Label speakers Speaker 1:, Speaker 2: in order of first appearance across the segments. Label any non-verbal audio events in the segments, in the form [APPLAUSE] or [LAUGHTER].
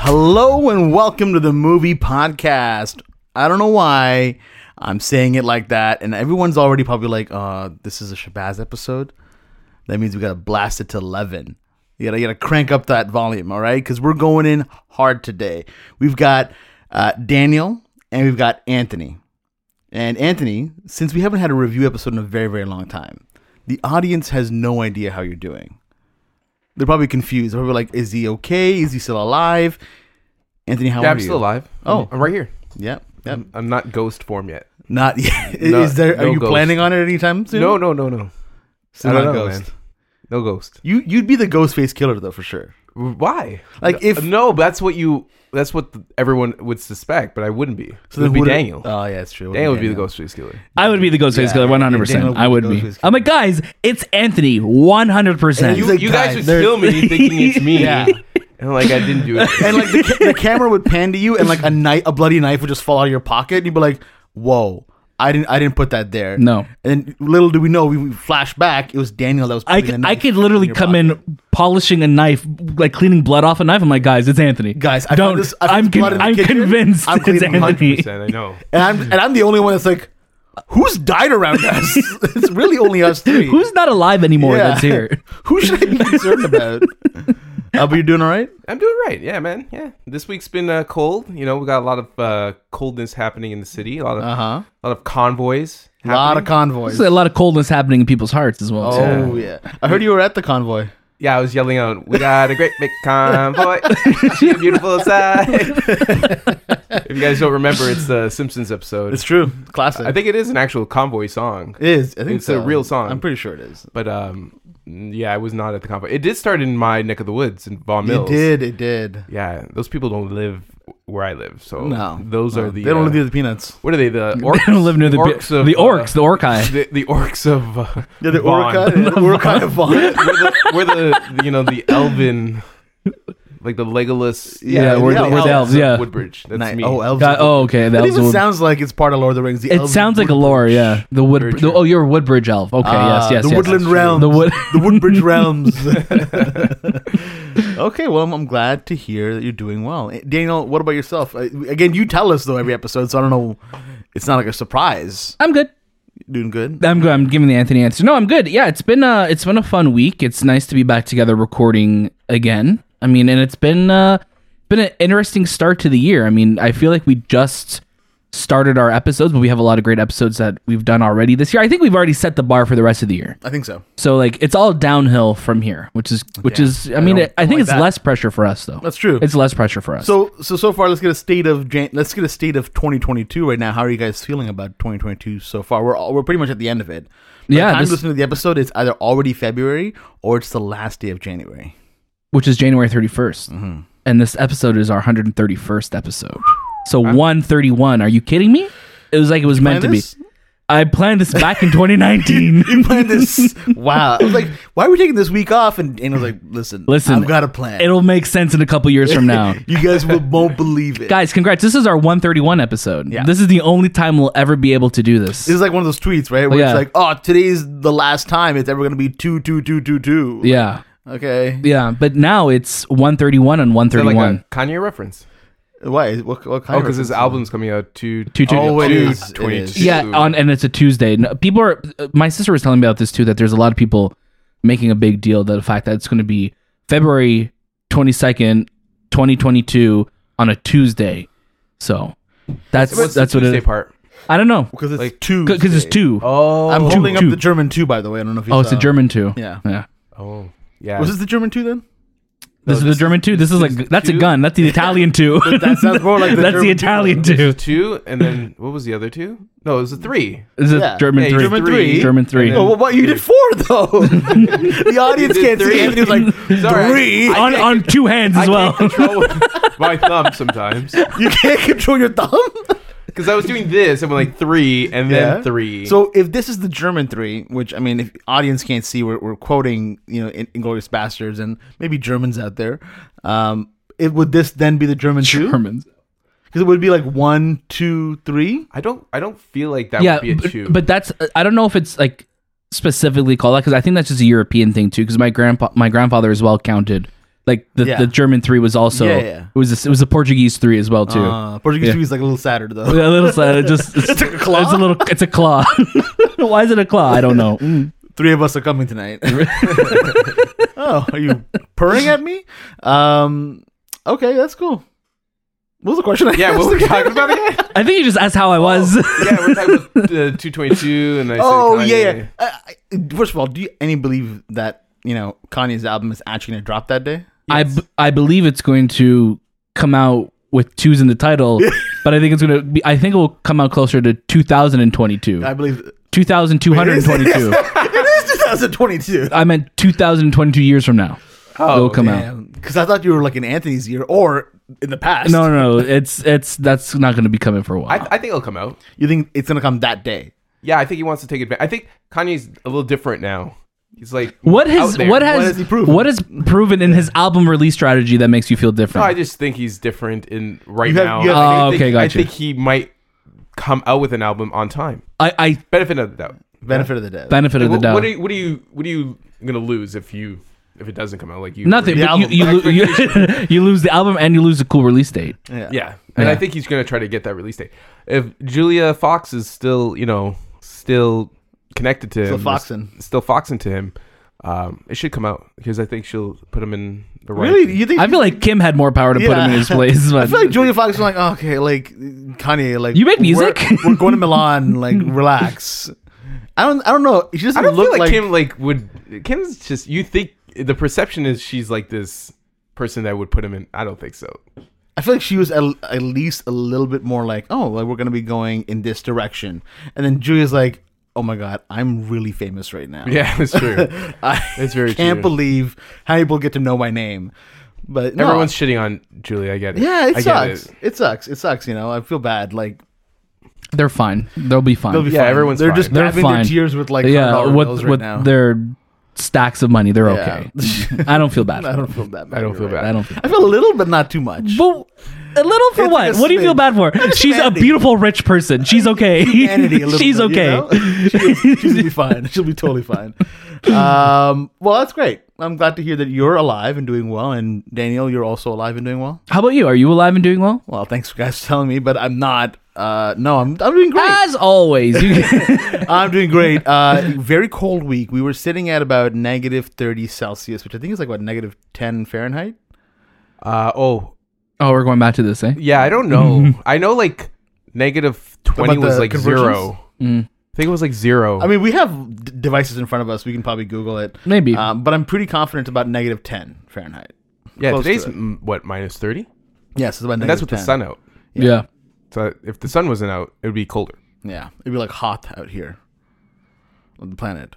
Speaker 1: Hello and welcome to the movie podcast. I don't know why I'm saying it like that, and everyone's already probably like, uh, this is a Shabazz episode. That means we gotta blast it to eleven. You gotta, you gotta crank up that volume, all right? Because we're going in hard today. We've got uh, Daniel and we've got Anthony. And Anthony, since we haven't had a review episode in a very, very long time, the audience has no idea how you're doing. They're probably confused. They're probably like, is he okay? Is he still alive? Anthony, how
Speaker 2: Yeah,
Speaker 1: are
Speaker 2: I'm
Speaker 1: you?
Speaker 2: still alive.
Speaker 1: Oh.
Speaker 2: I'm right here.
Speaker 1: Yep. Yep.
Speaker 2: I'm, I'm not ghost form yet.
Speaker 1: Not
Speaker 2: [LAUGHS]
Speaker 1: yet.
Speaker 2: No-
Speaker 1: is there? Are
Speaker 2: no
Speaker 1: you
Speaker 2: ghost.
Speaker 1: planning on it anytime soon?
Speaker 2: No, no, no, no.
Speaker 1: Still
Speaker 2: I
Speaker 1: not
Speaker 2: don't know,
Speaker 1: ghost.
Speaker 2: man. No ghost.
Speaker 1: You you'd be the ghost face killer though for sure.
Speaker 2: Why?
Speaker 1: Like,
Speaker 2: No-
Speaker 1: if-
Speaker 2: no, but that's what you. That's what the, everyone would suspect, but I wouldn't be. So it would be
Speaker 1: who'd it-
Speaker 2: Daniel.
Speaker 1: Oh yeah, it's true.
Speaker 2: Daniel would be the ghost face killer.
Speaker 3: I would be the Ghostface
Speaker 1: Yeah,
Speaker 3: Killer 100%.
Speaker 1: Daniel would be
Speaker 3: I would
Speaker 1: the
Speaker 3: be.
Speaker 1: Ghostface
Speaker 3: I'm like, guys, it's Anthony 100%.
Speaker 1: And
Speaker 2: You,
Speaker 1: He's like,
Speaker 2: you guys
Speaker 1: "Guys,
Speaker 2: would
Speaker 1: they're- [LAUGHS]
Speaker 2: kill me thinking it's me,
Speaker 1: Yeah.
Speaker 2: and like I didn't
Speaker 1: [LAUGHS]
Speaker 2: do it.
Speaker 1: And like the, ca- the camera would pan to you, and like a knife, a bloody knife would just fall out of your pocket, and you'd be like, "Whoa, I didn't, I didn't put that there."
Speaker 3: No.
Speaker 1: And little do we know, we, we flash back. It was Daniel that was.
Speaker 3: I,
Speaker 1: putting the
Speaker 3: c- I
Speaker 1: knife
Speaker 3: could literally
Speaker 1: your
Speaker 3: come
Speaker 1: pocket.
Speaker 3: in polishing a knife, like cleaning blood off a knife. I'm like, guys, it's Anthony.
Speaker 1: Guys, I found
Speaker 3: don't.
Speaker 1: this- I found
Speaker 3: I'm,
Speaker 1: this blood in the
Speaker 3: I'm
Speaker 1: kitchen.
Speaker 3: convinced
Speaker 1: I'm
Speaker 3: it's
Speaker 1: cleaning
Speaker 3: Anthony.
Speaker 2: 100%, I know.
Speaker 1: and I'm and I'm the only one that's like, "Who's died around
Speaker 3: [LAUGHS]
Speaker 1: us?" it's really only us three.
Speaker 3: [LAUGHS] Who's not alive anymore
Speaker 1: Yeah.
Speaker 3: that's here? [LAUGHS]
Speaker 1: [LAUGHS] Who should I be concerned
Speaker 2: [LAUGHS]
Speaker 1: about? Uh, but you're doing all right.
Speaker 2: I'm doing right. Yeah, man. Yeah. This week's been uh, cold. You know, we got a lot of uh, coldness happening in the city. A lot of
Speaker 1: Uh huh.
Speaker 2: a lot of convoys.
Speaker 1: A lot of
Speaker 2: happening.
Speaker 1: convoys.
Speaker 3: There's a lot of coldness happening in people's hearts as well. too.
Speaker 1: Oh yeah. I heard you were at the convoy.
Speaker 2: Yeah, I was yelling out, "We got a great big
Speaker 1: [LAUGHS]
Speaker 2: convoy, she's beautiful side." if you guys don't remember, it's the Simpsons episode.
Speaker 1: It's true. Classic.
Speaker 2: I think it is an actual convoy song,
Speaker 1: it is. I think
Speaker 2: it's a
Speaker 1: so.
Speaker 2: real song.
Speaker 1: I'm pretty sure it is.
Speaker 2: but um, yeah, I was not at the convoy. It did start in my neck of the woods in Vaughan
Speaker 1: It
Speaker 2: Mills.
Speaker 1: did. It did.
Speaker 2: Yeah, those people don't live where I live, so
Speaker 1: No,
Speaker 2: those
Speaker 1: No,
Speaker 2: are the.
Speaker 1: They don't
Speaker 2: uh,
Speaker 1: live near the peanuts.
Speaker 2: What are they?
Speaker 1: [LAUGHS]
Speaker 2: The orcs.
Speaker 3: [LAUGHS] They don't live near the
Speaker 2: orcs of
Speaker 3: the
Speaker 2: uh,
Speaker 3: orcs, the orci.
Speaker 2: [LAUGHS] the, the orcs of uh,
Speaker 1: Yeah, the
Speaker 2: Vaughan.
Speaker 1: Orca, the [LAUGHS] Orca of Vaughn.
Speaker 2: [LAUGHS] we're, the, we're the you know the elven like the Legolas
Speaker 1: [LAUGHS] Yeah, we're the- we're the
Speaker 3: elves,
Speaker 2: of
Speaker 3: yeah.
Speaker 2: Woodbridge that's
Speaker 1: Night-
Speaker 2: me
Speaker 1: Oh, elves.
Speaker 3: God, oh, okay.
Speaker 1: that
Speaker 3: That was
Speaker 1: even
Speaker 3: a-
Speaker 1: sounds like it's part of Lord of the Rings. The
Speaker 3: it
Speaker 1: elves
Speaker 3: sounds
Speaker 1: of
Speaker 3: like a lore,
Speaker 1: Woodbridge.
Speaker 3: yeah. The wood. The,
Speaker 2: Bridger.
Speaker 3: oh, you're a Woodbridge elf. Okay,
Speaker 1: Ah,
Speaker 3: yes, yes,
Speaker 1: the
Speaker 3: yes.
Speaker 1: woodland
Speaker 2: that's true.
Speaker 1: realms.
Speaker 3: The wood. [LAUGHS]
Speaker 1: the Woodbridge realms. okay, well, I'm, I'm glad to hear that you're doing well. Eh, Daniel, what about yourself? Uh, Again, you tell us though every episode, so I don't know. It's not like a surprise.
Speaker 3: I'm good.
Speaker 1: Doing good.
Speaker 3: I'm good. I'm giving the Anthony answer. No, I'm good. Yeah, it's been uh it's been a fun week. It's nice to be back together recording again. I mean, and it's been uh been an interesting start to the year. I mean, I feel like we just started our episodes, but we have a lot of great episodes that we've done already this year. I think we've already set the bar for the rest of the year.
Speaker 1: I think so.
Speaker 3: So like it's all downhill from here, which is which
Speaker 1: Yeah.
Speaker 3: is
Speaker 1: I
Speaker 3: I mean,
Speaker 1: don't-
Speaker 3: I, I
Speaker 1: don't
Speaker 3: think
Speaker 1: like
Speaker 3: it's
Speaker 1: that.
Speaker 3: less pressure for us though.
Speaker 1: That's true.
Speaker 3: It's less pressure for us.
Speaker 1: so so so far. Let's get a state of Jan- let's get a state of 2022 right now. How are you guys feeling about 2022 so far? We're all, we're pretty much at the end of it. By
Speaker 3: Yeah,
Speaker 1: the time
Speaker 3: this-
Speaker 1: you listen to the episode, it's either already February or it's the last day of January.
Speaker 3: which is January 31st.
Speaker 1: Mm-hmm.
Speaker 3: And this episode is our 131st episode. So 131. Are you kidding me? It was like it was meant to
Speaker 1: Plan this?
Speaker 3: be. I planned this
Speaker 1: [LAUGHS]
Speaker 3: back in 2019.
Speaker 1: You planned
Speaker 3: [LAUGHS]
Speaker 1: this? wow. I was like, why are we taking this week off? And Daniel's like, listen,
Speaker 3: Listen,
Speaker 1: I've got a plan. [LAUGHS]
Speaker 3: It'll make sense in a couple years from now.
Speaker 1: you guys will, won't believe it.
Speaker 3: Guys, congrats. This is our 131 episode.
Speaker 1: Yeah.
Speaker 3: This is the only time we'll ever be able to do this.
Speaker 1: This is like one of those tweets, right? Where
Speaker 3: Yeah.
Speaker 1: it's like, oh, today's the last time it's ever going to be two, two, two, two, two.
Speaker 3: yeah.
Speaker 1: Okay.
Speaker 3: Yeah. But now it's 131 and
Speaker 2: Is that
Speaker 3: 131.
Speaker 2: like a Kanye reference
Speaker 1: Why? What, what kind
Speaker 2: oh
Speaker 1: of?
Speaker 2: because his album's coming out two
Speaker 3: Two- two-
Speaker 1: Oh, it
Speaker 2: two-
Speaker 1: is, it
Speaker 2: 22.
Speaker 1: is.
Speaker 3: yeah. On and it's a Tuesday. No, People are. uh, My sister was telling me about this too. That there's a lot of people making a big deal that the fact that it's going to be February 22nd, 2022 on a Tuesday. So that's
Speaker 2: What's
Speaker 3: that's
Speaker 2: the
Speaker 3: what it
Speaker 2: Tuesday
Speaker 3: is.
Speaker 2: part
Speaker 3: I don't know
Speaker 1: Because it's
Speaker 2: Like,
Speaker 1: two.
Speaker 3: because it's two. Oh,
Speaker 2: oh
Speaker 1: I'm holding up
Speaker 3: two. Oh,
Speaker 1: the German two, by the way. I don't know if you
Speaker 3: it's a
Speaker 1: saw.
Speaker 3: German two.
Speaker 1: Yeah.
Speaker 3: Yeah.
Speaker 2: oh yeah
Speaker 1: Was this the German two then?
Speaker 2: No,
Speaker 3: This is
Speaker 2: this
Speaker 3: the German two. This is like that's a gun. That's the Italian two. [LAUGHS]
Speaker 1: [LAUGHS] That sounds more like the
Speaker 3: that's the
Speaker 1: German
Speaker 3: Italian two.
Speaker 2: two and then what was the other two no it was the three
Speaker 3: This is
Speaker 1: Yeah.
Speaker 3: German
Speaker 2: Yeah,
Speaker 3: three.
Speaker 2: German
Speaker 3: [LAUGHS]
Speaker 1: three.
Speaker 3: German three.
Speaker 1: Oh, well, what you did four [LAUGHS] though. the audience
Speaker 2: You did
Speaker 1: can't see. Anthony's like
Speaker 2: Sorry.
Speaker 1: three.
Speaker 3: on on two hands as
Speaker 2: I
Speaker 3: well.
Speaker 2: can't [LAUGHS] control my thumb sometimes
Speaker 1: You can't control your [LAUGHS] thumb.
Speaker 2: because I was doing this and we're like three and then three
Speaker 1: So if this is the German three, which I mean, if audience can't see, we're, we're quoting you know In- Inglorious Bastards and maybe Germans out there. Um, it would this then be the German two?
Speaker 3: [LAUGHS] Germans.
Speaker 1: Because it would be like one, two, three.
Speaker 2: I don't I don't feel like that
Speaker 3: yeah,
Speaker 2: would be a
Speaker 3: but,
Speaker 2: two
Speaker 3: but that's I don't know if it's like specifically called that because I think that's just a European thing too. Because my grandpa, my grandfather as well counted Like the,
Speaker 1: Yeah.
Speaker 3: the German three was also
Speaker 1: Yeah, yeah.
Speaker 3: it was a, it was the Portuguese three as well too.
Speaker 1: Uh, Portuguese
Speaker 3: Yeah.
Speaker 1: TV is like a little sadder though.
Speaker 3: [LAUGHS] Yeah, a little side. It just it's,
Speaker 1: It's like a claw?
Speaker 3: It's a little. It's a claw. [LAUGHS] Why is it a claw? I don't know. Mm.
Speaker 1: Three of us are coming
Speaker 2: [LAUGHS]
Speaker 1: tonight. oh, are you purring at me? Um, okay, that's cool. What was the question? I
Speaker 2: Yeah,
Speaker 1: [LAUGHS]
Speaker 2: what
Speaker 1: asked
Speaker 2: were we
Speaker 1: again?
Speaker 2: talking about
Speaker 3: [LAUGHS]
Speaker 2: again?
Speaker 3: I think you just asked how I was.
Speaker 2: yeah, we're talking about uh, 222 and I said
Speaker 1: Oh
Speaker 2: Kanye.
Speaker 1: yeah, yeah. I, I, first of all, do you any believe that you know Kanye's album is actually gonna drop that day?
Speaker 3: [LAUGHS] I b- I believe it's going to come out with twos in the title, but I think it's going to be. I think it will come out closer to 2022.
Speaker 1: I believe [LAUGHS]
Speaker 2: [LAUGHS]
Speaker 3: 2222.
Speaker 1: it is 2022.
Speaker 3: I meant 2022 years from now.
Speaker 2: Oh,
Speaker 3: it'll come out.
Speaker 1: Because I thought you were like in Anthony's year or in the past.
Speaker 3: No, no, no. It's it's that's not going to be coming for a while.
Speaker 2: I, I think it'll come out.
Speaker 1: you think it's gonna come that day?
Speaker 2: Yeah, I think he wants to take advantage. I think Kanye's a little different now. He's like,
Speaker 3: what
Speaker 2: out
Speaker 3: has
Speaker 2: there.
Speaker 3: what has
Speaker 1: has he proven?
Speaker 3: what has proven in his album release strategy that makes you feel different?
Speaker 2: No, I just think he's different in right
Speaker 1: You have-
Speaker 2: now.
Speaker 1: you have-
Speaker 2: I
Speaker 3: Oh,
Speaker 2: think,
Speaker 3: okay,
Speaker 2: I
Speaker 3: gotcha.
Speaker 2: think he might come out with an album on time.
Speaker 3: I, I
Speaker 2: Benefit of the doubt.
Speaker 1: Benefit of the doubt.
Speaker 3: benefit of
Speaker 2: Like,
Speaker 3: the
Speaker 2: what,
Speaker 3: doubt.
Speaker 2: what are you? What are you? What are you gonna lose if you if it doesn't come out? Like you
Speaker 3: Nothing.
Speaker 1: The
Speaker 3: But you,
Speaker 1: album.
Speaker 3: you, lo- you, you [LAUGHS] lose the album and you lose the cool release date.
Speaker 2: Yeah, and I
Speaker 3: Yeah.
Speaker 2: think he's gonna try to get that release date. If Julia Fox is still, you know, still connected to
Speaker 1: Still
Speaker 2: him,
Speaker 1: foxing.
Speaker 2: s- still foxing to him, um, it should come out because I think she'll put him in the right.
Speaker 1: Really? You think?
Speaker 3: I feel like Kim had more power to put him in
Speaker 1: [LAUGHS]
Speaker 3: his place.
Speaker 1: I
Speaker 3: But
Speaker 1: feel like Julia Fox was like, oh, okay, like Kanye, like
Speaker 3: You make music?
Speaker 1: We're, we're going to [LAUGHS] Milan, like relax. I don't, I don't know. She doesn't
Speaker 2: I don't
Speaker 1: look
Speaker 2: feel like,
Speaker 1: like,
Speaker 2: Kim like would. Kim's just you think the perception is she's like this person that would put him in. I don't
Speaker 1: [LAUGHS]
Speaker 2: think so.
Speaker 1: I feel like she was at, at least a little bit more like, oh, like we're gonna be going in this direction, and then Julia's like, oh my god, I'm really famous right now.
Speaker 2: Yeah,
Speaker 1: [LAUGHS]
Speaker 2: that's true.
Speaker 1: I
Speaker 2: It's very
Speaker 1: can't
Speaker 2: true.
Speaker 1: believe how people get to know my name. But no,
Speaker 2: Everyone's shitting on Julia. I get it.
Speaker 1: yeah, it
Speaker 2: I get
Speaker 1: sucks. It. sucks. It sucks. You know, I feel bad. Like
Speaker 3: they're fine. They'll be fine.
Speaker 1: they'll be
Speaker 2: Yeah,
Speaker 1: fine.
Speaker 2: everyone's
Speaker 1: they're
Speaker 2: fine.
Speaker 1: just
Speaker 3: They're
Speaker 1: having their
Speaker 3: fine.
Speaker 1: tears with like
Speaker 3: yeah,
Speaker 1: $100
Speaker 3: with
Speaker 1: bills right
Speaker 3: with
Speaker 1: now.
Speaker 3: their stacks of money, they're
Speaker 1: Yeah.
Speaker 3: okay.
Speaker 1: [LAUGHS]
Speaker 3: I don't feel bad.
Speaker 1: I don't feel that bad.
Speaker 2: I don't
Speaker 1: You're
Speaker 2: feel
Speaker 1: right.
Speaker 2: bad.
Speaker 3: I don't feel.
Speaker 1: I feel a little, but not too much.
Speaker 3: But a little for
Speaker 1: It's
Speaker 3: what?
Speaker 1: like a
Speaker 3: what do you feel
Speaker 1: smidge.
Speaker 3: bad for? She's a
Speaker 1: humanity.
Speaker 3: beautiful rich person. She's okay. [LAUGHS]
Speaker 1: Humanity a little
Speaker 3: She's
Speaker 1: bit, you
Speaker 3: okay. [LAUGHS]
Speaker 1: know? She'll- she's gonna be fine. She'll be totally fine. Um, well, that's great. I'm glad to hear that you're alive and doing well, and Daniel, you're also alive and doing well.
Speaker 3: How about you? Are you alive and doing well?
Speaker 1: Well, thanks guys [LAUGHS] for telling me, but I'm not. Uh, no, I'm I'm doing great.
Speaker 3: As always, you
Speaker 1: [LAUGHS] I'm doing great. Uh, very cold week. We were sitting at about negative 30 Celsius, which I think is like what negative 10 Fahrenheit.
Speaker 2: Uh, oh,
Speaker 3: oh, we're going back to this, eh?
Speaker 2: Yeah, I
Speaker 1: [LAUGHS]
Speaker 2: don't know. I know like negative twenty
Speaker 1: About
Speaker 2: was
Speaker 1: the
Speaker 2: like
Speaker 1: conversions?
Speaker 2: zero.
Speaker 3: Mm,
Speaker 2: I think it was like zero.
Speaker 1: I mean, we have d- devices in front of us. We can probably Google it.
Speaker 3: maybe.
Speaker 1: Um, but I'm pretty confident about negative 10 Fahrenheit.
Speaker 2: yeah,
Speaker 1: close to
Speaker 2: today's
Speaker 1: it.
Speaker 2: m- what minus thirty,
Speaker 1: Yes, it's about
Speaker 2: and that's
Speaker 1: negative
Speaker 2: with
Speaker 1: 10.
Speaker 2: the sun out.
Speaker 3: yeah.
Speaker 2: So if the sun wasn't out, it would be colder.
Speaker 1: Yeah, it'd be like hot out here on the planet,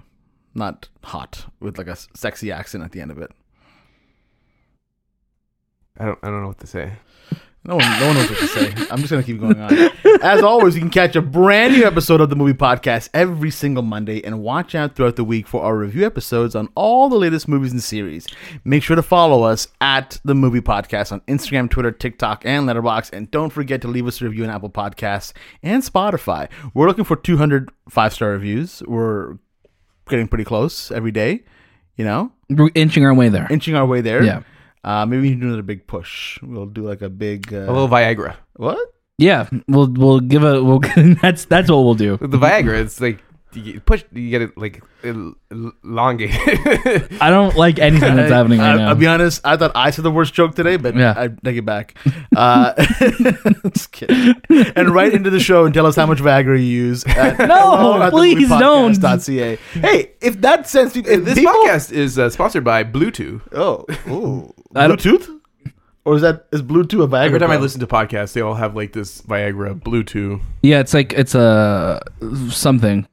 Speaker 1: not hot with like a s- sexy accent at the end of it.
Speaker 2: I don't. I don't know what to say.
Speaker 1: No one, no one knows what to say. I'm just gonna keep going on. As always, you can catch a brand new episode of the Movie Podcast every single Monday, and watch out throughout the week for our review episodes on all the latest movies and series. Make sure to follow us at the Movie Podcast on Instagram, Twitter, TikTok, and Letterboxd, and don't forget to leave us a review on Apple Podcasts and Spotify. We're looking for 200 five star reviews. We're getting pretty close every day. You know,
Speaker 3: We're inching our way there.
Speaker 1: inching our way there.
Speaker 3: Yeah.
Speaker 1: Uh, maybe we can do another big push. We'll do like a big uh,
Speaker 2: A little Viagra.
Speaker 1: what?
Speaker 3: Yeah, we'll we'll give a we'll [LAUGHS] that's that's what we'll do.
Speaker 2: The Viagra. It's like you get push. You get it like el- elongated.
Speaker 3: I don't like anything that's
Speaker 1: [LAUGHS]
Speaker 3: happening
Speaker 1: I,
Speaker 3: right
Speaker 1: will be
Speaker 3: now.
Speaker 1: honest. I thought I said the worst joke today, but
Speaker 3: Yeah.
Speaker 1: I take it back. Uh, [LAUGHS] just kidding. And right into the show and tell us how much Viagra you use. At
Speaker 3: [LAUGHS] No,
Speaker 1: hello at
Speaker 3: please don't.
Speaker 1: themoviepodcast.ca.
Speaker 2: [LAUGHS]
Speaker 1: Hey, if that sends people, if
Speaker 2: this
Speaker 1: people,
Speaker 2: podcast is uh, sponsored by Bluetooth.
Speaker 1: oh, ooh,
Speaker 3: I don't-
Speaker 1: Bluetooth, or is that is Bluetooth a Viagra?
Speaker 2: Every time I
Speaker 1: pill?
Speaker 2: listen to podcasts, they all have like this Viagra Bluetooth.
Speaker 3: Yeah, it's like it's a something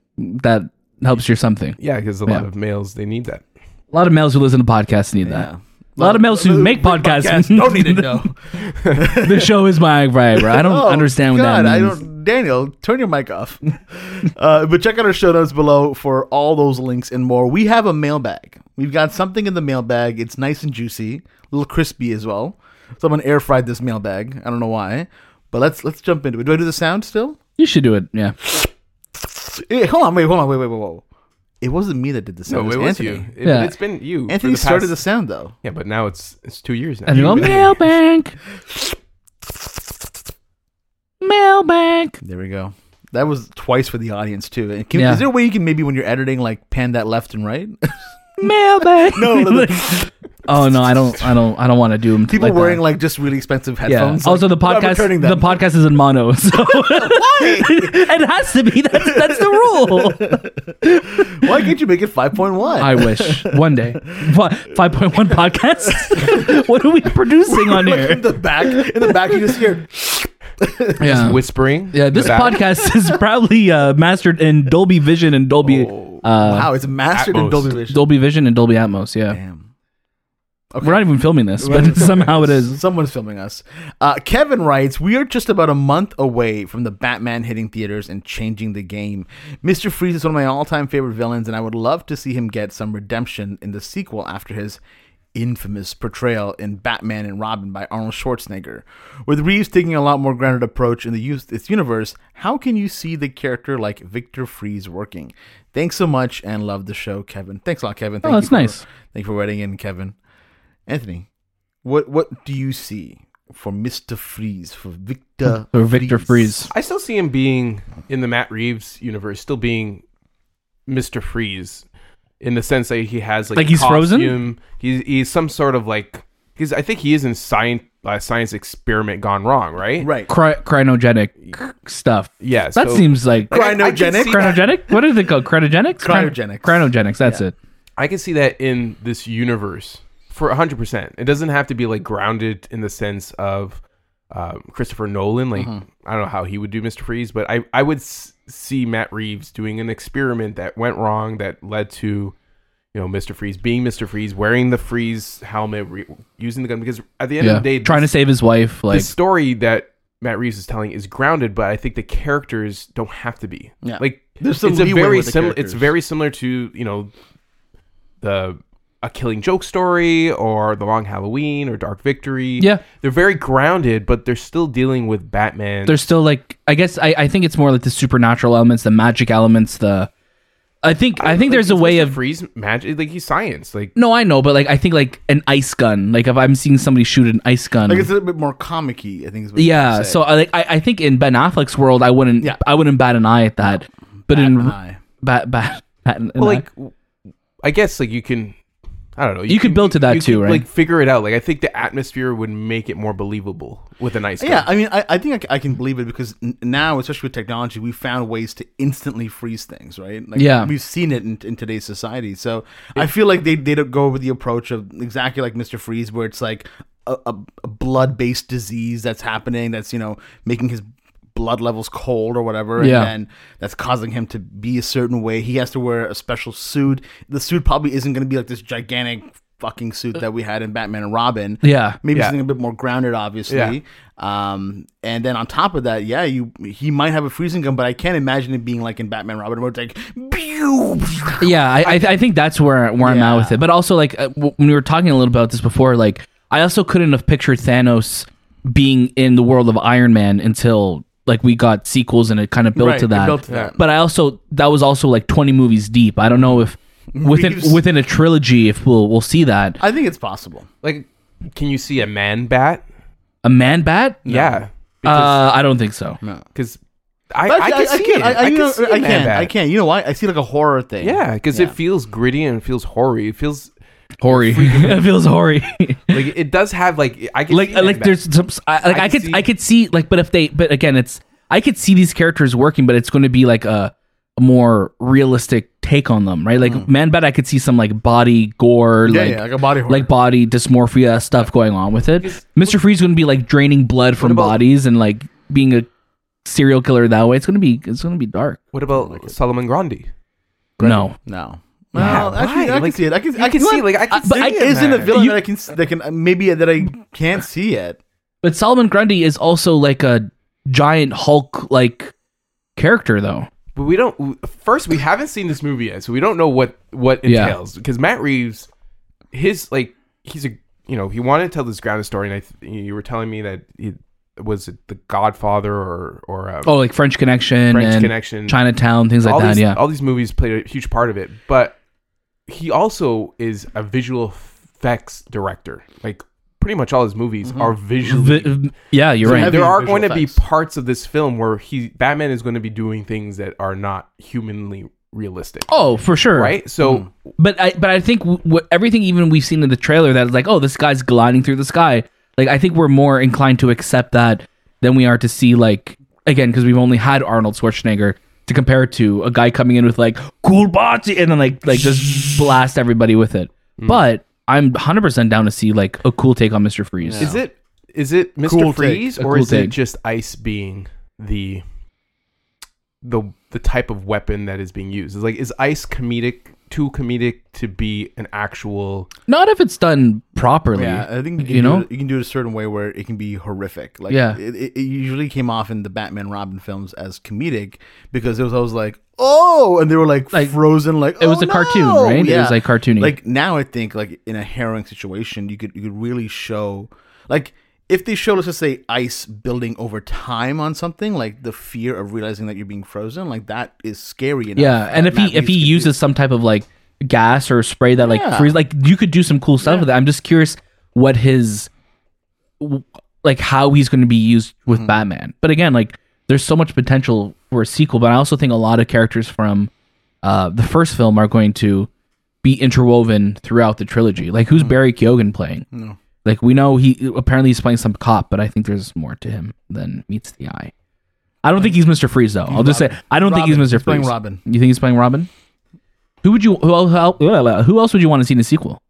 Speaker 3: that helps your something.
Speaker 2: Yeah, because a lot
Speaker 3: Yeah.
Speaker 2: of males they need that.
Speaker 3: A lot of males who listen to podcasts need
Speaker 1: Yeah.
Speaker 3: that. A lot of males who make podcasts
Speaker 1: don't
Speaker 3: [LAUGHS]
Speaker 1: need to know.
Speaker 3: the show is my Viagra. I don't
Speaker 1: Oh,
Speaker 3: understand what
Speaker 1: God,
Speaker 3: that means.
Speaker 1: I don't, Daniel, turn your mic off. [LAUGHS] uh, but check out our show notes below for all those links and more. We have a mailbag. We've got something in the mailbag. It's nice and juicy, a little crispy as well. Someone air fried this mailbag. I don't know why, but let's let's jump into it. Do I do the sound still?
Speaker 3: You should do it. Yeah.
Speaker 1: Eh, hold on, wait, hold on, wait, wait, wait, whoa. It wasn't me that did the sound.
Speaker 2: No,
Speaker 1: it was
Speaker 2: it was
Speaker 1: Anthony.
Speaker 2: you. It,
Speaker 3: Yeah.
Speaker 2: It's been you. for
Speaker 1: Anthony
Speaker 2: the
Speaker 1: started
Speaker 2: past-
Speaker 1: the sound though.
Speaker 2: Yeah, but now it's it's two years now.
Speaker 3: And
Speaker 2: You've
Speaker 3: go
Speaker 2: been-
Speaker 3: mailbank. Mailbank.
Speaker 1: There we go. That was twice for the audience too. And can,
Speaker 3: Yeah.
Speaker 1: Is there a way you can maybe when you're editing like pan that left and
Speaker 3: [LAUGHS]
Speaker 1: right?
Speaker 3: Mailbank.
Speaker 1: no, no, no.
Speaker 3: [LAUGHS] Oh no, I don't I don't I don't want to do them.
Speaker 1: people
Speaker 3: like that.
Speaker 1: wearing like just really expensive
Speaker 3: yeah.
Speaker 1: headphones. like,
Speaker 3: also, the
Speaker 1: "I'm
Speaker 3: podcast
Speaker 1: returning
Speaker 3: the
Speaker 1: them."
Speaker 3: podcast is in mono, [LAUGHS] so [LAUGHS] it has to be. That's that's the rule.
Speaker 1: Why can't you make it five point one? [LAUGHS]
Speaker 3: I wish one day. Five point one podcast. [LAUGHS] what are we producing on
Speaker 1: Like,
Speaker 3: here?
Speaker 1: in the back, in the back, you just hear.
Speaker 3: Yeah.
Speaker 2: whispering.
Speaker 3: Yeah, this
Speaker 2: about-
Speaker 3: podcast [LAUGHS] is probably uh, mastered in Dolby Vision and Dolby
Speaker 2: Oh,
Speaker 3: uh,
Speaker 1: wow, it's mastered in
Speaker 2: Atmos.
Speaker 1: Dolby Vision.
Speaker 3: Dolby Vision and Dolby Atmos. Yeah,
Speaker 1: Damn.
Speaker 3: we're not even filming
Speaker 2: [LAUGHS]
Speaker 3: this, but [LAUGHS] somehow it is.
Speaker 1: Someone's filming us. Uh, Kevin writes, "We are just about a month away from the Batman hitting theaters and changing the game. Mister Freeze is one of my all-time favorite villains, and I would love to see him get some redemption in the sequel after his." Infamous portrayal in Batman and Robin by Arnold Schwarzenegger. With Reeves taking a lot more grounded approach in the use its universe, how can you see the character like Victor Freeze working? Thanks so much and love the show, Kevin. Thanks a lot, Kevin. Thank
Speaker 3: Oh, that's
Speaker 1: you for-
Speaker 3: nice.
Speaker 1: Thank you for writing in, Kevin. Anthony, what what do you see for Mister Freeze for Victor
Speaker 3: Or Victor Freeze.
Speaker 2: I still see him being in the Matt Reeves universe, still being Mister Freeze, in the sense that he has like
Speaker 3: Like
Speaker 2: a
Speaker 3: he's frozen?
Speaker 2: costume. He's he's some sort of like he's. I think he is in science uh, science experiment gone wrong, right?
Speaker 1: Right.
Speaker 3: Cry- cryogenic stuff.
Speaker 2: Yeah,
Speaker 3: That
Speaker 2: so-
Speaker 3: seems like
Speaker 2: Like, I- I can
Speaker 1: Cryogenic?
Speaker 2: see that-
Speaker 3: cryogenic. What is it called? Cryogenics. Cryo-
Speaker 1: Cryogenics.
Speaker 3: Cryogenics. That's it.
Speaker 2: I can see that in this universe for 100%. It doesn't have to be like grounded in the sense of um, Christopher Nolan. Like,
Speaker 3: Mm-hmm.
Speaker 2: I don't know how he would do Mr. Freeze, but I, I would s- see Matt Reeves doing an experiment that went wrong that led to, you know, Mr. Freeze being Mr. Freeze, wearing the Freeze helmet, re- using the gun. Because at the end
Speaker 3: Yeah.
Speaker 2: of the day,
Speaker 3: Trying to save his wife.
Speaker 2: the
Speaker 3: Like
Speaker 2: story that Matt Reeves is telling is grounded, but I think the characters don't have to be.
Speaker 1: Yeah.
Speaker 2: Like
Speaker 1: There's some
Speaker 2: it's a
Speaker 1: leeway
Speaker 2: very
Speaker 1: with the
Speaker 2: similar.
Speaker 1: characters.
Speaker 2: It's very similar to you know the a Killing Joke story or the Long Halloween or Dark Victory.
Speaker 3: Yeah.
Speaker 2: they're very grounded, but they're still dealing with Batman.
Speaker 3: there's still like I guess I, I think it's more like the supernatural elements, the magic elements. The I think I, think
Speaker 2: Like,
Speaker 3: there's a
Speaker 2: it's
Speaker 3: way
Speaker 2: Mr.
Speaker 3: of
Speaker 2: freeze magic. Like he's science. Like
Speaker 3: no, I know, but like I think like an ice gun. Like if I'm seeing somebody shoot an ice gun,
Speaker 1: Like it's a little bit more comic-y, I think. Is what you're
Speaker 3: Yeah,
Speaker 1: saying.
Speaker 3: so I like I, I think in Ben Affleck's world, I wouldn't
Speaker 1: Yeah.
Speaker 3: I wouldn't bat an eye at that. But
Speaker 1: An
Speaker 3: in
Speaker 1: eye.
Speaker 3: bat bat, bat an
Speaker 2: well,
Speaker 3: eye.
Speaker 2: like I guess like you can. I don't know.
Speaker 3: You could build to that
Speaker 2: you
Speaker 3: too,
Speaker 2: could,
Speaker 3: right?
Speaker 2: Like figure it out. Like I think the atmosphere would make it more believable with a nice.
Speaker 1: Yeah, I mean, I, I think I c- I, can believe it because n- now, especially with technology, we found ways to instantly freeze things, right? Like,
Speaker 3: Yeah.
Speaker 1: we've seen it in, in today's society. So I feel like they they don't go with the approach of exactly like Mister Freeze, where it's like a, a, a blood-based disease that's happening that's you know making his blood levels cold or whatever,
Speaker 3: Yeah.
Speaker 1: and then that's causing him to be a certain way. He has to wear a special suit. The suit probably isn't going to be like this gigantic fucking suit that we had in Batman and Robin
Speaker 3: Uh, yeah,
Speaker 1: maybe
Speaker 2: Yeah.
Speaker 1: something a bit more grounded, obviously.
Speaker 2: Yeah.
Speaker 1: Um, and then on top of that, yeah, you he might have a freezing gun, but I can't imagine it being like in Batman Robin, where it's like, pew, pew.
Speaker 3: yeah. I, I I think that's where where I'm at
Speaker 1: Yeah.
Speaker 3: with it. But also like uh, w- when we were talking a little about this before, like I also couldn't have pictured Thanos being in the world of Iron Man until like we got sequels and it kind of built
Speaker 1: Right,
Speaker 3: to
Speaker 1: it
Speaker 3: that.
Speaker 1: built to that.
Speaker 3: But I also that was also like 20 movies deep. I
Speaker 1: [LAUGHS]
Speaker 3: don't know if within
Speaker 1: Reeves.
Speaker 3: within a trilogy if we'll we'll see that
Speaker 1: I think it's possible.
Speaker 2: like can you see a man bat?
Speaker 3: a man bat.
Speaker 2: Yeah, because
Speaker 3: Uh, I don't think so.
Speaker 2: because I,
Speaker 1: But
Speaker 2: I can see
Speaker 1: can't-
Speaker 2: it.
Speaker 1: I, I,
Speaker 2: I
Speaker 1: you know,
Speaker 2: can see a
Speaker 1: I
Speaker 2: man
Speaker 1: can't.
Speaker 2: bat.
Speaker 1: I can't. You know why? I see like a horror thing.
Speaker 2: Yeah, because
Speaker 1: Yeah.
Speaker 2: it feels gritty and it feels hoary. It feels
Speaker 3: Hoary. [LAUGHS] it
Speaker 1: [LAUGHS]
Speaker 3: feels hoary.
Speaker 2: like it does have like I can
Speaker 3: like
Speaker 2: see
Speaker 3: like
Speaker 2: that.
Speaker 3: there's some I, like I,
Speaker 2: I
Speaker 3: could
Speaker 2: see-
Speaker 3: I could see like but if they but again it's I could see these characters working but it's going to be like a, a more realistic take on them right like
Speaker 2: Hmm.
Speaker 3: man bat I could see some like body gore
Speaker 1: Yeah,
Speaker 3: like
Speaker 1: yeah, like a body horror.
Speaker 3: like body dysmorphia stuff going on with it Mr Freeze going to be like draining blood from
Speaker 2: about-
Speaker 3: bodies and like being a serial killer that way it's going to be it's going to be dark
Speaker 2: what about Solomon Grundy?
Speaker 3: no
Speaker 1: no.
Speaker 2: Yeah,
Speaker 1: Well, actually,
Speaker 2: why?
Speaker 1: I can
Speaker 2: Like,
Speaker 1: see it. I can. I
Speaker 2: I
Speaker 1: can
Speaker 2: can see like I can
Speaker 3: but
Speaker 2: see
Speaker 3: I-
Speaker 2: it,
Speaker 1: There isn't a
Speaker 2: man.
Speaker 1: villain
Speaker 3: You-
Speaker 1: that I can s- that can uh, maybe that I can't see yet.
Speaker 3: but Solomon Grundy is also like a giant Hulk like character though
Speaker 2: But we don't. First, we haven't seen this movie yet, so we don't know what what
Speaker 3: Yeah.
Speaker 2: entails. Because Matt Reeves, his like, he's a you know he wanted to tell this grounded story, and I th- you were telling me that he, was it The Godfather or or um,
Speaker 3: Oh, like French Connection,
Speaker 2: French
Speaker 3: and
Speaker 2: Connection,
Speaker 3: Chinatown, things like
Speaker 2: all
Speaker 3: that.
Speaker 2: these,
Speaker 3: yeah,
Speaker 2: all these movies played a huge part of it, but he also is a visual effects director. Like pretty much all his movies are visually.
Speaker 3: Vi- yeah, you're
Speaker 1: So
Speaker 3: right.
Speaker 1: Mm-hmm. heavy
Speaker 2: there are
Speaker 1: visual
Speaker 2: going to be
Speaker 1: effects.
Speaker 2: parts of this film where he Batman is going to be doing things that are not humanly realistic.
Speaker 3: oh, for sure.
Speaker 2: Right, so
Speaker 1: Mm.
Speaker 3: But I but I think w- w- everything even we've seen in the trailer that is like, oh, this guy's gliding through the sky. Like I think we're more inclined to accept that than we are to see like again because we've only had Arnold Schwarzenegger to compare it to a guy coming in with like cool body and then like like just blast everybody with it.
Speaker 2: Hmm.
Speaker 3: But I'm 100% down to see like a cool take on Mr. Freeze.
Speaker 2: Is it is it Mr.
Speaker 1: Cool
Speaker 2: Freeze
Speaker 3: take. A
Speaker 2: or
Speaker 3: cool
Speaker 2: is it
Speaker 3: take.
Speaker 2: just ice being the the the type of weapon that is being used? It's like is ice comedic too comedic to be an actual
Speaker 3: Not if it's done properly.
Speaker 1: Yeah, I think you, can
Speaker 3: You
Speaker 1: do
Speaker 3: know?
Speaker 1: it, you can do it a certain way where it can be horrific. Like,
Speaker 3: Yeah.
Speaker 1: it, it, it usually came off in the Batman Robin films as comedic because it was always like, oh, and they were like,
Speaker 3: Like,
Speaker 1: frozen, like
Speaker 3: it was
Speaker 1: "Oh,
Speaker 3: a cartoon,
Speaker 1: no!"
Speaker 3: right? It was, like, cartoony.
Speaker 1: Like now, I think like in a harrowing situation, you could you could really show like. If they show, let's just say, ice building over time on something, like the fear of realizing that you're being frozen, like that is scary enough.
Speaker 3: Yeah, and
Speaker 1: that
Speaker 3: if he
Speaker 1: Matt
Speaker 3: if he
Speaker 1: Reeves could do.
Speaker 3: uses some type of like gas or spray that like
Speaker 1: Yeah.
Speaker 3: freeze, like you could do some cool stuff with it. I'm just curious what his w- like how he's going to be used
Speaker 1: Mm-hmm.
Speaker 3: with Batman. But again, like there's so much potential for a sequel, but I also think a lot of characters from uh, the first film are going to be interwoven throughout the trilogy. Like
Speaker 2: Hmm.
Speaker 3: who's Barry Keoghan playing?
Speaker 1: No.
Speaker 3: Like we know he apparently he's playing some cop, but I think there's more to him than meets the eye. I don't think he's Mr. Freeze though. I'll just say I don't think
Speaker 1: Robin.
Speaker 3: he's Mr.
Speaker 1: He's playing
Speaker 3: Freeze.
Speaker 1: Robin.
Speaker 3: You think he's playing Robin? Who would you who, el- how- blah, blah, who else would you want to see in a sequel?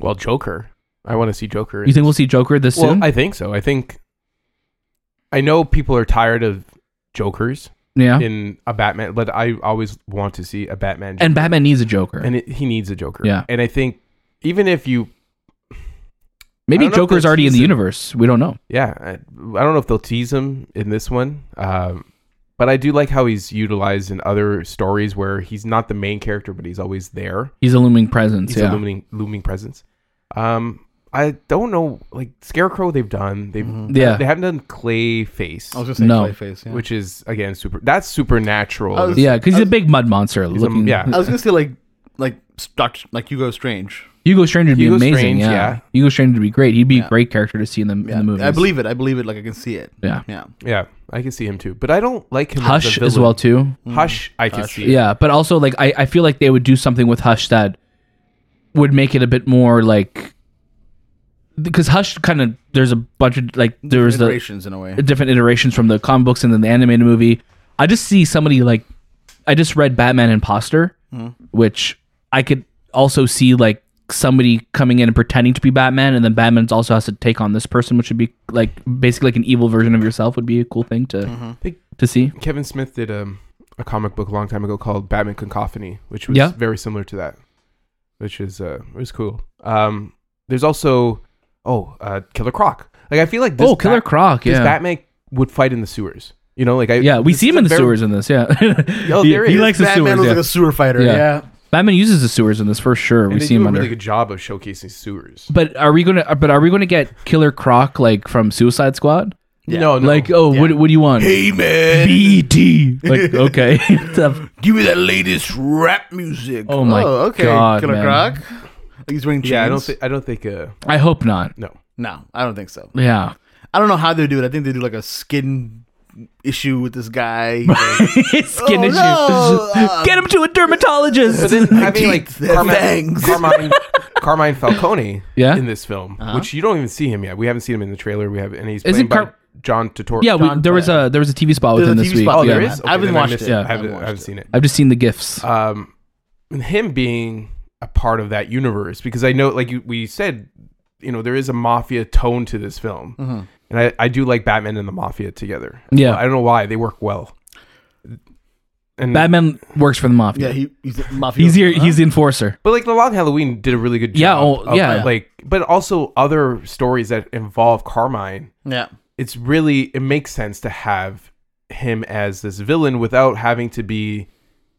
Speaker 2: well Joker? I want to see Joker.
Speaker 3: You think we'll see Joker this
Speaker 2: well,
Speaker 3: soon?
Speaker 2: I think so. I think I know people are tired of Jokers
Speaker 3: yeah.
Speaker 2: in a Batman, but I always want to see a Batman.
Speaker 3: and Batman needs a Joker.
Speaker 2: and it, he needs a Joker.
Speaker 3: Yeah.
Speaker 2: and I think even if you I
Speaker 3: Maybe
Speaker 2: don't know if
Speaker 3: Joker's
Speaker 2: they'll
Speaker 3: already in the
Speaker 2: tease it.
Speaker 3: universe. We don't know.
Speaker 2: yeah, I, I don't know if they'll tease him in this one, um, but I do like how he's utilized in other stories where he's not the main character, but he's always there.
Speaker 3: He's a looming presence.
Speaker 2: He's
Speaker 3: yeah.
Speaker 2: a looming, looming presence. Um, I don't know, like Scarecrow, they've done they've
Speaker 3: Yeah.
Speaker 2: they haven't done Clayface,
Speaker 1: Mm-hmm. I was just saying,
Speaker 3: No.
Speaker 1: Clayface, yeah. Oh,
Speaker 2: which is again super. That's supernatural.
Speaker 1: I was-
Speaker 3: yeah, because he's a big mud monster.
Speaker 2: a-
Speaker 3: Looking,
Speaker 2: yeah.
Speaker 1: I was gonna say like like Doctor like Hugo Strange.
Speaker 3: Hugo Strange would be
Speaker 2: Hugo
Speaker 3: amazing.
Speaker 2: Strange,
Speaker 3: yeah.
Speaker 2: yeah.
Speaker 3: Hugo Strange would be great. He'd be
Speaker 1: Yeah.
Speaker 3: a great character to see in the, in
Speaker 1: Yeah,
Speaker 3: the movie.
Speaker 1: I believe it. I believe it. Like I can see it.
Speaker 3: Yeah.
Speaker 1: Yeah.
Speaker 2: yeah, I can see him too, but I don't like him.
Speaker 3: Hush
Speaker 2: as,
Speaker 3: as
Speaker 2: the
Speaker 3: well
Speaker 2: villain.
Speaker 3: too.
Speaker 2: Hush, I can
Speaker 1: Mm. Hush.
Speaker 2: see.
Speaker 3: Yeah, but also like I, I feel like they would do something with Hush that would make it a bit more like because Hush kind of there's a bunch of like there was the
Speaker 1: iterations in a way.
Speaker 3: different iterations from the comic books and then the animated movie. I just see somebody like I just read Batman Imposter, which I could also see like somebody coming in and pretending to be Batman, and then Batman also has to take on this person, which would be like basically like an evil version of yourself would be a cool thing to
Speaker 2: Think-
Speaker 3: to see.
Speaker 2: Kevin Smith did um, a comic book a long time ago called Batman Cacophony, which was
Speaker 3: Yeah.
Speaker 2: very similar to that, which is uh, it was cool. Um, there's also oh uh, Killer Croc. Like I feel like this
Speaker 3: oh, Killer
Speaker 2: Bat-
Speaker 3: Croc!
Speaker 2: this
Speaker 3: Yeah,
Speaker 2: Batman would fight in the sewers. You know, like I
Speaker 3: yeah, we
Speaker 2: this
Speaker 3: see him
Speaker 2: is
Speaker 3: in
Speaker 2: a
Speaker 3: the
Speaker 2: very-
Speaker 3: sewers in this. Yeah,
Speaker 2: Oh,
Speaker 3: [LAUGHS] He-
Speaker 2: there
Speaker 3: he
Speaker 2: he is.
Speaker 3: likes the
Speaker 1: Batman
Speaker 3: sewers.
Speaker 1: was
Speaker 3: Yeah.
Speaker 1: like a sewer fighter.
Speaker 3: Yeah.
Speaker 1: Yeah.
Speaker 3: Batman uses the sewers in this for sure.
Speaker 2: And
Speaker 3: we
Speaker 2: they
Speaker 3: see
Speaker 2: do
Speaker 3: him
Speaker 2: a
Speaker 3: under.
Speaker 2: really good job of showcasing sewers.
Speaker 3: but are we gonna? But are we gonna get Killer Croc like from Suicide Squad?
Speaker 2: No, no,
Speaker 3: Like, oh, what, what do you want?
Speaker 1: Hey man, [LAUGHS]
Speaker 3: BT. Like, okay. [LAUGHS] The-
Speaker 1: give me that latest rap music.
Speaker 3: Oh my God,
Speaker 1: Killer
Speaker 3: man.
Speaker 1: Croc. Like he's wearing chains.
Speaker 2: yeah, I don't think I don't think uh,
Speaker 3: I hope not.
Speaker 2: no.
Speaker 1: no, I don't think so.
Speaker 3: Yeah. [LAUGHS]
Speaker 1: I don't know how they do it. I think they do like a skin issue with this guy.
Speaker 3: [LAUGHS]
Speaker 1: Like,
Speaker 3: Skin
Speaker 1: Oh,
Speaker 3: issues.
Speaker 1: no, uh,
Speaker 3: [LAUGHS] Get him to a
Speaker 2: But
Speaker 3: dermatologist.
Speaker 2: then having like
Speaker 1: teeth,
Speaker 2: Carmine,
Speaker 1: fangs. [LAUGHS]
Speaker 2: Carmine, Carmine Falcone
Speaker 3: Yeah?
Speaker 2: in this film,
Speaker 1: Uh-huh.
Speaker 2: which you don't even see him yet. We haven't seen him in the trailer. We have and he's
Speaker 3: Is
Speaker 2: played
Speaker 3: it
Speaker 2: by
Speaker 3: Car-
Speaker 2: John Turturro.
Speaker 3: [LAUGHS] yeah, we,
Speaker 1: John
Speaker 3: there was a there was a TV spot
Speaker 1: There's
Speaker 3: within
Speaker 1: a
Speaker 3: this
Speaker 1: TV
Speaker 3: week.
Speaker 1: spot.
Speaker 2: Oh, there
Speaker 3: Yeah.
Speaker 2: is.
Speaker 1: I haven't
Speaker 2: then
Speaker 1: watched
Speaker 2: missed
Speaker 1: it.
Speaker 2: I
Speaker 1: I haven't
Speaker 2: haven't, I haven't
Speaker 1: watched
Speaker 2: seen it.
Speaker 3: I've just seen the gifs.
Speaker 1: Oh.
Speaker 2: Um, and him being a part of that universe because I know, like you, we said, you know, there is a mafia tone to this film, and I, I do like Batman and the mafia together.
Speaker 3: Mm-hmm. Yeah.
Speaker 2: I don't know why they work well. And
Speaker 3: Batman works for the mafia.
Speaker 1: yeah, he, he's a mafia.
Speaker 3: he's here. He's the enforcer.
Speaker 2: But like the Long Halloween did a really good job.
Speaker 3: Yeah, oh,
Speaker 2: of,
Speaker 3: yeah.
Speaker 2: Like, but also other stories that involve Carmine.
Speaker 1: yeah.
Speaker 2: It's really it makes sense to have him as this villain without having to be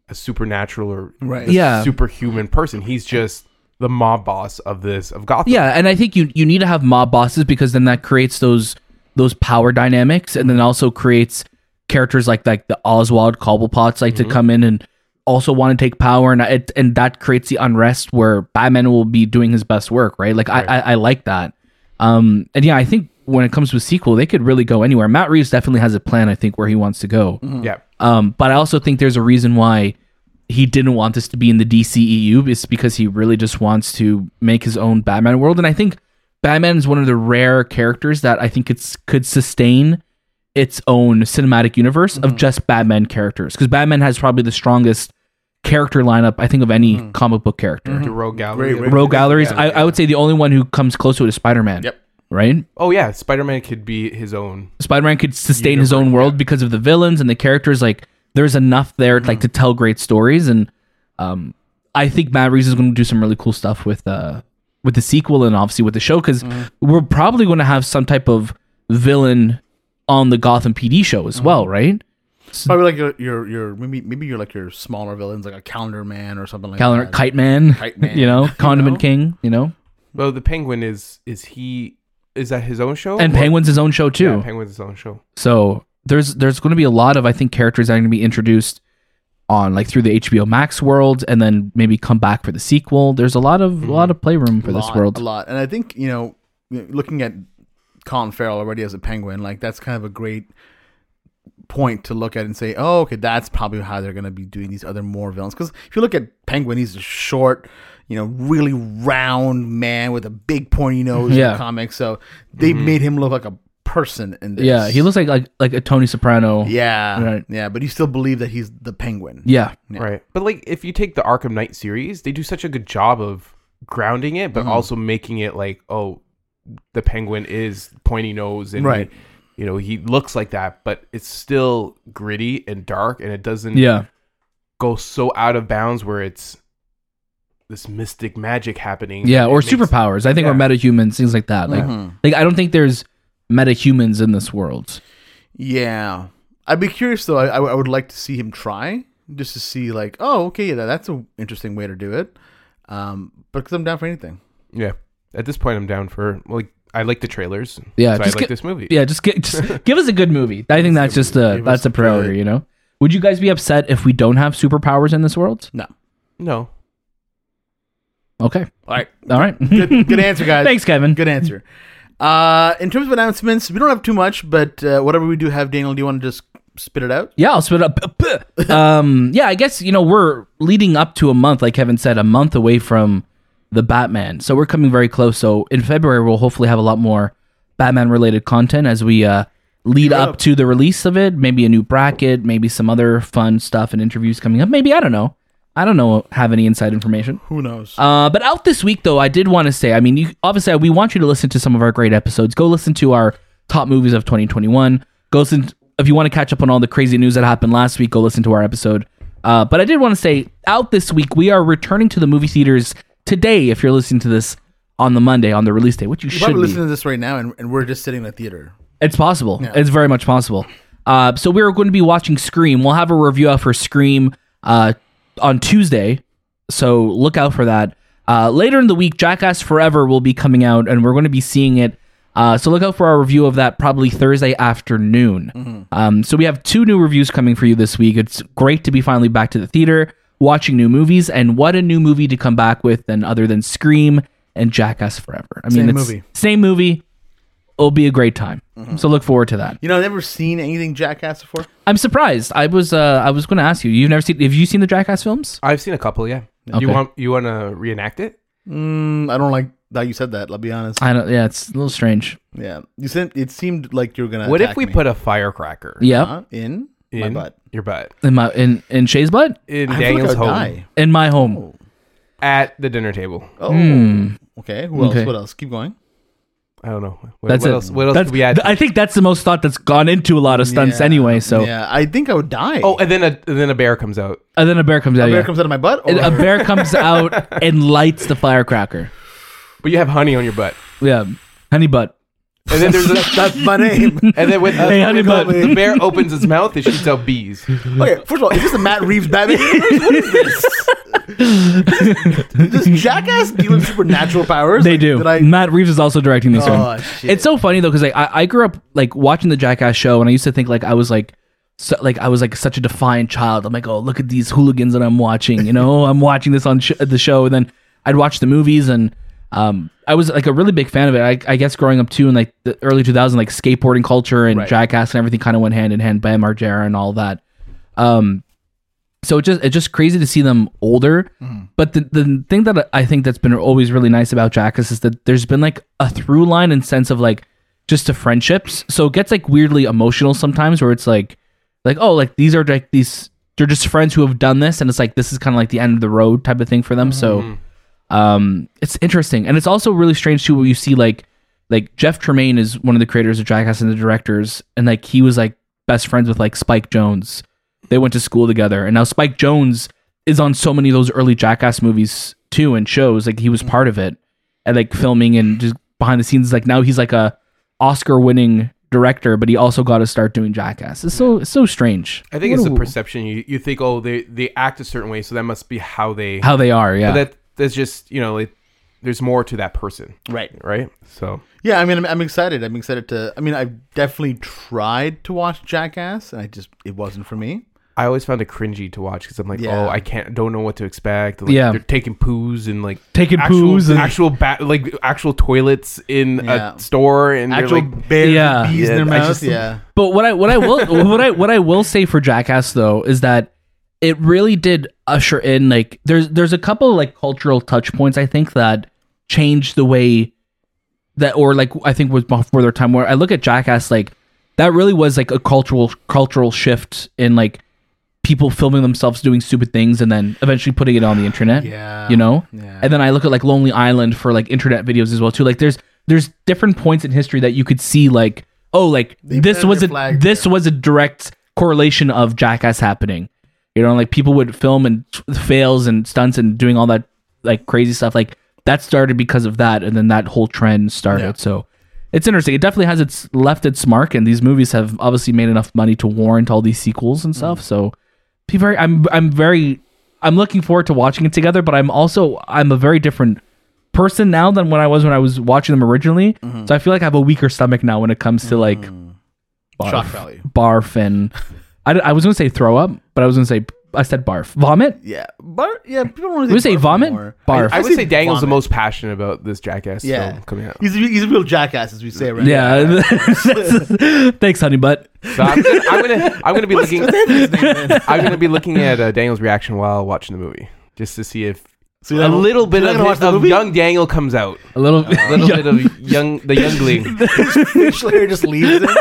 Speaker 2: a supernatural or
Speaker 1: Right.
Speaker 2: a
Speaker 3: Yeah.
Speaker 2: superhuman person. He's just the mob boss of this of Gotham.
Speaker 3: Yeah, and I think you you need to have mob bosses because then that creates those those power dynamics, and then also creates characters like like the Oswald Cobblepots like to come in and also want to take power, and it, and that creates the unrest where Batman will be doing his best work, right? Like I, I I like that, um, and yeah, I think when it comes to a sequel, they could really go anywhere. Matt Reeves definitely has a plan, I think, where he wants to go.
Speaker 2: Yeah.
Speaker 3: Um, but I also think there's a reason why he didn't want this to be in the DCEU is because he really just wants to make his own Batman world. And I think Batman is one of the rare characters that I think it's could sustain its own cinematic universe of just Batman characters. Because Batman has probably the strongest character lineup, I think, of any comic book character.
Speaker 2: The Rogue Gallery.
Speaker 1: Great, great.
Speaker 3: Rogue galleries, I, I would say the only one who comes close to it is Spider Man.
Speaker 1: Yep.
Speaker 3: Right?
Speaker 2: Oh yeah, Spider Man could be his own.
Speaker 3: Spider-Man could sustain his own world because of the villains and the characters. Like there's enough there like to tell great stories, and um, I think Matt Reeves is going to do some really cool stuff with uh with the sequel and obviously with the show because we're probably going to have some type of villain on the Gotham PD show as well, right?
Speaker 1: Probably like your, your your maybe maybe you're like your smaller villains, like a Calendar Man or something like
Speaker 3: Calendar
Speaker 1: that.
Speaker 3: Kite Man,
Speaker 1: Kite Man.
Speaker 3: [LAUGHS] you know, Condiment King, you know,
Speaker 2: Well, the Penguin is is he is that his own show
Speaker 3: and
Speaker 2: Or-
Speaker 3: Penguin's his own show too.
Speaker 2: Oh, Yeah, Penguin's his own show.
Speaker 3: So there's there's going to be a lot of I think characters that are going to be introduced on like through the HBO Max world, and then maybe come back for the sequel. There's a lot of a lot of playroom for this
Speaker 1: lot,
Speaker 3: world.
Speaker 1: a lot. And I think you know, looking at Colin Farrell already as a penguin, like that's kind of a great point to look at and say, oh, okay, that's probably how they're gonna be doing these other more villains. Because if you look at Penguin, he's a short, you know, really round man with a big pointy nose in
Speaker 3: Yeah. Mm-hmm.
Speaker 1: the comics. So they made him look like a person in this.
Speaker 3: Yeah, he looks like like like a Tony Soprano.
Speaker 1: Yeah,
Speaker 3: Right.
Speaker 1: yeah, but you still believe that he's the penguin.
Speaker 3: Yeah.
Speaker 1: Yeah.
Speaker 2: Right. But like if you take the Arkham Knight series, they do such a good job of grounding it, but
Speaker 3: Mm-hmm.
Speaker 2: also making it like, oh, the penguin is pointy nose and
Speaker 1: Right.
Speaker 2: he- you know, he looks like that, but it's still gritty and dark and it doesn't
Speaker 3: Yeah.
Speaker 2: go so out of bounds where it's this mystic magic happening.
Speaker 3: Yeah,
Speaker 2: It
Speaker 3: or
Speaker 2: makes-
Speaker 3: superpowers. I think or
Speaker 2: yeah.
Speaker 3: metahumans, things like that. Like
Speaker 1: Mm-hmm.
Speaker 3: like I don't think there's metahumans in this world.
Speaker 1: Yeah, I'd be curious though. I, I would like to see him try just to see like, oh, okay, yeah, that's an interesting way to do it. Um, but because I'm down for anything.
Speaker 2: Yeah. At this point I'm down for like I like the trailers.
Speaker 3: Yeah,
Speaker 2: So I
Speaker 3: just
Speaker 2: like
Speaker 3: get-
Speaker 2: this movie.
Speaker 3: Yeah, just get just give us a good movie. I think that's just a
Speaker 1: give us
Speaker 3: that's a
Speaker 1: a good-
Speaker 3: priority. You know, would you guys be upset if we don't have superpowers in this world?
Speaker 1: No,
Speaker 2: No.
Speaker 3: Okay,
Speaker 1: all right,
Speaker 3: all right. [LAUGHS]
Speaker 1: good, good answer, guys.
Speaker 3: Thanks, Kevin.
Speaker 1: Good answer. Uh, in terms of announcements, we don't have too much, but uh, whatever we do have, Daniel, do you want to just spit it out?
Speaker 3: Yeah, I'll spit up. um, yeah, I guess you know we're leading up to a month, like Kevin said, a month away from the Batman, so we're coming very close. So in February, we'll hopefully have a lot more Batman-related content as we uh, lead up to the release of it. Maybe a new bracket, maybe some other fun stuff and interviews coming up. Maybe I don't know. I don't know. Have any inside information?
Speaker 1: Who knows?
Speaker 3: Uh, but out this week, though, I did want to say, I mean, you, obviously, we want you to listen to some of our great episodes. Go listen to our top movies of 2021. Go listen, if you want to catch up on all the crazy news that happened last week, go listen to our episode. Uh, but I did want to say, out this week, we are returning to the movie theaters today, if you're listening to this on the Monday, on the release day, which you
Speaker 1: You're
Speaker 3: should
Speaker 1: probably
Speaker 3: be.
Speaker 1: listening to this right now, and, and we're just sitting in the theater.
Speaker 3: It's possible. It's very much possible. Uh, so we're going to be watching Scream. We'll have a review out for Scream uh, on Tuesday. So look out for that. Uh, later in the week, Jackass Forever will be coming out, and we're going to be seeing it. Uh, so look out for our review of that probably Thursday afternoon.
Speaker 1: Mm-hmm.
Speaker 3: Um, so we have two new reviews coming for you this week. It's great to be finally back to the theater, watching new movies, and what a new movie to come back with than other than Scream and Jackass Forever. I mean,
Speaker 1: Same
Speaker 3: it's
Speaker 1: movie.
Speaker 3: same movie, it'll be a great time. So look forward to that.
Speaker 1: You know, I've never seen anything Jackass before.
Speaker 3: I'm surprised. I was uh I was going to ask you. You've never seen have you seen the Jackass films?
Speaker 2: I've seen a couple, yeah.
Speaker 3: Okay.
Speaker 2: You want you wanna reenact it?
Speaker 1: Mm, I don't like that you said that. I'll be honest.
Speaker 3: I don't yeah, it's a little strange.
Speaker 1: yeah, you said it seemed like you were gonna.
Speaker 2: What if
Speaker 1: attack
Speaker 2: we
Speaker 1: me.
Speaker 2: put a firecracker
Speaker 3: Yeah.
Speaker 1: Huh? in, my
Speaker 2: in
Speaker 1: butt?
Speaker 2: your butt
Speaker 3: In my in in Shay's butt?
Speaker 2: in
Speaker 1: I feel like I
Speaker 2: Daniel's
Speaker 1: would
Speaker 2: home
Speaker 1: die.
Speaker 3: In my home.
Speaker 2: at the dinner table?
Speaker 1: Oh, okay. Who
Speaker 3: Hmm. Okay.
Speaker 1: else? What else? Keep going.
Speaker 2: I don't know. What,
Speaker 3: That's
Speaker 2: what
Speaker 3: it.
Speaker 2: else? What else
Speaker 3: That's-
Speaker 2: could we add?
Speaker 3: I think that's the most thought that's gone into a lot of stunts
Speaker 1: Yeah.
Speaker 3: anyway, so
Speaker 1: yeah, I think I would die.
Speaker 2: oh, and then a and then a bear comes out.
Speaker 3: and then a bear comes
Speaker 1: a
Speaker 3: out.
Speaker 1: bear
Speaker 3: yeah. uh,
Speaker 1: comes out of my butt. oh. Or,
Speaker 3: And a bear comes out and lights the firecracker.
Speaker 2: But you have honey on your butt,
Speaker 3: Yeah. Honey butt.
Speaker 2: and then
Speaker 1: [LAUGHS]
Speaker 2: there's a,
Speaker 1: that's my name.
Speaker 2: and then with
Speaker 3: Hey, honey
Speaker 2: the,
Speaker 3: butt.
Speaker 2: the bear opens its mouth, it shoots out bees.
Speaker 3: [LAUGHS]
Speaker 1: okay, first of all, is this the Matt Reeves Batman? what is this? Does Jackass deal with supernatural powers?
Speaker 3: They
Speaker 1: Like,
Speaker 3: do.
Speaker 1: Did I,
Speaker 3: Matt Reeves is also directing these.
Speaker 1: Oh,
Speaker 3: films.
Speaker 1: shit.
Speaker 3: It's so funny though, because like I, I grew up like watching the Jackass show, and I used to think like I was like. So, like I was like such a defiant child. I'm like, oh look at these hooligans that I'm watching. You know, I'm watching this on sh- the show, and then I'd watch the movies, and um, I was like a really big fan of it. I, I guess growing up too, in like the early 2000s, like skateboarding culture and Jackass and everything kind of went hand in hand. Bam Margera and all that. Um, so it just it's just crazy to see them older. But the the thing that I think that's been always really nice about Jackass is that there's been like a through line and sense of like just to friendships. So it gets like weirdly emotional sometimes where it's like like oh like these are like these they're just friends who have done this and it's like this is kind of like the end of the road type of thing for them. So um it's interesting and it's also really strange too where you see like like Jeff Tremaine is one of the creators of Jackass and the directors and like he was like best friends with like Spike Jones. They went to school together and now Spike Jones is on so many of those early Jackass movies too and shows like he was part of it and like filming and just behind the scenes like now he's like a Oscar winning director but he also got to start doing Jackass. It's so it's so strange.
Speaker 2: I think
Speaker 3: What
Speaker 2: it's the
Speaker 3: a-
Speaker 2: perception. You you think, oh, they they act a certain way, so that must be how they.
Speaker 3: how they are, yeah.
Speaker 2: But that that's just you know, like, there's more to that person,
Speaker 1: right.
Speaker 2: right? So
Speaker 1: Yeah, I mean, I'm, I'm excited. I'm excited to. I mean, I've definitely tried to watch Jackass, and I just it wasn't for me.
Speaker 2: I always found it cringy to watch because I'm like,
Speaker 1: Yeah.
Speaker 2: oh, I can't, don't know what to expect. Like,
Speaker 3: Yeah.
Speaker 2: they're taking poos and like
Speaker 3: Taking
Speaker 2: actual,
Speaker 3: poos and-
Speaker 2: actual ba- like actual toilets in
Speaker 1: Yeah.
Speaker 2: a store and they're
Speaker 1: Actual
Speaker 2: like,
Speaker 1: bears,
Speaker 3: Yeah.
Speaker 1: and bees in their
Speaker 2: Yeah, I
Speaker 1: mouths.
Speaker 2: just-
Speaker 1: yeah,
Speaker 3: But what I what
Speaker 1: [LAUGHS]
Speaker 3: I will what I what I will say for Jackass though is that it really did usher in like there's there's a couple like cultural touch points I think that changed the way that or like I think was before their time where I look at Jackass like that really was like a cultural cultural shift in like people filming themselves doing stupid things and then eventually putting it on the internet.
Speaker 1: Yeah.
Speaker 3: You know?
Speaker 1: Yeah.
Speaker 3: And then I look at like Lonely Island for like internet videos as well too. Like there's there's different points in history that you could see like oh like this
Speaker 1: planted
Speaker 3: was
Speaker 1: their
Speaker 3: a
Speaker 1: flag
Speaker 3: this was a direct correlation of Jackass happening. You know, like people would film and t- fails and stunts and doing all that like crazy stuff. Like that started because of that, and then that whole trend started. So it's interesting. It definitely has its left its mark, and these movies have obviously made enough money to warrant all these sequels and stuff. So be very. I'm I'm very. I'm looking forward to watching it together, but I'm also I'm a very different person now than when I was when I was watching them originally.
Speaker 1: Mm-hmm.
Speaker 3: So I feel like I have a weaker stomach now when it comes to like barf,
Speaker 1: Mm. shock value. [LAUGHS]
Speaker 3: barf and I, d- I was gonna say throw up, but I was gonna say I said barf, vomit.
Speaker 1: Yeah, but yeah, people don't
Speaker 3: We
Speaker 1: really
Speaker 3: say
Speaker 1: barf
Speaker 3: vomit,
Speaker 1: anymore.
Speaker 3: barf.
Speaker 2: I would say Daniel's the
Speaker 1: vomit.
Speaker 2: most passionate about this Jackass
Speaker 1: Yeah,
Speaker 2: film coming out.
Speaker 1: He's a, he's a real jackass, as we say right [LAUGHS] now.
Speaker 3: yeah, [LAUGHS] thanks, honey butt.
Speaker 2: So I'm gonna, I'm gonna, I'm gonna be looking. I'm gonna be looking at uh, Daniel's reaction while watching the movie, just to see if
Speaker 1: So
Speaker 2: a little bit
Speaker 1: you're not
Speaker 2: of,
Speaker 1: gonna watch
Speaker 2: his,
Speaker 1: the
Speaker 2: of
Speaker 1: movie?
Speaker 2: young Daniel comes out.
Speaker 3: A little,
Speaker 1: Uh-huh.
Speaker 2: A little bit of young,
Speaker 1: [LAUGHS]
Speaker 2: the youngling.
Speaker 1: facial hair just leaves it.
Speaker 3: [LAUGHS]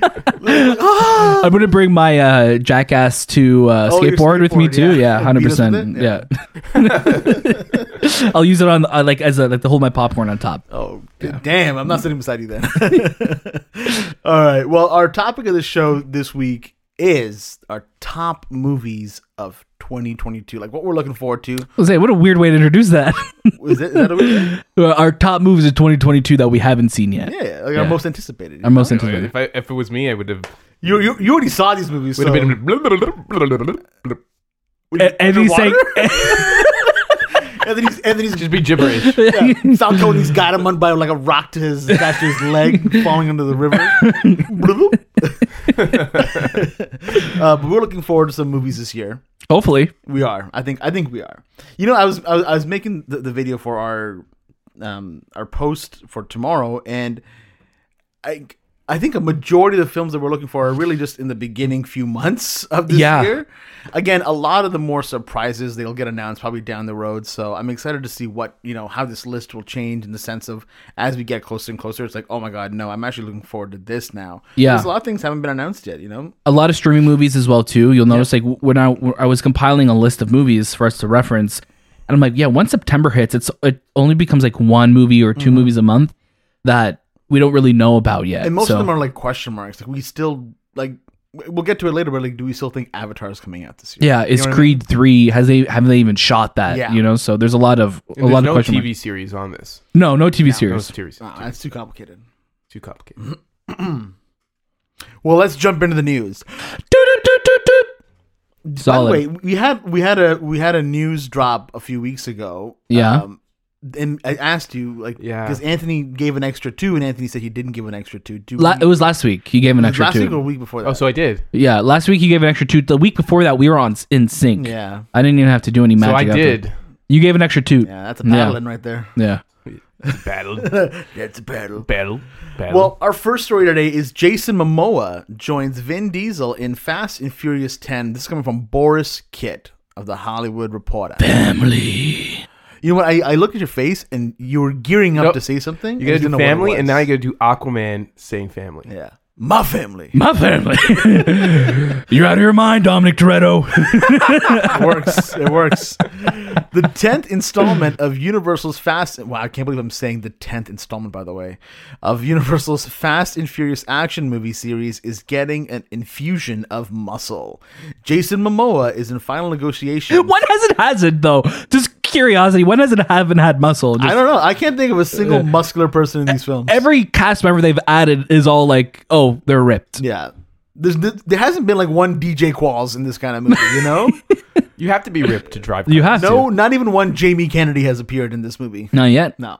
Speaker 2: [LAUGHS]
Speaker 3: I'm gonna bring my uh, jackass to uh,
Speaker 1: Oh, your
Speaker 3: skateboard, with me
Speaker 1: skateboard,
Speaker 3: too.
Speaker 1: yeah.
Speaker 3: Yeah,
Speaker 1: Beat
Speaker 3: hundred
Speaker 1: us
Speaker 3: percent.
Speaker 1: with it?
Speaker 3: Yeah. [LAUGHS] I'll use it on uh, like as a like to hold my popcorn on top.
Speaker 1: Oh, damn. I'm not sitting beside you then. [LAUGHS] All right. Well, our topic of the show this week is our top movies of 2022. Like what we're looking forward to.
Speaker 3: I was like, what a weird way to introduce that. [LAUGHS]
Speaker 1: Is, it, is that a
Speaker 2: [LAUGHS]
Speaker 1: weird
Speaker 3: Our top movies of 2022 that we haven't seen yet.
Speaker 1: Yeah. Like our
Speaker 3: Yeah.
Speaker 1: most anticipated.
Speaker 3: Our most anticipated.
Speaker 2: if I, if it was me, I would have.
Speaker 1: you, you, you already saw these movies. So.
Speaker 2: Would have been.
Speaker 3: A- and he's saying,
Speaker 1: Anthony's, Anthony's
Speaker 2: Just be
Speaker 3: [LAUGHS]
Speaker 2: gibberish.
Speaker 1: yeah, Sal Cody's got him on by like a rock to his attached to his leg, falling into the river. [LAUGHS] uh, but we're looking forward to some movies this year.
Speaker 3: hopefully,
Speaker 1: We are. I think. I think we are. You know, I was. I was, I was making the, the video for our, um, our post for tomorrow, and I. I think a majority of the films that we're looking for are really just in the beginning few months of this
Speaker 3: Yeah.
Speaker 1: year. Again, a lot of the more surprises they'll get announced probably down the road. So I'm excited to see what you know how this list will change in the sense of as we get closer and closer, it's like oh my god, no, I'm actually looking forward to this now.
Speaker 3: Yeah.
Speaker 1: Because a lot of things haven't been announced yet. You know,
Speaker 3: a lot of streaming movies as well too. You'll notice like when I when I was compiling a list of movies for us to reference, and I'm like, yeah, once September hits, it's it only becomes like one movie or 2 movies a month that we don't really know about yet.
Speaker 1: Mm-hmm. And most
Speaker 3: So-
Speaker 1: of them are like question marks. Like we still like w- we'll get to it later, but like, do we still think Avatar's coming out this year?
Speaker 3: Yeah,
Speaker 1: You
Speaker 3: is
Speaker 1: know what I
Speaker 3: Creed three has they have they even shot that?
Speaker 1: Yeah.
Speaker 3: You know, so there's a lot of a
Speaker 2: There's
Speaker 3: lot of
Speaker 2: no
Speaker 3: question
Speaker 2: TV
Speaker 3: mark-
Speaker 2: series on this.
Speaker 3: No, no TV
Speaker 2: No
Speaker 3: series.
Speaker 2: series.
Speaker 1: mean? Nah, that's too complicated. [LAUGHS]
Speaker 2: Too complicated.
Speaker 1: Well, let's jump into the news.
Speaker 3: Solid.
Speaker 1: By the way, we had we had a we had a news drop a few weeks ago.
Speaker 3: Yeah.
Speaker 1: Um, and I asked you like
Speaker 2: Yeah.
Speaker 1: because Anthony gave an extra two, and Anthony said he didn't give an extra two. Do
Speaker 3: La-
Speaker 1: we-
Speaker 3: it was last week. He gave an
Speaker 1: was
Speaker 3: extra
Speaker 1: last week or a
Speaker 3: two.
Speaker 1: week before that?
Speaker 2: Oh, so I did.
Speaker 3: Yeah, last week he gave an extra two. The week before that, we were on s- in sync.
Speaker 1: yeah,
Speaker 3: I didn't even have to do any
Speaker 2: so I
Speaker 3: magic.
Speaker 1: [LAUGHS]
Speaker 3: after.
Speaker 2: did.
Speaker 3: You gave an extra two. Yeah.
Speaker 1: yeah, that's a paddling right there.
Speaker 2: Battle,
Speaker 1: [LAUGHS] That's a paddle.
Speaker 2: battle, battle.
Speaker 1: Well, our first story today is Jason Momoa joins Vin Diesel in Fast and Furious 10. This is coming from Boris Kitt of the Hollywood Reporter.
Speaker 3: Family.
Speaker 1: You know what? I, I looked at your face and you were gearing up
Speaker 2: Nope.
Speaker 1: to say something.
Speaker 2: you gotta
Speaker 1: and
Speaker 2: do
Speaker 1: didn't know what it
Speaker 2: family, and now you
Speaker 1: was.
Speaker 2: gotta do Aquaman saying family.
Speaker 1: yeah, my family
Speaker 3: My family. [LAUGHS] You're out of your mind, Dominic Toretto. [LAUGHS]
Speaker 1: it works. It works. The tenth installment of Universal's Fast. Wow, I can't believe I'm saying the tenth installment. By the way, of Universal's Fast and Furious action movie series is getting an infusion of muscle. Jason Momoa is in final negotiation.
Speaker 3: when has it hasn't though? Just curiosity. When has it haven't had muscle? Just-
Speaker 1: I don't know. I can't think of a single muscular person in these films.
Speaker 3: every cast member they've added is all like, oh, they're ripped.
Speaker 1: yeah. There's, there hasn't been like one DJ Qualls in this kind of movie, you know?
Speaker 2: You have to be ripped to drive.
Speaker 3: [LAUGHS] You have
Speaker 1: no,
Speaker 3: to.
Speaker 1: not even one Jamie Kennedy has appeared in this movie.
Speaker 3: Not yet.
Speaker 1: No,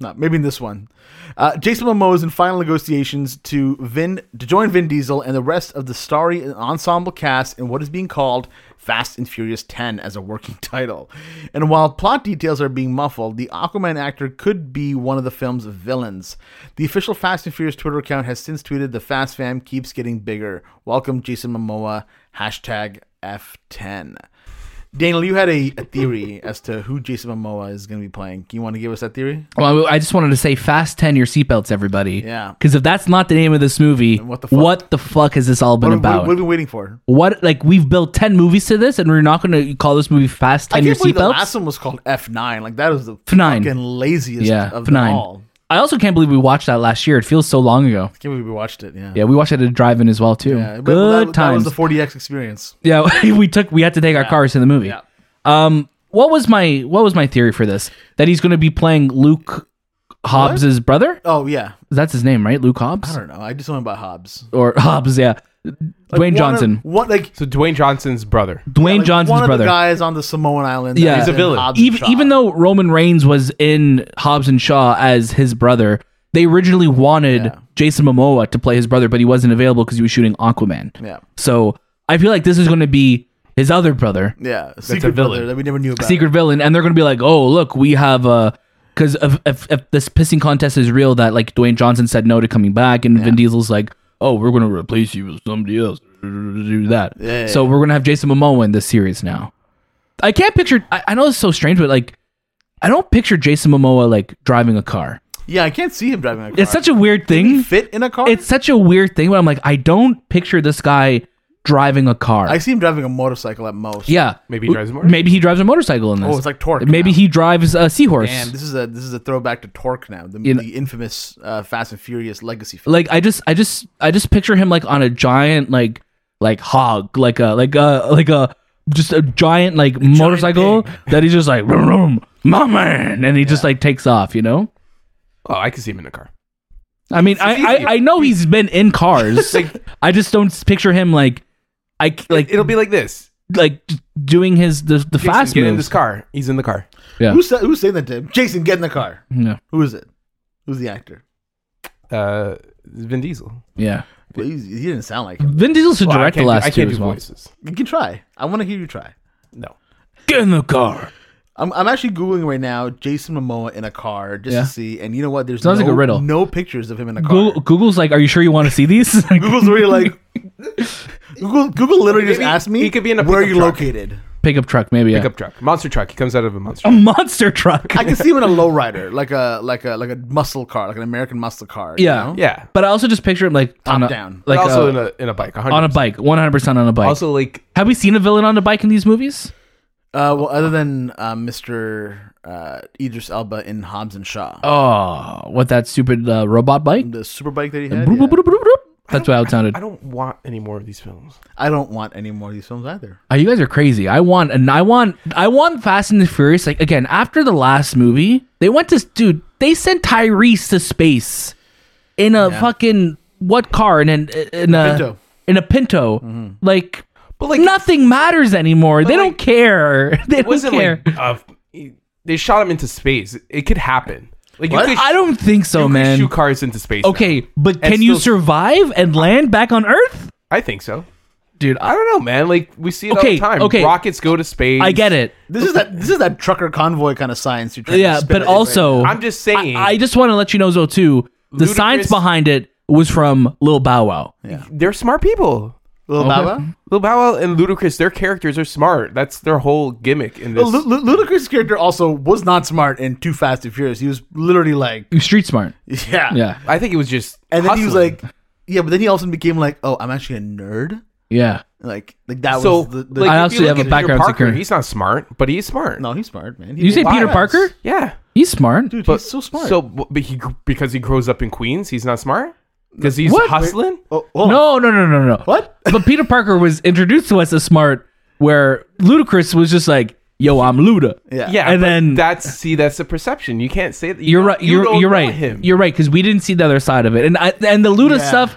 Speaker 1: no, maybe in this one. Uh, Jason Momoa is in final negotiations to Vin to join Vin Diesel and the rest of the starry and ensemble cast in what is being called Fast and Furious 10 as a working [LAUGHS] title. And while plot details are being muffled, the Aquaman actor could be one of the film's villains. The official Fast and Furious Twitter account has since tweeted the Fast fam keeps getting bigger. Welcome Jason Momoa hashtag F10. Daniel, you had a, a theory as to who Jason Momoa is going to be playing. Can you want to give us that theory?
Speaker 3: Well, I I just wanted to say, fast ten your seatbelts, everybody.
Speaker 1: Yeah.
Speaker 3: Because if that's not the name of this movie,
Speaker 1: what the fuck?
Speaker 3: the fuck has this all been
Speaker 1: What, what- what
Speaker 3: about?
Speaker 1: have we been waiting for?
Speaker 3: What like we've built ten movies to this, and we're not going to call this movie Fast
Speaker 1: I
Speaker 3: Ten Your
Speaker 1: can't believe the last
Speaker 3: Seatbelts.
Speaker 1: one was called F9. Like, that was the
Speaker 3: F9.
Speaker 1: fucking laziest
Speaker 3: Yeah,
Speaker 1: of
Speaker 3: F9.
Speaker 1: them all.
Speaker 3: I also can't believe we watched that last year. It feels so long ago.
Speaker 1: I can't believe we watched it, yeah.
Speaker 3: Yeah, we watched it at a drive-in as well too.
Speaker 1: but-
Speaker 3: Good
Speaker 1: well, that,
Speaker 3: times.
Speaker 1: That was the 40X experience.
Speaker 3: yeah, [LAUGHS] we took we had to take our cars to the movie.
Speaker 1: Yeah.
Speaker 3: Um, what was my what was my theory for this? That he's going to be playing Luke Hobbs's brother.
Speaker 1: Oh, yeah.
Speaker 3: That's his name, right? Luke Hobbs
Speaker 1: I don't know. I just know about Hobbs.
Speaker 3: or Hobbs? Yeah, Dwayne
Speaker 1: One of-
Speaker 3: Johnson.
Speaker 1: What, like,
Speaker 2: So Dwayne Johnson's brother.
Speaker 3: Dwayne
Speaker 1: like,
Speaker 3: Johnson's
Speaker 1: one of
Speaker 3: brother.
Speaker 1: the guys on the Samoan island. that
Speaker 3: Yeah.
Speaker 1: is
Speaker 3: He's a
Speaker 1: in
Speaker 2: villain.
Speaker 1: Hobbs and
Speaker 3: even
Speaker 1: Shaw.
Speaker 3: even though Roman Reigns was in Hobbs and Shaw as his brother, they originally wanted
Speaker 1: Yeah.
Speaker 3: Jason Momoa to play his brother, but he wasn't available because he was shooting Aquaman.
Speaker 1: Yeah.
Speaker 3: So I feel like this is going to be his other brother,
Speaker 1: Yeah. Secret
Speaker 2: villain.
Speaker 1: brother that we never knew about.
Speaker 3: secret villain, and they're going to be like, "Oh, look, we have a." Because if, if, if this pissing contest is real, that like Dwayne Johnson said no to coming back, and Vin Diesel's like, "Oh, we're going to replace you with somebody else." Do that.
Speaker 1: Yeah.
Speaker 3: So we're gonna have Jason Momoa in this series now. I can't picture. I, I know it's so strange, but like, I don't picture Jason Momoa like driving a car.
Speaker 1: Yeah, I can't see him driving a car.
Speaker 3: It's such a weird thing.
Speaker 1: fit in a car?
Speaker 3: It's such a weird thing. But I'm like, I don't picture this guy driving a car.
Speaker 1: I see him driving a motorcycle at most.
Speaker 3: yeah,
Speaker 2: Maybe he drives a motorcycle?
Speaker 3: Maybe he drives a motorcycle in this.
Speaker 1: Oh, it's like Torque.
Speaker 3: maybe
Speaker 1: now.
Speaker 3: he drives a seahorse.
Speaker 1: Damn, this is a this is a throwback to Torque now, the, the infamous uh, Fast and Furious legacy film.
Speaker 3: like I just, I just, I just picture him like on a giant like like hog, like a like a like a just a giant like motorcycle
Speaker 1: pig.
Speaker 3: that he's just like, vroom, vroom, my man, and he just like takes off, you know.
Speaker 2: Oh, I can see him in a car.
Speaker 3: I mean, I, I I know he's been in
Speaker 2: [LAUGHS]
Speaker 3: cars. I just don't s- picture him like I c- like
Speaker 2: It'll be like this.
Speaker 3: like just doing his the the
Speaker 2: Jason,
Speaker 3: fast
Speaker 2: get
Speaker 3: moves.
Speaker 2: in this car. He's in the car.
Speaker 3: yeah.
Speaker 1: Who's sa- who's saying that to him? Jason, get in the car.
Speaker 3: No.
Speaker 1: Who is it? Who's the actor?
Speaker 2: Uh, Vin Diesel.
Speaker 3: Yeah.
Speaker 1: Well, he's, he didn't sound like him.
Speaker 3: Vin Diesel's to
Speaker 2: Well,
Speaker 3: direct
Speaker 2: I can't
Speaker 3: the
Speaker 2: do-
Speaker 3: last
Speaker 2: I can't
Speaker 3: two
Speaker 2: do
Speaker 3: as well.
Speaker 2: voices.
Speaker 1: You can try. I want to hear you try.
Speaker 2: No.
Speaker 3: Get in the car.
Speaker 1: I'm, I'm actually googling right now Jason Momoa in a car just
Speaker 3: Yeah.
Speaker 1: to see, and you know what? There's
Speaker 3: Sounds
Speaker 1: no,
Speaker 3: like a riddle.
Speaker 1: no pictures of him in a car.
Speaker 3: Google, Google's like, are you sure you want to see these? [LAUGHS] Like,
Speaker 1: Google's really like Google. Google literally just
Speaker 2: Maybe
Speaker 1: asked me
Speaker 2: he could be in a
Speaker 1: where are
Speaker 2: pickup
Speaker 1: you
Speaker 2: truck.
Speaker 1: located.
Speaker 3: pickup truck, maybe. yeah.
Speaker 2: Pickup truck. Monster truck. He comes out of a monster.
Speaker 3: a
Speaker 2: truck. [LAUGHS]
Speaker 3: monster truck.
Speaker 1: I can see him in a lowrider, like a like a like a muscle car, like an American muscle car. you
Speaker 3: Yeah.
Speaker 1: know?
Speaker 2: Yeah.
Speaker 3: But I also just picture him like on a,
Speaker 1: down.
Speaker 3: like
Speaker 2: But also
Speaker 3: uh,
Speaker 2: in a in a bike. 100%.
Speaker 3: on a bike, one hundred percent on a bike.
Speaker 2: Also like
Speaker 3: Have we seen a villain on a bike in these movies?
Speaker 1: Uh, well, other than uh, Mr. Uh, Idris Elba in Hobbs and Shaw,
Speaker 3: Oh, what that stupid uh, robot bike?
Speaker 1: the super bike that he had.
Speaker 3: Broop,
Speaker 1: yeah.
Speaker 3: broop, broop, broop, broop. That's what it sounded.
Speaker 2: I don't want any more of these films.
Speaker 1: I don't want any more of these films either.
Speaker 3: [LAUGHS] Oh, you guys are crazy. I want and I want I want Fast and the Furious. Like again, after the last movie, they went to dude. They sent Tyrese to space in a fucking what car and in, in a
Speaker 1: Pinto.
Speaker 3: in a Pinto. Like
Speaker 2: But like,
Speaker 3: Nothing matters anymore. They
Speaker 2: like,
Speaker 3: don't care. [LAUGHS] They
Speaker 2: it
Speaker 3: don't
Speaker 2: wasn't
Speaker 3: care.
Speaker 2: like uh, they shot him into space. It could happen. Like you could,
Speaker 3: I don't think so,
Speaker 2: you could
Speaker 3: man.
Speaker 2: shoot cars into space. now.
Speaker 3: Okay, but
Speaker 2: And
Speaker 3: can you
Speaker 2: still-
Speaker 3: survive and land back on Earth?
Speaker 2: I think so.
Speaker 3: Dude,
Speaker 2: I
Speaker 3: I,
Speaker 2: don't know, man. Like we see it all
Speaker 3: Okay,
Speaker 2: the time.
Speaker 3: okay.
Speaker 2: Rockets go to space.
Speaker 3: I get it.
Speaker 1: This is that this is that trucker convoy kind of science you're trying
Speaker 3: Yeah,
Speaker 1: to spin
Speaker 3: but
Speaker 1: it, right?
Speaker 3: also
Speaker 2: I'm just saying.
Speaker 3: I, I just want to let you know though too, the
Speaker 2: Ludacris-
Speaker 3: science behind it was from Lil Bow Wow.
Speaker 2: they're smart people.
Speaker 1: Lil Bow Wow?
Speaker 2: Lil Bow Wow and Ludacris, their characters are smart. That's their whole gimmick in this.
Speaker 1: Well, Lu- Lu- Ludacris' character also was not smart in Too Fast and Furious. He was literally like, [LAUGHS]
Speaker 3: Street smart.
Speaker 1: yeah,
Speaker 3: Yeah.
Speaker 2: I think it was just.
Speaker 1: And then he was
Speaker 2: hustling.
Speaker 1: like, yeah, but then he also became like, oh, I'm actually a nerd.
Speaker 3: Yeah.
Speaker 1: Like, like that
Speaker 2: so
Speaker 1: was the, the
Speaker 2: like,
Speaker 3: I
Speaker 2: if
Speaker 3: also
Speaker 2: you look
Speaker 3: have a
Speaker 2: at Peter
Speaker 3: background
Speaker 2: Parker,
Speaker 3: security.
Speaker 2: He's not smart, but he's
Speaker 1: [LAUGHS]
Speaker 2: smart.
Speaker 1: no, he's smart, man. He
Speaker 3: You say
Speaker 1: did
Speaker 3: Peter
Speaker 1: science.
Speaker 3: Parker?
Speaker 2: Yeah,
Speaker 3: He's smart.
Speaker 1: dude, he's so smart.
Speaker 2: So, but he gr- because he grows up in Queens, he's not smart because he's
Speaker 3: What?
Speaker 2: hustling.
Speaker 1: oh, hold on.
Speaker 3: No, no, no, no, no.
Speaker 1: what? [LAUGHS]
Speaker 3: but Peter Parker was introduced to us as smart where Ludacris was just like, "Yo, I'm Luda."
Speaker 1: Yeah,
Speaker 2: Yeah,
Speaker 3: And
Speaker 2: but
Speaker 3: then-
Speaker 2: that's see, that's the perception. You can't say that. you
Speaker 3: You're
Speaker 2: don't-
Speaker 3: right.
Speaker 2: you
Speaker 3: You're
Speaker 2: don't
Speaker 3: you're
Speaker 2: know
Speaker 3: right.
Speaker 2: Him.
Speaker 3: You're right because we didn't see the other side of it. And I and the Luda
Speaker 1: Yeah.
Speaker 3: stuff,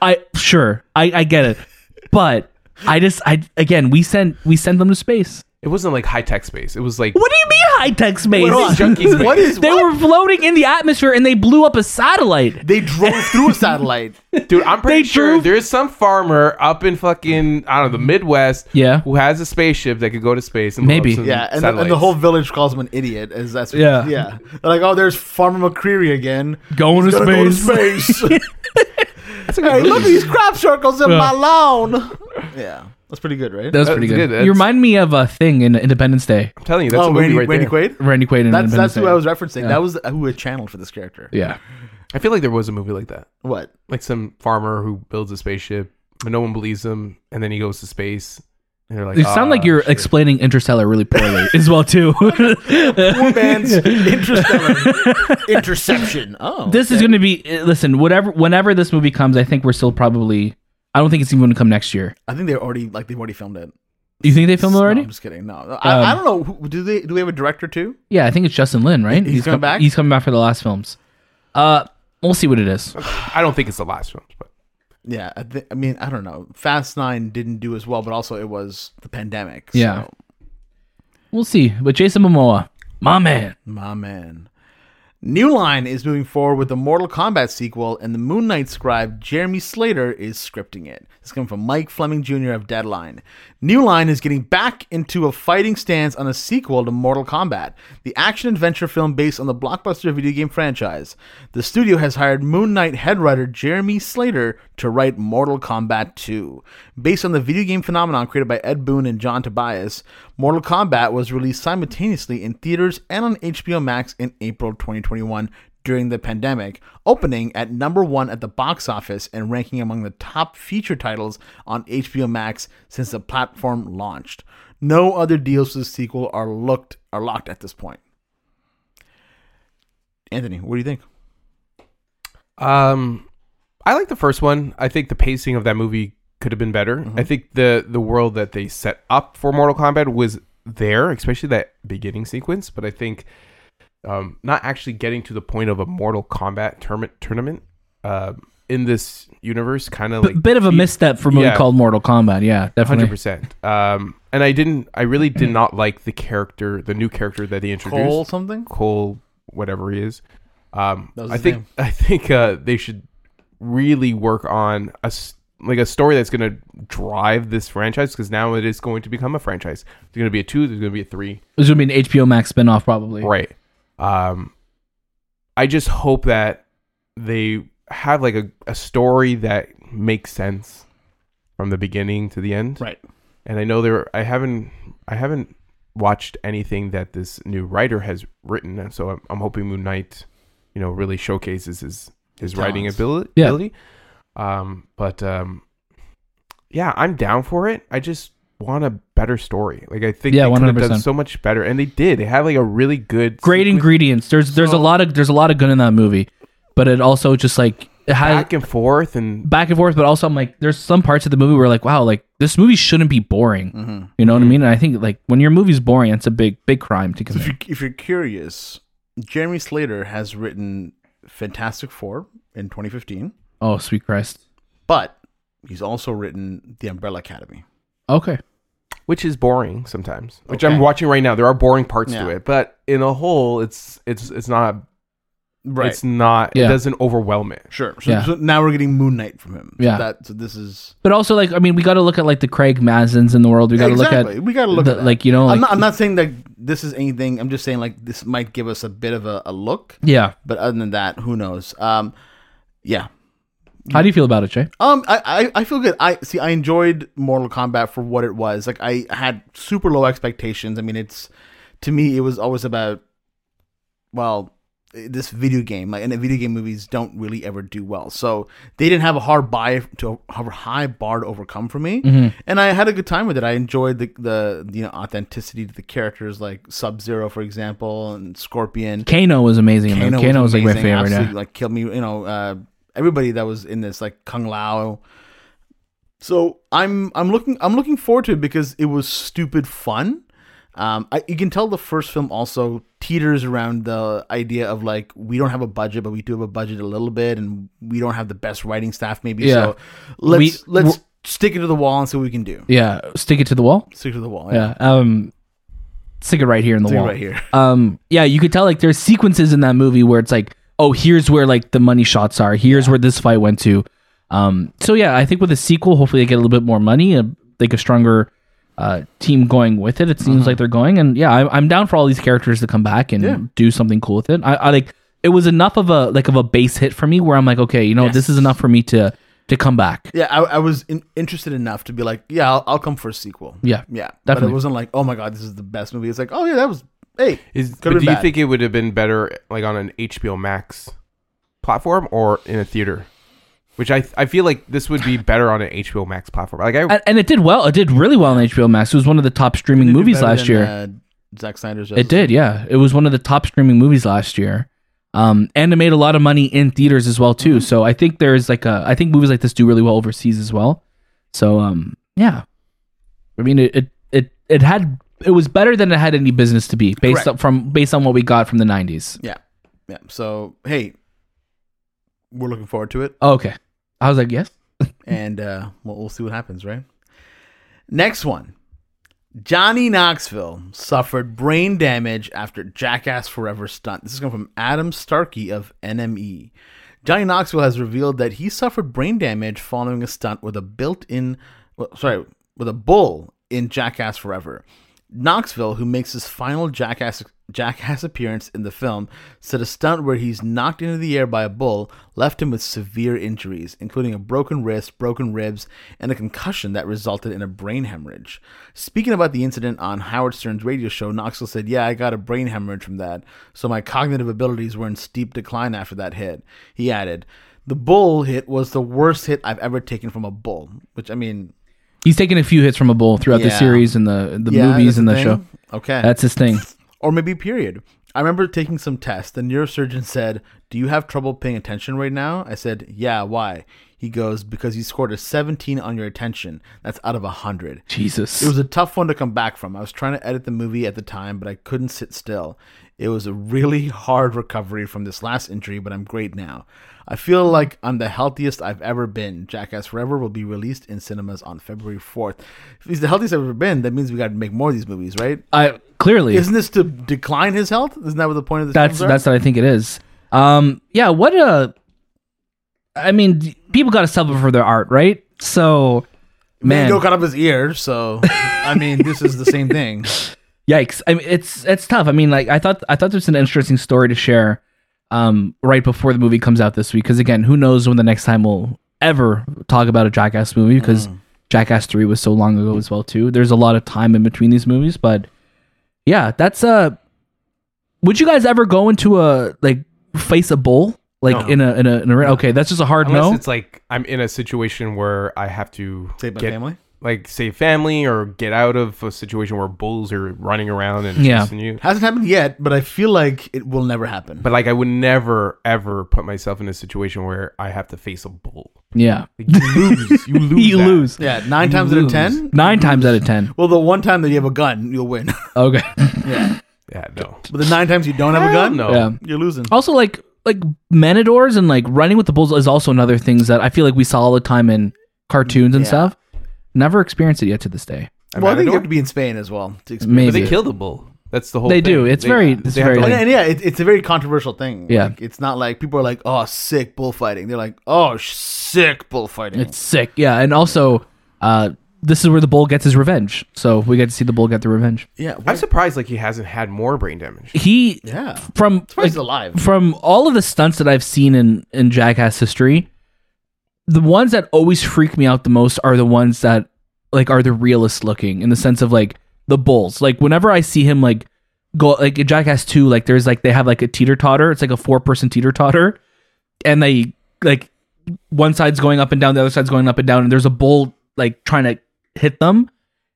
Speaker 3: I sure I I get it, but I just I again we sent we sent them to space.
Speaker 2: it wasn't like high tech space. It was like
Speaker 3: What do you mean high tech [LAUGHS] space?
Speaker 1: Hold on.
Speaker 2: Junkies,
Speaker 1: what is
Speaker 3: they
Speaker 1: what?
Speaker 3: were floating in the atmosphere and they blew up a satellite.
Speaker 1: They drove through a
Speaker 3: [LAUGHS]
Speaker 1: satellite.
Speaker 2: Dude, I'm pretty
Speaker 3: They
Speaker 2: sure
Speaker 3: drove-
Speaker 2: there's some farmer up in fucking I don't know the Midwest,
Speaker 3: Yeah.
Speaker 2: who has a spaceship that could go to space and blow
Speaker 3: Maybe.
Speaker 2: up some
Speaker 1: Yeah, and, the, and
Speaker 2: satellites.
Speaker 1: the whole village calls him an idiot. As that's
Speaker 3: Yeah.
Speaker 1: yeah. They're like, oh, there's Farmer McCreary again.
Speaker 3: Going to
Speaker 1: He's gonna go to [LAUGHS]
Speaker 3: space.
Speaker 1: space.
Speaker 2: That's a good
Speaker 1: hey,
Speaker 2: movie.
Speaker 1: look at these crop circles in
Speaker 3: Yeah.
Speaker 1: my lawn. Yeah, that's pretty good, right?
Speaker 3: [LAUGHS] That was
Speaker 2: That's
Speaker 3: pretty
Speaker 2: good.
Speaker 3: good.
Speaker 2: That's-
Speaker 3: You remind me of a thing in Independence Day.
Speaker 2: I'm telling you, that's
Speaker 1: oh,
Speaker 2: a movie
Speaker 1: Randy,
Speaker 2: right
Speaker 1: Randy
Speaker 2: there.
Speaker 1: Quaid.
Speaker 3: Randy Quaid in
Speaker 1: That's
Speaker 3: Independence
Speaker 1: that's
Speaker 3: Day.
Speaker 1: who I was referencing.
Speaker 3: Yeah.
Speaker 1: That was who had channeled for this character.
Speaker 3: Yeah.
Speaker 2: I feel like there was a movie like that,
Speaker 1: What?
Speaker 2: like some farmer who builds a spaceship, but no one believes him, and then he goes to space, and they're like,
Speaker 3: You sound like
Speaker 2: "Ah,
Speaker 3: you're
Speaker 2: shit."
Speaker 3: explaining Interstellar
Speaker 1: [LAUGHS]
Speaker 3: really poorly as well too.
Speaker 1: Poor
Speaker 3: [LAUGHS]
Speaker 1: man's interstellar interception. Oh,
Speaker 3: this is going to be uh, listen whatever whenever this movie comes i think we're still probably i don't think it's even going to come next year
Speaker 1: I think they already like they've already filmed it.
Speaker 3: you think they filmed it
Speaker 1: No,
Speaker 3: already
Speaker 1: I'm just kidding. No, I, I don't
Speaker 3: Um,
Speaker 1: know. Who, do they? Do we have a director too?
Speaker 3: yeah i think it's justin lin right
Speaker 1: He's coming
Speaker 3: com-
Speaker 1: back?
Speaker 3: he's coming back for the last films uh we'll see what it is
Speaker 2: I don't think it's the last film, but
Speaker 1: Yeah, I, th- I mean, I don't know. Fast Nine didn't do as well, but also it was the pandemic.
Speaker 3: Yeah.
Speaker 1: so,
Speaker 3: we'll see but jason momoa my man
Speaker 1: my man. New Line is moving forward with the Mortal Kombat sequel, and the Moon Knight scribe Jeremy Slater is scripting it. This comes from Mike Fleming Jr. of Deadline. New Line is getting back into a fighting stance on a sequel to Mortal Kombat, the action adventure film based on the blockbuster video game franchise. The studio has hired Moon Knight head writer Jeremy Slater to write Mortal Kombat 2. Based on the video game phenomenon created by Ed Boon and John Tobias, Mortal Kombat was released simultaneously in theaters and on HBO Max in April 2021 during the pandemic, opening at number one at the box office and ranking among the top feature titles on HBO Max since the platform launched. No other deals to the sequel are looked are locked at this point. Anthony, what do you think?
Speaker 2: Um, I like the first one. I think the pacing of that movie could have been better.
Speaker 3: Mm-hmm.
Speaker 2: I think the the world that they set up for Mortal Kombat was there, especially that beginning sequence. But I think um, not actually getting to the point of a Mortal Kombat tournament tournament uh, in this universe kind of
Speaker 3: B-
Speaker 2: like
Speaker 3: bit of a misstep for a movie
Speaker 2: yeah.
Speaker 3: called mortal kombat yeah
Speaker 2: Hundred
Speaker 3: definitely Mm.
Speaker 2: percent. Um, and I didn't. I really did not like the character, the new character that they introduced.
Speaker 1: Cole something?
Speaker 2: Cole, whatever he is. Um,
Speaker 1: That was
Speaker 2: I
Speaker 1: his
Speaker 2: think
Speaker 1: name.
Speaker 2: [LAUGHS] I think uh, they should really work on a s- like a story that's going to drive this franchise because now it is going to become a franchise. There's going to be a two. There's going to be a three.
Speaker 3: it's gonna be an hbo max spinoff probably
Speaker 2: Right. Um, I just hope that they have like a, a story that makes sense from the beginning to the end
Speaker 1: Right.
Speaker 2: and I know there I haven't I haven't watched anything that this new writer has written, and so I'm, I'm hoping Moon Knight, you know, really showcases his his writing
Speaker 1: Talents.
Speaker 2: abili-
Speaker 3: Yeah.
Speaker 2: ability. Um, but um, yeah, I'm down for it. I just want a better story. Like I think
Speaker 3: Yeah,
Speaker 2: they could have done
Speaker 3: 100%.
Speaker 2: so much better, and they did. They had like a really good
Speaker 3: great
Speaker 2: sequence
Speaker 3: ingredients there's there's
Speaker 2: So-
Speaker 3: a lot of there's a lot of good in that movie but it also just like it had
Speaker 2: back and forth, and
Speaker 3: back and forth, but also I'm like, there's some parts of the movie where like, wow, like this movie shouldn't be boring.
Speaker 1: Mm-hmm.
Speaker 3: You know what I mean? And I think like when your movie's boring, it's a big, big crime to
Speaker 1: If
Speaker 3: commit.
Speaker 1: you're, if you're curious, Jeremy Slater has written Fantastic Four in 2015,
Speaker 3: Oh, sweet Christ.
Speaker 1: but he's also written The Umbrella Academy.
Speaker 3: Okay.
Speaker 2: which is boring sometimes. Which
Speaker 1: Okay.
Speaker 2: I'm watching right now. There are boring parts
Speaker 1: Yeah.
Speaker 2: to it, but in a whole, it's it's it's not
Speaker 1: Right.
Speaker 2: it's not
Speaker 3: Yeah.
Speaker 2: it doesn't overwhelm it.
Speaker 1: sure. So,
Speaker 3: Yeah.
Speaker 1: so now we're getting Moon Knight from him. So
Speaker 3: Yeah.
Speaker 1: That, so this is
Speaker 3: But also, like, I mean, we got to look at like the Craig Mazins in the world. We got to
Speaker 1: exactly.
Speaker 3: look at
Speaker 1: we gotta look
Speaker 3: the-
Speaker 1: at that.
Speaker 3: like you know, like,
Speaker 1: I'm not. I'm not saying that this is anything. I'm just saying like this might give us a bit of a, a look.
Speaker 3: yeah.
Speaker 1: But other than that, who knows? Um, yeah.
Speaker 3: How do you feel about it, Jay?
Speaker 1: Um, I, I, I feel good. I see. I enjoyed Mortal Kombat for what it was. Like I had super low expectations. I mean, it's to me, it was always about well, this video game. Like, and the video game movies don't really ever do well. So they didn't have a hard buy to have a high bar to overcome for me. And I had a good time with it. I enjoyed the the you know authenticity to the characters, like Sub Zero, for example, and Scorpion.
Speaker 3: Kano was amazing. Kano, Kano was, like my
Speaker 1: amazing,
Speaker 3: favorite.
Speaker 1: absolutely,
Speaker 3: Yeah.
Speaker 1: Like killed me, you know, uh, everybody that was in this, like Kung Lao. So I'm I'm looking I'm looking forward to it because it was stupid fun. Um, I, you can tell the first film also teeters around the idea of like we don't have a budget, but we do have a budget a little bit, and we don't have the best writing staff maybe.
Speaker 3: Yeah.
Speaker 1: So let's
Speaker 3: We-
Speaker 1: let's stick it to the wall and see what we can do.
Speaker 3: yeah, stick it to the wall.
Speaker 1: Stick it to the wall.
Speaker 3: Yeah, um, stick it right here in the
Speaker 1: Stick it
Speaker 3: wall.
Speaker 1: right here. [LAUGHS]
Speaker 3: um yeah you could tell like there's sequences in that movie where it's like oh here's where like the money shots are here's where this fight went to um so yeah i think with a sequel hopefully they get a little bit more money a, like a stronger uh team going with it it seems like they're going and yeah I, i'm down for all these characters to come back and
Speaker 1: Mm-hmm. Yeah.
Speaker 3: do something cool with it I, I like it was enough of a like of a base hit for me where i'm like okay you know this is enough for me to to come back
Speaker 1: Yeah, I, I was in, interested enough to be like, yeah, I'll, I'll come for a sequel.
Speaker 3: yeah
Speaker 1: Yeah, but
Speaker 3: Definitely.
Speaker 1: it wasn't like, oh my god, this is the best movie. It's like, oh yeah, that was hey,
Speaker 2: Is
Speaker 1: Could've
Speaker 2: but do
Speaker 1: been
Speaker 2: you
Speaker 1: bad.
Speaker 2: think it would have been better like on an HBO Max platform or in a theater? Which I I feel like this would be better on an HBO Max platform. Like I
Speaker 3: and, and it did well it did really well on hbo max it was one of the top streaming
Speaker 1: Did it do
Speaker 3: movies
Speaker 1: better
Speaker 3: last
Speaker 1: than,
Speaker 3: year
Speaker 1: Uh, Zack Snyder's.
Speaker 3: It did, yeah. It was one of the top streaming movies last year. Um, and it made a lot of money in theaters as well
Speaker 1: Mm-hmm.
Speaker 3: too. So I think there's like a, I think movies like this do really well overseas as well. So um, yeah. I mean, it it it, it had it was better than it had any business to be based
Speaker 1: Correct.
Speaker 3: up from based on what we got from the '90s.
Speaker 1: Yeah, yeah. So hey, we're looking forward to it,
Speaker 3: Oh, okay, I was like, yes,
Speaker 1: and uh, we'll, we'll see what happens. Right. Next one, Johnny Knoxville suffered brain damage after Jackass Forever stunt. This is coming from Adam Starkey of NME. Johnny Knoxville has revealed that he suffered brain damage following a stunt with a built-in, well, sorry, with a bull in Jackass Forever. Knoxville, who makes his final Jackass Jackass appearance in the film, said a stunt where he's knocked into the air by a bull left him with severe injuries, including a broken wrist, broken ribs, and a concussion that resulted in a brain hemorrhage. Speaking about the incident on Howard Stern's radio show, Knoxville said, "Yeah, I got a brain hemorrhage from that, so my cognitive abilities were in steep decline after that hit." He added, "The bull hit was the worst hit I've ever taken from a bull," which I mean,
Speaker 3: he's taken a few hits from a bull throughout the
Speaker 1: Yeah.
Speaker 3: series and the the
Speaker 1: yeah, that's
Speaker 3: movies and the
Speaker 1: thing.
Speaker 3: show.
Speaker 1: Okay,
Speaker 3: That's his
Speaker 1: [LAUGHS]
Speaker 3: thing.
Speaker 1: or maybe period. I remember taking some tests. The neurosurgeon said, Do you have trouble paying attention right now? I said, Yeah, why? He goes, Because you scored a 17 on your attention. That's out of 100.
Speaker 3: Jesus.
Speaker 1: It was a tough one to come back from. I was trying to edit the movie at the time, but I couldn't sit still. It was a really [LAUGHS] hard recovery from this last injury, but I'm great now. I feel like I'm the healthiest I've ever been. Jackass Forever will be released in cinemas on February 4th. If he's the healthiest I've ever been, that means we got to make more of these movies, right?
Speaker 3: I clearly
Speaker 1: Isn't this to decline his health? Isn't that what the point of this?
Speaker 3: That's
Speaker 1: films are?
Speaker 3: that's what I think it is. Um, yeah. What a. I mean, d- people got to suffer for their art, right? So,
Speaker 1: Van
Speaker 3: man,
Speaker 1: Gogh cut up his ear, so I mean, this is the same
Speaker 3: [LAUGHS]
Speaker 1: thing.
Speaker 3: yikes! I mean, it's it's tough. I mean, like I thought I thought there's an interesting story to share, um, right before the movie comes out this week. Because again, who knows when the next time we'll ever talk about a Jackass movie? Because
Speaker 2: Mm.
Speaker 3: Jackass Three was so long ago as well too. There's a lot of time in between these movies, but yeah, that's uh Would you guys ever go into a like face a bull like
Speaker 2: No.
Speaker 3: in a in a, in a ring? okay? That's just a hard
Speaker 2: unless
Speaker 3: no.
Speaker 2: it's like I'm in a situation where I have to
Speaker 1: Save my
Speaker 2: get-
Speaker 1: family.
Speaker 2: like save family or get out of a situation where bulls are running around and
Speaker 3: Yeah.
Speaker 2: chasing you.
Speaker 1: Hasn't happened yet, but I feel like it will never happen.
Speaker 2: But like I would never ever put myself in a situation where I have to face a bull.
Speaker 3: yeah,
Speaker 2: Like,
Speaker 3: [LAUGHS]
Speaker 2: you lose. You lose.
Speaker 3: you
Speaker 2: that.
Speaker 3: lose
Speaker 1: yeah, nine times out of ten.
Speaker 3: nine times out of ten.
Speaker 1: Well, the one time that you have a gun, you'll win. [LAUGHS]
Speaker 3: Okay, [LAUGHS]
Speaker 1: yeah,
Speaker 2: Yeah, no.
Speaker 1: but the nine times you don't have a gun,
Speaker 2: No.
Speaker 3: yeah.
Speaker 1: you're losing.
Speaker 3: Also, like like manadors and like running with the bulls is also another things that I feel like we saw all the time in cartoons and
Speaker 1: Yeah.
Speaker 3: stuff. Never experienced it yet to this day.
Speaker 1: well, I think you
Speaker 2: Matador?
Speaker 1: have to be in Spain as well to experience.
Speaker 3: Maybe
Speaker 2: But they kill the bull. That's the whole.
Speaker 3: They
Speaker 2: thing.
Speaker 3: do. It's very- it's
Speaker 2: have to,
Speaker 3: very-
Speaker 2: like,
Speaker 1: And, and yeah, it, it's a very controversial thing.
Speaker 3: Yeah.
Speaker 1: Like, it's not like people are like, "Oh, sick bullfighting." They're like, "Oh, sh- sick bullfighting."
Speaker 3: It's sick. Yeah, and also uh, this is where the bull gets his revenge. So we get to see the bull get the revenge.
Speaker 1: yeah,
Speaker 2: [LAUGHS] I'm
Speaker 1: what-
Speaker 2: surprised like he hasn't had more brain damage.
Speaker 3: He
Speaker 1: yeah.
Speaker 3: from
Speaker 1: Surprised he's
Speaker 3: like,
Speaker 1: alive.
Speaker 3: from all of the stunts that I've seen in in Jackass history, the ones that always freak me out the most are the ones that like are the realest looking in the sense of like the bulls. Like whenever I see him like go like in Jackass 2, like there's like they have like a teeter totter. It's like a four person teeter totter. And they like one side's going up and down, the other side's going up and down, and there's a bull like trying to hit them.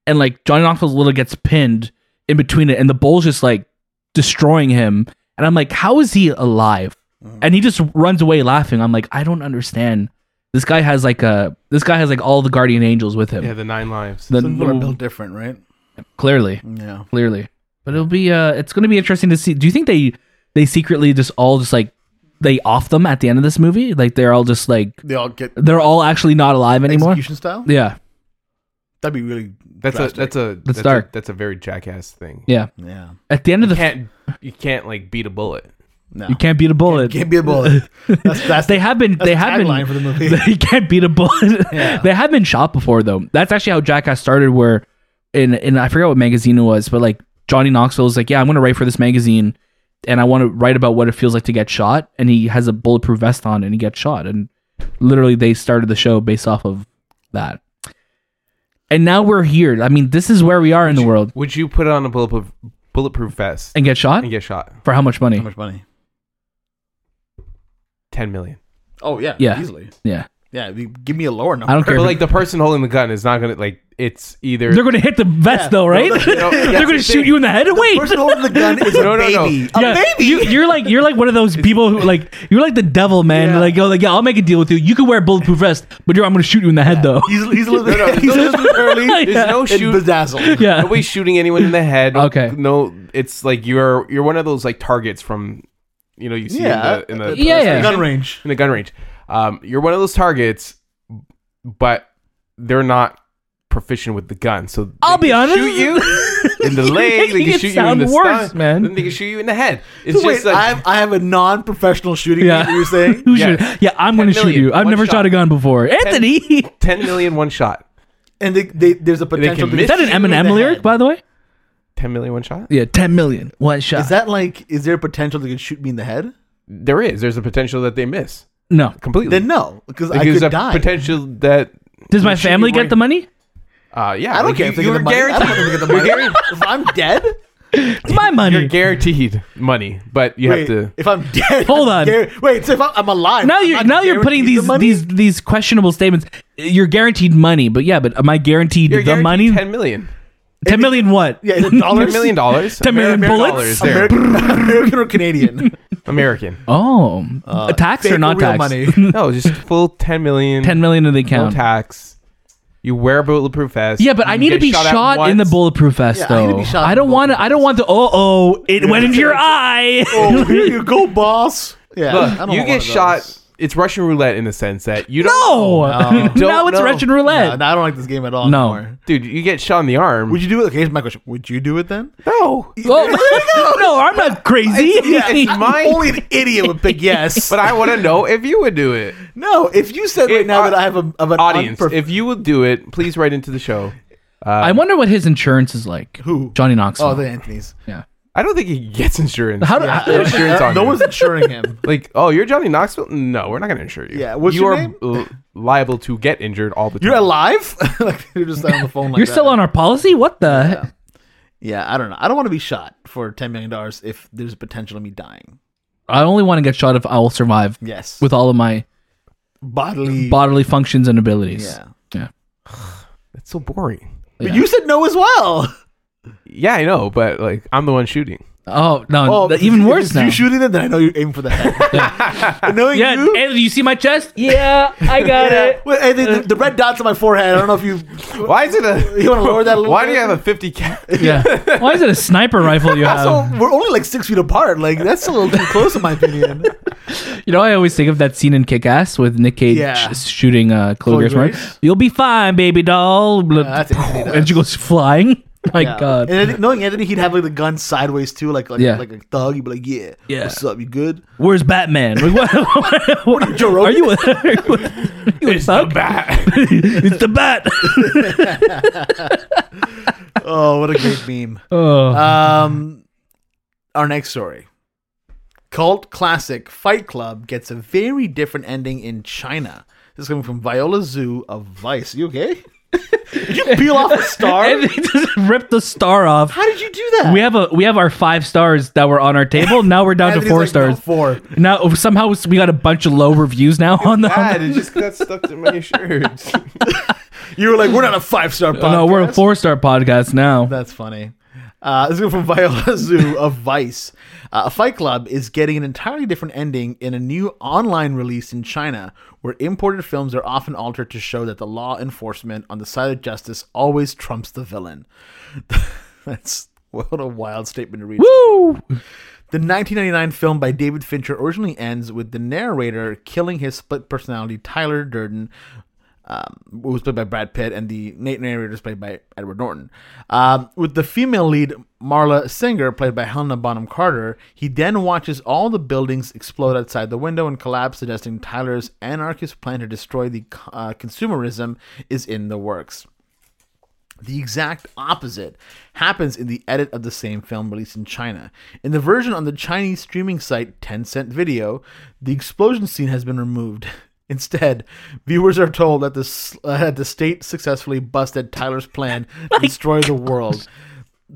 Speaker 3: And like Johnny Knoxville's little gets pinned in between it, and the bull's just like destroying him. And I'm like, how is he alive?
Speaker 1: Mm-hmm.
Speaker 3: And he just runs away laughing. I'm like, I don't understand. This guy has like a this guy has like all the guardian angels with him.
Speaker 2: Yeah, the nine lives.
Speaker 3: The-
Speaker 1: Some people are built different, right?
Speaker 3: clearly,
Speaker 1: Yeah.
Speaker 3: clearly. But it'll be uh, it's gonna be interesting to see. Do you think they they secretly just all just like they off them at the end of this movie? Like they're all just like
Speaker 1: They all get
Speaker 3: they're all actually not alive anymore.
Speaker 1: execution style.
Speaker 3: Yeah,
Speaker 1: That'd be really.
Speaker 2: that's a
Speaker 1: drastic.
Speaker 2: that's a that's,
Speaker 3: dark.
Speaker 2: A, that's a very jackass thing.
Speaker 3: yeah.
Speaker 1: yeah.
Speaker 3: At the end of the
Speaker 2: You
Speaker 3: f-
Speaker 2: can't you can't like beat a bullet.
Speaker 1: No.
Speaker 3: you can't beat a bullet.
Speaker 1: Can't be a
Speaker 3: [LAUGHS]
Speaker 1: bullet. That's that's
Speaker 3: they have been
Speaker 1: that's
Speaker 3: they
Speaker 1: the
Speaker 3: have been
Speaker 1: tagline for the movie.
Speaker 3: [LAUGHS] they can't beat a bullet.
Speaker 1: Yeah.
Speaker 3: [LAUGHS] they have been shot before though. That's actually how Jackass started. Where in in I forget what magazine it was, but like Johnny Knoxville was like, yeah, I'm gonna write for this magazine, and I want to write about what it feels like to get shot. And he has a bulletproof vest on, and he gets shot. And literally, they started the show based off of that. And now we're here. I mean, this is where we are in the world.
Speaker 2: Would you put on a bulletproof bulletproof vest
Speaker 3: And get shot
Speaker 2: and get shot?
Speaker 3: for how much money?
Speaker 1: How much money?
Speaker 2: Ten million.
Speaker 1: Oh yeah.
Speaker 3: Yeah.
Speaker 1: Easily.
Speaker 3: Yeah,
Speaker 1: Yeah. you- Give me a lower number.
Speaker 3: I don't care.
Speaker 2: But
Speaker 3: if-
Speaker 2: like the person holding the gun is not gonna like it's either [LAUGHS]
Speaker 3: they're gonna hit the vest
Speaker 1: Yeah.
Speaker 3: though, right?
Speaker 1: No, no, no,
Speaker 3: [LAUGHS] they're gonna shoot you in the head. Wait,
Speaker 1: Person holding the gun
Speaker 3: [LAUGHS]
Speaker 1: is a
Speaker 2: No, no, no.
Speaker 1: baby. A
Speaker 3: yeah,
Speaker 1: baby.
Speaker 3: You, you're like you're like one of those people who like you're like the devil, man.
Speaker 2: Yeah.
Speaker 3: Like you're like yeah, I'll make a deal with you. You can wear a bulletproof vest, but you're, I'm gonna shoot you in the head though.
Speaker 1: He's he's a little bit.
Speaker 2: No, no,
Speaker 1: he's a little bit early.
Speaker 2: there's no
Speaker 1: and
Speaker 2: shoot
Speaker 1: bedazzled.
Speaker 3: yeah,
Speaker 2: nobody's shooting anyone in the head.
Speaker 3: Okay.
Speaker 2: No, it's like you're you're one of those like targets from you know you [LAUGHS] see
Speaker 1: Yeah.
Speaker 2: in the in the
Speaker 3: Yeah, yeah.
Speaker 1: Gun range.
Speaker 2: in the gun range. Um, you're one of those targets, but they're not proficient with the gun. So they
Speaker 3: I'll be
Speaker 2: can
Speaker 3: honest.
Speaker 2: shoot you in
Speaker 3: [LAUGHS]
Speaker 2: the leg. They
Speaker 3: Oh, making
Speaker 2: can
Speaker 3: it
Speaker 2: shoot you in
Speaker 3: sound
Speaker 2: the
Speaker 3: worse,
Speaker 2: worse,
Speaker 3: man.
Speaker 2: Then they can shoot you in the head. It's
Speaker 1: So wait,
Speaker 2: just like
Speaker 1: I, have, I have a non-professional shooting.
Speaker 3: Yeah. [LAUGHS]
Speaker 1: Yeah. You're saying
Speaker 3: Who
Speaker 2: Yeah.
Speaker 3: shoot? Yeah, I'm gonna shoot
Speaker 2: million,
Speaker 3: you. I've
Speaker 2: one
Speaker 3: never shot.
Speaker 2: shot.
Speaker 3: a gun before,
Speaker 2: [LAUGHS]
Speaker 3: Anthony. Is
Speaker 2: ten million one shot.
Speaker 1: and they, they, there's a potential.
Speaker 2: can
Speaker 1: to
Speaker 2: miss. Is
Speaker 3: that an
Speaker 1: shoot you in the
Speaker 3: Eminem lyric,
Speaker 1: head.
Speaker 3: by the way?
Speaker 2: Ten million one shot.
Speaker 3: Yeah, ten million one shot.
Speaker 1: Is that like? Is there a potential they could shoot me in the head?
Speaker 2: There is. There's a potential that they miss
Speaker 3: no?
Speaker 2: completely.
Speaker 1: Then no, because I
Speaker 2: There's
Speaker 1: could
Speaker 2: a
Speaker 1: die.
Speaker 2: potential that.
Speaker 3: Does my
Speaker 2: Shoot you
Speaker 3: family
Speaker 2: right-
Speaker 3: get the money?
Speaker 2: Uh, yeah,
Speaker 1: I don't
Speaker 2: like,
Speaker 1: care
Speaker 2: you-
Speaker 1: if they
Speaker 2: you
Speaker 1: get the
Speaker 2: were
Speaker 1: money. I don't
Speaker 2: guaranteed-
Speaker 1: care if they get the
Speaker 2: you're
Speaker 1: money.
Speaker 2: guaranteed- [LAUGHS]
Speaker 1: if I'm dead,
Speaker 3: It's my
Speaker 2: You're
Speaker 3: money.
Speaker 2: guaranteed money, but you
Speaker 1: wait,
Speaker 2: have to.
Speaker 1: if I'm [LAUGHS] dead,
Speaker 3: Hold
Speaker 1: I'm
Speaker 3: on.
Speaker 1: guar- wait, so if I'm, I'm alive,
Speaker 3: Now
Speaker 1: I'm
Speaker 3: you're
Speaker 1: not
Speaker 3: now you're putting
Speaker 1: guaranteed
Speaker 3: these
Speaker 1: the money?
Speaker 3: these these questionable statements. You're guaranteed money, but yeah, but am I guaranteed
Speaker 2: You're
Speaker 3: the
Speaker 2: guaranteed
Speaker 3: money?
Speaker 2: ten million.
Speaker 3: ten million what? [LAUGHS]
Speaker 1: yeah, is it dollars,
Speaker 2: Ten million dollars.
Speaker 3: Ten million bullets?
Speaker 2: dollars. There.
Speaker 1: American, American or Canadian
Speaker 2: American.
Speaker 3: Oh, a [LAUGHS] tax
Speaker 1: Uh, Fake
Speaker 3: or not
Speaker 1: real
Speaker 3: tax?
Speaker 1: money.
Speaker 3: [LAUGHS]
Speaker 2: No, just full ten million.
Speaker 3: Ten million in the
Speaker 2: no
Speaker 3: account.
Speaker 2: tax. You wear a bulletproof vest.
Speaker 3: Yeah, but I
Speaker 2: You
Speaker 3: need to
Speaker 2: get
Speaker 3: be shot, in the
Speaker 2: once.
Speaker 3: bulletproof vest,
Speaker 1: Yeah, I need to
Speaker 3: though.
Speaker 1: be
Speaker 3: I,
Speaker 1: shot in the
Speaker 3: don't want to. I don't want the. Oh, oh! It went into your eye.
Speaker 1: oh, here you go, boss. Yeah, I
Speaker 2: Look,
Speaker 1: don't
Speaker 2: you
Speaker 1: want one
Speaker 2: get
Speaker 1: of those.
Speaker 2: shot. It's Russian roulette in the sense that you don't.
Speaker 3: [LAUGHS]
Speaker 2: Oh,
Speaker 3: no,
Speaker 1: no.
Speaker 3: [LAUGHS] now it's
Speaker 2: No.
Speaker 3: Russian
Speaker 1: No,
Speaker 3: roulette.
Speaker 1: no, I don't like this game at all.
Speaker 3: No.
Speaker 1: anymore.
Speaker 2: dude, you get shot in the arm.
Speaker 1: would you do it? Okay, here's my question: Would you do it then?
Speaker 2: no,
Speaker 3: Oh, [LAUGHS] no, I'm not crazy.
Speaker 1: [LAUGHS]
Speaker 2: it's
Speaker 3: [LAUGHS]
Speaker 2: my- I-
Speaker 1: Only an idiot would pick yes.
Speaker 2: [LAUGHS] but I want to know if you would
Speaker 1: [LAUGHS]
Speaker 2: do it,
Speaker 1: no, if you said right
Speaker 2: If
Speaker 1: now
Speaker 2: I-
Speaker 1: that I have a of an
Speaker 2: audience.
Speaker 1: unperf-
Speaker 2: if you would do it, please write into the show.
Speaker 3: I wonder what his insurance is like.
Speaker 1: Who?
Speaker 3: Johnny Knoxville.
Speaker 1: oh, the Anthony's. Uh,
Speaker 3: yeah.
Speaker 2: I don't think he gets insurance.
Speaker 3: How do?
Speaker 2: No insurance on
Speaker 1: no
Speaker 2: you.
Speaker 1: one's insuring
Speaker 2: [LAUGHS]
Speaker 1: him.
Speaker 2: Like, oh, you're Johnny Knoxville? No, we're not going to insure you.
Speaker 1: Yeah, what's
Speaker 2: you
Speaker 1: your
Speaker 2: are
Speaker 1: name?
Speaker 2: l- liable to get injured all the time.
Speaker 1: You're alive? [LAUGHS] like you're just on the phone. Like
Speaker 3: [LAUGHS] you're
Speaker 1: that.
Speaker 3: still on our policy. What the? heck?
Speaker 1: Yeah, I don't know. I don't want to be shot for ten million dollars if there's a potential of me dying.
Speaker 3: I only want to get shot if I will survive
Speaker 1: Yes,
Speaker 3: with all of my
Speaker 1: bodily.
Speaker 3: bodily functions and abilities.
Speaker 1: yeah,
Speaker 3: Yeah.
Speaker 2: That's so boring.
Speaker 1: but
Speaker 3: Yeah.
Speaker 1: you said no as well.
Speaker 2: Yeah, I know, but like I'm the one shooting.
Speaker 3: Oh no!
Speaker 1: Oh,
Speaker 3: th- even
Speaker 1: if
Speaker 3: worse
Speaker 1: it's
Speaker 3: now.
Speaker 1: You shooting it, then I know you're aiming for the head. [LAUGHS] Knowing
Speaker 3: [LAUGHS] yeah,
Speaker 1: you,
Speaker 3: hey, do you see my chest? [LAUGHS] Yeah, I got
Speaker 1: yeah.
Speaker 3: it.
Speaker 1: Well, hey, the, the red dots on my forehead. I don't know if
Speaker 3: [LAUGHS]
Speaker 1: you.
Speaker 2: Why is it
Speaker 1: [LAUGHS]
Speaker 2: a?
Speaker 1: You wanna lower that a little
Speaker 2: Why
Speaker 1: bit?
Speaker 2: do you have a 50
Speaker 1: [LAUGHS]
Speaker 2: cal?
Speaker 3: Yeah. Why is it a sniper rifle you have?
Speaker 1: Also, we're only like six feet apart. Like that's a little too close, in my
Speaker 3: [LAUGHS]
Speaker 1: opinion. [LAUGHS]
Speaker 3: You know, I always think of that scene in Kick Ass with Nick Cage
Speaker 1: Yeah.
Speaker 3: sh- shooting uh,
Speaker 1: Chloe
Speaker 3: Chloe Grace Moretz.
Speaker 1: Moretz?
Speaker 3: You'll be fine, baby doll. Blah-
Speaker 1: that's Anthony
Speaker 3: and she goes flying. Oh, [LAUGHS] My
Speaker 1: Yeah.
Speaker 3: God.
Speaker 1: And I think, knowing Anthony, he'd have like the gun sideways too, like like,
Speaker 3: Yeah.
Speaker 1: like a thug. He'd be like, "Yeah,
Speaker 3: Yeah.
Speaker 1: what's up? You good?
Speaker 3: Where's Batman? Like, what, [LAUGHS] what,
Speaker 1: Are you Joe
Speaker 3: are
Speaker 1: Rogan?
Speaker 3: you? A, are [LAUGHS] you a, are you a thug?
Speaker 1: [LAUGHS]
Speaker 2: bat.
Speaker 3: it's the bat.
Speaker 1: Oh, what a great meme.
Speaker 3: oh.
Speaker 1: Um, our next story. Cult classic Fight Club gets a very different ending in China. This is coming from Viola Zhu of Vice. You okay? [LAUGHS] did you peel off a star?
Speaker 3: [LAUGHS] and they just ripped the star off.
Speaker 1: How did you do that?
Speaker 3: We have a we have our five stars that were on our table. Now
Speaker 2: [LAUGHS]
Speaker 3: we're down to
Speaker 1: Anthony's
Speaker 3: four
Speaker 1: like, "No,
Speaker 3: stars.
Speaker 1: Four.
Speaker 3: Now somehow we got a bunch of low reviews now on the. on
Speaker 2: Bad. It just got stuck
Speaker 1: [LAUGHS]
Speaker 2: to my shirt.
Speaker 1: You were like, we're not a five star
Speaker 3: the-
Speaker 1: podcast.
Speaker 3: no, we're a four star podcast now.
Speaker 1: That's funny. Uh, this is from Viola [LAUGHS] Zhu of Vice. Uh, a Fight Club is getting an entirely different ending in a new online release in China, where imported films are often altered to show that the law enforcement on the side of justice always trumps the villain. [LAUGHS] That's what a wild statement to read.
Speaker 3: Woo!
Speaker 1: The 1999 film by David Fincher originally ends with the narrator killing his split personality Tyler Durden, um, who was played by Brad Pitt, and the na- narrator is played by Edward Norton. Um, with the female lead Marla Singer, played by Helena Bonham Carter, he then watches all the buildings explode outside the window and collapse, suggesting Tyler's anarchist plan to destroy the co- uh, consumerism is in the works. The exact opposite happens in the edit of the same film released in China. In the version on the Chinese streaming site Tencent Video, the explosion scene has been removed. [LAUGHS] Instead, viewers are told that the, s- uh, that the state successfully busted Tyler's plan to destroy the world.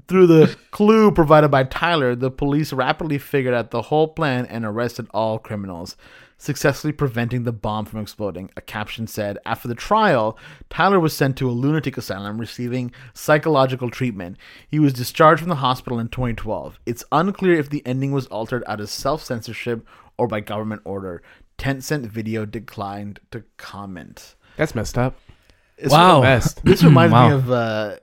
Speaker 1: Through the clue provided by Tyler, the police rapidly figured out the whole plan and arrested all criminals, successfully preventing the bomb from exploding. A caption said After the trial, Tyler was sent to a lunatic asylum receiving psychological treatment. He was discharged from the hospital in 2012. It's unclear if the ending was altered out of self censorship or by government order. Tencent Video declined to comment.
Speaker 2: That's messed up.
Speaker 1: It's
Speaker 3: Wow.
Speaker 2: Messed.
Speaker 3: [CLEARS THROAT]
Speaker 1: this reminds me
Speaker 3: Wow.
Speaker 1: of uh,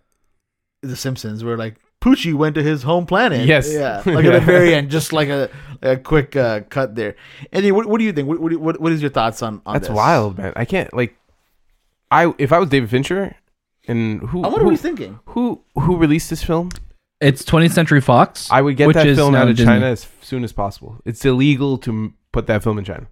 Speaker 1: The Simpsons, where like Poochie went to his home planet.
Speaker 2: Yes.
Speaker 3: [LAUGHS]
Speaker 1: yeah, like at the very end, just like a, a quick uh, cut there. Andy, what, what do you think? What, what, do you- what what is your thoughts [LAUGHS] on on
Speaker 2: That's
Speaker 1: this?
Speaker 2: wild, man. I can't like. I if I was David Fincher, and who
Speaker 1: I wonder
Speaker 2: who,
Speaker 1: what he's thinking.
Speaker 2: who who released this film?
Speaker 3: It's 20th Century Fox.
Speaker 2: I would get
Speaker 3: which
Speaker 2: that
Speaker 3: is
Speaker 2: film
Speaker 3: now
Speaker 2: out of
Speaker 3: Disney.
Speaker 2: China as soon as possible. It's illegal to m- put that film in China.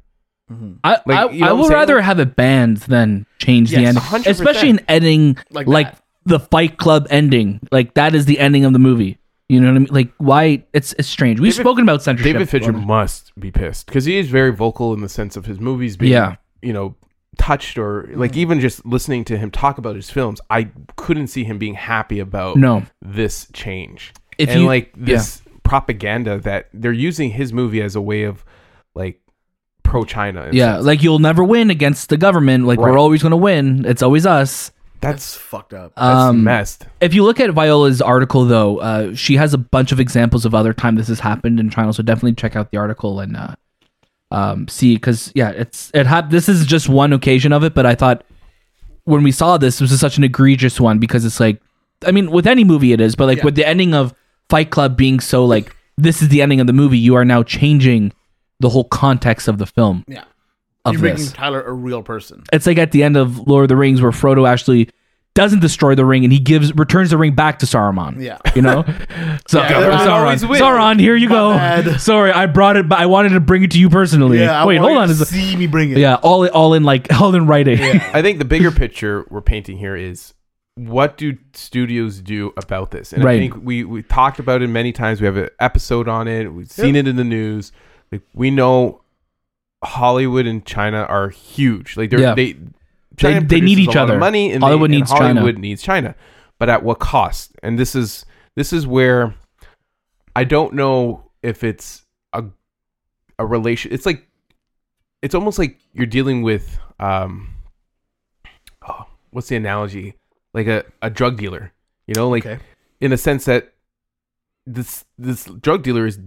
Speaker 3: I,
Speaker 2: Like, you
Speaker 3: I,
Speaker 2: know
Speaker 3: I
Speaker 2: what I'm
Speaker 3: would
Speaker 2: saying?
Speaker 3: rather have it banned than change the
Speaker 1: Yes,
Speaker 2: 100%.
Speaker 3: ending, especially in editing
Speaker 1: Like
Speaker 3: like,
Speaker 1: that.
Speaker 3: the Fight Club ending. Like that is the ending of the movie. You know what I mean? Like why? It's, it's strange. We've
Speaker 2: David-
Speaker 3: spoken about censorship.
Speaker 2: David Fincher must be pissed because he is very vocal in the sense of his movies being,
Speaker 3: Yeah.
Speaker 2: you know, touched or like even just listening to him talk about his films. I couldn't see him being happy about
Speaker 3: No.
Speaker 2: this change
Speaker 3: If
Speaker 2: and
Speaker 3: you-
Speaker 2: like
Speaker 3: yeah.
Speaker 2: this propaganda that they're using his movie as a way of like pro China.
Speaker 3: Yeah, like you'll never win against the government. Like
Speaker 2: Right.
Speaker 3: we're always gonna win. It's always us.
Speaker 1: That's
Speaker 2: that's
Speaker 1: fucked up.
Speaker 2: that's
Speaker 3: Um,
Speaker 2: messed.
Speaker 3: if you look at Viola's article, though, uh, she has a bunch of examples of other time this has happened in China. So definitely check out the article and uh, um, see, because yeah, it's it hap- This is just one occasion of it, but I thought when we saw this, this was such an egregious one because it's like, I mean, with any movie it is, but like with the ending of Fight Club being so like, this is the ending of the movie. You are now changing the whole context of the film.
Speaker 1: yeah,
Speaker 3: Of
Speaker 1: you're
Speaker 3: this
Speaker 1: making Tyler a real person.
Speaker 3: it's like at the end of Lord of the Rings where Frodo actually doesn't destroy the ring and he gives returns the ring back to Saruman. [LAUGHS]
Speaker 1: Yeah. [LAUGHS]
Speaker 3: You know? So
Speaker 1: Yeah, there was
Speaker 3: Sauron,
Speaker 1: always win.
Speaker 3: Sauron, here you
Speaker 1: My
Speaker 3: go.
Speaker 1: bad.
Speaker 3: [LAUGHS] Sorry, I brought it but I wanted to bring it to you personally.
Speaker 1: Yeah, I
Speaker 3: Wait,
Speaker 1: want
Speaker 3: hold on.
Speaker 1: you
Speaker 3: a
Speaker 1: to
Speaker 3: sec-
Speaker 1: see me bring it.
Speaker 3: Yeah, all all in like [LAUGHS] all in writing.
Speaker 2: I think the bigger picture we're painting here is what do studios do about this? And I
Speaker 3: Right.
Speaker 2: think we we talked about it many times. We have an episode on it. We've seen it in the news. Like we know Hollywood and China are huge. Like they're
Speaker 3: Yeah.
Speaker 2: they
Speaker 3: They- they
Speaker 2: produces
Speaker 3: need
Speaker 2: a
Speaker 3: each
Speaker 2: lot of
Speaker 3: other.
Speaker 2: Money and
Speaker 3: Hollywood
Speaker 2: they,
Speaker 3: needs
Speaker 2: and
Speaker 3: China.
Speaker 2: Hollywood needs China, but at what cost? And this is this is where I don't know if it's a a relation. It's like it's almost like you're dealing with um oh, what's the analogy? Like a, a drug dealer. You know, like
Speaker 1: Okay.
Speaker 2: in a sense that this this drug dealer is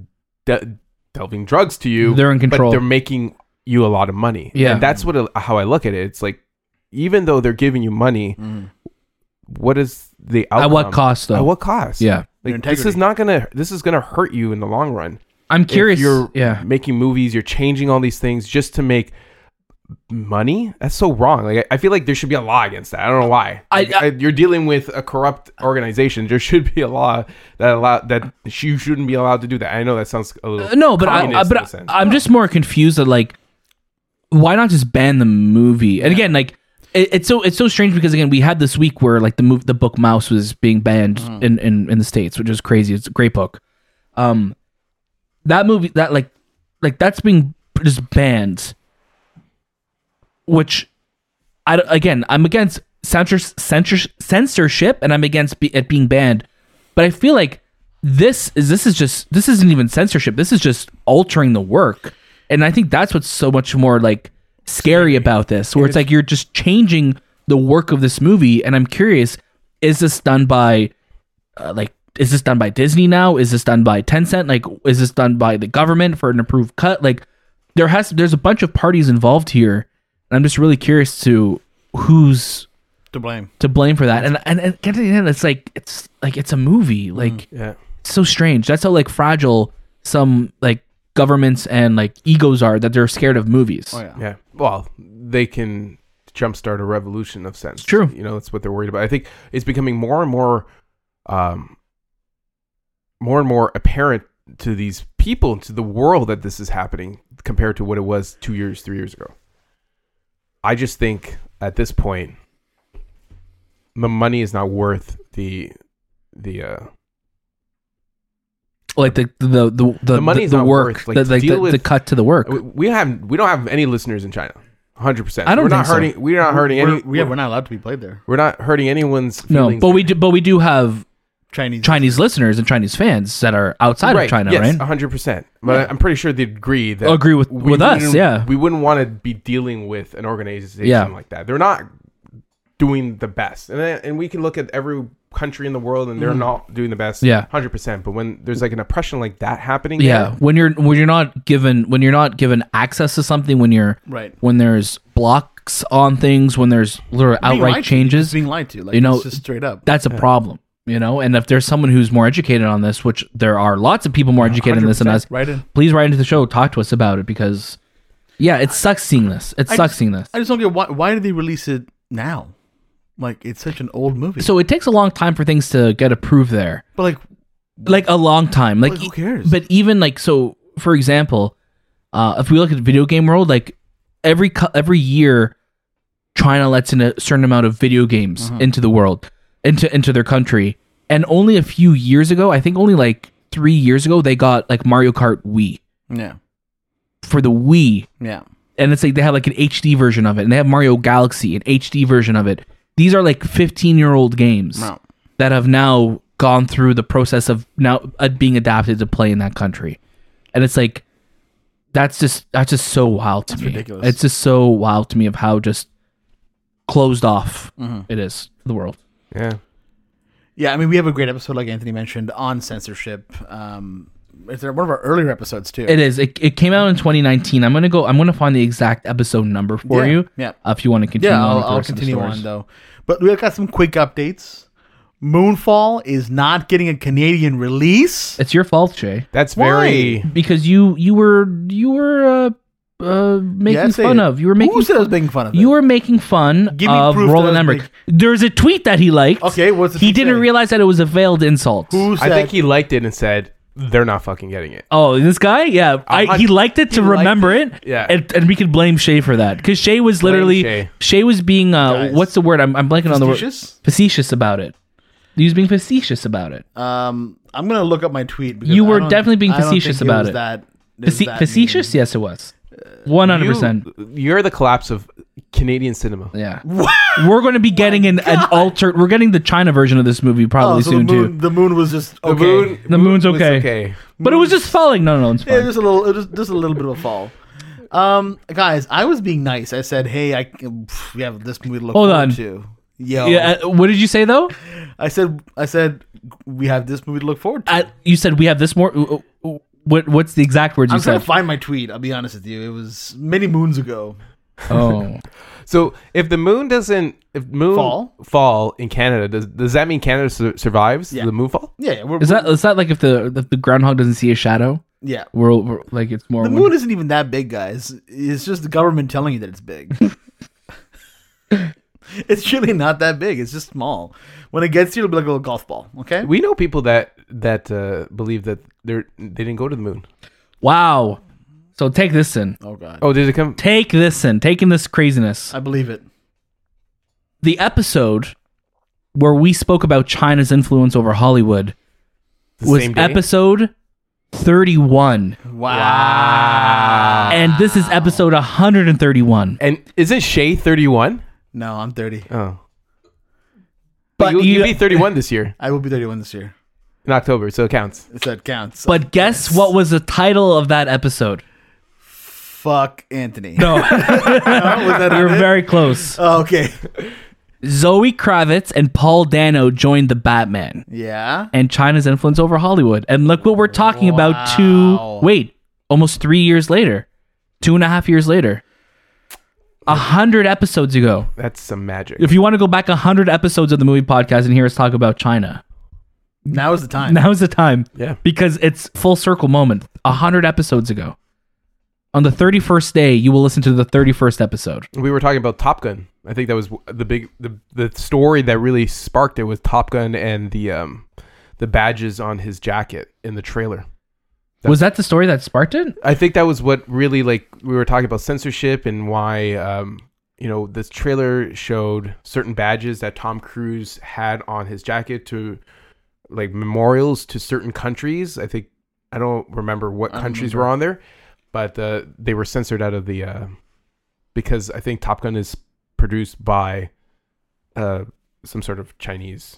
Speaker 2: de- delving drugs to you.
Speaker 3: [LAUGHS] They're in
Speaker 2: But
Speaker 3: control.
Speaker 2: they're making you a lot of money.
Speaker 3: Yeah.
Speaker 2: and that's what how I look at it. It's like even though they're giving you money,
Speaker 1: Mm-hmm.
Speaker 2: what is the outcome?
Speaker 3: At what cost, though?
Speaker 2: At what cost?
Speaker 3: yeah.
Speaker 2: Like,
Speaker 1: Your
Speaker 2: this is
Speaker 1: integrity.
Speaker 2: not gonna this is gonna hurt you in the long run.
Speaker 3: I'm
Speaker 2: If
Speaker 3: curious.
Speaker 2: you're
Speaker 3: yeah.
Speaker 2: making movies, you're changing all these things just to make money. That's so wrong. Like I I feel like there should be a law against that. I don't know why.
Speaker 3: I-
Speaker 2: Like, you're dealing with a corrupt organization. There should be a law that allow that you shouldn't be allowed to do that. I know that sounds a little
Speaker 3: Uh, no, but I, I-
Speaker 2: communist in a
Speaker 3: but
Speaker 2: sense.
Speaker 3: I, am just more confused at like why not just ban the movie? And again, like it, it's so it's so strange because again we had this week where like the move the book Mouse was being banned
Speaker 2: Mm.
Speaker 3: in, in in the states, which is crazy. It's a great book. Um, that movie that like like that's being just banned, which I don't- again I'm against censors, censors, censorship and I'm against be, it being banned, but I feel like this is this is just this isn't even censorship. This is just altering the work, and I think that's what's so much more like scary about this, where it's like you're just changing the work of this movie. And I'm curious, is this done by uh, like is this done by Disney now? Is this done by Tencent? Like is this done by the government for an approved cut? Like there has there's a bunch of parties involved here, and I'm just really curious to who's
Speaker 1: to blame.
Speaker 3: to blame for that. And and, and at the end, it's like it's like it's a
Speaker 2: Mm.
Speaker 3: movie. Like
Speaker 2: yeah.
Speaker 3: it's so strange. That's how like fragile some like governments and like egos are that they're scared of movies.
Speaker 1: Oh yeah.
Speaker 2: Yeah. Well, they can jumpstart a revolution of sense.
Speaker 3: True.
Speaker 2: You know, that's what they're worried about. I think it's becoming more and more, um, more and more apparent to these people, to the world, that this is happening compared to what it was two years, three years ago. I just think at this point, the money is not worth the the uh,
Speaker 3: Like the the the the,
Speaker 2: The money's
Speaker 3: the
Speaker 2: not
Speaker 3: work,
Speaker 2: worth, like,
Speaker 3: the, like,
Speaker 2: deal
Speaker 3: the,
Speaker 2: with-
Speaker 3: the cut to the work.
Speaker 2: we- we have we don't have any listeners in China. Hundred percent.
Speaker 3: I don't
Speaker 2: We're not
Speaker 3: think so.
Speaker 2: hurting. We're not hurting
Speaker 1: We're,
Speaker 2: any.
Speaker 1: yeah, we're not allowed to be played there.
Speaker 2: we're not hurting anyone's.
Speaker 3: No,
Speaker 2: feelings
Speaker 3: but we do, but we do have
Speaker 1: Chinese.
Speaker 3: Chinese listeners and Chinese fans that are outside of China,
Speaker 2: yes,
Speaker 1: Um,
Speaker 3: right?
Speaker 2: 100%. But I'm pretty sure they'd agree that
Speaker 3: Agree with- with us,
Speaker 2: wouldn't-
Speaker 3: yeah.
Speaker 2: We wouldn't want to be dealing with an organization
Speaker 3: Yeah.
Speaker 2: like that. They're not doing the best. And and we can look at every country in the world and they're not doing the best.
Speaker 3: Mm. Yeah.
Speaker 2: 100%. But when there's like an oppression like that happening,
Speaker 3: Yeah,
Speaker 2: there,
Speaker 3: when you're when you're not given when you're not given access to something, when you're
Speaker 1: Right.
Speaker 3: when there's blocks on things, when there's literal
Speaker 1: Being lied
Speaker 3: outright
Speaker 1: to,
Speaker 3: changes,
Speaker 1: just being lied to. Like
Speaker 3: You know,
Speaker 1: it's just straight up.
Speaker 3: that's a problem, you know. And if there's someone who's more educated on this, which there are lots of people more educated on this than us,
Speaker 1: Right in.
Speaker 3: please write into the show, talk to us about it because, yeah, it sucks seeing this. It sucks
Speaker 1: just-
Speaker 3: seeing this.
Speaker 1: I just don't get why. Why did they release it now? Like it's such an old movie.
Speaker 3: so it takes a long time for things to get approved there,
Speaker 1: but like,
Speaker 3: like a long time. Like
Speaker 1: Like, who cares?
Speaker 3: But even like so, for example, uh, if we look at the video game world, like every co- every year, China lets in a certain amount of video games
Speaker 1: Uh-huh.
Speaker 3: into the world, into into their country, and only a few years ago, I think only like three years ago, they got like Mario Kart Wii
Speaker 1: yeah,
Speaker 3: for the Wii.
Speaker 1: yeah.
Speaker 3: and it's like they have like an HD version of it, and they have Mario Galaxy, an HD version of it. These are like 15 year old games
Speaker 1: Wow.
Speaker 3: that have now gone through the process of now uh, being adapted to play in that country, and it's like that's just that's just so wild to me.
Speaker 1: ridiculous.
Speaker 3: It's just so wild to me of how just closed off
Speaker 1: Mm-hmm.
Speaker 3: it is to the world.
Speaker 2: yeah.
Speaker 1: Yeah, I mean, we have a great episode, like Anthony mentioned, on censorship. Um, it's one of our earlier episodes too.
Speaker 3: It is. It, it came out in 2019. I'm gonna go. I'm gonna find the exact episode number for
Speaker 1: Yeah,
Speaker 3: you.
Speaker 1: yeah.
Speaker 3: uh, if you want to continue.
Speaker 1: yeah,
Speaker 3: on
Speaker 1: I'll,
Speaker 3: with the
Speaker 1: I'll
Speaker 3: rest of the
Speaker 1: continue
Speaker 3: stories.
Speaker 1: on though. But we've got some quick updates. Moonfall is not getting a Canadian release.
Speaker 3: It's your fault, Shay.
Speaker 2: That's
Speaker 1: Why?
Speaker 2: very.
Speaker 3: because you you were you were uh, uh making
Speaker 1: Yeah, say
Speaker 3: fun
Speaker 1: it.
Speaker 3: of you were making
Speaker 1: Who said I was
Speaker 3: fun,
Speaker 1: making fun of it?
Speaker 3: you were making fun
Speaker 1: Give me
Speaker 3: of
Speaker 1: proof that
Speaker 3: Roland
Speaker 1: I was
Speaker 3: Emmerich. There's a tweet that he liked.
Speaker 1: Okay, what's the
Speaker 3: he
Speaker 1: tweet
Speaker 3: didn't
Speaker 1: say?
Speaker 3: realize that it was a veiled insult.
Speaker 1: Who
Speaker 2: I
Speaker 1: said?
Speaker 2: think he liked it and said, they're not fucking getting it.
Speaker 3: Oh, this guy? Yeah, I,
Speaker 2: hun-
Speaker 3: he liked it to
Speaker 2: liked
Speaker 3: remember it.
Speaker 2: Yeah.
Speaker 3: and, and we could blame Shay for that because Shay was literally
Speaker 2: Shay.
Speaker 3: Shay. was being uh
Speaker 1: Guys.
Speaker 3: what's the word? I'm, I'm blanking on the word
Speaker 1: Facetious?
Speaker 3: facetious about it. He was being facetious about it.
Speaker 1: um, I'm gonna look up my tweet. Because
Speaker 3: You
Speaker 1: I
Speaker 3: were
Speaker 1: don't-
Speaker 3: definitely being
Speaker 1: I don't
Speaker 3: facetious
Speaker 1: think it
Speaker 3: about
Speaker 1: was
Speaker 3: it.
Speaker 1: That, it was
Speaker 3: Face-
Speaker 1: that
Speaker 3: facetious? Yes, it was. One hundred percent.
Speaker 2: You, you're the collapse of Canadian cinema.
Speaker 3: Yeah. We're going to be getting an, an altered. We're getting the China version of this movie
Speaker 1: mean.
Speaker 3: probably
Speaker 1: Oh, so
Speaker 3: soon
Speaker 1: the moon,
Speaker 3: too.
Speaker 1: the moon was just okay.
Speaker 2: The moon,
Speaker 3: The moon's
Speaker 2: was
Speaker 3: okay. But it was just falling. No, no, no, it's
Speaker 1: Yeah,
Speaker 3: fine.
Speaker 1: just a little, it was just a little bit of a fall. Um, guys, I was being nice. I said, "Hey, I pff, we have this movie to look
Speaker 3: Hold
Speaker 1: forward
Speaker 3: on.
Speaker 1: to." Yo,
Speaker 3: Yeah. uh, What did you say though?
Speaker 1: I said, I said, we have this movie to look forward to.
Speaker 3: I, Uh, you said we have this more. w- w- What What's the exact words you
Speaker 1: I'm trying
Speaker 3: said?
Speaker 1: to find my tweet. I'll be honest with you. It was many moons ago.
Speaker 3: oh,
Speaker 2: So if the moon doesn't, if moon
Speaker 1: Fall?
Speaker 2: fall in Canada, does does that mean Canada su- survives the moon fall?
Speaker 1: Yeah, yeah, we're,
Speaker 3: is that is that like if the if the groundhog doesn't see a shadow?
Speaker 1: yeah.
Speaker 3: We're, we're like it's more.
Speaker 1: The moon isn't even that big, guys. It's just the government telling you that it's
Speaker 3: [LAUGHS]
Speaker 1: big. it's really not that big. It's just small. When it gets here, it'll be like a little golf ball. Okay.
Speaker 2: We know people that that uh, believe that they're they didn't go to the moon.
Speaker 3: wow. So take this in.
Speaker 1: Oh god.
Speaker 2: Oh, did it come?
Speaker 3: Take this in. Taking this craziness.
Speaker 1: I believe it.
Speaker 3: The episode where we spoke about China's influence over Hollywood
Speaker 2: The
Speaker 3: was
Speaker 2: same day?
Speaker 3: episode thirty-one,
Speaker 1: Wow.
Speaker 3: and this is episode one hundred and thirty-one.
Speaker 2: And isn't Shay thirty one?
Speaker 1: No, I'm 30.
Speaker 2: Oh,
Speaker 3: But
Speaker 2: but you,
Speaker 3: you-
Speaker 2: you'd be thirty one this year
Speaker 1: I will be 31 this year.
Speaker 2: in October, so it counts.
Speaker 1: So that counts.
Speaker 3: But guess what was the title of that episode?
Speaker 1: fuck Anthony.
Speaker 3: [LAUGHS] No,
Speaker 1: was that
Speaker 3: you're
Speaker 1: it?
Speaker 3: very
Speaker 1: [LAUGHS]
Speaker 3: close.
Speaker 1: Oh, okay.
Speaker 3: Zoe Kravitz and Paul Dano joined the Batman
Speaker 1: Yeah.
Speaker 3: and China's influence over Hollywood. And look what we're talking about
Speaker 1: Wow.
Speaker 3: two, wait, almost three years later, two and a half years later, a hundred episodes ago.
Speaker 2: That's some magic.
Speaker 3: If you want to go back a hundred episodes of the movie podcast and hear us talk about China,
Speaker 1: Now is the time.
Speaker 3: now's the time
Speaker 2: yeah,
Speaker 3: because it's full circle moment. A hundred episodes ago. On the 31st day, you will listen to the 31st episode.
Speaker 2: we were talking about Top Gun. I think that was w- the big the the story that really sparked it was Top Gun and the um the badges on his jacket in the trailer.
Speaker 3: Was that the story that sparked it?
Speaker 2: I think that was what really like we were talking about censorship and why um, you know this trailer showed certain badges that Tom Cruise had on his jacket to like memorials to certain countries. I think I don't remember what
Speaker 1: I
Speaker 2: countries
Speaker 1: remember.
Speaker 2: were on there, but uh, they were censored out of the uh, because I think Top Gun is produced by uh, some sort of Chinese.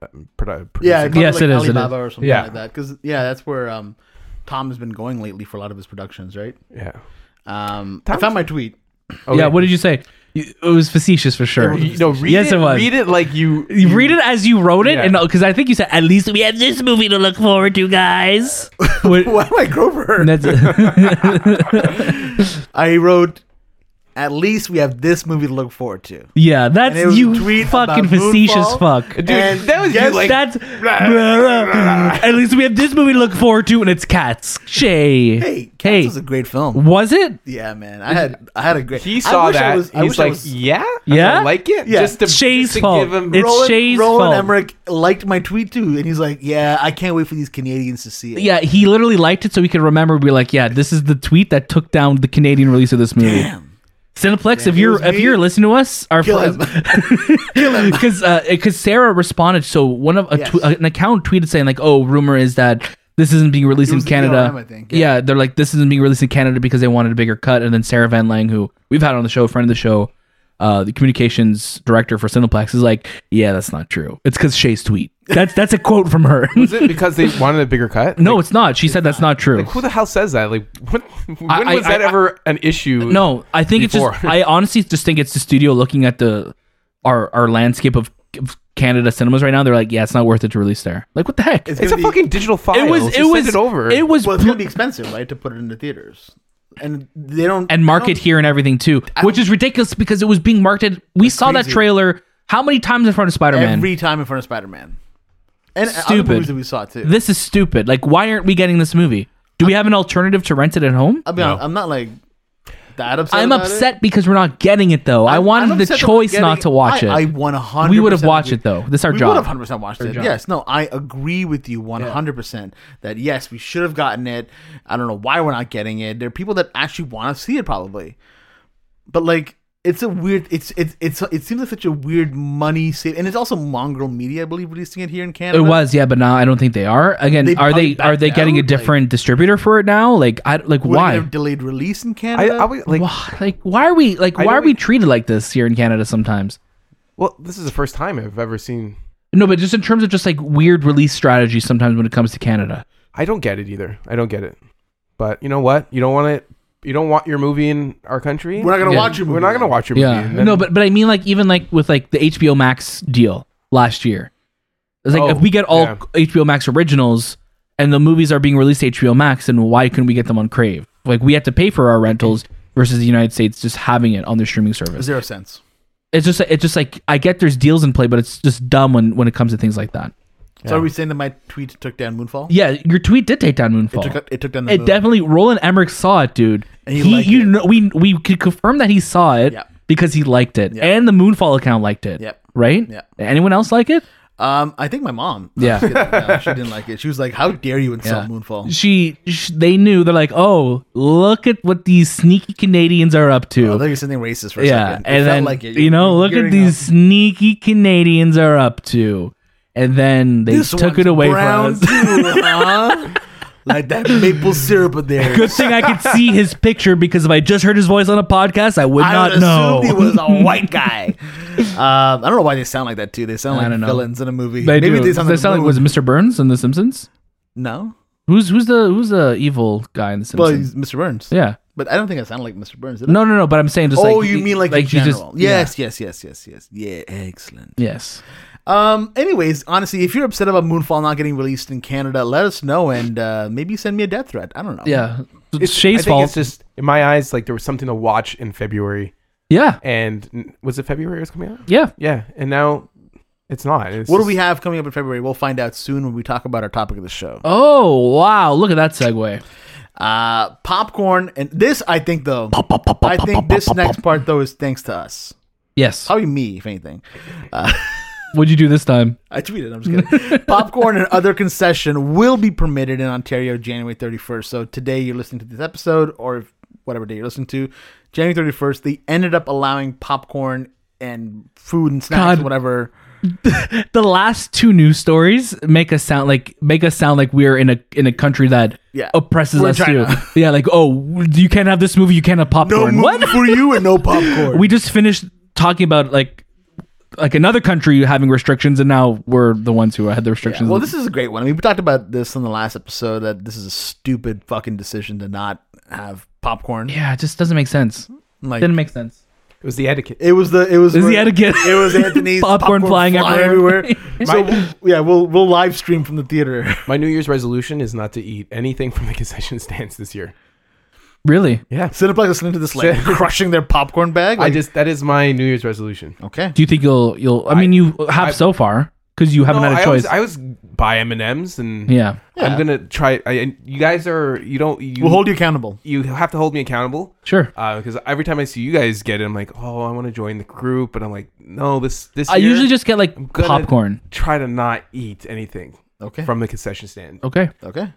Speaker 2: um,
Speaker 1: Yeah.
Speaker 2: produ- producer.
Speaker 1: probably
Speaker 3: Yes, it is, it is.
Speaker 1: Alibaba or something
Speaker 2: Yeah.
Speaker 1: like that. Because yeah, that's where um, Tom has been going lately for a lot of his productions, right?
Speaker 2: yeah.
Speaker 1: Um, I
Speaker 2: Tom's-
Speaker 1: found my tweet. [LAUGHS]
Speaker 2: Okay.
Speaker 3: Yeah, what did you say? You- It was facetious for sure.
Speaker 2: You- no, read
Speaker 3: Yes,
Speaker 2: Oh, it,
Speaker 3: it was.
Speaker 2: Read it like you.
Speaker 3: You read it as you wrote it,
Speaker 2: Yeah.
Speaker 3: and because I think you said at least we have this movie to look forward to, guys. What-
Speaker 1: Why am I Grover?
Speaker 3: and that's- [LAUGHS]
Speaker 1: I wrote, at least we have this movie to look forward to.
Speaker 3: yeah, that's
Speaker 1: And it was a
Speaker 3: you
Speaker 1: tweet
Speaker 3: fucking
Speaker 1: about
Speaker 3: facetious
Speaker 1: Moonfall.
Speaker 3: fuck.
Speaker 2: Dude,
Speaker 1: And
Speaker 2: that was
Speaker 1: guess
Speaker 2: you like [LAUGHS]
Speaker 3: that's at least we have this movie to look forward to, and it's Cats. Shay,
Speaker 1: Hey, Cats
Speaker 3: Hey.
Speaker 1: was a great film.
Speaker 3: was it?
Speaker 1: Yeah, man. I had I had a great.
Speaker 2: He
Speaker 1: I
Speaker 2: saw
Speaker 1: wish I
Speaker 2: that.
Speaker 1: was- I
Speaker 2: He's
Speaker 1: wish I
Speaker 2: like,
Speaker 1: was-
Speaker 2: yeah, I
Speaker 3: Yeah?
Speaker 2: don't like it.
Speaker 1: Yeah.
Speaker 2: Just to,
Speaker 3: Shay's
Speaker 2: just to
Speaker 3: fault.
Speaker 2: give him.
Speaker 3: [LAUGHS] It's-
Speaker 1: Roland,
Speaker 3: Shay's
Speaker 1: Roland
Speaker 3: fault.
Speaker 1: Emmerich liked my tweet too, and he's like, "Yeah, I can't wait for these Canadians to see it."
Speaker 3: Yeah, he literally liked it so he could remember. and Be like, yeah, this is the tweet that took down the Canadian release of this movie.
Speaker 1: Damn.
Speaker 3: Cineplex,
Speaker 1: Damn,
Speaker 3: if
Speaker 1: it
Speaker 3: you're
Speaker 1: was
Speaker 3: if
Speaker 1: me.
Speaker 3: you're listening to us, our
Speaker 1: Kill him.
Speaker 3: [LAUGHS] because because Sarah responded. So one of a
Speaker 1: Yes.
Speaker 3: tw- an account tweeted saying like, "Oh, rumor is that this isn't being released
Speaker 1: It
Speaker 3: in
Speaker 1: was the
Speaker 3: Canada."
Speaker 1: BLM, I think,
Speaker 3: Yeah. they're like, "This isn't being released in Canada because they wanted a bigger cut." And then Sarah Van Lang, who we've had on the show, a friend of the show, uh, the communications director for Cineplex, is like, "Yeah, that's not true. It's because Shay's tweet. That's that's a quote from her." [LAUGHS]
Speaker 2: Was it because they wanted a bigger cut?
Speaker 3: no, it's not. She said that's not true.
Speaker 2: Who the hell says that? Like, what, when
Speaker 3: I-
Speaker 2: was
Speaker 3: I-
Speaker 2: that
Speaker 3: I-
Speaker 2: ever an issue?
Speaker 3: No, I think it's
Speaker 2: before.
Speaker 3: just. I honestly just think it's the studio looking at the our our landscape of, of Canada cinemas right now. They're like, yeah, it's not worth it to release there. Like, what the heck?
Speaker 2: it's a
Speaker 1: gonna be-
Speaker 2: fucking digital file.
Speaker 3: it was.
Speaker 2: Just
Speaker 3: It
Speaker 2: send
Speaker 3: was.
Speaker 2: it over.
Speaker 3: It was.
Speaker 1: Well, it's
Speaker 3: pl-
Speaker 1: gonna be expensive, right, to put it in the theaters, and they don't
Speaker 3: and
Speaker 1: I
Speaker 3: market
Speaker 1: don't-
Speaker 3: here and everything too, which is ridiculous because it was being marketed. We saw that
Speaker 1: crazy.
Speaker 3: trailer how many times in front of Spider Man?
Speaker 1: every time in front of Spider-Man, and
Speaker 3: Stupid.
Speaker 1: other movies that we saw too.
Speaker 3: this is stupid. Like, why aren't we getting this movie? Do we have an alternative to rent it at home?
Speaker 1: I'll be honest, I'm not like that upset.
Speaker 3: I'm
Speaker 1: about it.
Speaker 3: upset because we're not getting it though. I
Speaker 1: I'm
Speaker 3: wanted the
Speaker 1: upset that
Speaker 3: choice
Speaker 1: we're
Speaker 3: not
Speaker 1: getting-
Speaker 3: to watch
Speaker 1: I, I
Speaker 3: it.
Speaker 1: 100.
Speaker 3: We would have watched it though. This is our
Speaker 1: we
Speaker 3: job.
Speaker 1: would have 100 percent watched it.
Speaker 3: job.
Speaker 1: Yes, no, I agree with you 100 percent that yes, we should have gotten it. I don't know why we're not getting it. There are people that actually want to see it probably, but like it's a weird. It's it's it's it seems like such a weird money save, and it's also Mongrel Media, I believe, releasing it here in Canada.
Speaker 3: It was, yeah, but now I don't think they are. Again,
Speaker 1: They
Speaker 3: are
Speaker 1: probably
Speaker 3: they are
Speaker 1: backed
Speaker 3: they getting a
Speaker 1: out, like-
Speaker 3: different distributor for it now? Like I like
Speaker 1: Would it
Speaker 3: why?
Speaker 1: get a delayed release in
Speaker 2: I,
Speaker 1: Canada.
Speaker 2: I was like,
Speaker 3: Why- like why are we like
Speaker 2: I
Speaker 3: why
Speaker 2: know
Speaker 3: are we
Speaker 2: we-
Speaker 3: treated like this here in Canada sometimes?
Speaker 2: well, this is the first time I've ever seen.
Speaker 3: No, but just in terms of just like weird release strategies sometimes when it comes to Canada.
Speaker 2: I don't get it either. I don't get it. But you know what? You don't want to you don't want your movie in our country.
Speaker 1: We're not gonna
Speaker 2: Yeah.
Speaker 1: watch your movie.
Speaker 2: We're not gonna watch your movie.
Speaker 3: Yeah.
Speaker 2: And then-
Speaker 3: no, but but I mean like even like with like the HBO Max deal last year. It's like
Speaker 2: Oh,
Speaker 3: if we get all
Speaker 2: yeah.
Speaker 3: HBO Max originals and the movies are being released to HBO Max, then why couldn't we get them on Crave? Like we have to pay for our rentals versus the United States just having it on their streaming service.
Speaker 1: Zero cents.
Speaker 3: it's just it's just like I get there's deals in play, but it's just dumb when when it comes to things like that.
Speaker 1: So are we saying that my tweet took down Moonfall?
Speaker 3: Yeah, your tweet did take down Moonfall.
Speaker 1: It took, it took down the
Speaker 3: It
Speaker 1: moon.
Speaker 3: definitely Roland Emmerich saw it, dude.
Speaker 1: And he
Speaker 3: he,
Speaker 1: liked
Speaker 3: you
Speaker 1: it.
Speaker 3: know, we we could confirm that he saw it
Speaker 1: Yeah.
Speaker 3: because he liked it,
Speaker 1: Yeah.
Speaker 3: and the Moonfall account liked it.
Speaker 1: Yep.
Speaker 3: Right?
Speaker 1: Yeah.
Speaker 3: Anyone else like it?
Speaker 1: Um, I think my mom.
Speaker 3: Yeah.
Speaker 1: Yeah, she didn't like it. She was like, "How dare you insult
Speaker 3: Yeah.
Speaker 1: Moonfall?"
Speaker 3: She, sh they knew. They're like, oh, look at what these sneaky Canadians are up to.
Speaker 1: I thought you were something racist for a
Speaker 3: yeah,
Speaker 1: Oh, second. It felt
Speaker 3: and then
Speaker 1: like it.
Speaker 3: you know,
Speaker 1: You're
Speaker 3: look at
Speaker 1: gearing
Speaker 3: these
Speaker 1: up.
Speaker 3: sneaky Canadians are up to, and then they
Speaker 1: This
Speaker 3: took
Speaker 1: one's
Speaker 3: it away
Speaker 1: brown
Speaker 3: [LAUGHS] from us.
Speaker 1: too, huh? like that maple syrup in there.
Speaker 3: Good thing I could see his picture because if I just heard his voice on a podcast, I would
Speaker 1: I
Speaker 3: not
Speaker 1: would
Speaker 3: know.
Speaker 1: assume he was a white guy. um, I don't know why they sound like that too. They sound
Speaker 3: I
Speaker 1: like
Speaker 3: don't know.
Speaker 1: villains in a movie.
Speaker 3: [LAUGHS] They
Speaker 1: Maybe
Speaker 3: do.
Speaker 1: they sound like, the
Speaker 3: was
Speaker 1: moon.
Speaker 3: it Mr. Burns in The Simpsons?
Speaker 1: no.
Speaker 3: Who's who's the who's the evil guy in The
Speaker 1: Well,
Speaker 3: Simpsons?
Speaker 1: he's Mr. Burns.
Speaker 3: yeah.
Speaker 1: but I don't think I sound like Mr. Burns. Did I?
Speaker 3: No, no, no. But I'm saying just like
Speaker 1: oh, you mean like, in
Speaker 3: you just-
Speaker 1: general? yes, yes, yes, yes, yes. Yeah, excellent.
Speaker 3: yeah. yes.
Speaker 1: Um. Anyways, honestly, if you're upset about Moonfall not getting released in Canada, let us know and uh, maybe send me a death threat. I don't know.
Speaker 3: Yeah. It's
Speaker 2: It's
Speaker 3: Shay's
Speaker 2: I think
Speaker 3: fault.
Speaker 2: It's just in my eyes, like there was something to watch in February,
Speaker 3: yeah.
Speaker 2: and was it February it was coming out?
Speaker 3: Yeah.
Speaker 2: Yeah, and now it's not. It's
Speaker 1: What do
Speaker 2: just-
Speaker 1: we have coming up in February? We'll find out soon when we talk about our topic of the show.
Speaker 3: Oh wow! Look at that segue.
Speaker 1: Uh, popcorn and this, I think though, I think this next part though is thanks to us.
Speaker 3: Yes.
Speaker 1: Probably me, if anything.
Speaker 3: What'd you do this time?
Speaker 1: I tweeted. I'm just kidding. [LAUGHS] Popcorn and other concession will be permitted in Ontario January 31st. So today you're listening to this episode, or if- whatever day you're listening to, January 31st. They ended up allowing popcorn and food and snacks,
Speaker 3: God.
Speaker 1: and whatever.
Speaker 3: The last two news stories make us sound like make us sound like we're in a in a country that
Speaker 1: Yeah.
Speaker 3: oppresses
Speaker 1: We're
Speaker 3: us too.
Speaker 1: China.
Speaker 3: Yeah, like oh, you can't have this movie, you can't have popcorn.
Speaker 1: movie
Speaker 3: what?
Speaker 1: for you
Speaker 3: [LAUGHS]
Speaker 1: and no popcorn.
Speaker 3: we just finished talking about like like another country having restrictions and now we're the ones who had the restrictions
Speaker 1: well, this is a great one. I mean, we talked about this on the last episode that this is a stupid fucking decision to not have popcorn.
Speaker 3: yeah it just doesn't make sense
Speaker 1: Like,
Speaker 3: didn't make sense
Speaker 2: It was the etiquette.
Speaker 1: It was the it was
Speaker 3: It was the etiquette.
Speaker 1: It
Speaker 2: [LAUGHS]
Speaker 1: was Anthony's
Speaker 3: Popcorn flying everywhere.
Speaker 1: so we'll- yeah, we'll we'll live stream from the theater. [LAUGHS]
Speaker 2: My New Year's resolution is not to eat anything from the concession stands this year.
Speaker 3: really
Speaker 2: Yeah,
Speaker 1: Cineplex listening to this like
Speaker 2: Cin-
Speaker 1: crushing their popcorn bag.
Speaker 2: I
Speaker 1: Like,
Speaker 2: just that is my New Year's resolution.
Speaker 1: okay.
Speaker 3: do you think you'll you'll i, mean you have
Speaker 2: I-
Speaker 3: so far because you haven't
Speaker 2: No,
Speaker 3: had a
Speaker 2: I Always,
Speaker 3: choice
Speaker 2: I always buy M and M's, and
Speaker 3: yeah
Speaker 1: Yeah.
Speaker 2: I'm gonna try. I, and you guys are you don't you
Speaker 1: We'll hold you accountable.
Speaker 2: you have to hold me accountable
Speaker 3: sure
Speaker 2: because every time I see you guys get it, I'm like, oh, I want to join the group, but I'm like, no, this this.
Speaker 3: i
Speaker 2: year,
Speaker 3: usually just get like
Speaker 2: gonna-
Speaker 3: popcorn
Speaker 2: try to not eat anything
Speaker 1: Okay.
Speaker 2: from the concession stand
Speaker 3: okay
Speaker 1: okay.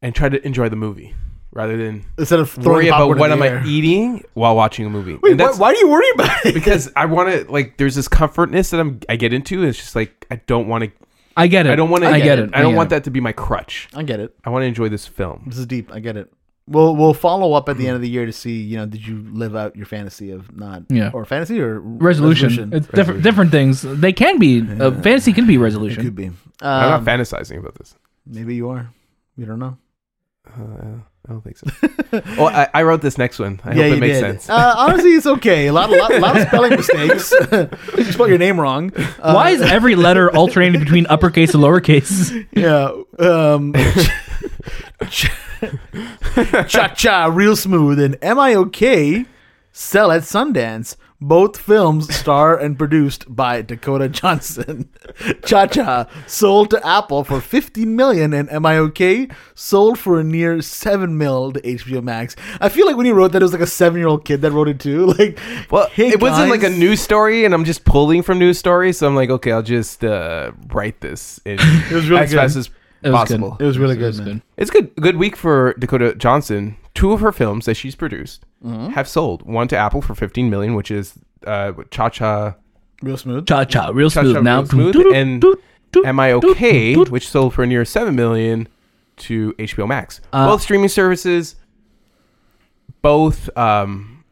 Speaker 2: and try to enjoy the movie rather than
Speaker 1: Instead of throwing
Speaker 2: worry
Speaker 1: popcorn
Speaker 2: about
Speaker 1: in
Speaker 2: what
Speaker 1: the
Speaker 2: am
Speaker 1: air.
Speaker 2: I eating while watching a movie.
Speaker 1: Wait,
Speaker 2: And
Speaker 1: why,
Speaker 2: that's-
Speaker 1: why do you worry about it?
Speaker 2: because I want to like there's this comfortness that I'm I get into. It's just like I don't want to.
Speaker 3: i get it
Speaker 2: I don't want to.
Speaker 3: i get it
Speaker 2: I don't want that
Speaker 3: that
Speaker 2: to be my crutch.
Speaker 1: I get it.
Speaker 2: I want to enjoy this film.
Speaker 1: This is deep. I get it. We'll we'll follow up at the end of the year to see you know did you live out your fantasy of not
Speaker 3: Yeah.
Speaker 1: or fantasy or
Speaker 3: resolution, it's different different things they can be uh, fantasy can be resolution
Speaker 1: Could be.
Speaker 2: I'm
Speaker 1: Um,
Speaker 2: not fantasizing about this.
Speaker 1: maybe you are. We don't know.
Speaker 2: Uh, I don't think so.
Speaker 1: [LAUGHS]
Speaker 2: well, I, I wrote this next one. I hope it
Speaker 1: you
Speaker 2: makes
Speaker 1: did.
Speaker 2: sense.
Speaker 1: Uh, honestly, it's okay. A lot, a lot, a lot of spelling mistakes. [LAUGHS] you spelled your name wrong. Uh,
Speaker 3: why is
Speaker 1: [LAUGHS]
Speaker 3: every letter alternating between uppercase and lowercase
Speaker 1: Yeah. [LAUGHS] Um, cha cha, real smooth, and Am I Okay? Sell at Sundance. Both films star and produced by Dakota Johnson. [LAUGHS] Cha Cha sold to Apple for 15 million and Am I Okay? sold for a near 7 mil to HBO Max. I feel like when you wrote that it was like a 7-year-old kid that wrote it too. [LAUGHS] Like
Speaker 2: well,
Speaker 1: hey,
Speaker 2: it wasn't like a
Speaker 1: guys.
Speaker 2: news story, and I'm just pulling from news stories. So I'm like, okay, I'll just uh, write this
Speaker 1: [LAUGHS]
Speaker 2: in
Speaker 1: was really
Speaker 2: as
Speaker 1: good.
Speaker 2: fast as
Speaker 3: It was good.
Speaker 2: possible.
Speaker 1: It was really good,
Speaker 3: It's
Speaker 1: man.
Speaker 3: good.
Speaker 2: It's good. Good week for Dakota Johnson. Two of her films that she's produced
Speaker 3: Mm-hmm.
Speaker 2: have sold. One to Apple for 15 million, which is uh, Cha Cha.
Speaker 1: Real smooth.
Speaker 3: Cha cha, real
Speaker 2: Cha-cha,
Speaker 3: smooth
Speaker 2: real
Speaker 3: now.
Speaker 2: smooth,
Speaker 3: Doo-doo,
Speaker 2: and
Speaker 3: doo-doo, doo-doo,
Speaker 2: Am I
Speaker 3: doo-doo,
Speaker 2: okay?
Speaker 3: doo-doo.
Speaker 2: Which sold for near 7 million to HBO Max.
Speaker 3: Uh,
Speaker 2: both streaming services. Both um,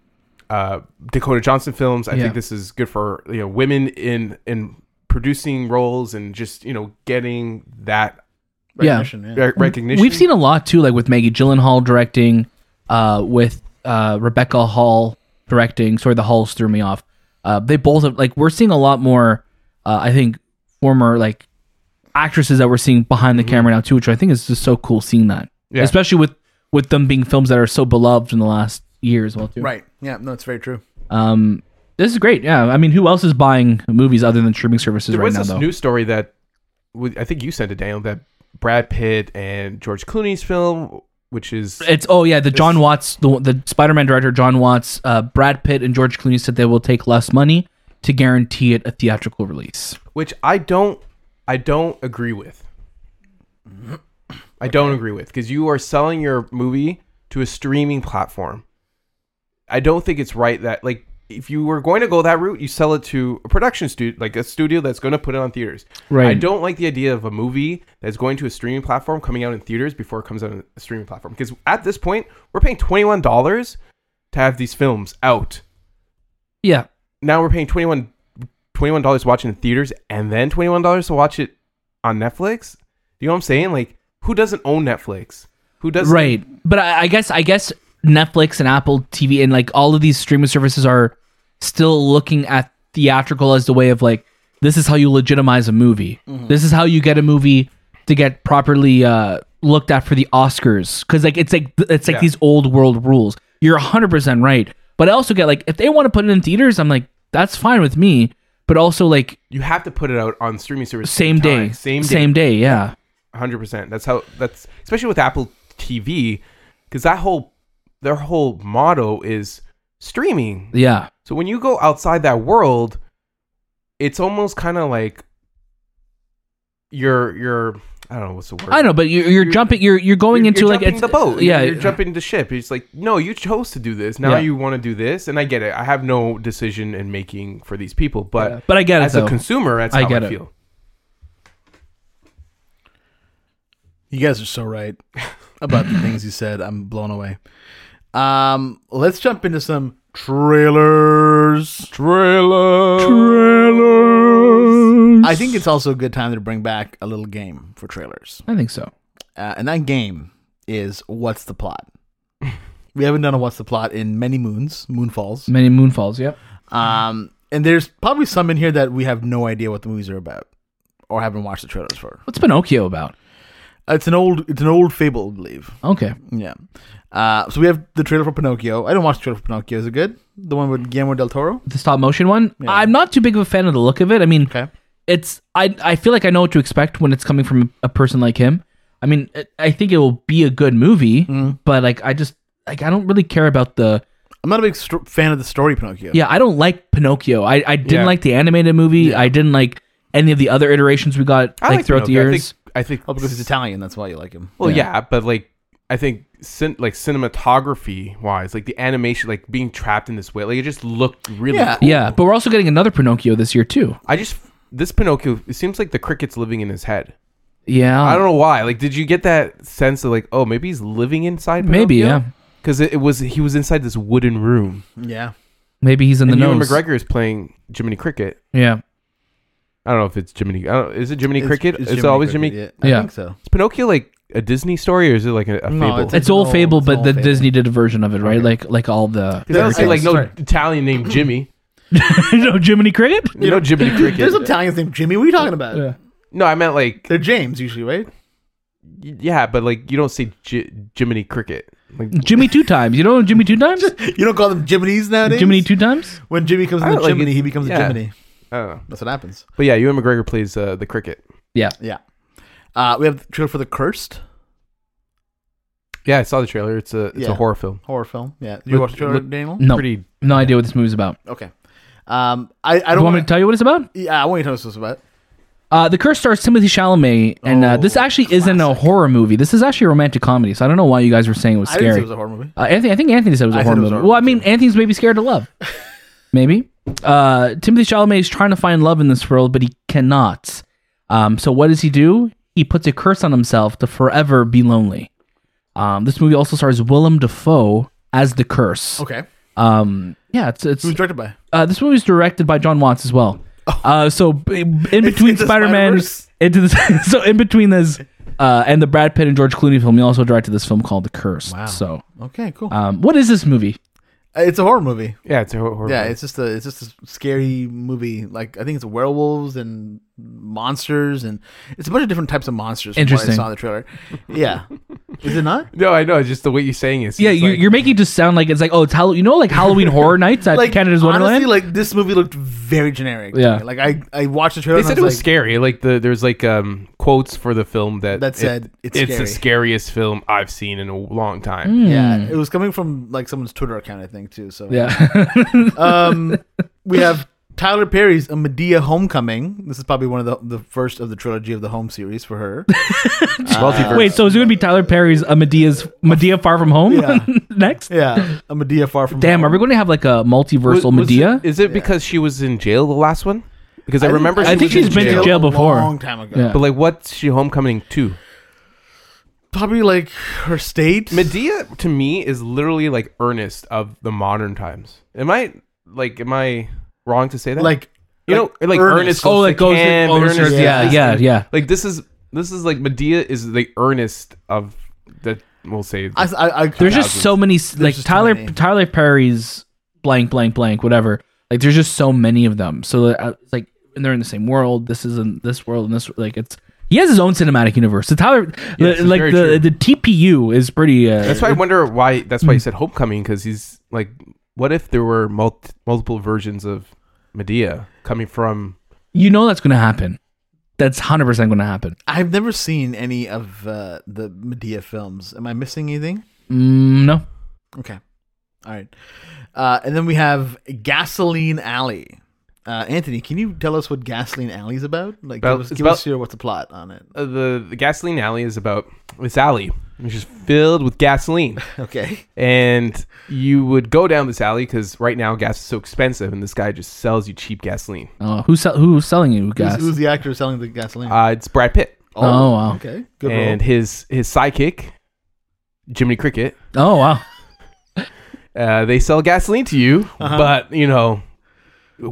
Speaker 2: uh, Dakota Johnson films. I
Speaker 3: Yeah.
Speaker 2: think this is good for you know women in in producing roles and just you know getting that
Speaker 3: Yeah.
Speaker 1: Recognition,
Speaker 2: re- recognition.
Speaker 3: We've seen a lot too, like with Maggie Gyllenhaal directing, uh, with uh, Rebecca Hall directing. Sorry, the Halls threw me off. Uh, they both have like we're seeing a lot more. Uh, I think former like actresses that we're seeing behind the camera now too, which I think is just so cool seeing that,
Speaker 2: Mm-hmm. Yeah.
Speaker 3: especially with with them being films that are so beloved in the last year as well too.
Speaker 1: Right. Yeah. No, it's very true.
Speaker 3: Um, this is great. Yeah, I mean, who else is buying movies other than streaming services
Speaker 2: There
Speaker 3: right
Speaker 2: was
Speaker 3: now
Speaker 2: this
Speaker 3: though?
Speaker 2: news story that w- I think you sent it, Daniel, that Brad Pitt and George Clooney's film, which is
Speaker 3: It's oh yeah, the John Watts, the the Spider-Man director John Watts, uh, Brad Pitt and George Clooney said they will take less money to guarantee it a theatrical release.
Speaker 2: which I don't I don't agree with. I don't agree with because you are selling your movie to a streaming platform. I don't think it's right that like if you were going to go that route, you sell it to a production studio, like a studio that's going to put it on theaters.
Speaker 3: Right.
Speaker 2: I don't like the idea of a movie that's going to a streaming platform coming out in theaters before it comes out on a streaming platform because at this point, we're paying $21 to have these films out
Speaker 3: Yeah,
Speaker 2: now we're paying 21 dollars to watch it in theaters and then twenty one dollars to watch it on Netflix. You know what I'm saying? Like, who doesn't own Netflix? Who doesn't?
Speaker 3: right. But I, I guess I guess Netflix and Apple TV and like all of these streaming services are still looking at theatrical as the way of like this is how you legitimize a movie.
Speaker 2: Mm-hmm.
Speaker 3: This is how you get a movie to get properly uh, looked at for the Oscars because like it's like it's like
Speaker 2: Yeah.
Speaker 3: these old world rules. You're 100 percent right. But I also get like if they want to put it in theaters, I'm like that's fine with me. But also like
Speaker 2: You have to put it out on streaming service.
Speaker 3: same
Speaker 2: time,
Speaker 3: day,
Speaker 2: Same day.
Speaker 3: same day, yeah.
Speaker 2: Hundred percent. That's how. That's especially with Apple TV, because that whole their whole motto is streaming.
Speaker 3: yeah.
Speaker 2: So when you go outside that world, it's almost kind of like you're you're I don't know what's the word.
Speaker 3: I know, but you're, you're,
Speaker 2: You're-
Speaker 3: jumping. You're you're going
Speaker 2: You're-
Speaker 3: into
Speaker 2: you're
Speaker 3: like
Speaker 2: jumping
Speaker 3: it's
Speaker 2: the boat.
Speaker 3: Yeah,
Speaker 2: Yeah, you're, jumping the ship. It's like, no, you chose to do this. Now
Speaker 3: Yeah.
Speaker 2: you want to do this, and I get it. I have no decision in making for these people, but
Speaker 3: But I get it
Speaker 2: as a
Speaker 3: though.
Speaker 2: consumer, that's
Speaker 3: I
Speaker 2: how
Speaker 3: get
Speaker 2: I
Speaker 3: it.
Speaker 2: feel.
Speaker 1: You guys are so right about the things you said. I'm blown away. Um, let's jump into some trailers.
Speaker 2: Trailer.
Speaker 1: I think it's also a good time to bring back a little game for trailers.
Speaker 3: I think so.
Speaker 1: Uh, and that game is What's the Plot? we haven't done a What's the Plot in many moons, moonfalls.
Speaker 3: Many moonfalls. Yep.
Speaker 1: Um, and there's probably some in here that we have no idea what the movies are about or haven't watched the trailers for.
Speaker 3: What's Pinocchio about?
Speaker 1: It's an old it's an old fable, I believe.
Speaker 3: Okay.
Speaker 1: Yeah. Uh, so we have the trailer for Pinocchio. I don't watch the trailer for Pinocchio. Is it good? The one with Guillermo del Toro?
Speaker 3: The stop motion one.
Speaker 1: Yeah.
Speaker 3: I'm not too big of a fan of the look of it. I mean,
Speaker 1: Okay.
Speaker 3: it's I I feel like I know what to expect when it's coming from a person like him. I mean, it, I think it will be a good movie,
Speaker 2: Mm-hmm.
Speaker 3: but like I just like I don't really care about the
Speaker 1: I'm not a big st- fan of the story Pinocchio.
Speaker 3: yeah. I don't like Pinocchio. I I didn't
Speaker 2: Yeah.
Speaker 3: like the animated movie. I didn't like any of the other iterations we got
Speaker 2: I
Speaker 3: like, throughout
Speaker 2: Pinocchio.
Speaker 3: the years.
Speaker 2: I think.
Speaker 1: Oh,
Speaker 2: I
Speaker 1: because he's
Speaker 2: think
Speaker 1: Italian. That's why you like him.
Speaker 2: well, yeah. but like, I think cin- like cinematography wise, like the animation, like being trapped in this way, like it just looked really.
Speaker 1: Yeah.
Speaker 2: cool.
Speaker 3: yeah, but we're also getting another Pinocchio this year too.
Speaker 2: I just this Pinocchio. It seems like the cricket's living in his head.
Speaker 3: Yeah,
Speaker 2: I don't know why. Like, did you get that sense of like, oh, maybe he's living inside?
Speaker 3: Maybe, yeah.
Speaker 2: Because it, it was he was inside this wooden room,
Speaker 1: Yeah.
Speaker 3: Maybe he's in the
Speaker 2: and Ewan
Speaker 3: nose.
Speaker 2: McGregor is playing Jiminy Cricket.
Speaker 3: Yeah,
Speaker 2: I don't know if it's Jiminy. I don't, is it Jiminy
Speaker 1: It's-
Speaker 2: Cricket? It's,
Speaker 1: Jiminy
Speaker 2: always
Speaker 1: Cricket,
Speaker 2: Jiminy.
Speaker 1: Yeah. I
Speaker 3: Yeah.
Speaker 1: think so.
Speaker 2: Is Pinocchio like a Disney story, or is it like a, a
Speaker 1: No,
Speaker 2: fable?
Speaker 1: it's-
Speaker 3: it's all
Speaker 1: No,
Speaker 3: fable,
Speaker 1: it's
Speaker 3: but
Speaker 1: all
Speaker 3: the
Speaker 1: fable.
Speaker 3: Disney did a version of it, right? Like like
Speaker 1: [LAUGHS]
Speaker 3: all the [LAUGHS]
Speaker 2: I don't see like no
Speaker 1: Sorry.
Speaker 2: [LAUGHS] Italian named Jimmy.
Speaker 3: no Jiminy Cricket.
Speaker 2: You know Jiminy
Speaker 1: [LAUGHS] There's
Speaker 2: Cricket.
Speaker 1: Italians named Jimmy. What are you talking about?
Speaker 3: Yeah.
Speaker 2: no, I meant like
Speaker 1: They're James usually,
Speaker 2: [LAUGHS]
Speaker 1: right?
Speaker 2: yeah, but like you don't say J- Jiminy Cricket. Like
Speaker 3: Jimmy two times. You know Jimmy two times.
Speaker 1: You don't call them Jiminy's nowadays.
Speaker 3: Jiminy two times.
Speaker 1: When Jimmy comes in
Speaker 2: I
Speaker 1: the
Speaker 2: don't like
Speaker 1: chimney,
Speaker 2: it.
Speaker 1: he becomes a
Speaker 2: Yeah.
Speaker 1: Jiminy.
Speaker 2: I don't know.
Speaker 1: That's what happens.
Speaker 2: But yeah, Ewan McGregor plays uh, the cricket.
Speaker 3: Yeah,
Speaker 1: Yeah. Uh, we have the trailer for The Cursed
Speaker 2: Yeah, I saw the trailer. It's a it's
Speaker 1: Yeah.
Speaker 2: a horror film.
Speaker 1: horror film. Yeah. You
Speaker 2: Look-
Speaker 1: watched the trailer,
Speaker 2: look-
Speaker 1: Daniel?
Speaker 3: no,
Speaker 2: Pretty
Speaker 3: no idea what this movie's about.
Speaker 1: Okay. Um, I, I
Speaker 3: I do
Speaker 1: don't
Speaker 3: you want me to tell you what it's about?
Speaker 1: Yeah, I want you to tell us what's about.
Speaker 3: Uh, the Curse stars Timothy Chalamet, and uh, this
Speaker 1: Oh,
Speaker 3: actually isn't a horror movie. This is actually a romantic comedy. So I don't know why you guys were saying it was
Speaker 1: I didn't
Speaker 3: scary.
Speaker 1: say it was a horror movie.
Speaker 3: Uh, Anthony, I think Anthony said it was a
Speaker 1: I
Speaker 3: horror
Speaker 1: said it was a
Speaker 3: movie.
Speaker 1: horror
Speaker 3: well, I mean, Anthony's maybe scared of
Speaker 1: [LAUGHS]
Speaker 3: love. maybe. Uh, Timothy Chalamet is trying to find love in this world, but he cannot. Um, so what does he do? He puts a curse on himself to forever be lonely. Um, this movie also stars Willem Dafoe as the curse.
Speaker 1: Okay.
Speaker 3: Um, yeah, it's it's
Speaker 1: Who's directed by?
Speaker 3: uh, this movie was directed by John Watts as
Speaker 1: Oh. [LAUGHS]
Speaker 3: well. Uh, so b- in between
Speaker 1: into
Speaker 3: Spider Man,
Speaker 1: Spider-Verse?
Speaker 3: [LAUGHS] into the so in between this, Uh, and the Brad Pitt and George Clooney film. He also directed this film called The Curse.
Speaker 1: Wow.
Speaker 3: So,
Speaker 1: Okay, cool.
Speaker 3: um, what is this movie?
Speaker 1: Uh, it's a horror movie.
Speaker 2: Yeah, it's a horror.
Speaker 1: Yeah, it's just a it's just a scary movie. Like I think it's werewolves and monsters and it's a bunch of different type types of monsters. from what
Speaker 3: Interesting.
Speaker 1: I saw in the trailer. Yeah, is it not?
Speaker 2: no, I know. It's just the way you're saying it.
Speaker 3: Yeah,
Speaker 2: it's
Speaker 3: you,
Speaker 2: like-
Speaker 3: you're making it just sound like it's like oh, it's Halloween. You know, like Halloween Horror Nights at
Speaker 1: Like
Speaker 3: Canada's Wonderland.
Speaker 1: honestly, like this movie looked very generic. to
Speaker 3: Yeah.
Speaker 1: me. like I I watched the trailer.
Speaker 2: They
Speaker 1: and I
Speaker 2: said it was
Speaker 1: like,
Speaker 2: scary. Like the there's like um quotes for the film that
Speaker 1: That
Speaker 2: it-
Speaker 1: said, it's
Speaker 2: the
Speaker 1: scary.
Speaker 2: scariest film I've seen in a long
Speaker 1: Mm.
Speaker 2: time.
Speaker 1: Yeah, it was coming from like someone's Twitter account, I think, too. So
Speaker 3: yeah,
Speaker 1: um, we have Tyler Perry's A Medea Homecoming. This is probably one of the the first of the trilogy of the Home series for her. Uh,
Speaker 2: Multiverse.
Speaker 3: [LAUGHS] Wait, so is it going to be Tyler Perry's A Medea's Medea Far From Home
Speaker 1: Yeah.
Speaker 3: [LAUGHS] next?
Speaker 1: Yeah, A Medea Far From
Speaker 3: Damn,
Speaker 1: Home.
Speaker 3: are we going to have like a multiversal
Speaker 2: Was- was
Speaker 3: Medea?
Speaker 2: it- Is it because she was in jail the last one? Because I,
Speaker 1: think-
Speaker 2: remember.
Speaker 3: I
Speaker 2: she
Speaker 3: think
Speaker 2: was in
Speaker 3: she's been to jail before.
Speaker 1: a long time ago.
Speaker 3: Yeah.
Speaker 2: But like, what's she homecoming to?
Speaker 1: Probably like her state.
Speaker 2: Medea to me is literally like Ernest of the modern times. Am I like am I wrong to say that?
Speaker 1: like
Speaker 2: you know like Ernest, goes
Speaker 3: oh,
Speaker 2: to
Speaker 3: like goes to-
Speaker 2: camp,
Speaker 3: oh, Ernest, yeah,
Speaker 2: this-
Speaker 3: yeah, yeah.
Speaker 2: Like this is this is like Medea is the Ernest of the we'll say
Speaker 1: I, I, I,
Speaker 3: There's just so many s- like
Speaker 1: just too
Speaker 3: Tyler
Speaker 1: many.
Speaker 3: Tyler Perry's blank blank blank whatever. Like there's just so many of them. So uh, it's like and they're in the same world. This is in this world and this like it's he has his own cinematic universe. So Tyler
Speaker 2: Yes,
Speaker 3: the, like
Speaker 2: very
Speaker 3: the
Speaker 2: true.
Speaker 3: the TPU is pretty uh,
Speaker 2: That's why I wonder why. That's
Speaker 1: Hmm.
Speaker 2: why he said homecoming because he's like, what if there were mul- multiple versions of Medea coming from?
Speaker 3: you know that's going to happen. That's 100% going to happen.
Speaker 1: I've never seen any of uh, the Medea films. Am I missing anything?
Speaker 3: Mm, no.
Speaker 1: Okay. All right. Uh, and then we have Gasoline Alley. Uh, Anthony, can you tell us what Gasoline Alley's about? Like,
Speaker 2: About-
Speaker 1: give, us,
Speaker 2: it's
Speaker 1: give us
Speaker 2: about-
Speaker 1: your what's the plot on it? [LAUGHS]
Speaker 2: Uh, the the gasoline alley is about this alley, which is filled with gasoline,
Speaker 1: Okay.
Speaker 2: and you would go down this alley because right now gas is so expensive, and this guy just sells you cheap gasoline.
Speaker 3: Oh, who's sell- who's selling you
Speaker 1: Who's,
Speaker 3: guys?
Speaker 1: who's the actor selling the gasoline?
Speaker 2: Uh, it's Brad Pitt
Speaker 3: oh, wow.
Speaker 1: Okay. Good role.
Speaker 2: and his his sidekick, Jiminy Cricket.
Speaker 3: oh wow.
Speaker 2: Uh, they sell gasoline to you, but you know,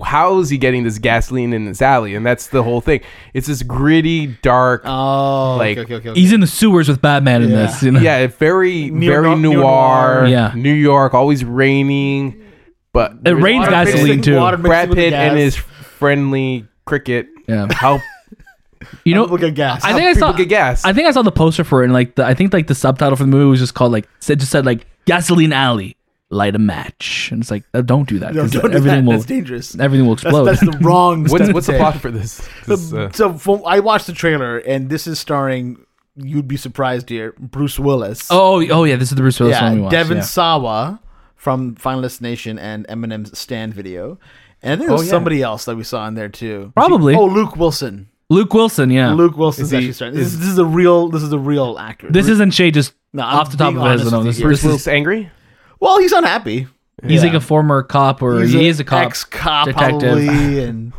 Speaker 2: how is he getting this gasoline in this alley? And that's the whole thing. It's this gritty, dark,
Speaker 1: Oh,
Speaker 2: like-
Speaker 1: okay, okay, okay, okay.
Speaker 3: He's in the sewers with Batman in
Speaker 1: Yeah.
Speaker 3: this, you know.
Speaker 2: yeah, very,
Speaker 1: Neo-
Speaker 2: very
Speaker 1: neo-
Speaker 2: noir,
Speaker 1: noir.
Speaker 3: Uh-huh. Yeah.
Speaker 2: New York, always raining, but
Speaker 3: It rains
Speaker 1: Water [LAUGHS]
Speaker 3: gasoline,
Speaker 1: mixing-
Speaker 3: too.
Speaker 1: water mixing
Speaker 2: Brad
Speaker 1: with the
Speaker 2: Pitt and
Speaker 1: gas. [LAUGHS]
Speaker 2: his friendly cricket
Speaker 3: Yeah.
Speaker 2: help
Speaker 3: You know,
Speaker 1: Look at gas.
Speaker 3: I think I
Speaker 2: people
Speaker 3: saw
Speaker 2: get gas.
Speaker 3: I think I saw the poster for it and like the I think like the subtitle for the movie was just called like said just said like gasoline alley, light a match. And it's like uh, don't do that
Speaker 1: No,
Speaker 3: 'cause
Speaker 1: [LAUGHS] don't do
Speaker 3: everything
Speaker 1: that.
Speaker 3: will
Speaker 1: That's dangerous.
Speaker 3: everything will
Speaker 1: That's,
Speaker 3: explode.
Speaker 1: that's the
Speaker 3: [LAUGHS]
Speaker 1: wrong.
Speaker 2: what's
Speaker 1: step
Speaker 2: what's
Speaker 1: to
Speaker 2: the
Speaker 1: take.
Speaker 2: plot for this? This, uh,
Speaker 1: so from, I watched the trailer, and this is starring. You'd be surprised, dear. Bruce Willis.
Speaker 3: oh oh yeah, this is the Bruce Willis
Speaker 1: yeah,
Speaker 3: one we watched.
Speaker 1: Devin
Speaker 3: yeah.
Speaker 1: Sawa from Final Destination and Eminem's Stand video, and I think
Speaker 2: Oh,
Speaker 1: there's
Speaker 2: yeah.
Speaker 1: somebody else that we saw in there too.
Speaker 3: Probably.
Speaker 1: Oh, Luke Wilson.
Speaker 3: Luke Wilson, yeah.
Speaker 1: Luke Wilson's
Speaker 2: Is he-
Speaker 1: actually starting. This is, this is a real. This is a real actor.
Speaker 3: this isn't Shay just
Speaker 1: No, I'm
Speaker 3: off the top
Speaker 1: being
Speaker 3: of his head.
Speaker 1: honest
Speaker 3: No,
Speaker 1: with
Speaker 3: this,
Speaker 1: you.
Speaker 3: this
Speaker 2: Bruce
Speaker 3: is,
Speaker 2: Willis angry.
Speaker 1: well, he's unhappy.
Speaker 3: he's like
Speaker 1: Yeah.
Speaker 3: a former cop or
Speaker 1: He's
Speaker 3: he
Speaker 1: a
Speaker 3: is a cop.
Speaker 1: ex-cop
Speaker 3: detective.
Speaker 1: probably, and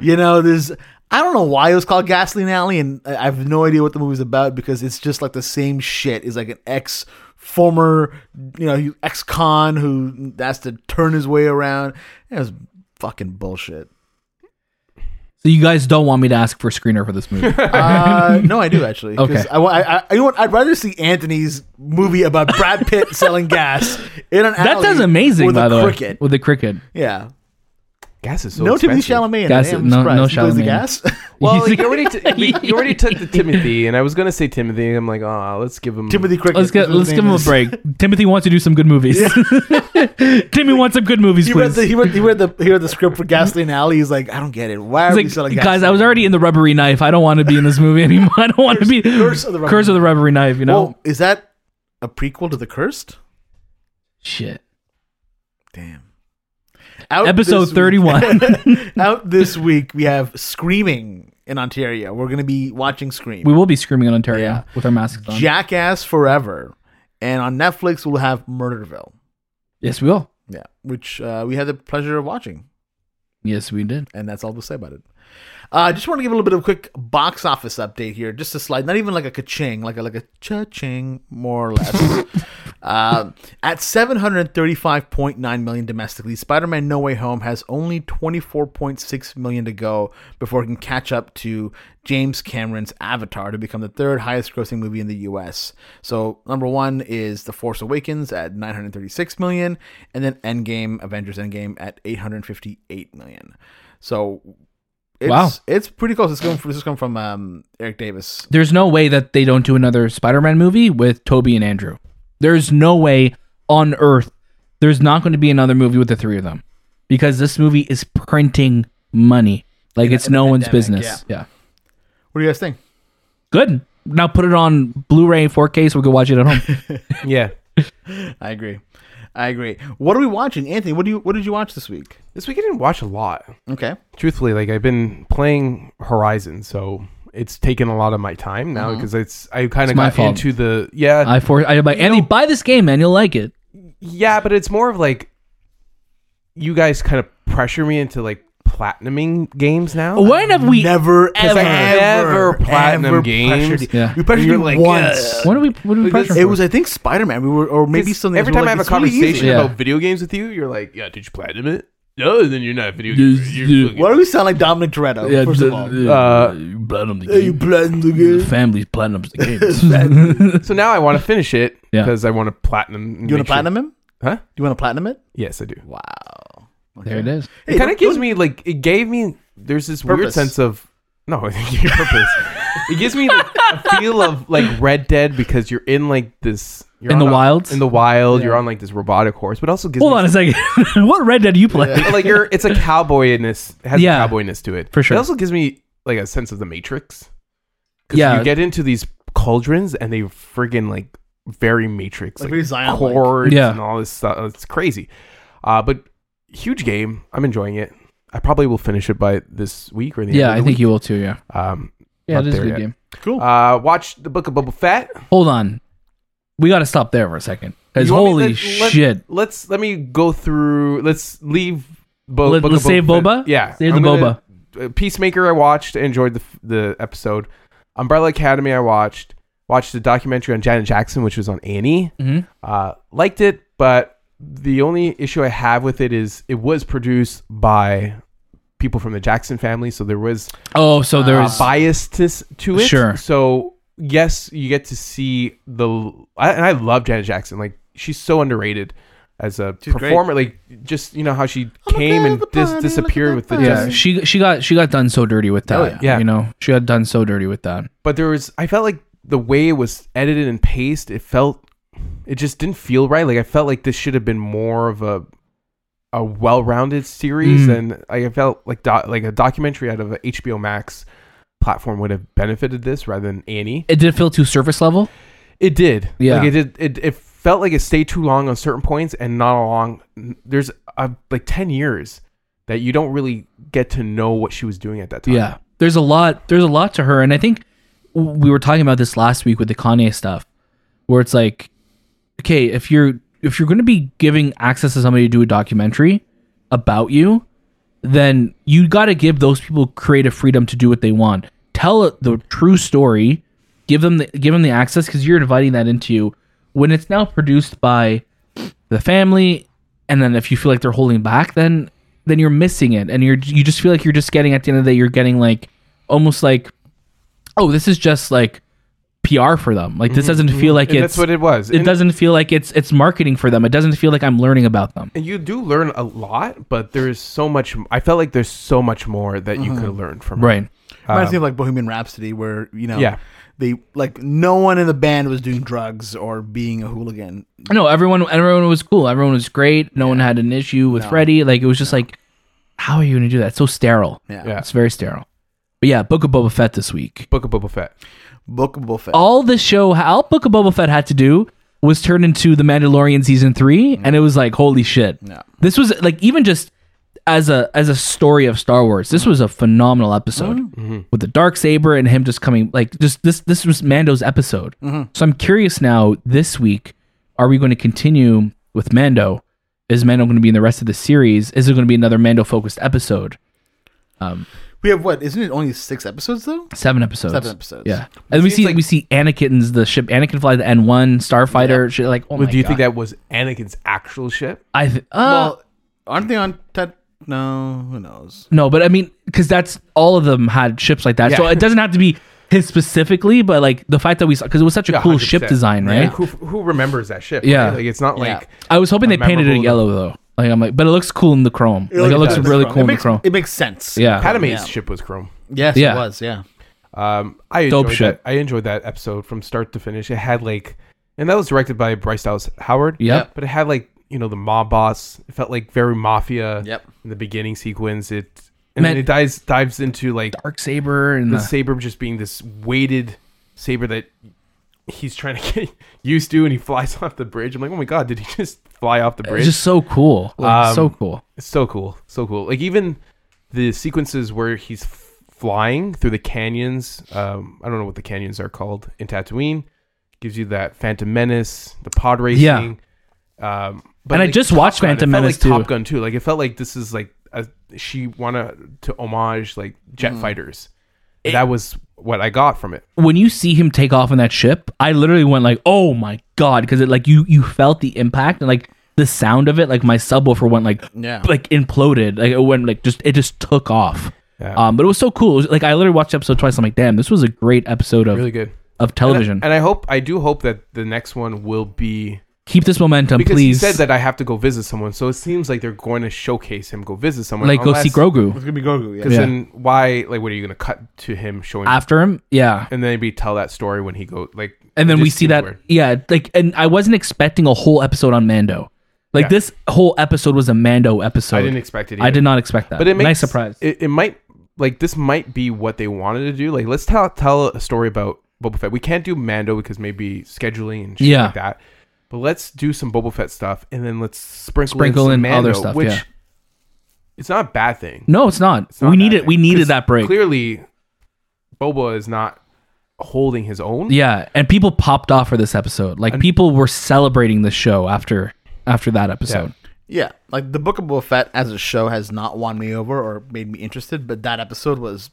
Speaker 1: you know, there's. I don't know why it was called Gasoline Alley, and I I have no idea what the movie's about because it's just like the same shit. It's like an ex former, you know, ex con who has to turn his way around. It was fucking
Speaker 3: [LAUGHS]
Speaker 1: bullshit.
Speaker 3: so you guys don't want me to ask for a screener for this
Speaker 1: [LAUGHS]
Speaker 3: movie.
Speaker 1: Uh, no, I do actually. 'cause
Speaker 3: Okay.
Speaker 1: I, wa- I, I, you know what? I'd rather see Anthony's movie about Brad Pitt [LAUGHS] selling gas in an
Speaker 3: that
Speaker 1: alley
Speaker 3: sounds amazing
Speaker 1: with
Speaker 3: by
Speaker 1: a
Speaker 3: the
Speaker 1: cricket.
Speaker 3: way. With the cricket. [LAUGHS]
Speaker 1: Yeah.
Speaker 2: Gas is so
Speaker 1: no
Speaker 2: expensive.
Speaker 1: Timothy Chalamet. in
Speaker 3: Gas-
Speaker 1: it. I'm
Speaker 3: no- no
Speaker 1: surprised. He plays the
Speaker 3: Chalamet.
Speaker 1: gas. [LAUGHS]
Speaker 3: [LAUGHS]
Speaker 2: Well,
Speaker 3: He's
Speaker 2: you already t- we- you already took the Timothy, and I was gonna say Timothy. I'm like, oh, let's give him
Speaker 1: Timothy Cricket.
Speaker 3: Let's
Speaker 1: is
Speaker 3: get
Speaker 1: what
Speaker 3: let's
Speaker 1: his
Speaker 3: give
Speaker 1: name
Speaker 3: him a
Speaker 1: is. [LAUGHS]
Speaker 3: break. Timothy wants to do some good movies. [LAUGHS] Timmy wants some good movies,
Speaker 1: He read,
Speaker 3: please.
Speaker 1: the, he, read, he, read the, he read the script for Gasoline Alley. He's like, I don't get it. Why are we
Speaker 3: It's
Speaker 1: selling
Speaker 3: like,
Speaker 1: gas?
Speaker 3: guys, I was already in the rubbery knife. I don't want to be in this movie [LAUGHS] anymore. I don't want to be
Speaker 1: Curse of the Rubbery
Speaker 3: Curse of the rubbery knife. You know,
Speaker 1: Well, is that a prequel to The Cursed?
Speaker 3: shit.
Speaker 1: Damn. Out
Speaker 3: Episode
Speaker 1: this
Speaker 3: thirty one.
Speaker 1: Week, [LAUGHS] out this week, we have Screaming in Ontario. We're going to be watching Scream.
Speaker 3: we will be screaming in Ontario
Speaker 1: Yeah.
Speaker 3: with our masks on.
Speaker 1: Jackass Forever. And on Netflix, we'll have Murderville.
Speaker 3: yes, we will.
Speaker 1: Yeah. Which uh, we had the pleasure of watching.
Speaker 3: Yes, we did.
Speaker 1: and that's all we'll say about it. I uh, just want to give a little bit of a quick box office update here, just a slide, not even like a ka-ching, like a like a cha-ching, more or less. Uh, at 735.9 million domestically, Spider-Man: No Way Home has only 24.6 million to go before it can catch up to James Cameron's Avatar to become the third highest-grossing movie in the U.S. So number one is The Force Awakens at 936 million, and then Endgame, Avengers: Endgame at 858 million. So. It's,
Speaker 3: Wow.
Speaker 1: it's pretty close. It's going. From, this is coming from um, Eric Davis.
Speaker 3: There's no way that they don't do another Spider-Man movie with Toby and Andrew. There's no way on earth there's not going to be another movie with the three of them because this movie is printing money like it's
Speaker 1: in the
Speaker 3: no one's
Speaker 1: pandemic,
Speaker 3: business. yeah.
Speaker 1: What do you guys think?
Speaker 3: Good. Now put it on Blu-ray 4K so we can watch it at
Speaker 1: [LAUGHS]
Speaker 3: home.
Speaker 2: Yeah.
Speaker 1: I agree. I agree. What are we watching, Anthony? What do you What did you watch this week?
Speaker 2: This week I didn't watch a lot.
Speaker 1: Okay.
Speaker 2: truthfully, like I've been playing Horizon, so it's taken a lot of my time now because Uh-huh. it's I kind of
Speaker 3: my
Speaker 2: got
Speaker 3: fault.
Speaker 2: into the yeah
Speaker 3: I for I like Andy buy this game man you'll like it.
Speaker 2: yeah, but it's more of like you guys kind of pressure me into like platinuming games now.
Speaker 3: When have we
Speaker 1: Never, ever,
Speaker 3: I
Speaker 2: never platinum games.
Speaker 1: pressured you.
Speaker 3: Yeah.
Speaker 1: You pressured
Speaker 2: You're
Speaker 1: me
Speaker 2: like,
Speaker 1: once.
Speaker 3: When do we what do we pressure
Speaker 1: It
Speaker 3: for?
Speaker 1: was, I think, Spider Man. We were, or maybe
Speaker 2: It's-
Speaker 1: something.
Speaker 2: Every
Speaker 1: else.
Speaker 2: time
Speaker 1: We're
Speaker 2: I have a
Speaker 1: like, "It's really easy."
Speaker 2: conversation
Speaker 3: Yeah.
Speaker 2: about video games with you, you're like, "Yeah, did you platinum it? No, then you're not a video gamer.
Speaker 3: Yes,
Speaker 2: You're
Speaker 3: yeah.
Speaker 2: fucking-
Speaker 1: Why do we sound like Dominic Toretto? first of all,
Speaker 2: Uh,
Speaker 3: you platinum the
Speaker 1: Hey, you platinum the game?
Speaker 3: family's platinums
Speaker 1: [LAUGHS]
Speaker 3: the game.
Speaker 2: So now I want to finish it
Speaker 3: Yeah.
Speaker 2: because I want to platinum. and
Speaker 1: You want
Speaker 2: make
Speaker 1: to
Speaker 2: sure-
Speaker 1: platinum him?
Speaker 2: Huh?
Speaker 1: You want to platinum it?
Speaker 2: Yes, I do.
Speaker 1: Wow.
Speaker 3: there it is.
Speaker 2: it kind of gives me like it gave me there's this weird
Speaker 1: Purpose.
Speaker 2: sense of no [LAUGHS] it gave me purpose it gives me like, a feel of like red dead because you're in like this you're
Speaker 3: In the
Speaker 2: on a-
Speaker 3: wilds?
Speaker 2: in the wild you're on like this robotic horse but also gives
Speaker 3: Hold
Speaker 2: me
Speaker 3: on a second. [LAUGHS] what Red Dead do you play?
Speaker 2: [LAUGHS] like you're it's a cowboyness it has
Speaker 3: Yeah.
Speaker 2: a cowboyness to it
Speaker 3: For
Speaker 2: it
Speaker 3: sure.
Speaker 2: also gives me like a sense of the matrix 'Cause
Speaker 3: Yeah.
Speaker 2: you get into these cauldrons and they friggin like very matrix
Speaker 1: Like
Speaker 2: like,
Speaker 1: very Zion-like.
Speaker 2: cords
Speaker 3: Yeah.
Speaker 2: and all this stuff it's crazy uh but huge game i'm enjoying it i probably will finish it by this week or the
Speaker 3: Yeah,
Speaker 2: end
Speaker 3: I
Speaker 2: of
Speaker 3: think you will too. Yeah,
Speaker 2: the week. um
Speaker 3: yeah,
Speaker 2: Not
Speaker 3: it is a
Speaker 2: there
Speaker 3: good
Speaker 2: yet.
Speaker 3: game.
Speaker 1: cool.
Speaker 2: uh watch the book of Boba Fett
Speaker 3: Hold on, we got to stop there for a second because
Speaker 2: You want me-
Speaker 3: holy
Speaker 2: let- let-
Speaker 3: shit!
Speaker 2: let's let me go through let's leave Bo-
Speaker 3: Let,
Speaker 2: Book of
Speaker 3: us save
Speaker 2: Fett.
Speaker 3: Boba.
Speaker 2: yeah
Speaker 3: save
Speaker 2: I'm
Speaker 3: the
Speaker 2: gonna-
Speaker 3: Boba.
Speaker 2: uh, Peacemaker I watched, enjoyed the f- the episode. Umbrella Academy I watched, watched the documentary on Janet Jackson, which was on Annie.
Speaker 3: Mhm.
Speaker 2: Uh, liked it, but the only issue I have with it is it was produced by people from the Jackson family, so there was
Speaker 3: Oh, so
Speaker 2: a
Speaker 3: there's
Speaker 2: biasness uh, to it.
Speaker 3: Sure.
Speaker 2: So yes, you get to see the I, and I love Janet Jackson. Like she's so underrated as a
Speaker 1: great.
Speaker 2: performer. Like just you know how she came
Speaker 1: girl
Speaker 2: and
Speaker 1: at the
Speaker 2: dis-
Speaker 1: party,
Speaker 2: disappeared
Speaker 1: look
Speaker 2: with
Speaker 1: at that
Speaker 2: the
Speaker 3: yeah.
Speaker 1: Jackson.
Speaker 3: She she got she got done so dirty with that.
Speaker 1: Oh,
Speaker 3: yeah.
Speaker 1: yeah.
Speaker 2: Yeah.
Speaker 3: you know she got done so dirty with that.
Speaker 2: but there was I felt like the way it was edited and paced, it felt it just didn't feel right. Like I felt like this should have been more of a a well-rounded series,
Speaker 3: Mm.
Speaker 2: and I felt like doc, like a documentary out of a HBO Max platform would have benefited this rather than Annie.
Speaker 3: It did feel too surface level.
Speaker 2: It did,
Speaker 3: Yeah.
Speaker 2: Like it did. It, it felt like it stayed too long on certain points and not along. There's uh like ten years that you don't really get to know what she was doing at that time.
Speaker 3: Yeah, there's a lot. There's a lot to her, and I think w- we were talking about this last week with the Kanye stuff, where it's like, okay, if you're if you're going to be giving access to somebody to do a documentary about you, then you got to give those people creative freedom to do what they want. Tell the true story. Give them the, give them the access because you're inviting that into you. When it's now produced by the family, and then if you feel like they're holding back, then then you're missing it, and you're you just feel like you're just getting at the end of the day, you're getting like almost like, oh, this is just like PR for them. Like this doesn't feel like
Speaker 2: Mm-hmm, and
Speaker 3: it's
Speaker 2: that's what it was.
Speaker 3: it
Speaker 2: And-
Speaker 3: doesn't feel like it's it's marketing for them. It doesn't feel like I'm learning about them.
Speaker 2: and you do learn a lot, but there is so much. I felt like there's so much more that you could have learned from. it.
Speaker 3: Mm-hmm. Right.
Speaker 1: Reminds me of like Bohemian Rhapsody, where you know,
Speaker 2: Yeah.
Speaker 1: they like no one in the band was doing drugs or being a hooligan.
Speaker 3: No, everyone everyone was cool. Everyone was great. No one had an issue with Freddie. Like it was just like, how are you gonna do that? It's so sterile.
Speaker 2: Yeah.
Speaker 3: It's very sterile. But yeah, Book of Boba Fett this week.
Speaker 2: Book of Boba Fett.
Speaker 3: Oh
Speaker 1: Book of Boba Fett.
Speaker 3: All the show, all Book of Boba Fett had to do was turn into The Mandalorian season three, and it was like, holy shit.
Speaker 1: Yeah.
Speaker 3: This was like even just as a as a story of Star Wars, this was a phenomenal episode
Speaker 1: Mm-hmm.
Speaker 3: with the dark saber and him just coming like just this this was Mando's episode.
Speaker 1: Mm-hmm.
Speaker 3: So I'm curious now this week, are we going to continue with Mando? Is Mando going to be in the rest of the series? Is it going to be another Mando focused episode?
Speaker 1: We We have what? Isn't it only six episodes though?
Speaker 3: Seven episodes.
Speaker 1: Seven episodes.
Speaker 3: Yeah, and we
Speaker 2: seems
Speaker 3: see
Speaker 2: like-
Speaker 3: we see Anakin's the ship. Anakin fly the N one starfighter. Shit, like, oh
Speaker 2: Well,
Speaker 3: my
Speaker 2: do you
Speaker 3: God.
Speaker 2: think that was Anakin's actual ship?
Speaker 3: I th- uh,
Speaker 1: Well, aren't they on Tet? No, who knows?
Speaker 3: no, but I mean, because that's all of them had ships like that. So
Speaker 2: Yeah.
Speaker 3: it doesn't have to be his specifically, but like the fact that we saw because it was such a
Speaker 2: Yeah,
Speaker 3: cool ship
Speaker 2: 100%.
Speaker 3: design, right?
Speaker 2: Like, who, who remembers that ship?
Speaker 3: Yeah.
Speaker 2: right? like it's not
Speaker 1: Yeah.
Speaker 2: like
Speaker 3: I was hoping
Speaker 2: A
Speaker 3: they painted it
Speaker 2: memorable-
Speaker 3: yellow though. Like I'm like, but it looks cool in the chrome. like it looks
Speaker 2: does.
Speaker 3: really
Speaker 1: It
Speaker 3: cool in the
Speaker 1: makes-
Speaker 3: chrome.
Speaker 1: It makes sense.
Speaker 3: yeah,
Speaker 2: Padme's
Speaker 1: Yeah.
Speaker 2: ship was chrome.
Speaker 1: Yes,
Speaker 3: Yeah.
Speaker 1: it was. Yeah.
Speaker 2: Um, I
Speaker 3: Dope
Speaker 2: enjoyed
Speaker 3: ship.
Speaker 2: That. I enjoyed that episode from start to finish. It had like, and that was directed by Bryce Dallas Howard.
Speaker 3: Yep.
Speaker 2: But it had like you know the mob boss. It felt like very mafia.
Speaker 1: Yep.
Speaker 2: In the beginning sequence, it and
Speaker 3: Man-
Speaker 2: then it dives dives into like
Speaker 3: dark saber and
Speaker 2: the
Speaker 3: the,
Speaker 2: saber just being this weighted saber that he's trying to [LAUGHS] get used to, and he flies [LAUGHS] off the bridge. I'm like, oh my god, did he just fly off the bridge?
Speaker 3: it's just so cool. Like,
Speaker 2: Um,
Speaker 3: so cool.
Speaker 2: It's so cool, so cool. Like even the sequences where he's f- flying through the canyons. Um, I don't know what the canyons are called in Tatooine. Gives you that Phantom Menace, the pod racing. Yeah. Um, but
Speaker 3: And I just watched
Speaker 2: Gun,
Speaker 3: Phantom
Speaker 2: it felt
Speaker 3: Menace
Speaker 2: like
Speaker 3: too.
Speaker 2: Top Gun too. Like it felt like this is like a, she wanted to homage like jet fighters. And that was what I got from it.
Speaker 3: When you see him take off in that ship, I literally went like, "Oh my god!" Because it like you you felt the impact and like the sound of it. Like my subwoofer went like
Speaker 1: Yeah.
Speaker 3: like imploded. Like it went like just it just took off.
Speaker 2: Yeah.
Speaker 3: Um, but it was so cool. It was, like I literally watched the episode twice. I'm like, damn, this was a great episode of
Speaker 2: Really good.
Speaker 3: of television.
Speaker 2: And I hope I do hope that the next one will be
Speaker 3: Keep this momentum,
Speaker 2: because
Speaker 3: please.
Speaker 2: he said that I have to go visit someone, so it seems like they're going to showcase him go visit someone.
Speaker 3: like, go see Grogu
Speaker 1: It's gonna be Grogu. Yeah.
Speaker 2: Because
Speaker 3: Yeah.
Speaker 2: then why? Like, what are you going to cut to him showing?
Speaker 3: after him. Yeah,
Speaker 2: and then maybe tell that story when he go like.
Speaker 3: and then
Speaker 2: it
Speaker 3: we
Speaker 2: just
Speaker 3: see
Speaker 2: seems
Speaker 3: that
Speaker 2: weird.
Speaker 3: yeah like and i wasn't expecting a whole episode on mando like
Speaker 2: Yeah.
Speaker 3: this whole episode was a mando episode
Speaker 2: I didn't expect it.
Speaker 3: I
Speaker 2: either.
Speaker 3: did not expect that
Speaker 2: But it makes
Speaker 3: nice surprise
Speaker 2: It, it might like this might be what they wanted to do. Like, let's tell tell a story about Boba Fett. We can't do Mando because maybe scheduling and shit
Speaker 3: Yeah.
Speaker 2: like that. But let's do some Boba Fett stuff, and then let's sprinkle
Speaker 3: Sprinkle
Speaker 2: in, some
Speaker 3: in
Speaker 2: Mando,
Speaker 3: other stuff,
Speaker 2: Which
Speaker 3: yeah.
Speaker 2: it's not a bad thing.
Speaker 3: no it's not,
Speaker 2: It's not
Speaker 3: we
Speaker 2: a bad
Speaker 3: needed
Speaker 2: thing.
Speaker 3: we needed
Speaker 2: 'Cause
Speaker 3: that break
Speaker 2: Clearly, Boba is not holding his own.
Speaker 3: yeah and people popped off for this episode like people were celebrating the show after after that episode
Speaker 1: yeah. Like the Book of Boba Fett as a show has not won me over or made me interested, but that episode was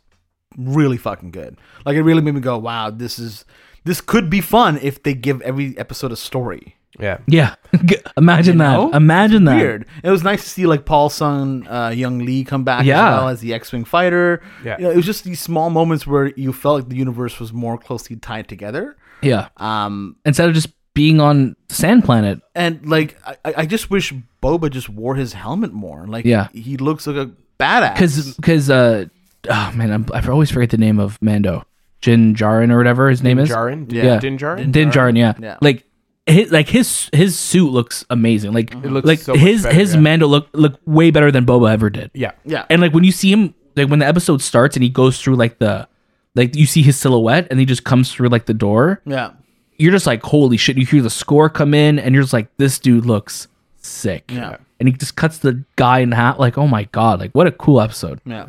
Speaker 1: really fucking good. Like it really made me go, wow, this is this could be fun if they give every episode a story.
Speaker 2: yeah.
Speaker 3: yeah, [LAUGHS] imagine that
Speaker 1: know?
Speaker 3: imagine that
Speaker 1: Weird. It was nice to see like Paul Sung, uh, Young Lee come back
Speaker 3: Yeah.
Speaker 1: as well as the X-wing fighter.
Speaker 2: Yeah.
Speaker 1: You know, it was just these small moments where you felt like the universe was more closely tied together.
Speaker 3: yeah
Speaker 1: Um,
Speaker 3: instead of just being on sand planet
Speaker 1: and like I, I I just wish Boba just wore his helmet more. Like
Speaker 3: Yeah.
Speaker 1: he looks like a badass.
Speaker 3: because because uh oh man I'm, i always forget the name of mando Jin Jarin or whatever his name is
Speaker 2: Jaren? Din,
Speaker 3: Yeah.
Speaker 2: Din Djarin?
Speaker 3: Din Djarin, yeah.
Speaker 1: Yeah.
Speaker 3: Like his, like his his suit looks amazing. Like it
Speaker 2: looks
Speaker 3: like
Speaker 2: so much
Speaker 3: his
Speaker 2: better,
Speaker 3: his
Speaker 2: yeah.
Speaker 3: Mando look look way better than Boba ever did.
Speaker 2: Yeah.
Speaker 1: yeah,
Speaker 3: And like when you see him like when the episode starts and he goes through like the like you see his silhouette and he just comes through like the door,
Speaker 1: yeah,
Speaker 3: you're just like holy shit. You hear the score come in and you're just like this dude looks sick.
Speaker 1: Yeah.
Speaker 3: And he just cuts the guy in half like oh my god, like what a cool episode.
Speaker 1: yeah.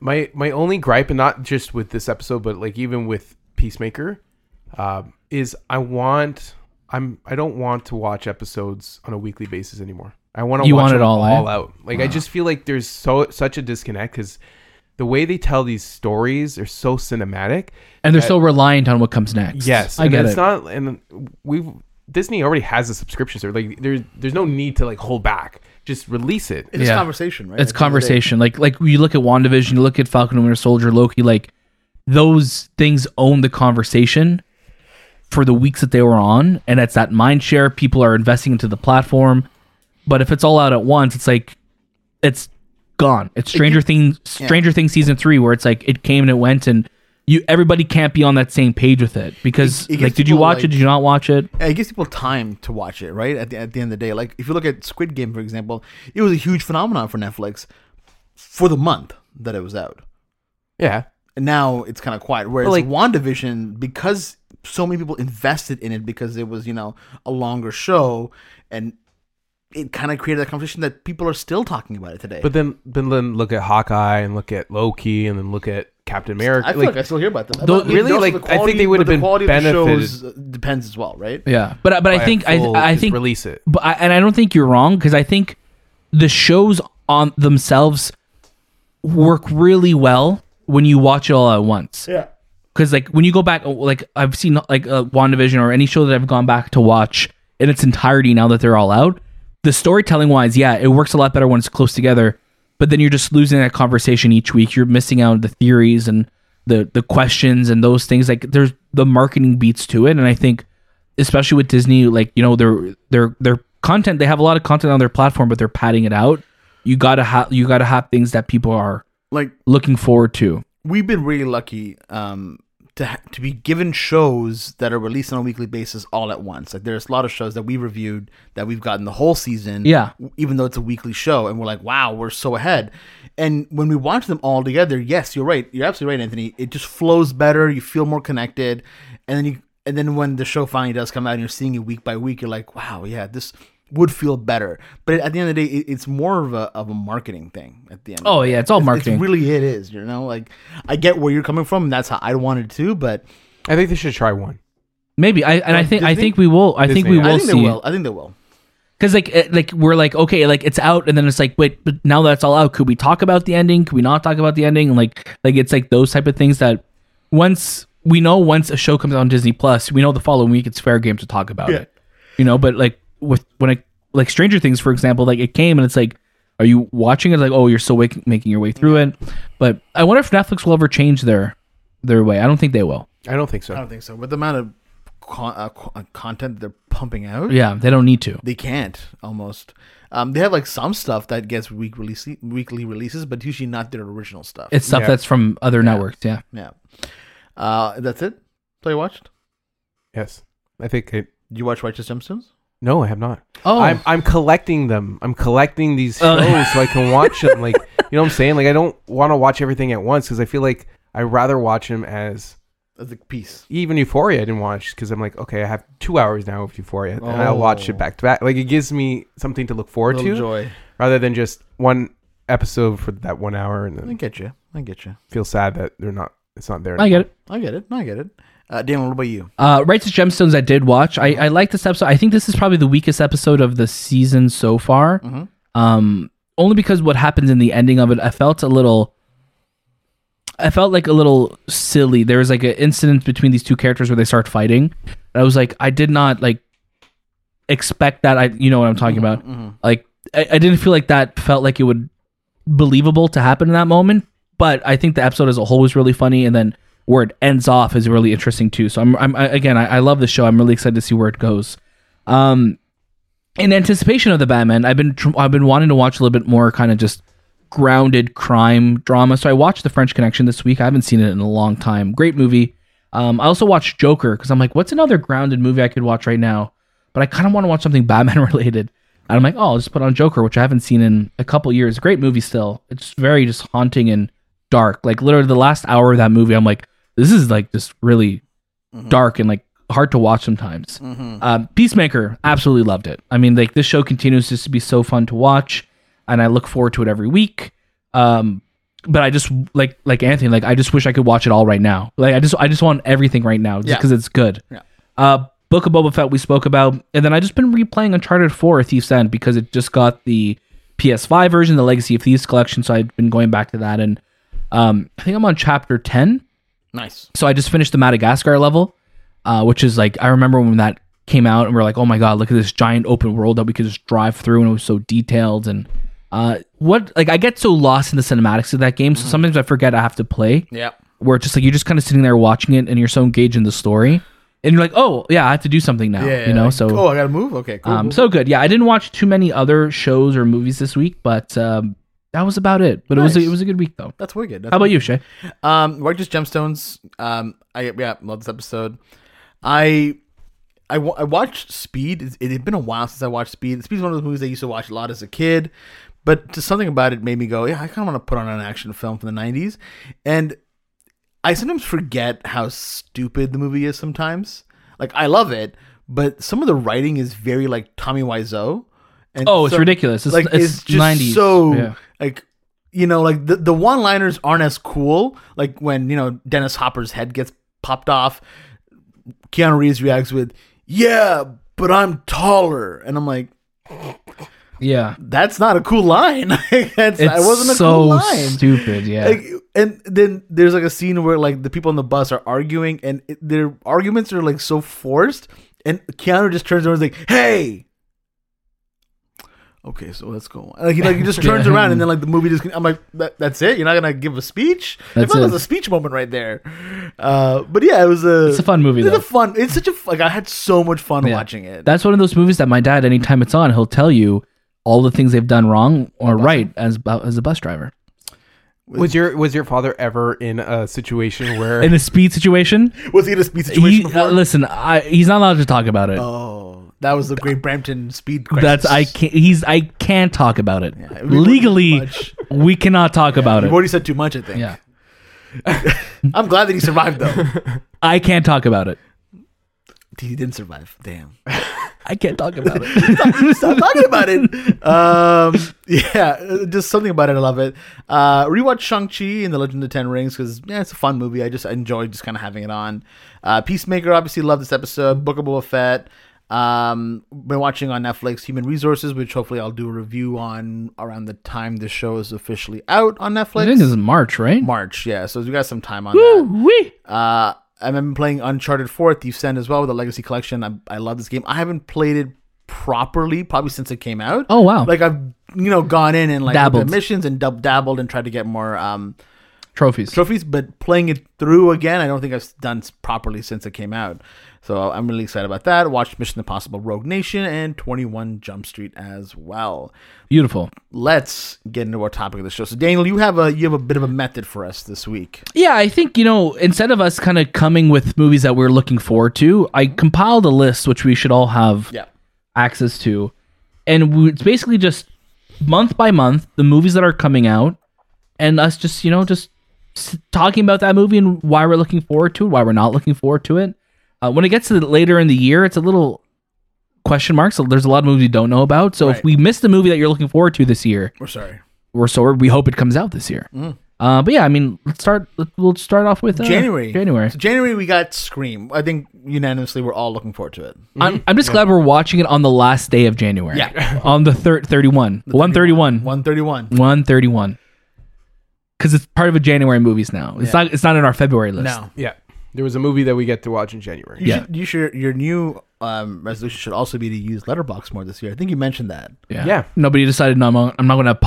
Speaker 2: My my only gripe, and not just with this episode, but like even with Peacemaker, um, is I want I'm I don't want to watch episodes on a weekly basis anymore. I want to
Speaker 3: You
Speaker 2: watch
Speaker 3: want it
Speaker 2: them
Speaker 3: all eh? out?
Speaker 2: out. Like I just feel like there's so such a disconnect because the way they tell these stories are so cinematic.
Speaker 3: And they're so reliant on what comes next.
Speaker 2: Yes,
Speaker 3: I
Speaker 2: and
Speaker 3: get
Speaker 2: it's
Speaker 3: it.
Speaker 2: not, and we've Disney already has a subscription service. Like there's there's no need to like hold back. Just release it.
Speaker 1: It's
Speaker 3: Yeah.
Speaker 1: conversation, right?
Speaker 3: it's
Speaker 1: At the end of the day.
Speaker 3: conversation. Like like you look at WandaVision, you look at Falcon and Winter Soldier, Loki, like those things own the conversation for the weeks that they were on, and it's that mind share. People are investing into the platform. But if it's all out at once, it's like it's gone. It's Stranger Things Stranger Things season three, where it's like it came and it went and you everybody can't be on that same page with it because
Speaker 1: It- it gives
Speaker 3: like did you
Speaker 1: people,
Speaker 3: watch it
Speaker 1: like-
Speaker 3: did you not watch it
Speaker 1: Yeah, It gives people time to watch it, right? At the, at the end of the day, like if you look at Squid Game, for example, it was a huge phenomenon for Netflix for the month that it was out.
Speaker 2: Yeah,
Speaker 1: And now it's kind of quiet. Whereas
Speaker 2: like-
Speaker 1: like WandaVision, because so many people invested in it because it was you know a longer show, and it kind of created a conversation that people are still talking about it today.
Speaker 2: but then but then look at Hawkeye and look at Loki and then look at Captain America.
Speaker 1: I feel like, I still hear about them.
Speaker 2: Though-
Speaker 1: I mean,
Speaker 2: really,
Speaker 1: also
Speaker 2: like,
Speaker 1: the
Speaker 2: I think they would
Speaker 1: but
Speaker 2: have been
Speaker 1: the quality of the
Speaker 2: benefited.
Speaker 1: shows uh, depends as well, right?
Speaker 3: yeah but I- but I
Speaker 2: by a
Speaker 3: think I
Speaker 2: full-
Speaker 3: I
Speaker 2: just
Speaker 3: think
Speaker 2: release it.
Speaker 3: but I, and I don't think you're wrong because I think the shows on themselves work really well when you watch it all at once.
Speaker 1: Yeah.
Speaker 3: Because like when you go back, oh, like I've seen like uh, WandaVision or any show that I've gone back to watch in its entirety now that they're all out, the storytelling wise, yeah, it works a lot better when it's close together. But then you're just losing that conversation each week. You're missing out on the theories and the the questions and those things. Like there's the marketing beats to it, and I think especially with Disney, like you know their their their content, they have a lot of content on their platform, but they're padding it out. You gotta have you gotta have things that people are
Speaker 1: Like
Speaker 3: looking forward to.
Speaker 1: we've been really lucky um, to ha- to be given shows that are released on a weekly basis all at once. Like there's a lot of shows that we reviewed that we've gotten the whole season.
Speaker 3: Yeah.
Speaker 1: w- even though it's a weekly show, and we're like, wow, we're so ahead. And when we watch them all together, yes, you're right. You're absolutely right, Anthony. It just flows better. You feel more connected, and then you and then when the show finally does come out and you're seeing it week by week, you're like, wow, yeah, this would feel better. But at the end of the day, it, it's more of a of a marketing thing. At the end, of
Speaker 3: Oh
Speaker 1: the day.
Speaker 3: yeah, it's all
Speaker 1: It's-
Speaker 3: marketing.
Speaker 1: It's really it is, you know. Like I get where you're coming from, and that's how I wanted to, but
Speaker 2: I think they should try one.
Speaker 3: Maybe I and I think I
Speaker 1: Disney?
Speaker 3: think we will. I think
Speaker 2: Disney,
Speaker 3: we
Speaker 2: yeah.
Speaker 3: will
Speaker 1: I think
Speaker 3: see
Speaker 1: they will. I think they will.
Speaker 3: because like eh, like we're like okay like it's out and then it's like wait but now that's all out could we talk about the ending could we not talk about the ending And, like like it's like those type of things that once we know once a show comes out on Disney Plus we know the following week it's fair game to talk about
Speaker 1: Yeah.
Speaker 3: it you know but like with when it like Stranger Things for example like it came and it's like are you watching it like oh you're still wak- making your way through it but I wonder if Netflix will ever change their their way I don't think they will
Speaker 2: I don't think
Speaker 1: I
Speaker 3: Oh.
Speaker 2: so.
Speaker 1: don't think so. With the amount of con- uh, co- uh, content that they're pumping out,
Speaker 3: yeah they don't need to
Speaker 1: they can't almost. Um, they have like some stuff that gets week release weekly releases, but usually not their original stuff.
Speaker 3: it's stuff
Speaker 2: Yeah.
Speaker 3: that's from other networks yeah
Speaker 1: yeah. Uh, that's it. So you watched?
Speaker 2: Yes, I think. It,
Speaker 1: Did you watch Righteous Gemstones?
Speaker 2: no, I have not.
Speaker 3: oh
Speaker 2: I'm I'm collecting them. I'm collecting these shows
Speaker 3: Oh.
Speaker 2: so I can watch them. Like you know what I'm saying? Like I don't want to watch everything at once because I feel like I would rather watch them as
Speaker 1: That's a piece.
Speaker 2: even Euphoria. I didn't watch because I'm like, okay, I have two hours now of Euphoria, and I'll watch
Speaker 1: Oh.
Speaker 2: it back to back. Like it gives me something to look forward
Speaker 1: Little
Speaker 2: to
Speaker 1: joy.
Speaker 2: rather than just one episode for that one hour and
Speaker 1: I
Speaker 2: then
Speaker 1: get you. I get you.
Speaker 2: feel sad that they're not. It's not there.
Speaker 3: I get it
Speaker 1: I get it. I get it. Uh, Daniel, what about you?
Speaker 3: Uh, Rights to Gemstones, I did watch. I, I like this episode. I think this is probably the weakest episode of the season so far.
Speaker 2: Mm-hmm.
Speaker 1: Mhm.
Speaker 3: Um, only because what happens in the ending of it, I felt a little. I felt like a little silly. There was like an incident between these two characters where they start fighting. And I was like, I did not like expect that. I, you know what I'm talking
Speaker 2: Mm-hmm.
Speaker 3: about
Speaker 1: Mhm.
Speaker 3: like I, I didn't feel like that felt like it would believable to happen in that moment but i think the episode as a whole was really funny and then where it ends off is really interesting too so i'm, I'm I, again I, I love the show i'm really excited to see where it goes um in anticipation of the batman i've been tr- i've been wanting to watch a little bit more kind of just grounded crime drama so i watched the french connection this week i haven't seen it in a long time great movie um, I also watched Joker because I'm like, what's another grounded movie I could watch right now? But I kind of want to watch something [LAUGHS] Batman related. And I'm like, oh, I'll just put on Joker, which I haven't seen in a couple years. Great movie still. It's very just haunting and dark. Like literally the last hour of that movie, I'm like, this is like just really Mm-hmm. dark and like hard to watch sometimes.
Speaker 1: Mm-hmm.
Speaker 3: Um, Peacemaker, absolutely loved it. I mean, like this show continues just to be so fun to watch, and I look forward to it every week. Um, but I just like like Anthony, like I just wish I could watch it all right now. Like I just I just want everything right now just
Speaker 1: Yeah.
Speaker 3: because it's good.
Speaker 1: Yeah.
Speaker 3: Uh, Book of Boba Fett we spoke about, and then I just been replaying Uncharted Four: Thief's End because it just got the PS5 version, the Legacy of Thieves collection. So I've been going back to that, and um, I think I'm on chapter ten
Speaker 1: Nice.
Speaker 3: so I just finished the Madagascar level, uh, which is like I remember when that came out and we are like, oh my god, look at this giant open world that we could just drive through, and it was so detailed and uh, what like I get so lost in the cinematics of that
Speaker 1: Mm-hmm.
Speaker 3: game, so sometimes I forget I have to play.
Speaker 1: Yeah.
Speaker 3: Where it's just like you're just kind of sitting there watching it, and you're so engaged in the story, and you're like, oh yeah, I have to do something now,
Speaker 1: Yeah.
Speaker 3: you know.
Speaker 1: like,
Speaker 3: So
Speaker 1: oh, I gotta move. Okay. Cool.
Speaker 3: um,
Speaker 1: cool.
Speaker 3: so good. Yeah, I didn't watch too many other shows or movies this week, but um, that was about it. But it was
Speaker 1: Nice.
Speaker 3: a, it was a good week though.
Speaker 1: that's wicked. That's
Speaker 3: How about you, Shay?
Speaker 1: Um, Righteous Gemstones. Um, I yeah, love this episode. I I wa- I watched Speed. It, it had been a while since I watched Speed. Speed's one of those movies I used to watch a lot as a kid, but just something about it made me go, yeah, I kind of want to put on an action film from the '90s. And I sometimes forget how stupid the movie is. Sometimes, like I love it, but some of the writing is very like Tommy Wiseau. And
Speaker 3: Oh, it's
Speaker 1: so-
Speaker 3: ridiculous. It's,
Speaker 1: like
Speaker 3: it's,
Speaker 1: it's, just
Speaker 3: 90s.
Speaker 1: so
Speaker 3: Yeah.
Speaker 1: like you know like the, the one liners aren't as cool like when you know dennis hopper's head gets popped off keanu reeves reacts with yeah but i'm taller and i'm like
Speaker 3: yeah.
Speaker 1: that's not a cool line [LAUGHS] Like, that's, that wasn't a
Speaker 3: so
Speaker 1: cool line
Speaker 3: stupid. Yeah,
Speaker 1: like and then there's like a scene where like the people on the bus are arguing and it, their arguments are like so forced and Keanu just turns around and is like, "Hey." Okay, so let's go. on." Like he like he just turns
Speaker 3: [LAUGHS] Yeah.
Speaker 1: around and then like the movie just I'm like that, that's it. You're not going to give a speech?
Speaker 3: That's
Speaker 1: I felt like
Speaker 3: it.
Speaker 1: was a speech moment right there. Uh, but yeah, it was a
Speaker 3: It's a fun movie,
Speaker 1: It's
Speaker 3: though.
Speaker 1: a fun. It's such a f- like I had so much fun
Speaker 3: Yeah.
Speaker 1: watching it.
Speaker 3: That's one of those movies that my dad, anytime it's on, he'll tell you all the things they've done wrong or right as as a bus driver
Speaker 2: Was your was your father ever in a
Speaker 3: [LAUGHS]
Speaker 2: situation where
Speaker 3: in a speed situation.
Speaker 1: was he in a speed situation
Speaker 3: He,
Speaker 1: before?
Speaker 3: uh, listen, I, he's not allowed to talk about it.
Speaker 1: oh, that was the Great Brampton speed. Crisis.
Speaker 3: That's I can't. He's I can't talk about it
Speaker 1: we wouldn't
Speaker 3: legally.
Speaker 1: much.
Speaker 3: We cannot talk about
Speaker 1: You've
Speaker 3: it.
Speaker 1: already said too much. I think.
Speaker 3: Yeah,
Speaker 1: I'm glad that he survived though.
Speaker 3: I can't talk about it.
Speaker 1: he didn't survive. [LAUGHS] Damn.
Speaker 3: I can't talk about it. [LAUGHS]
Speaker 1: Stop talking about it. Um, yeah, uh, just something about it. I love it. Uh, rewatch Shang Chi and the Legend of the Ten Rings because yeah, it's a fun movie. I just enjoyed just kind of having it on. Uh, Peacemaker, obviously, love this episode. Book of Boba Fett. Um, been watching on Netflix Human Resources, which hopefully I'll do a review on around the time this show is officially out on
Speaker 3: I think this is
Speaker 1: Netflix.
Speaker 3: March, right?
Speaker 1: March, yeah. So we got some time on that.
Speaker 3: Woo-wee.
Speaker 1: Uh, I've been playing Uncharted 4 Thief's End as well with the Legacy Collection. I, I love this game. I haven't played it properly probably since it came out.
Speaker 3: Oh wow! Like
Speaker 1: Like I've you know gone in and like looked at
Speaker 3: Dabbled.
Speaker 1: missions and dub- dabbled and tried to get more um,
Speaker 3: trophies.
Speaker 1: trophies, but playing it through again, I don't think I've done s- properly since it came out. So I'm really excited about that. Watched Mission Impossible: Rogue Nation and 21 Jump Street as well.
Speaker 3: Beautiful.
Speaker 1: Let's get into our topic of the show. So Daniel, you have a you have a bit of a method for us this week.
Speaker 3: Yeah, I think, you know, instead of us kind of coming with movies that we're looking forward to, I compiled a list which we should all have
Speaker 1: Yeah.
Speaker 3: access to. And we, it's basically just month by month, the movies that are coming out, and us just, you know, just s- talking about that movie and why we're looking forward to it, why we're not looking forward to it. Uh, when it gets to the, later in the year, it's a little question mark. So there's a lot of movies you don't know about. So if
Speaker 1: Right.
Speaker 3: we miss the movie that you're looking forward to this year,
Speaker 1: We're sorry.
Speaker 3: or so we hope it comes out this year.
Speaker 1: Mm.
Speaker 3: Uh, but yeah, I mean, let's start. let- We'll start off with uh,
Speaker 1: January.
Speaker 3: January.
Speaker 1: So January we got Scream. I think unanimously we're all looking forward to it.
Speaker 3: I'm, I'm just glad we're watching it on the last day of January.
Speaker 1: Yeah.
Speaker 3: [LAUGHS] on the third 31, 131,
Speaker 1: 131.
Speaker 3: 131. Because it's part of a January movies now. It's not. It's not in our February list.
Speaker 1: Now,
Speaker 2: yeah, there was a movie that we get to watch in January.
Speaker 1: you
Speaker 3: Yeah.
Speaker 1: should, you should, your new um, resolution should also be to use Letterbox more this year. I think you mentioned that.
Speaker 3: Yeah.
Speaker 2: Yeah.
Speaker 3: Nobody decided. No, I'm, not- I'm not going to have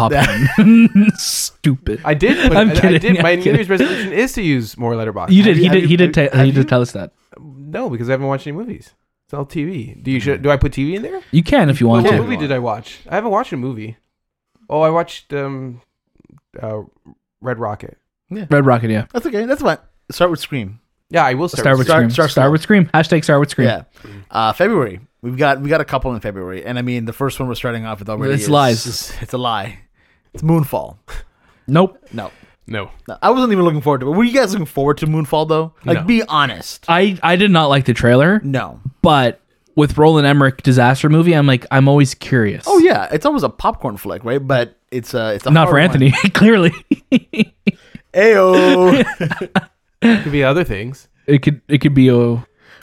Speaker 1: [LAUGHS]
Speaker 3: popcorn. Stupid.
Speaker 2: I
Speaker 3: [LAUGHS]
Speaker 2: did. But
Speaker 3: I'm
Speaker 2: I, I
Speaker 3: kidding,
Speaker 2: did. My
Speaker 3: I'm
Speaker 2: New
Speaker 3: kidding.
Speaker 2: Year's resolution is to use more Letterbox.
Speaker 3: you did.
Speaker 1: Have
Speaker 3: He
Speaker 1: you-
Speaker 3: did.
Speaker 1: have
Speaker 3: He
Speaker 1: you-
Speaker 3: did. Te-
Speaker 1: have
Speaker 3: he
Speaker 1: you-
Speaker 3: did tell us that.
Speaker 2: No, because I haven't watched any movies. It's all TV. Do you
Speaker 3: Mm.
Speaker 2: should, do I put TV in there?
Speaker 3: You can if you
Speaker 2: Well,
Speaker 3: want
Speaker 2: what
Speaker 1: can.
Speaker 3: to.
Speaker 2: movie did I watch? I haven't watched a movie. Oh, I watched um, uh, Red Rocket.
Speaker 3: Red Rocket. Yeah.
Speaker 1: That's okay. That's fine. Start with Scream.
Speaker 2: Yeah, I will start.
Speaker 3: Star
Speaker 2: with
Speaker 3: with
Speaker 1: Star-
Speaker 3: Scream.
Speaker 1: Star-
Speaker 3: Star, with Scream. Hashtag Star with Scream.
Speaker 1: Yeah. Uh, February. We've got we got a couple in February, and I mean the first one we're starting off with already.
Speaker 3: It's
Speaker 1: is-
Speaker 3: lies.
Speaker 1: It's, it's a lie. It's Moonfall.
Speaker 3: Nope.
Speaker 1: No.
Speaker 2: No.
Speaker 1: no, I wasn't even looking forward to it. Were you guys looking forward to Moonfall though? Like,
Speaker 2: No.
Speaker 1: be honest.
Speaker 3: I I did not like the trailer.
Speaker 1: No.
Speaker 3: but with Roland Emmerich disaster movie, I'm like I'm always curious.
Speaker 1: Oh yeah, it's always a popcorn flick, right? But it's a it's a
Speaker 3: not for
Speaker 1: hard one.
Speaker 3: Anthony, [LAUGHS] clearly. [LAUGHS]
Speaker 1: Ayo.
Speaker 2: Could be other things.
Speaker 3: it could it could be a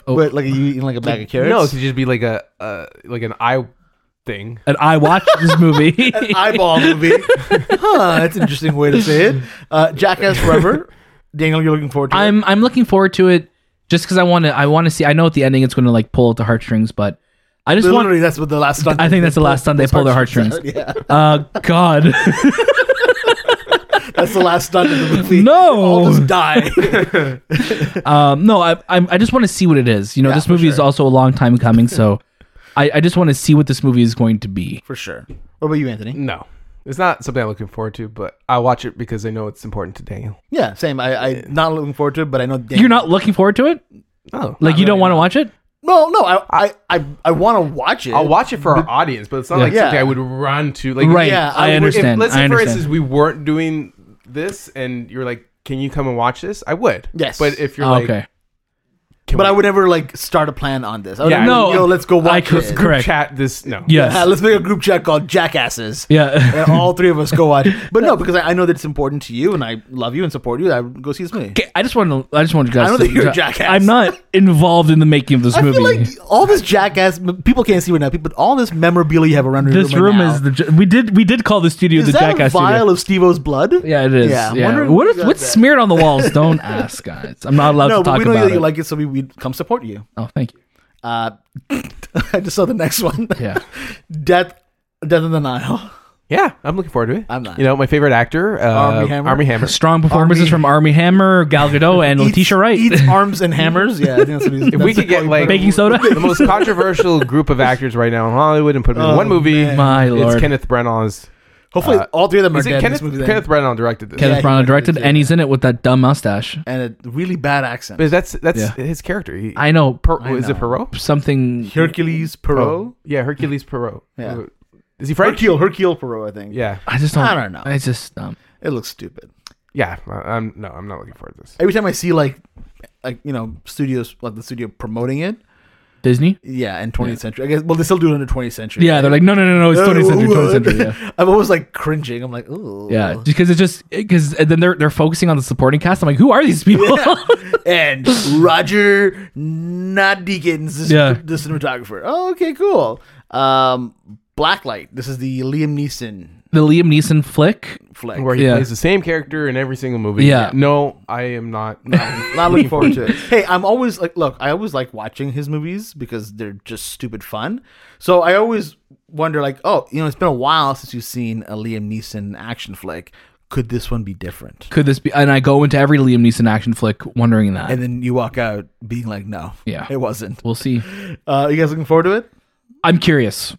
Speaker 1: What, like you eating like a bag of carrots?
Speaker 2: No, it could just be like a uh, like an eye thing.
Speaker 3: an I watched this movie.
Speaker 1: eyeball movie. [LAUGHS] huh, that's an interesting way to say it. Uh, Jackass Forever. Daniel, you're looking forward to it.
Speaker 3: [LAUGHS] I'm I'm looking forward to it just because I want to I want to see. I know at the ending it's going to like pull at the heartstrings, but I just want.
Speaker 1: Literally, that's what the last stunt.
Speaker 3: I think that's the last time they pull their heartstrings.
Speaker 1: [LAUGHS] Yeah,
Speaker 3: Uh, God, [LAUGHS]
Speaker 1: that's the last stunt of the movie.
Speaker 3: No.
Speaker 1: They all just die.
Speaker 3: [LAUGHS] um, no, I I'm, I just want to see what it is. You know,
Speaker 1: Yeah,
Speaker 3: this
Speaker 1: for
Speaker 3: movie is
Speaker 1: sure.
Speaker 3: also a long time coming, so I, I just want to see what this movie is going to be.
Speaker 1: For sure. What about you, Anthony?
Speaker 2: No, it's not something I'm looking forward to, but I watch it because I know it's important to Daniel.
Speaker 1: Yeah, same. I, I not looking forward to it, but I know Daniel.
Speaker 3: You're not looking forward to it,
Speaker 2: No,
Speaker 3: like you don't want to
Speaker 2: to.
Speaker 3: watch it.
Speaker 1: No, no. I I I, I want to watch it.
Speaker 2: I'll watch it for our audience, but it's not like
Speaker 1: Yeah.
Speaker 2: something I would run to. Like,
Speaker 3: Right,
Speaker 1: Yeah, I
Speaker 3: I,
Speaker 1: would-
Speaker 2: If,
Speaker 3: understand.
Speaker 2: let's
Speaker 3: I
Speaker 2: say, for
Speaker 3: understand.
Speaker 2: instance, we weren't doing this, and you're like, "Can you come and watch this?" I would.
Speaker 1: Yes.
Speaker 2: but if you're
Speaker 3: Oh,
Speaker 2: like,
Speaker 3: okay.
Speaker 2: Can
Speaker 1: But
Speaker 2: we-
Speaker 1: I would never like start a plan on this. I would
Speaker 2: Yeah,
Speaker 1: never,
Speaker 3: no.
Speaker 1: yo, let's go
Speaker 3: I
Speaker 1: watch
Speaker 3: could-
Speaker 1: it.
Speaker 3: correct.
Speaker 2: chat this. No.
Speaker 3: Yes.
Speaker 1: Yeah, [LAUGHS] let's make a group chat called Jackasses.
Speaker 3: Yeah. [LAUGHS]
Speaker 1: and all three of us go watch. But [LAUGHS] no, because I, I know that it's important to you, and I love you and support you. I would go see this movie.
Speaker 3: Okay, I just want to. I just want you guys.
Speaker 1: I know that
Speaker 3: to-
Speaker 1: you're a jackass.
Speaker 3: I'm not involved in the making of this
Speaker 1: I
Speaker 3: movie.
Speaker 1: feel like all this jackass people can't see right now, but all this memorabilia you have around your
Speaker 3: this room
Speaker 1: room, right now,
Speaker 3: is the. ja- We did. We did call the studio
Speaker 1: is
Speaker 3: the
Speaker 1: that
Speaker 3: jackass
Speaker 1: a vial
Speaker 3: studio.
Speaker 1: of Steve-O's blood?
Speaker 3: Yeah, it is. Yeah.
Speaker 1: I'm wondering
Speaker 3: What
Speaker 1: who
Speaker 3: is,
Speaker 1: got
Speaker 3: what's
Speaker 1: that.
Speaker 3: smeared on
Speaker 1: [LAUGHS]
Speaker 3: the walls? Don't ask, guys. I'm not allowed
Speaker 1: No,
Speaker 3: to
Speaker 1: but
Speaker 3: talk
Speaker 1: we know
Speaker 3: about
Speaker 1: that
Speaker 3: it.
Speaker 1: you like it, so we, we'd come support you.
Speaker 3: oh, thank you.
Speaker 1: Uh, [LAUGHS] I just saw the next one. [LAUGHS]
Speaker 3: Yeah.
Speaker 1: Death, Death in the Nile.
Speaker 2: Yeah, I'm looking forward to it.
Speaker 1: I'm not.
Speaker 2: You know, my favorite actor, uh,
Speaker 1: Armie Hammer? [LAUGHS]
Speaker 2: Armie Hammer.
Speaker 3: Strong performances
Speaker 1: Army-
Speaker 3: from Army Hammer, Gal Gadot,
Speaker 1: [LAUGHS]
Speaker 3: and
Speaker 1: Eats-
Speaker 3: Letitia Wright. [LAUGHS]
Speaker 1: Eats arms and hammers. Yeah, I think that's what he's.
Speaker 2: If we could get like
Speaker 3: Baking soda.
Speaker 2: the most controversial group of actors right now in Hollywood and put them in
Speaker 1: Oh,
Speaker 2: one movie,
Speaker 1: man.
Speaker 3: My
Speaker 2: it's
Speaker 3: lord.
Speaker 2: Kenneth Branagh's.
Speaker 1: Hopefully,
Speaker 2: uh,
Speaker 1: all three of them are
Speaker 2: Is
Speaker 1: dead.
Speaker 2: it
Speaker 1: in
Speaker 2: Kenneth?
Speaker 1: this movie then.
Speaker 2: Kenneth Branagh directed this.
Speaker 1: Kenneth-
Speaker 3: Kenneth
Speaker 1: he directed
Speaker 3: Branagh directed,
Speaker 1: it,
Speaker 3: and
Speaker 1: yeah.
Speaker 3: he's in it with that dumb mustache.
Speaker 1: and a really bad accent.
Speaker 2: But that's that's
Speaker 3: Yeah.
Speaker 2: his character. He,
Speaker 3: I know. Per-
Speaker 1: I
Speaker 2: is it
Speaker 1: know.
Speaker 2: Perot?
Speaker 3: something.
Speaker 1: Hercules Perot.
Speaker 2: Yeah, Hercules Perot.
Speaker 1: Yeah.
Speaker 2: Is he French?
Speaker 1: Hercule, Hercule Perot, I think.
Speaker 2: Yeah,
Speaker 3: I just don't.
Speaker 1: I don't know.
Speaker 3: I just um.
Speaker 1: It looks stupid.
Speaker 2: yeah. I- I'm no, I'm not looking forward to this.
Speaker 1: Every time I see like like you know, studios like the studio promoting it.
Speaker 3: Disney.
Speaker 1: Yeah, in twentieth century. I guess well they still do it in the twentieth century.
Speaker 3: Yeah, they're like, no, no, no, no. It's
Speaker 1: Uh,
Speaker 3: 20th century, 20th
Speaker 1: what?
Speaker 3: century. Yeah.
Speaker 1: I'm always like cringing. I'm like, ooh.
Speaker 3: Yeah, because it's just because then they're they're focusing on the supporting cast. I'm like, who are these people?
Speaker 1: and Roger not Deakins, this,
Speaker 3: Yeah.
Speaker 1: the cinematographer. Oh, okay, cool. Um Blacklight. This is the Liam Neeson
Speaker 3: [LAUGHS] the Liam Neeson flick.
Speaker 1: flick.
Speaker 2: Where he
Speaker 3: Yeah.
Speaker 2: plays the same character in every single movie.
Speaker 3: Yeah.
Speaker 2: No, I am not.
Speaker 1: Not looking forward to it. [LAUGHS] Hey, I'm always like, look, I always like watching his movies because they're just stupid fun. So I always wonder, like, oh, you know, it's been a while since you've seen a Liam Neeson action flick. Could this one be different?
Speaker 3: Could this be? And I go into every Liam Neeson action flick wondering that.
Speaker 1: And then you walk out being like, no,
Speaker 3: Yeah.
Speaker 1: it wasn't.
Speaker 3: we'll see.
Speaker 1: Uh, you guys looking forward to it?
Speaker 3: I'm curious.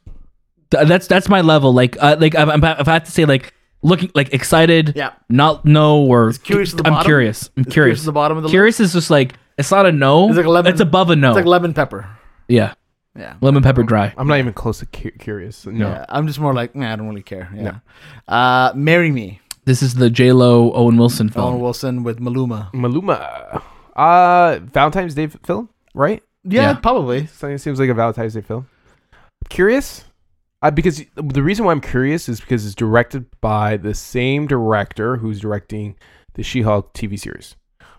Speaker 3: Th- That's that's my level. Like uh, like I'm, I'm, if I have to say like looking like excited.
Speaker 1: Yeah.
Speaker 3: Not no or
Speaker 1: curious at the
Speaker 3: I'm
Speaker 1: bottom?
Speaker 3: curious. I'm
Speaker 1: Is
Speaker 3: curious.
Speaker 1: Pierce at the bottom of the
Speaker 3: Curious is just like it's not a no.
Speaker 1: It's like lemon-
Speaker 3: It's above a no.
Speaker 1: list? It's like lemon pepper.
Speaker 3: yeah.
Speaker 1: Yeah.
Speaker 3: Lemon pepper dry.
Speaker 2: I'm not even close to cu- curious. No.
Speaker 1: Yeah, I'm just more like, nah, I don't really care. Yeah. Uh, Marry Me,
Speaker 3: This is the J Lo Owen Wilson film.
Speaker 1: Owen Wilson with Maluma.
Speaker 2: Maluma. Uh, Valentine's Day f- film, right?
Speaker 1: Yeah,
Speaker 3: Yeah.
Speaker 1: probably.
Speaker 2: Something that seems like a Valentine's Day film. Curious? Uh, because the reason why I'm curious is because it's directed by the same director who's directing the She Hulk TV series.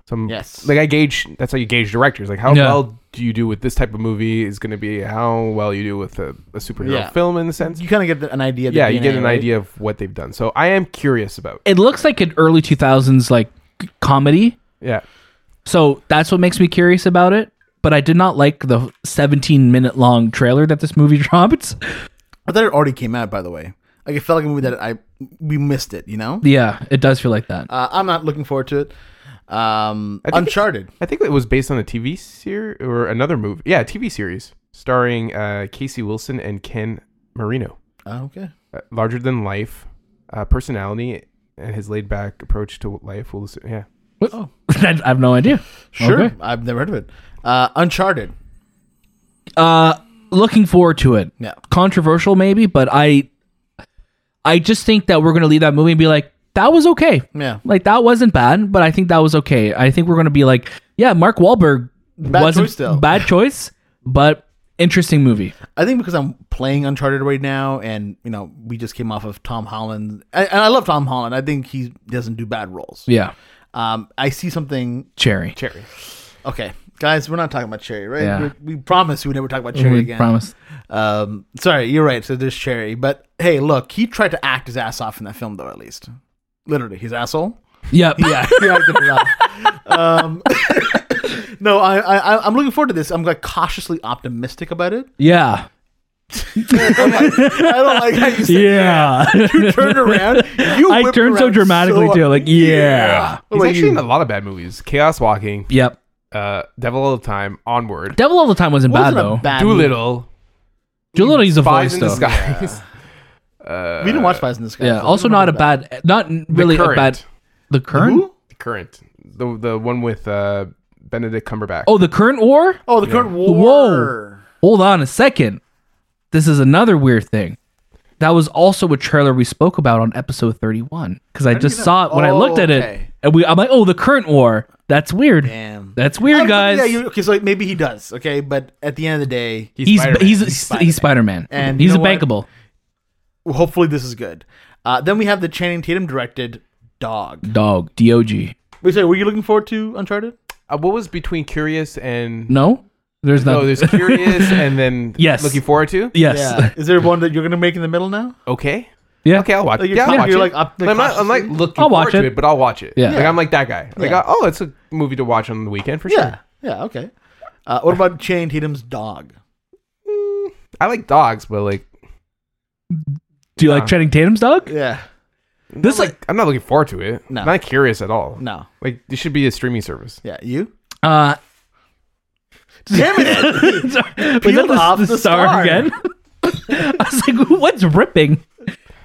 Speaker 2: So I'm,
Speaker 1: Yes.
Speaker 2: Like I gauge, that's how you gauge directors. Like how
Speaker 3: Yeah.
Speaker 2: well do you do with this type of movie is going to be how well you do with a, a superhero
Speaker 1: Yeah.
Speaker 2: film in the sense.
Speaker 1: You kind of get the- an idea. of the
Speaker 2: yeah, you
Speaker 1: DNA,
Speaker 2: get an
Speaker 1: right?
Speaker 2: idea of what they've done. So I am curious about.
Speaker 3: It looks like an early 2000s like c- comedy.
Speaker 2: Yeah.
Speaker 3: So that's what makes me curious about it. But I did not like the 17 minute long trailer that this movie [LAUGHS] dropped.
Speaker 1: I thought it already came out, by the way. Like it felt like a movie that I we missed it. You know,
Speaker 3: Yeah, it does feel like that.
Speaker 1: uh, I'm not looking forward to it. Um,
Speaker 2: I think
Speaker 1: Uncharted.
Speaker 2: I think it was based on a TV series or another movie. Yeah, a TV series starring uh, Casey Wilson and Ken Marino.
Speaker 1: Oh, okay.
Speaker 2: Uh, larger than life uh, personality and his laid back approach to life. Will yeah.
Speaker 3: What? [LAUGHS] I I have no idea.
Speaker 1: Sure.
Speaker 3: Okay.
Speaker 1: I've never heard of it. Uh, Uncharted.
Speaker 3: Uh, looking forward to it.
Speaker 1: Yeah.
Speaker 3: Controversial maybe, but I, I just think that we're gonna leave that movie and be like, that was okay.
Speaker 1: Yeah.
Speaker 3: Like that wasn't bad, but I think that was okay. I think we're gonna be like, yeah, Mark Wahlberg
Speaker 1: Bad
Speaker 3: wasn't
Speaker 1: choice, though.
Speaker 3: bad choice, but interesting movie.
Speaker 1: I think because I'm playing Uncharted right now, and you know we just came off of Tom Holland, I, and I love Tom Holland. I think he doesn't do bad roles.
Speaker 3: Yeah,
Speaker 1: Um, I see something.
Speaker 3: Cherry.
Speaker 2: Cherry.
Speaker 1: Okay, guys, we're not talking about Cherry, right?
Speaker 3: Yeah.
Speaker 1: We, we promised we would never talk about Cherry
Speaker 3: We
Speaker 1: again.
Speaker 3: promise.
Speaker 1: Um, sorry, you're right. So there's Cherry, but hey, look, he tried to act his ass off in that film, though. At least, literally, his asshole. [LAUGHS]
Speaker 3: Yeah.
Speaker 1: Yeah, he acted it off. Um, [COUGHS] no, I, I, I- I'm looking forward to this. I'm like cautiously optimistic about it.
Speaker 3: Yeah.
Speaker 1: I'm like, I don't like how you said
Speaker 3: [LAUGHS] Yeah.
Speaker 1: You turned around. You
Speaker 3: I
Speaker 1: whipped
Speaker 3: turned so
Speaker 1: around
Speaker 3: dramatically
Speaker 1: so-
Speaker 3: too. Like, yeah.
Speaker 1: What
Speaker 2: He's
Speaker 1: about
Speaker 2: actually
Speaker 1: you?
Speaker 2: in a lot of bad movies. Chaos Walking,
Speaker 3: Yep.
Speaker 2: uh, Devil All the Time, Onward,
Speaker 3: Devil All the Time wasn't
Speaker 1: Wasn't
Speaker 3: bad
Speaker 1: a
Speaker 3: though.
Speaker 1: bad
Speaker 2: Doolittle,
Speaker 3: Doolittle is a
Speaker 2: Spies
Speaker 3: voice
Speaker 2: in
Speaker 3: though.
Speaker 2: Disguise.
Speaker 1: movie. We didn't watch Spies in the Sky.
Speaker 3: Yeah.
Speaker 1: so
Speaker 3: Also,
Speaker 1: we
Speaker 3: not a
Speaker 1: don't know
Speaker 3: bad, not n-
Speaker 2: The
Speaker 3: really a
Speaker 2: Current.
Speaker 3: bad. The
Speaker 1: about it.
Speaker 3: current.
Speaker 1: Who?
Speaker 2: [LAUGHS] The Current. The the one with uh, Benedict Cumberbatch.
Speaker 3: Oh, the current war.
Speaker 1: Oh, the current war.
Speaker 3: Whoa. Hold on a second. This is another weird thing. That was also a trailer we spoke about on episode thirty-one because I just saw it when I
Speaker 1: Oh,
Speaker 3: looked at
Speaker 1: okay.
Speaker 3: it, and we. I'm like, oh, the current war. That's weird.
Speaker 1: Damn.
Speaker 3: That's
Speaker 1: I
Speaker 3: weird,
Speaker 1: don't-
Speaker 3: guys.
Speaker 1: Yeah, you, okay, so maybe he does. Okay, but at the end of the day,
Speaker 3: he's
Speaker 2: Spider-Man.
Speaker 3: he's he's Spider-Man. He's,
Speaker 1: And you know what?
Speaker 3: bankable.
Speaker 1: hopefully this is good. Uh, then we have the Channing Tatum directed Dog.
Speaker 3: Dog. Dog.
Speaker 1: Wait, sorry, were you looking forward to Uncharted?
Speaker 2: Uh, what was between curious and
Speaker 3: No, there's
Speaker 2: no?
Speaker 3: not.
Speaker 2: there's
Speaker 3: [LAUGHS]
Speaker 2: curious and
Speaker 1: [LAUGHS]
Speaker 2: then
Speaker 3: Yes.
Speaker 2: looking forward to.
Speaker 3: yes.
Speaker 1: Yeah. is there one that you're gonna make in the middle now?
Speaker 2: Okay.
Speaker 3: [LAUGHS] Yeah.
Speaker 2: Okay, I'll watch.
Speaker 1: Like,
Speaker 2: it.
Speaker 1: you're
Speaker 2: yeah, I'll
Speaker 1: kind of-
Speaker 2: watch
Speaker 1: you're,
Speaker 2: it.
Speaker 1: like, up- like,
Speaker 2: I'm not. I'm like
Speaker 1: cautiously-
Speaker 2: looking
Speaker 3: I'll
Speaker 2: forward
Speaker 3: watch
Speaker 2: to
Speaker 3: it.
Speaker 2: it, but I'll watch it.
Speaker 3: Yeah.
Speaker 2: Like I'm like that guy. Like
Speaker 1: Yeah.
Speaker 2: oh, it's a movie to watch on the weekend for
Speaker 1: Yeah.
Speaker 2: sure.
Speaker 1: Yeah. Okay. Uh, what about Channing Tatum's Dog?
Speaker 2: I like dogs, but like
Speaker 3: Do you like
Speaker 2: Nah.
Speaker 3: Channing Tatum's dog?
Speaker 1: Yeah.
Speaker 2: I'm
Speaker 3: This,
Speaker 2: not,
Speaker 3: like-
Speaker 2: I'm not looking forward to it.
Speaker 1: No.
Speaker 2: Not curious at all.
Speaker 1: No.
Speaker 2: Like this should be a streaming service.
Speaker 1: Yeah. You.
Speaker 3: Uh, [LAUGHS]
Speaker 1: Damn
Speaker 2: [LAUGHS]
Speaker 1: it!
Speaker 3: Sorry.
Speaker 1: Peeled off the star.
Speaker 3: [LAUGHS] I was like, [LAUGHS] what's ripping?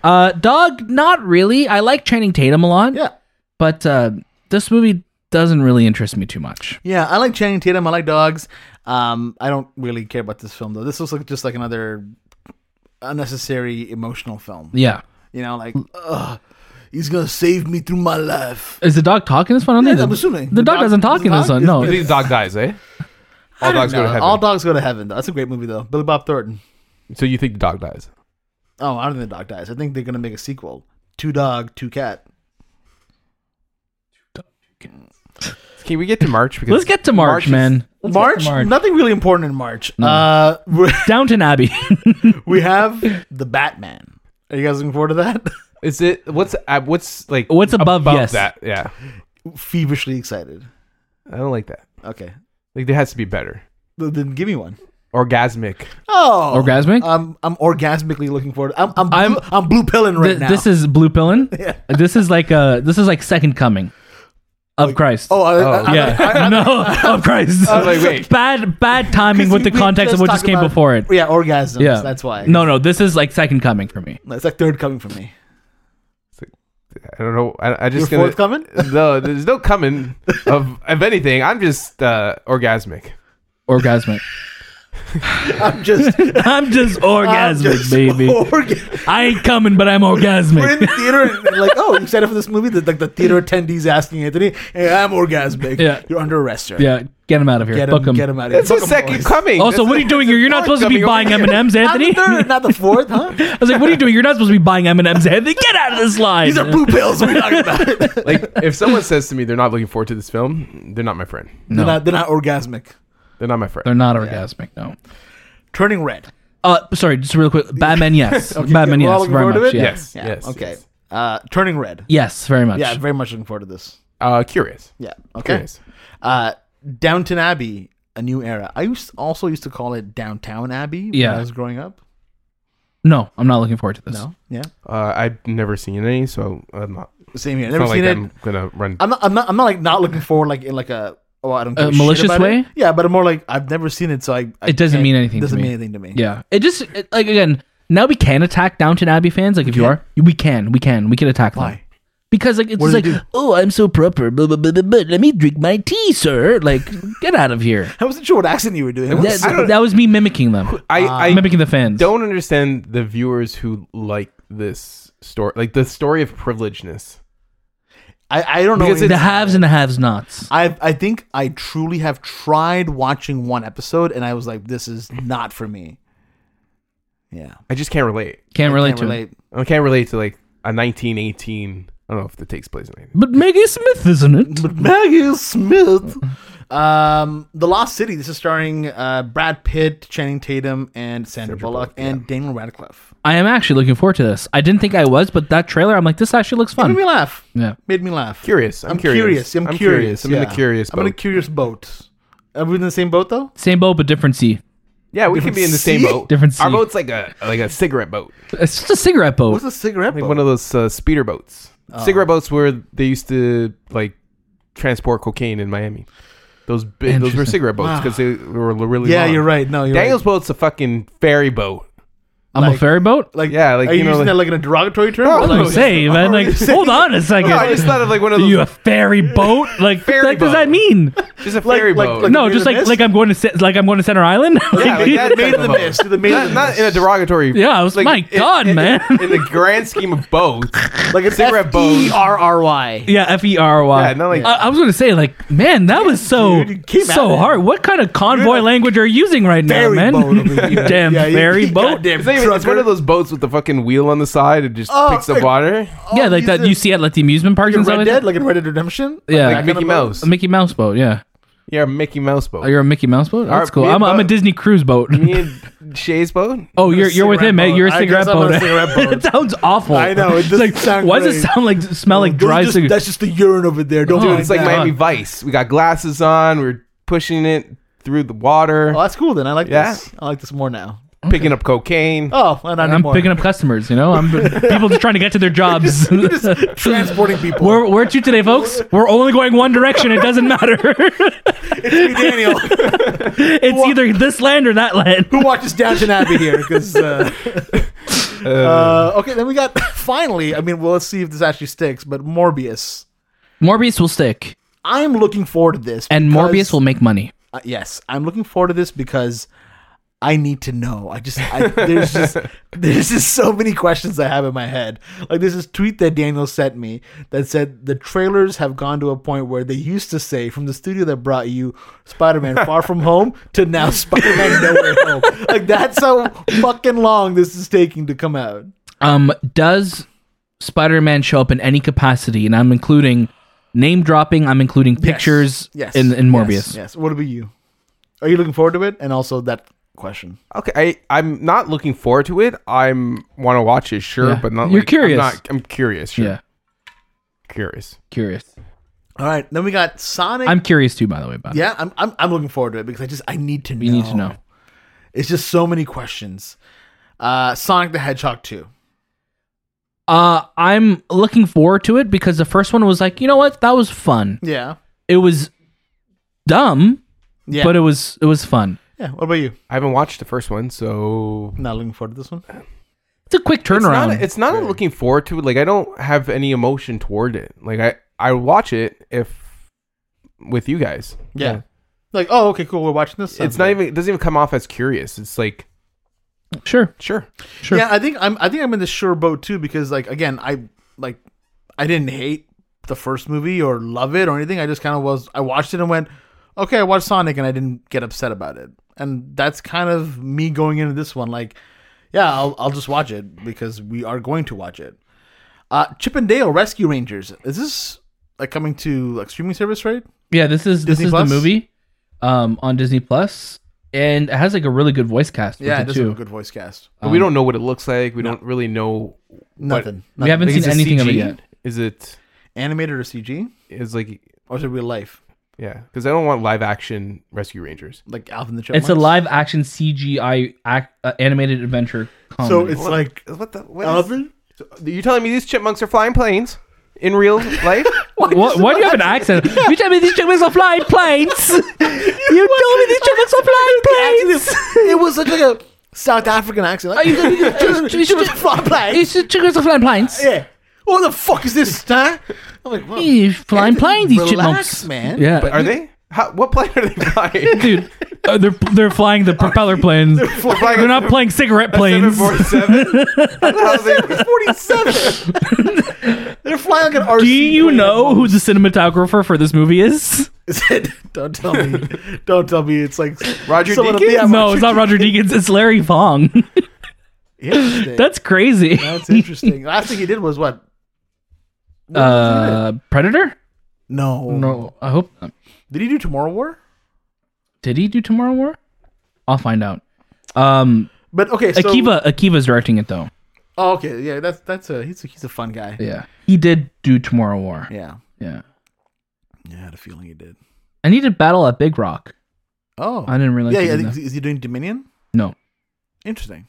Speaker 3: Uh, dog, not really. I like Channing Tatum a lot,
Speaker 1: yeah.
Speaker 3: but uh, this movie doesn't really interest me too much.
Speaker 1: Yeah, I like Channing Tatum. I like dogs. Um, I don't really care about this film though. This looks like just like another unnecessary emotional film.
Speaker 3: Yeah.
Speaker 1: You know,
Speaker 2: Mm.
Speaker 1: like ugh, he's gonna save me through my life.
Speaker 3: Is the dog talking this one? I don't
Speaker 1: Yeah,
Speaker 3: think
Speaker 1: I'm
Speaker 3: the-
Speaker 1: assuming.
Speaker 3: The, dog, doesn't talk in this
Speaker 1: talk?
Speaker 3: one. No.
Speaker 2: I think the dog dies, eh? All
Speaker 1: I don't
Speaker 2: dogs go to
Speaker 1: know.
Speaker 2: heaven.
Speaker 1: Uh, All dogs go to heaven. Though that's a great movie though. Billy Bob Thornton.
Speaker 2: so you think the dog dies?
Speaker 1: Oh, I don't think the dog dies. I think they're gonna make a sequel. Two dog, two cat.
Speaker 2: Can we get to March? Because
Speaker 3: Let's get to March,
Speaker 2: is-
Speaker 3: man. Let's get to
Speaker 1: March, nothing really important in March. Uh, we- [LAUGHS]
Speaker 3: Downton Abbey.
Speaker 1: we have the Batman. Are you guys looking forward to that? [LAUGHS]
Speaker 2: Is it what's uh, what's like
Speaker 3: What's above yes?
Speaker 2: that? Yeah,
Speaker 1: Feverishly excited.
Speaker 2: I don't like that.
Speaker 1: Okay,
Speaker 2: Like there has to be better.
Speaker 1: Th- then give me one.
Speaker 2: Orgasmic.
Speaker 1: Oh,
Speaker 3: Orgasmic?
Speaker 1: I'm I'm orgasmically looking forward. I'm I'm
Speaker 3: I'm-
Speaker 1: I'm, I'm blue pilling right
Speaker 3: Th-
Speaker 1: now.
Speaker 3: This is Blue Pillin.
Speaker 1: [LAUGHS] Yeah.
Speaker 3: This is like uh this is like second coming of Christ.
Speaker 1: oh, I, I, I,
Speaker 3: yeah. [LAUGHS] no, of Christ.
Speaker 2: I was like, wait.
Speaker 3: [LAUGHS] Bad bad timing with the
Speaker 1: we-
Speaker 3: context
Speaker 1: let's
Speaker 3: of what
Speaker 1: talk
Speaker 3: just came
Speaker 1: about-
Speaker 3: before it.
Speaker 1: yeah, orgasms.
Speaker 3: Yeah.
Speaker 1: that's why.
Speaker 3: No, no, this is like second coming for me.
Speaker 1: it's like third coming for me.
Speaker 2: I don't know. I, I
Speaker 1: Your
Speaker 2: just
Speaker 1: fourth
Speaker 2: gonna- [LAUGHS]
Speaker 1: coming?
Speaker 2: No, there's no coming of of anything. I'm just uh, orgasmic.
Speaker 3: Orgasmic.
Speaker 1: [LAUGHS] I'm just
Speaker 3: I'm just
Speaker 1: I'm [LAUGHS]
Speaker 3: orgasmic,
Speaker 1: just
Speaker 3: baby.
Speaker 1: orga-
Speaker 3: I ain't coming, but I'm
Speaker 1: We're in the
Speaker 3: orgasmic.
Speaker 1: theater and they're like, oh, you signed up for this movie? The, like the theater attendees asking Anthony, hey, I'm orgasmic.
Speaker 3: Yeah.
Speaker 1: You're under arrest, sir.
Speaker 3: [LAUGHS] yeah, get him out of here.
Speaker 1: Get
Speaker 3: Fuck
Speaker 1: him, get him out of here.
Speaker 2: It's a
Speaker 1: Fuck 'em,
Speaker 2: second
Speaker 1: boys.
Speaker 2: coming.
Speaker 3: Also,
Speaker 2: That's
Speaker 3: what are you
Speaker 2: a-
Speaker 3: doing here? You're not supposed to be
Speaker 2: coming
Speaker 3: buying
Speaker 2: over
Speaker 3: M
Speaker 2: here.
Speaker 3: and M's,
Speaker 1: Not the
Speaker 3: Anthony. I
Speaker 1: third, not the fourth,
Speaker 3: [LAUGHS]
Speaker 1: huh?
Speaker 3: was like, "What are you doing? You're not supposed to be buying M and M's, Anthony. Get out of this
Speaker 1: [LAUGHS]
Speaker 3: line."
Speaker 1: These are blue pills we're talking
Speaker 3: [LAUGHS]
Speaker 1: about. They're
Speaker 2: Like, if someone says to me they're not looking forward to this film, they're not my friend.
Speaker 3: No.
Speaker 1: not- they're not orgasmic.
Speaker 2: They're not my friend.
Speaker 3: They're not orgasmic. No.
Speaker 1: Turning red.
Speaker 3: Uh, sorry, just real quick.
Speaker 1: [LAUGHS]
Speaker 3: Batman, yes. Batman,
Speaker 1: good. We're all
Speaker 3: yes.
Speaker 1: looking
Speaker 3: Very
Speaker 1: forward to
Speaker 3: much.
Speaker 1: it?
Speaker 3: Yeah.
Speaker 2: Yes.
Speaker 1: Yeah.
Speaker 2: Yes.
Speaker 1: okay.
Speaker 2: yes.
Speaker 1: Uh, turning red.
Speaker 3: Yes, very much.
Speaker 1: Yeah, very much looking forward to this.
Speaker 2: Uh, curious.
Speaker 1: Yeah. Okay.
Speaker 2: Curious.
Speaker 1: Uh, Downton Abbey, a new era. I used also used to call it Downtown Abbey when
Speaker 3: Yeah.
Speaker 1: I was growing up.
Speaker 3: No, I'm not looking forward to this.
Speaker 1: Yeah.
Speaker 2: Uh, I've never seen any, so I'm not.
Speaker 1: Same here.
Speaker 2: It's
Speaker 1: Never
Speaker 2: not like
Speaker 1: seen it. Uh,
Speaker 2: I'm gonna run.
Speaker 1: I'm not. I'm not. I'm not like not looking forward like in like a. Oh, I don't.
Speaker 3: A
Speaker 1: Give shit
Speaker 3: malicious
Speaker 1: about
Speaker 3: way?
Speaker 1: It. Yeah, but I'm more like I've never seen it, so I. I
Speaker 3: It doesn't
Speaker 1: can't-
Speaker 3: mean anything to
Speaker 1: Doesn't
Speaker 3: me.
Speaker 1: mean anything to me.
Speaker 3: Yeah. It just it, like again, now we can attack Downton Abbey fans. Like if you
Speaker 1: can?
Speaker 3: are, we can, we can, we can attack them.
Speaker 1: Why?
Speaker 3: Because like it's
Speaker 1: What
Speaker 3: just like,
Speaker 1: do they
Speaker 3: oh, I'm so proper, blah, blah, blah, blah, blah. let me drink my tea, sir. Like, [LAUGHS] get out of here.
Speaker 1: I wasn't sure what accent you were doing.
Speaker 3: That, that was me mimicking them,
Speaker 2: I, I
Speaker 3: mimicking the fans.
Speaker 2: don't understand the viewers who like this story, like the story of privilegedness.
Speaker 1: I, I don't know.
Speaker 2: Because
Speaker 1: anything
Speaker 3: the haves and the haves nots.
Speaker 1: I I think I truly have tried watching one episode and I was like, this is not for me. Yeah.
Speaker 2: I just can't relate.
Speaker 3: Can't relate to. it.
Speaker 1: relate.
Speaker 2: I can't relate to like a 1918. I don't know if that takes place in 1918.
Speaker 3: But Maggie Smith, isn't it?
Speaker 1: But Maggie Smith. Um, The Lost City. This is starring uh, Brad Pitt, Channing Tatum, and Sandra, Bullock, and Daniel Radcliffe.
Speaker 3: I am actually looking forward to this. I didn't think I was, but that trailer, I'm like, this actually looks
Speaker 1: Made
Speaker 3: fun.
Speaker 1: me laugh.
Speaker 3: Yeah.
Speaker 1: Made me laugh.
Speaker 2: Curious. I'm,
Speaker 1: I'm curious. I'm, curious.
Speaker 2: I'm in
Speaker 1: yeah.
Speaker 2: the curious
Speaker 1: I'm in a
Speaker 2: boat.
Speaker 1: curious boat. Are we in the same boat though?
Speaker 3: Same boat, but different sea.
Speaker 2: yeah, we can be in the same
Speaker 1: sea?
Speaker 2: boat.
Speaker 3: Different
Speaker 2: Our
Speaker 3: sea.
Speaker 2: boat's like a like a cigarette boat,
Speaker 3: It's just a cigarette boat.
Speaker 1: What's a cigarette
Speaker 2: like
Speaker 1: boat?
Speaker 2: one of those uh, speeder boats.
Speaker 1: Oh.
Speaker 2: Cigarette boats where they used to like transport cocaine in Miami. Those big, those were
Speaker 3: Interesting.
Speaker 2: cigarette boats because they were really
Speaker 1: yeah,
Speaker 2: long.
Speaker 1: you're right. No, you're
Speaker 2: Daniel's
Speaker 1: right. [LAUGHS]
Speaker 2: boat's a fucking ferry boat.
Speaker 3: I'm a
Speaker 1: Like-
Speaker 3: ferry boat.
Speaker 1: Like,
Speaker 2: Yeah, like,
Speaker 1: are you,
Speaker 2: you know,
Speaker 1: using
Speaker 2: like-
Speaker 1: that like in a derogatory term? Or,
Speaker 3: I
Speaker 1: [LAUGHS] like,
Speaker 3: don't say, man. Like, hold on a second.
Speaker 2: No, I just thought of like one of
Speaker 3: Are
Speaker 2: those,
Speaker 3: you a ferry boat? Like,
Speaker 2: Ferry
Speaker 3: what the heck does that
Speaker 2: boat.
Speaker 3: mean?
Speaker 2: just a ferry
Speaker 1: like-
Speaker 2: boat.
Speaker 1: like-
Speaker 3: No,
Speaker 1: Maid of
Speaker 3: just
Speaker 1: the
Speaker 3: like
Speaker 1: Mist?
Speaker 3: like I'm going to Ce- like I'm going to Center Island.
Speaker 1: [LAUGHS]
Speaker 2: yeah,
Speaker 3: [LAUGHS]
Speaker 2: like that
Speaker 1: Made
Speaker 2: type
Speaker 1: of the
Speaker 2: boat.
Speaker 1: mist. The made of
Speaker 2: Not,
Speaker 1: the
Speaker 2: not
Speaker 1: mist.
Speaker 2: in a derogatory.
Speaker 3: Yeah, I was- my God, man.
Speaker 2: In the grand scheme of
Speaker 1: [LAUGHS]
Speaker 2: boats,
Speaker 1: like a
Speaker 2: cigarette boat.
Speaker 1: E R R Y.
Speaker 3: Yeah, F E R Y.
Speaker 2: Yeah, not like-
Speaker 3: I, I was gonna say, like, man, that was so
Speaker 1: dude, you came out
Speaker 3: so
Speaker 1: of it.
Speaker 3: hard. What kind of
Speaker 1: a
Speaker 3: convoy language are you using right now,
Speaker 1: ferry
Speaker 3: man?
Speaker 1: boat
Speaker 3: [LAUGHS]
Speaker 1: over here.
Speaker 3: Damn
Speaker 1: Yeah, you-
Speaker 3: ferry
Speaker 1: you
Speaker 3: boat.
Speaker 1: goddamn
Speaker 2: it's, not even, it's one
Speaker 1: trucker.
Speaker 2: of those boats with the fucking wheel on the side. It just
Speaker 1: Oh,
Speaker 2: picks up
Speaker 1: like-
Speaker 2: water.
Speaker 3: yeah, like that
Speaker 1: Jesus.
Speaker 3: you see at like the amusement parks and
Speaker 1: Red
Speaker 3: stuff. Like
Speaker 1: Dead,
Speaker 3: that.
Speaker 1: like in Red Dead Redemption.
Speaker 3: Yeah.
Speaker 1: that
Speaker 2: Like
Speaker 1: kind of
Speaker 2: Mickey
Speaker 1: boat.
Speaker 2: Mouse.
Speaker 3: A Mickey Mouse boat. Yeah,
Speaker 2: Yeah, a Mickey Mouse boat.
Speaker 3: oh, you're a Mickey Mouse boat. That's
Speaker 2: Our-
Speaker 3: cool.
Speaker 2: me and
Speaker 3: I'm a, I'm a
Speaker 2: Bo-
Speaker 3: Disney cruise boat.
Speaker 2: Me and Shay's boat.
Speaker 3: Oh, you're you're with him,
Speaker 1: cigarette
Speaker 3: man. You're a
Speaker 1: boat. I
Speaker 3: cigarette
Speaker 1: guess I'm on
Speaker 3: boat.
Speaker 1: a
Speaker 3: [LAUGHS]
Speaker 1: cigarette boat.
Speaker 3: it sounds awful.
Speaker 1: I know, it
Speaker 3: It's
Speaker 1: doesn't
Speaker 3: like,
Speaker 1: sound
Speaker 3: why does it
Speaker 1: great.
Speaker 3: sound like smell like
Speaker 1: Those are
Speaker 3: dry Oh.
Speaker 1: just-
Speaker 3: cigarette?
Speaker 1: That's just the urine over there. Don't
Speaker 3: Dude,
Speaker 1: do
Speaker 2: Dude,
Speaker 1: it
Speaker 2: it's like
Speaker 1: now.
Speaker 3: God.
Speaker 2: Miami Vice. We got glasses on. We're pushing it through the water,
Speaker 1: Oh, that's cool. Then I like
Speaker 2: Yeah.
Speaker 1: this. I like this more now.
Speaker 2: picking up cocaine.
Speaker 1: Oh, and I need
Speaker 3: I'm
Speaker 1: more.
Speaker 3: picking up customers. You
Speaker 1: [LAUGHS]
Speaker 3: know, I'm people just trying to get to their jobs. [LAUGHS]
Speaker 1: just transporting people.
Speaker 3: Where, where to today, folks? We're only going one direction. It doesn't matter. [LAUGHS]
Speaker 1: Hey, Daniel,
Speaker 3: it's either this land or that land.
Speaker 1: who watches Downton Abbey here? Because uh, uh, okay, then we got finally. I mean, well, let's see if this actually sticks. But Morbius,
Speaker 3: Morbius will stick,
Speaker 1: I'm looking forward to this,
Speaker 3: and
Speaker 1: because-
Speaker 3: Morbius will make money.
Speaker 1: uh, yes, I'm looking forward to this because I need to know. I just I,
Speaker 3: [LAUGHS]
Speaker 1: there's just there's just so many questions I have in my head. Like there's this tweet that Daniel sent me that said the trailers have gone to a point where they used to say from the studio that brought you Spider-Man Far
Speaker 3: [LAUGHS]
Speaker 1: From Home to now Spider-Man No Way Home. Like that's how fucking long this is taking to come out.
Speaker 3: Um, does Spider-Man show up in any capacity? And I'm including name dropping. I'm including pictures
Speaker 1: Yes.
Speaker 3: in in
Speaker 1: Yes.
Speaker 3: Morbius.
Speaker 1: Yes. What about you? Are you looking forward to it? And also that question.
Speaker 2: Okay, I I'm not looking forward to it. I'm want to watch it, sure,
Speaker 3: Yeah.
Speaker 2: but not.
Speaker 3: You're
Speaker 2: like,
Speaker 3: curious.
Speaker 2: I'm, not, I'm curious. Sure.
Speaker 3: Yeah,
Speaker 2: curious.
Speaker 3: curious.
Speaker 1: All right. Then we got Sonic.
Speaker 3: I'm curious too, by the way. About
Speaker 1: yeah, I'm, I'm I'm looking forward to it because I just I need to know.
Speaker 3: it. you need to know.
Speaker 1: It's just so many questions. Uh, Sonic the Hedgehog 2.
Speaker 3: Uh, I'm looking forward to it because the first one was like, you know what, that was fun.
Speaker 1: Yeah.
Speaker 3: It was dumb,
Speaker 1: Yeah.
Speaker 3: but it was it was fun.
Speaker 1: yeah. What about you?
Speaker 2: I haven't watched the first one, so
Speaker 1: Not looking forward to this one.
Speaker 3: It's a quick
Speaker 2: it's not.
Speaker 3: turnaround.
Speaker 2: It's not a looking forward to it. Like I don't have any emotion toward it. Like I I watch it if with you guys.
Speaker 1: Yeah. Like, oh, okay, cool. We're watching this.
Speaker 2: It's not even. It doesn't even come off as curious. It's like
Speaker 3: sure,
Speaker 2: sure.
Speaker 3: sure.
Speaker 1: Yeah, I think I'm. I think I'm in the sure boat too because, like, again, I like, I didn't hate the first movie or love it or anything. I just kind of was. I watched it and went, okay, I watched Sonic and I didn't get upset about it. And that's kind of me going into this one. Like, yeah, I'll I'll just watch it because we are going to watch it. Uh, Chip and Dale Rescue Rangers. Is this like coming to like streaming service, right?
Speaker 3: Yeah, this is
Speaker 1: Disney
Speaker 3: this is
Speaker 1: Plus?
Speaker 3: the movie um, on Disney Plus, and it has like a really good voice cast. with
Speaker 1: Yeah, it
Speaker 3: it
Speaker 1: does
Speaker 3: too.
Speaker 1: have a good voice cast.
Speaker 2: But
Speaker 3: Um,
Speaker 2: we don't know what it looks like. We don't really know.
Speaker 1: Nothing.
Speaker 3: we haven't
Speaker 2: Like,
Speaker 3: seen
Speaker 2: is it
Speaker 3: anything of it
Speaker 2: CG?
Speaker 3: yet.
Speaker 2: Is it
Speaker 1: animated or CG
Speaker 2: is like
Speaker 1: or is it real life
Speaker 2: yeah? Because I don't want live action Rescue Rangers.
Speaker 1: like Alvin the Chipmunks?
Speaker 3: It's a live action CGI ac uh, animated adventure. Comedy.
Speaker 1: So it's like
Speaker 2: What the? What is-
Speaker 1: Alvin.
Speaker 2: So, you telling me these chipmunks are flying planes in [LAUGHS] real life?
Speaker 3: Wha- why do you have
Speaker 1: [LAUGHS]
Speaker 3: an accent? You tell me these chipmunks are flying planes. you told me these chipmunks
Speaker 1: [LAUGHS]
Speaker 3: are flying planes.
Speaker 1: it was such like a South African accent. [LAUGHS] Like, [LAUGHS]
Speaker 3: These chipmunks are flying planes.
Speaker 1: yeah. What the fuck is this, huh? I'm like, well,
Speaker 3: He's flying planes. These
Speaker 1: relax,
Speaker 3: chipmunks,
Speaker 1: man. [LAUGHS]
Speaker 3: Yeah,
Speaker 2: But are they? How, what plane are [LAUGHS] they flying?
Speaker 3: [LAUGHS] dude. Uh, they're they're flying the propeller planes. They're
Speaker 2: They're flying a
Speaker 3: not playing cigarette
Speaker 2: [LAUGHS]
Speaker 3: planes.
Speaker 2: 747? How the hell [LAUGHS] are they-
Speaker 1: 47. They're flying like an RC.
Speaker 3: Do you
Speaker 1: plane.
Speaker 3: know who the cinematographer for this movie is?
Speaker 1: [LAUGHS] Is it? Don't tell me. Don't tell me. It's like
Speaker 2: Roger
Speaker 1: someone-
Speaker 2: Deakins?
Speaker 1: Yeah,
Speaker 3: No, it's not
Speaker 1: [LAUGHS]
Speaker 3: Roger Deakins. It's Larry [LAUGHS] Fong.
Speaker 1: Interesting.
Speaker 3: That's crazy.
Speaker 1: That's interesting. Last thing he did was what?
Speaker 3: Uh, Predator?
Speaker 1: No.
Speaker 3: No, I hope. Not.
Speaker 1: Did he do Tomorrow War?
Speaker 3: Did he do Tomorrow War? I'll find out. Um,
Speaker 1: But okay, so
Speaker 3: Akiva. Akiva's directing it though.
Speaker 1: Oh, okay, yeah, that's that's a he's a, he's a fun guy.
Speaker 3: Yeah, he did do Tomorrow War.
Speaker 1: yeah,
Speaker 3: Yeah,
Speaker 1: yeah. I had a feeling he did.
Speaker 3: I need to battle at Big Rock.
Speaker 1: Oh,
Speaker 3: I didn't realize.
Speaker 1: yeah,
Speaker 3: he
Speaker 1: yeah.
Speaker 3: did
Speaker 1: Is, is he doing Dominion?
Speaker 3: that. No.
Speaker 1: Interesting.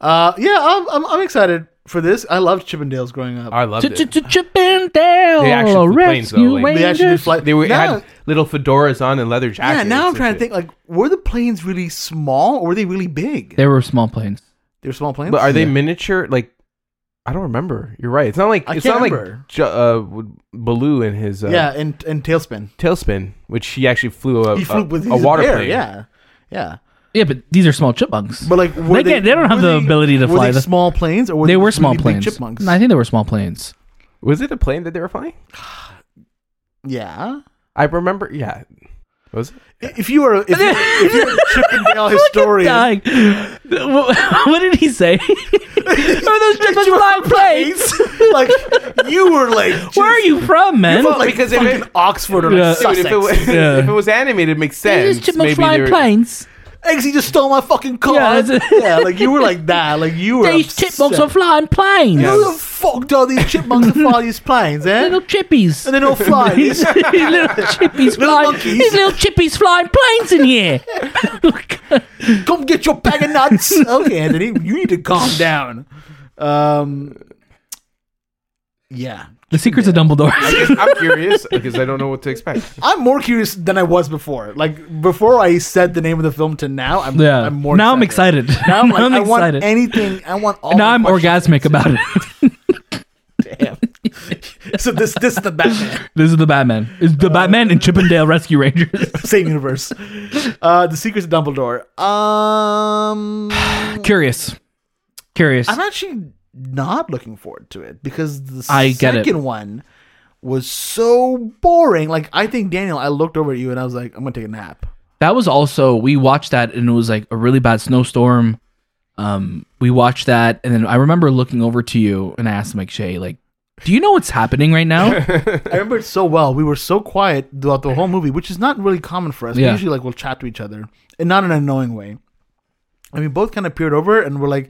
Speaker 1: Uh, yeah, I'm, I'm I'm excited for this. I loved Chippendales growing up.
Speaker 2: I loved it.
Speaker 3: Chipping down.
Speaker 2: They actually flew planes, though, like-
Speaker 1: they actually did fly.
Speaker 2: They were,
Speaker 1: now,
Speaker 2: had little fedoras on and leather jackets.
Speaker 1: yeah. Now I'm
Speaker 2: and
Speaker 1: trying to
Speaker 2: shit.
Speaker 1: think. Like, were the planes really small or were they really big?
Speaker 3: They were small planes.
Speaker 1: They were small planes.
Speaker 2: But are they
Speaker 3: Yeah.
Speaker 2: miniature? Like, I don't remember. You're right. It's not like
Speaker 1: I
Speaker 2: it's
Speaker 1: can't
Speaker 2: not
Speaker 1: remember.
Speaker 2: like Ju- uh, w- Baloo and his uh,
Speaker 1: yeah, and and tailspin.
Speaker 2: tailspin, which he actually flew a,
Speaker 1: He flew
Speaker 2: a,
Speaker 1: with
Speaker 2: a
Speaker 1: he's
Speaker 2: water
Speaker 1: bear,
Speaker 2: plane.
Speaker 1: Yeah, yeah.
Speaker 3: Yeah, but these are small chipmunks.
Speaker 1: But like, were
Speaker 3: They can't- they don't have
Speaker 1: were
Speaker 3: the ability to
Speaker 1: were
Speaker 3: fly
Speaker 1: They
Speaker 3: the-
Speaker 1: small planes, or were
Speaker 3: they
Speaker 1: they
Speaker 3: were
Speaker 1: just
Speaker 3: small
Speaker 1: really big
Speaker 3: planes.
Speaker 1: Chipmunks.
Speaker 3: No, I think they were small planes.
Speaker 2: Was it a plane that they were flying?
Speaker 1: yeah.
Speaker 2: I remember. Yeah. Was it?
Speaker 1: If you were, if you, if
Speaker 3: [LAUGHS]
Speaker 1: you were a Chippendale historian,
Speaker 3: Dying. What, what did he say? are those chipmunks
Speaker 1: you
Speaker 3: flying planes?
Speaker 1: [LAUGHS] like you were like, just,
Speaker 3: Where are you from, man?
Speaker 1: Felt like
Speaker 2: Because
Speaker 1: because
Speaker 2: if
Speaker 1: fucking
Speaker 2: it-
Speaker 1: Oxford or like
Speaker 3: Yeah. Dude,
Speaker 1: Sussex.
Speaker 2: If it, [LAUGHS] was,
Speaker 3: Yeah.
Speaker 2: if it was animated, it makes
Speaker 3: They
Speaker 2: sense.
Speaker 3: use chipmunks
Speaker 2: Maybe
Speaker 3: flying
Speaker 2: they're-
Speaker 3: planes.
Speaker 1: Eggs, he just stole my fucking car.
Speaker 3: Yeah,
Speaker 1: Yeah,
Speaker 3: it's-
Speaker 1: like you were like that. Like you were.
Speaker 3: These chipmunks
Speaker 1: upset.
Speaker 3: are flying planes.
Speaker 1: Who the fuck are these chipmunks that fly these planes, eh?
Speaker 3: Little chippies.
Speaker 1: and they
Speaker 3: [LAUGHS]
Speaker 1: don't fly.
Speaker 3: these
Speaker 1: These-
Speaker 3: little chippies
Speaker 1: Little
Speaker 3: flying.
Speaker 1: monkeys.
Speaker 3: These little chippies flying planes in here. Look.
Speaker 1: Come get your bag of nuts. Okay, Anthony, you need to calm down. Um, yeah,
Speaker 3: The secrets of Dumbledore.
Speaker 2: [LAUGHS] I'm curious because I don't know what to expect.
Speaker 1: I'm more curious than I was before. Like before I said the name of the film to now, I'm
Speaker 3: Yeah.
Speaker 1: I'm more
Speaker 3: [LAUGHS] now I'm excited.
Speaker 1: Now I'm, like, i
Speaker 3: I'm
Speaker 1: want
Speaker 3: excited.
Speaker 1: anything. I want all.
Speaker 3: now
Speaker 1: the
Speaker 3: I'm
Speaker 1: questions
Speaker 3: orgasmic about
Speaker 1: [LAUGHS]
Speaker 3: it.
Speaker 1: answered. Damn. so this this is the Batman.
Speaker 3: [LAUGHS] This is the Batman. It's
Speaker 1: Uh,
Speaker 3: the Batman and Chippendale Rescue Rangers.
Speaker 1: same universe. Uh, the Secrets of Dumbledore. Um, I'm
Speaker 3: Curious. Curious.
Speaker 1: actually not looking forward to it because the
Speaker 3: I get
Speaker 1: second
Speaker 3: it.
Speaker 1: one was so boring. Like I think Daniel, I looked over at you and I was like, I'm gonna take a nap.
Speaker 3: That was also we watched that and it was like a really bad snowstorm. Um, we watched that and then I remember looking over to you and I asked Mike Shay, like, do you know what's happening
Speaker 1: [LAUGHS]
Speaker 3: right now?
Speaker 1: I remember it so well. We were so quiet throughout the whole movie, which is not really common for us. We
Speaker 3: Yeah.
Speaker 1: usually like we'll chat to each other and not in an annoying way. And we both kind of peered over and we're like,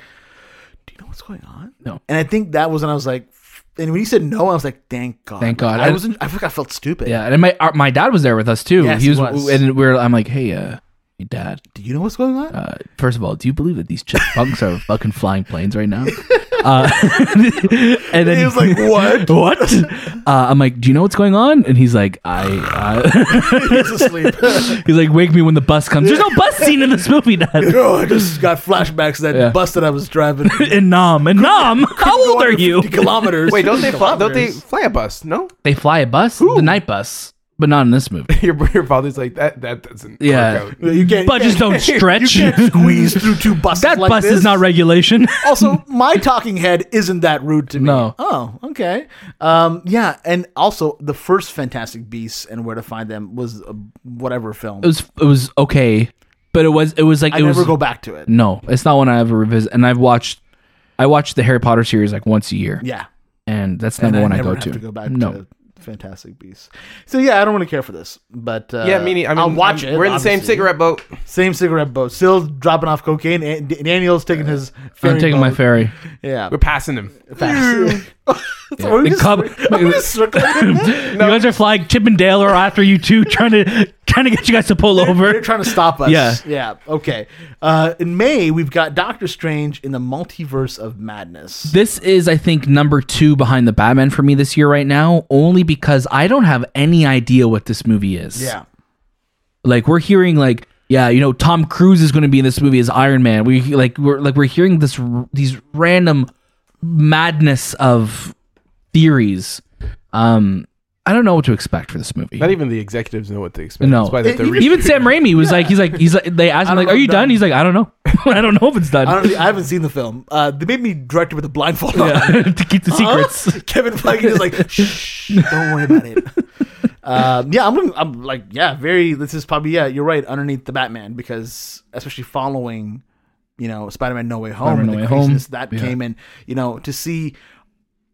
Speaker 1: "Do you know what's going on?"
Speaker 3: No.
Speaker 1: And I think that was when I was like, f- and when you said no, I was like, "Thank God."
Speaker 3: Thank God.
Speaker 1: I
Speaker 3: I-
Speaker 1: wasn't. I feel like I felt stupid.
Speaker 3: yeah, and then my our, my dad was there with us too.
Speaker 1: Yes,
Speaker 3: he was,
Speaker 1: he was.
Speaker 3: and we are I'm like, hey, uh, hey, dad.
Speaker 1: Do you know what's going [LAUGHS] on?
Speaker 3: Uh, first of all, do you believe that these chipmunks are fucking flying planes right now? Uh, [LAUGHS] and then
Speaker 1: he was like, "What?"
Speaker 3: [LAUGHS] what? Uh, I'm like, do you know what's going on? And he's like, I. Uh,
Speaker 1: He's asleep. [LAUGHS]
Speaker 3: [LAUGHS] He's like, wake me when the bus comes. There's no bus scene in this movie, Dad.
Speaker 1: oh, I just got flashbacks to that
Speaker 3: Yeah.
Speaker 1: bus that I was driving.
Speaker 3: [LAUGHS] And Nam, and Nam, how old are
Speaker 1: 50
Speaker 3: you?
Speaker 1: Kilometers.
Speaker 2: [LAUGHS] Wait, don't they fly? Don't they
Speaker 1: Kilometers.
Speaker 2: fly a bus? No,
Speaker 3: They fly a bus, the night bus, but not in this movie.
Speaker 2: [LAUGHS] your your father's like that. That doesn't.
Speaker 3: Yeah.
Speaker 2: Work out.
Speaker 1: You can't. [LAUGHS]
Speaker 3: Budgets don't stretch.
Speaker 1: You can't squeeze through two buses.
Speaker 3: [LAUGHS] That
Speaker 1: like
Speaker 3: bus
Speaker 1: this. Oh.
Speaker 3: is not regulation.
Speaker 1: also,
Speaker 3: [LAUGHS]
Speaker 1: my talking head isn't that rude to me.
Speaker 3: No.
Speaker 1: Oh, okay. Um, yeah, and also the first Fantastic Beasts and Where to Find Them was a whatever film.
Speaker 3: It was it was okay, but it was it was like
Speaker 1: I
Speaker 3: it
Speaker 1: never
Speaker 3: was
Speaker 1: go back to it.
Speaker 3: no, it's not one I ever revisit. And I've watched, I watched the Harry Potter series like once a year,
Speaker 1: Yeah.
Speaker 3: and that's
Speaker 1: And
Speaker 3: number one I,
Speaker 1: never
Speaker 3: go
Speaker 1: have
Speaker 3: to.
Speaker 1: to go back
Speaker 3: no,
Speaker 1: to Fantastic Beasts. So yeah, I don't really care for this, but uh,
Speaker 2: Yeah, meaning I mean,
Speaker 1: I'll watch
Speaker 2: I'm-
Speaker 1: it.
Speaker 2: We're in the same
Speaker 1: obviously.
Speaker 2: cigarette boat.
Speaker 1: same cigarette boat. Still dropping off cocaine. and D- Daniel's taking his. ferry
Speaker 3: I'm taking my
Speaker 1: boat. [LAUGHS]
Speaker 3: ferry.
Speaker 1: Yeah.
Speaker 2: We're passing them. [LAUGHS]
Speaker 1: Fast. [LAUGHS] So are we
Speaker 3: The
Speaker 1: just- [LAUGHS]
Speaker 3: cub-
Speaker 1: are we just circulating this?
Speaker 3: You guys are flying Chippendale or after you two, trying to [LAUGHS] trying to get you guys
Speaker 1: [LAUGHS]
Speaker 3: to pull
Speaker 1: They're
Speaker 3: over.
Speaker 1: trying to stop us.
Speaker 3: Yeah.
Speaker 1: Yeah. Okay. Uh, in May, we've got Doctor Strange in the Multiverse of Madness.
Speaker 3: This is, I think, number two behind the Batman for me this year right now, only because I don't have any idea what this movie is.
Speaker 1: Yeah.
Speaker 3: like we're hearing like yeah, you know, Tom Cruise is going to be in this movie as Iron Man. We like we're like we're hearing this r- these random madness of theories. Um, I don't know what to expect for this movie.
Speaker 2: Not even the executives know what to expect.
Speaker 3: No,
Speaker 2: That's [LAUGHS] why they have to re-
Speaker 3: even Sam Raimi was like, he's like, he's like, they asked him
Speaker 1: I don't
Speaker 3: like, "Are
Speaker 1: know,
Speaker 3: you done?"
Speaker 1: done.
Speaker 3: He's like, "I don't know. [LAUGHS] I don't know if it's done."
Speaker 1: I don't. I haven't seen the film. Uh, they made me direct it with a blindfold on.
Speaker 3: [LAUGHS] to keep the secrets.
Speaker 1: Huh? Kevin Feige is
Speaker 3: [LAUGHS]
Speaker 1: like, shh, don't worry about it. um, yeah, I'm, I'm like, yeah, very. This is probably yeah. You're right. Underneath the Batman, because especially following, you know, Spider-Man No Way Home
Speaker 3: Spider-Man
Speaker 1: and
Speaker 3: No
Speaker 1: the
Speaker 3: Way Home,
Speaker 1: craziness that came in, you know, to see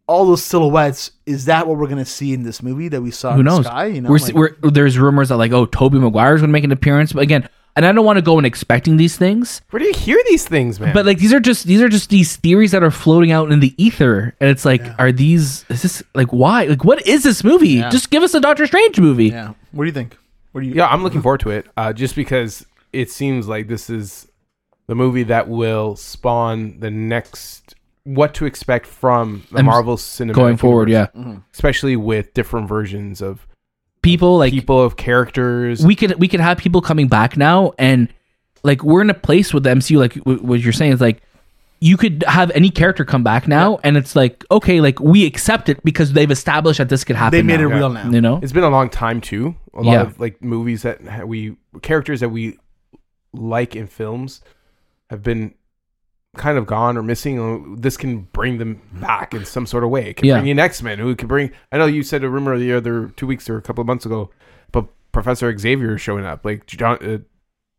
Speaker 1: all those silhouettes. Is that what we're gonna see in this movie that we saw?
Speaker 3: Who
Speaker 1: in
Speaker 3: knows?
Speaker 1: The sky, you know,
Speaker 3: we're,
Speaker 1: like-
Speaker 3: we're, there's rumors that like, oh, Toby Maguire's going to make an appearance, but again, and I don't want to go in expecting these things,
Speaker 2: Where do you hear these things, man?
Speaker 3: but like these are just these are just these theories that are floating out in the ether, and it's like, are these? Is this like why? Like, what is this movie? Just give us a Doctor Strange movie.
Speaker 1: yeah. What do you think? What do you?
Speaker 2: yeah, I'm looking forward to it. Uh, just because it seems like this is the movie that will spawn the next what to expect from the
Speaker 3: I'm
Speaker 2: Marvel cinematic
Speaker 3: Going forward,
Speaker 2: universe,
Speaker 3: yeah,
Speaker 2: especially with different versions of
Speaker 3: people like
Speaker 2: people of characters.
Speaker 3: we could we could have people coming back now and like we're in a place with the MCU like w- what you're saying is like you could have any character come back now, and it's like okay, like we accept it because they've established that this could happen.
Speaker 1: They made it
Speaker 3: now,
Speaker 1: real now.
Speaker 3: you know.
Speaker 2: It's been a long time too. A lot
Speaker 3: Yeah.
Speaker 2: of like movies that ha- we characters that we like in films have been kind of gone or missing. Uh, This can bring them back in some sort of way. It can
Speaker 3: Yeah.
Speaker 2: bring in X Men. Who can bring? I know you said a rumor the other two weeks or a couple of months ago, but Professor Xavier is showing up like John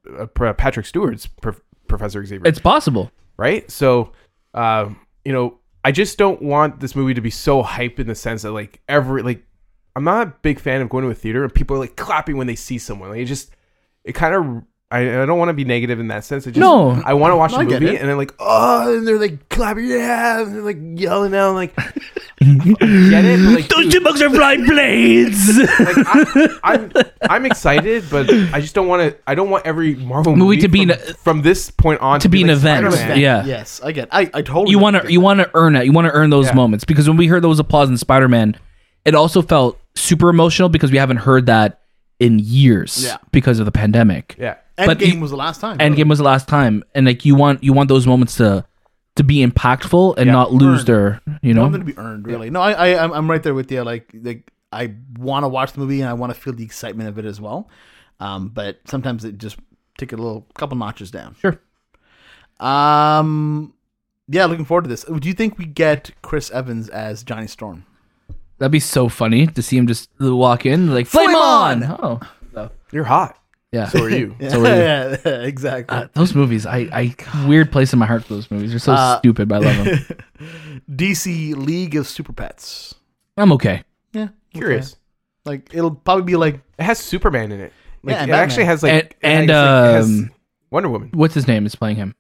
Speaker 2: uh, uh, Pra- Patrick Stewart's prof Professor Xavier
Speaker 3: It's possible.
Speaker 2: right? So, um, you know, I just don't want this movie to be so hype in the sense that like every like I'm not a big fan of going to a theater and people are like clapping when they see someone. Like it just it kind of I, I don't want to be negative in that sense. It just,
Speaker 3: No.
Speaker 2: I want to watch
Speaker 1: No,
Speaker 2: the
Speaker 1: I get
Speaker 2: movie
Speaker 1: it.
Speaker 2: and they're like, oh, and they're like clapping, yeah, and they're like yelling out,
Speaker 3: [LAUGHS]
Speaker 2: like, I get it? But, like, dude,
Speaker 3: bugs are flying blades.
Speaker 2: like, I, I'm I'm excited, but I just don't want to. I don't want every Marvel
Speaker 3: Movie
Speaker 2: movie
Speaker 3: to be
Speaker 2: from,
Speaker 3: an-
Speaker 2: from this point on
Speaker 3: to be an event.
Speaker 2: Spider-Man.
Speaker 3: Yeah.
Speaker 1: Yes, I get. I I totally.
Speaker 3: [LAUGHS] you want to
Speaker 1: get
Speaker 3: you
Speaker 1: that.
Speaker 3: want to earn it. You want to earn those
Speaker 2: Yeah.
Speaker 3: moments because when we heard those applause in Spider Man, it also felt super emotional because we haven't heard that in years
Speaker 1: Yeah.
Speaker 3: because of the pandemic.
Speaker 2: Yeah.
Speaker 3: but
Speaker 1: Endgame
Speaker 3: you-
Speaker 1: was the last time.
Speaker 3: Endgame was the last time, and like you want you want those moments to to be impactful and
Speaker 2: Yeah.
Speaker 3: not lose their you know.
Speaker 1: something to be earned, really. No, I, I I'm- I'm right there with you. Like like I want to watch the movie and I want to feel the excitement of it as well. Um, but sometimes it just take it a little couple notches down.
Speaker 3: Sure.
Speaker 1: Um, yeah, looking forward to this. Do you think we get Chris Evans as Johnny Storm?
Speaker 3: That'd be so funny to see him just walk in like flame
Speaker 1: Flame
Speaker 3: on.
Speaker 1: on!"
Speaker 3: Oh
Speaker 2: You're hot.
Speaker 3: yeah.
Speaker 2: So are you.
Speaker 1: [LAUGHS] yeah, exactly.
Speaker 3: [LAUGHS] Uh, those movies, I, I weird place in my heart for those movies. They're so
Speaker 1: Uh,
Speaker 3: stupid, but I
Speaker 1: [LAUGHS]
Speaker 3: love them.
Speaker 1: DC League of Super Pets.
Speaker 3: I'm okay.
Speaker 1: Yeah,
Speaker 2: Curious.
Speaker 1: okay. Like it'll probably be like
Speaker 2: It has Superman in it. Like,
Speaker 1: Yeah, and
Speaker 2: it
Speaker 1: Batman.
Speaker 2: actually has like
Speaker 3: And-
Speaker 2: it has, like,
Speaker 3: and,
Speaker 2: it has
Speaker 3: um,
Speaker 2: Wonder Woman.
Speaker 3: What's his name is playing him?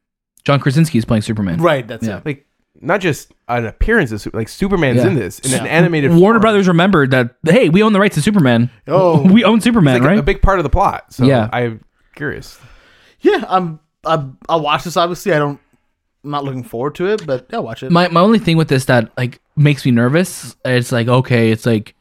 Speaker 3: John Krasinski is playing Superman.
Speaker 1: right. That's
Speaker 3: Yeah.
Speaker 1: it.
Speaker 2: Like not just an appearance of Super- like Superman's
Speaker 3: Yeah.
Speaker 2: in this in an
Speaker 1: Yeah.
Speaker 2: animated.
Speaker 3: Warner
Speaker 2: form.
Speaker 3: Brothers remembered that hey, we own the rights to Superman.
Speaker 1: Oh.
Speaker 3: we own Superman,
Speaker 2: It's like a-
Speaker 3: right?
Speaker 2: a big part of the plot. So
Speaker 3: Yeah.
Speaker 2: I'm curious.
Speaker 1: Yeah, I'm. I'm I'll watch this. Obviously, I don't. I'm not looking forward to it, but I'll watch it.
Speaker 3: my my only thing with this that like makes me nervous. It's like okay, it's like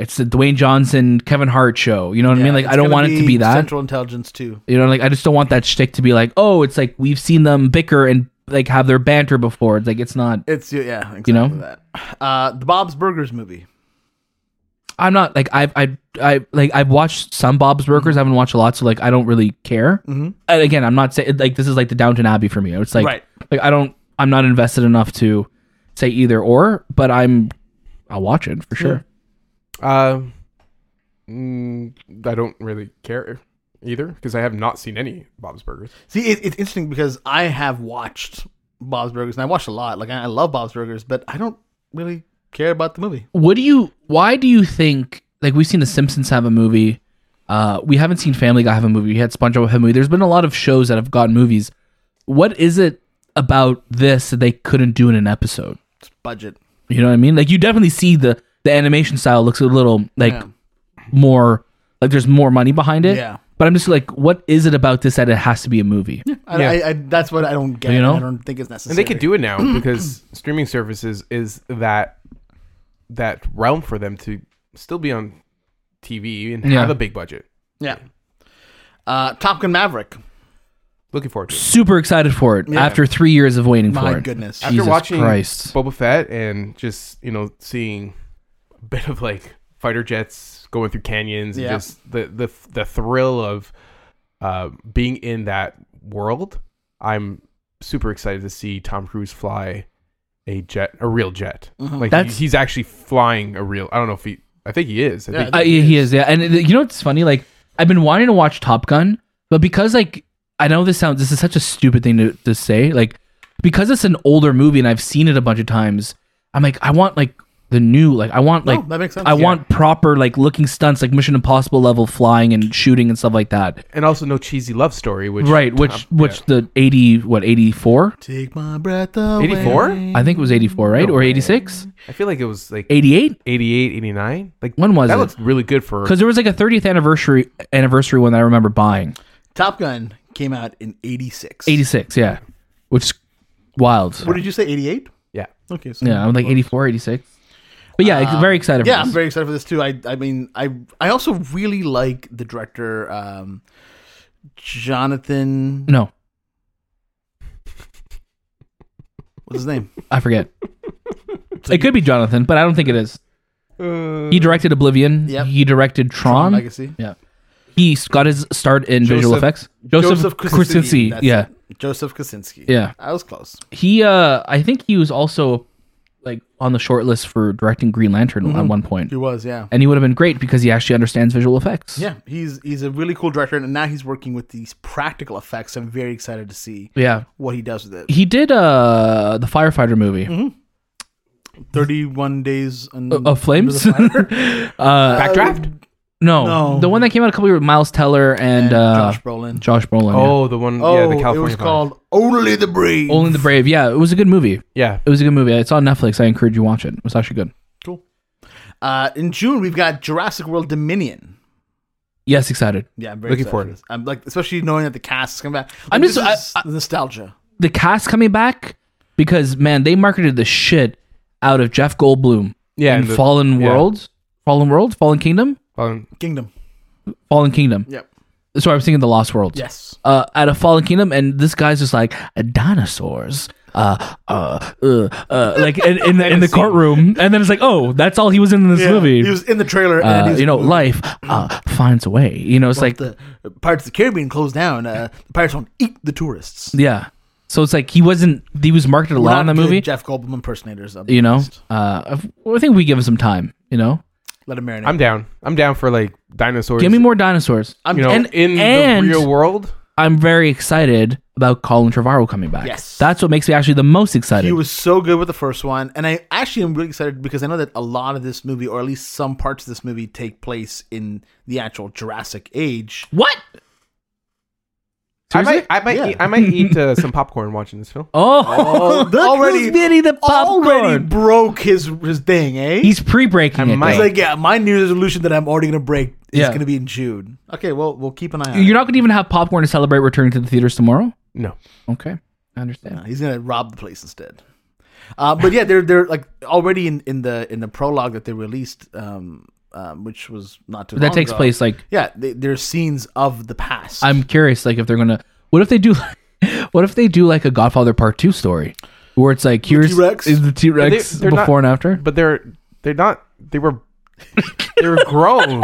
Speaker 3: it's the Dwayne Johnson Kevin Hart show. You know what I mean? Like I don't want it to be that.
Speaker 1: Central Intelligence too.
Speaker 3: You know, like I just don't want that shtick to be like oh, it's like we've seen them bicker and like have their banter before. It's like it's not.
Speaker 1: It's yeah, exactly
Speaker 3: know?
Speaker 1: that. Uh, the Bob's Burgers movie.
Speaker 3: I'm not like I've I I like I've watched some Bob's
Speaker 1: Mm-hmm.
Speaker 3: Burgers. I haven't watched a lot, so like I don't really care. And again, I'm not saying like this is like the Downton Abbey for me. It's like
Speaker 1: Right.
Speaker 3: like I don't I'm not invested enough to say either or, but I'm I'll watch it for sure.
Speaker 2: Um, mm, I don't really care either because I have not seen any Bob's Burgers.
Speaker 1: See, it, it's interesting because I have watched Bob's Burgers and I watched a lot. Like I, I love Bob's Burgers, but I don't really care about the movie.
Speaker 3: What do you why do you think like we've seen the Simpsons have a movie? Uh we haven't seen Family Guy have a movie. We had SpongeBob have a movie. There's been a lot of shows that have gotten movies. What is it about this that they couldn't do in an episode?
Speaker 1: It's budget.
Speaker 3: You know what I mean? Like you definitely see the the animation style looks a little like
Speaker 1: Yeah.
Speaker 3: more like there's more money behind it.
Speaker 1: Yeah.
Speaker 3: But I'm just like, what is it about this that it has to be a movie?
Speaker 1: I, I, I, that's what I don't get.
Speaker 3: You know?
Speaker 1: I don't think it's necessary.
Speaker 2: And they could do
Speaker 1: [CLEARS THROAT]
Speaker 2: it now because streaming services is that that realm for them to still be on TV and
Speaker 3: Yeah.
Speaker 2: have a big budget.
Speaker 1: Yeah. Uh, Top Gun Maverick.
Speaker 2: Looking forward to it.
Speaker 3: Super excited for it after three years of waiting
Speaker 1: My
Speaker 3: for it.
Speaker 1: goodness.
Speaker 3: Jesus
Speaker 2: after watching
Speaker 3: Christ.
Speaker 2: Boba Fett and just you know seeing a bit of like fighter jets going through canyons
Speaker 1: Yeah.
Speaker 2: and just the the the thrill of uh, being in that world, I'm super excited to see Tom Cruise fly a jet, a real jet. Like
Speaker 3: Mm-hmm. That's-
Speaker 2: he's actually flying a real. I don't know if he. I think he is. I
Speaker 1: Yeah,
Speaker 2: think
Speaker 3: Uh, yeah, he is, yeah. And uh, you know what's funny? Like I've been wanting to watch Top Gun, but because like I know this sounds this is such a stupid thing to, to say, like because it's an older movie and I've seen it a bunch of times, I'm like, I want like the new, like I want like
Speaker 1: that makes sense,
Speaker 3: I
Speaker 1: yeah.
Speaker 3: want proper like looking stunts, like Mission Impossible level flying and shooting and stuff like that.
Speaker 2: and also no cheesy love story. Which
Speaker 3: Right, which
Speaker 2: Tom-
Speaker 3: which the eighty what eighty four?
Speaker 1: Take my breath away.
Speaker 2: 84?
Speaker 3: I think it was eighty four, right?
Speaker 2: No
Speaker 3: or
Speaker 2: way.
Speaker 3: eighty six?
Speaker 2: I feel like it was like
Speaker 3: Eighty eight?
Speaker 2: 88, 89. Like
Speaker 3: When was
Speaker 2: that
Speaker 3: it?
Speaker 2: looks really good for
Speaker 3: Because there was like a thirtieth anniversary anniversary one that I remember buying.
Speaker 1: Top Gun came out in 86.
Speaker 3: Eighty six, yeah. Which is wild.
Speaker 1: What did you say? 88?
Speaker 2: yeah.
Speaker 1: Okay. So
Speaker 3: Yeah, I'm like 84, 86. But yeah, I'm very excited.
Speaker 1: yeah,
Speaker 3: for
Speaker 1: I'm
Speaker 3: this.
Speaker 1: very excited for this too. I I mean, I I also really like the director um Jonathan
Speaker 3: no,
Speaker 1: What's his name?
Speaker 3: I
Speaker 1: [LAUGHS]
Speaker 3: forget. it could be Jonathan, but I don't think it is.
Speaker 2: Uh,
Speaker 3: He directed Oblivion.
Speaker 1: Yep.
Speaker 3: He directed Tron.
Speaker 1: Legacy.
Speaker 3: Yeah. He got his start in visual
Speaker 2: Joseph-
Speaker 3: effects. Joseph, Krasinski.
Speaker 1: that's
Speaker 3: Yeah.
Speaker 1: it. Joseph Krasinski.
Speaker 3: Yeah.
Speaker 1: I was close.
Speaker 3: He uh I think he was also like on the short list for directing Green Lantern at one point.
Speaker 1: Mm-hmm. He was, yeah.
Speaker 3: And he would have been great because he actually understands visual effects.
Speaker 1: Yeah, he's he's a really cool director, and now he's working with these practical effects. I'm very excited to see
Speaker 3: Yeah.
Speaker 1: what he does with it.
Speaker 3: He did uh the firefighter movie.
Speaker 1: Thirty-one days and
Speaker 3: Of Flames?
Speaker 2: Backdraft.
Speaker 3: Uh, no,
Speaker 1: No.
Speaker 3: The one that came out a couple years with Miles Teller and, uh
Speaker 1: Josh Brolin.
Speaker 3: Josh Brolin. yeah.
Speaker 2: Oh, the one.
Speaker 1: oh,
Speaker 2: yeah, the California.
Speaker 1: it was
Speaker 2: Fire.
Speaker 1: called Only the Brave.
Speaker 3: Only the Brave. Yeah, it was a good movie.
Speaker 2: Yeah.
Speaker 3: It was a good movie. It's on Netflix. I encourage you to watch it. It was actually good.
Speaker 1: uh, in June, we've got Jurassic World Dominion.
Speaker 3: Yes, excited.
Speaker 1: Yeah, I'm very
Speaker 2: Looking
Speaker 1: excited
Speaker 2: forward.
Speaker 1: for this. I'm like, especially knowing that the cast is coming back. Like,
Speaker 3: I'm just-
Speaker 1: this is
Speaker 3: I-
Speaker 1: nostalgia.
Speaker 3: The cast coming back because man, they marketed the shit out of Jeff Goldblum.
Speaker 2: Yeah,
Speaker 3: in
Speaker 2: and the-
Speaker 3: Fallen
Speaker 2: yeah.
Speaker 3: World, Fallen World, Fallen Kingdom,
Speaker 2: Um,
Speaker 1: Kingdom.
Speaker 3: Fallen Kingdom.
Speaker 1: Yep.
Speaker 3: So I was thinking the Lost World.
Speaker 1: Yes.
Speaker 3: Uh, out of Fallen Kingdom, and this guy's just like dinosaurs. Uh, uh, uh,
Speaker 1: [LAUGHS]
Speaker 3: uh, like in, in, the- in the courtroom, and then it's like, oh, that's all he was in this
Speaker 1: Yeah,
Speaker 3: movie.
Speaker 1: He was in the trailer. and he
Speaker 3: uh,
Speaker 1: was-
Speaker 3: you know, life uh, finds a way. You know, it's like,
Speaker 1: the Pirates of the Caribbean closed down. Uh, the pirates won't eat the tourists.
Speaker 3: yeah. So it's like he wasn't. He was marketed a
Speaker 1: We're
Speaker 3: lot in
Speaker 1: not
Speaker 3: the
Speaker 1: good
Speaker 3: movie.
Speaker 1: Jeff Goldblum impersonators. I'll be
Speaker 3: you know,
Speaker 1: honest.
Speaker 3: uh, I think we give him some time. You know,
Speaker 1: let him marinate.
Speaker 2: I'm down. I'm down for like dinosaurs.
Speaker 3: give me more dinosaurs.
Speaker 1: I'm
Speaker 2: you know,
Speaker 3: and-
Speaker 2: in
Speaker 3: and-
Speaker 2: the real world.
Speaker 3: I'm very excited about Colin Trevorrow coming back.
Speaker 1: Yes.
Speaker 3: that's what makes me actually the most excited.
Speaker 1: He was so good with the first one, and I actually am really excited because I know that a lot of this movie, or at least some parts of this movie, take place in the actual Jurassic age.
Speaker 3: what?
Speaker 2: I might, I might,
Speaker 1: Yeah.
Speaker 2: eat, I might eat uh, some popcorn watching this film.
Speaker 1: [LAUGHS]
Speaker 3: Oh,
Speaker 1: Oh,
Speaker 3: [LAUGHS] look
Speaker 1: already-
Speaker 3: already, who's getting the popcorn.
Speaker 1: Already broke his his thing, eh?
Speaker 3: He's pre-breaking it.
Speaker 2: might.
Speaker 3: though.
Speaker 1: He's like, yeah, my New Year's resolution that I'm already gonna break is
Speaker 3: Yeah.
Speaker 1: gonna be in June. Okay, well, we'll keep an eye on.
Speaker 3: You're not going to even have popcorn to celebrate returning to the theaters tomorrow.
Speaker 2: [LAUGHS] No,
Speaker 3: Okay, I understand.
Speaker 1: He's gonna rob the place instead. Uh, but yeah, they're they're like already in, in the in the prologue that they released, um, um, which was not too.
Speaker 3: But that
Speaker 1: long
Speaker 3: takes
Speaker 1: ago.
Speaker 3: place like
Speaker 1: Yeah, they, there's scenes of the past.
Speaker 3: I'm curious, like if they're gonna. What if they do? [LAUGHS] What if they do like a Godfather Part Two story, where it's like here's
Speaker 1: T-Rex?
Speaker 3: is the T Rex
Speaker 2: they're
Speaker 3: before
Speaker 2: not-
Speaker 3: and after?
Speaker 2: but they're they're not. They were they were
Speaker 3: [LAUGHS]
Speaker 2: grown.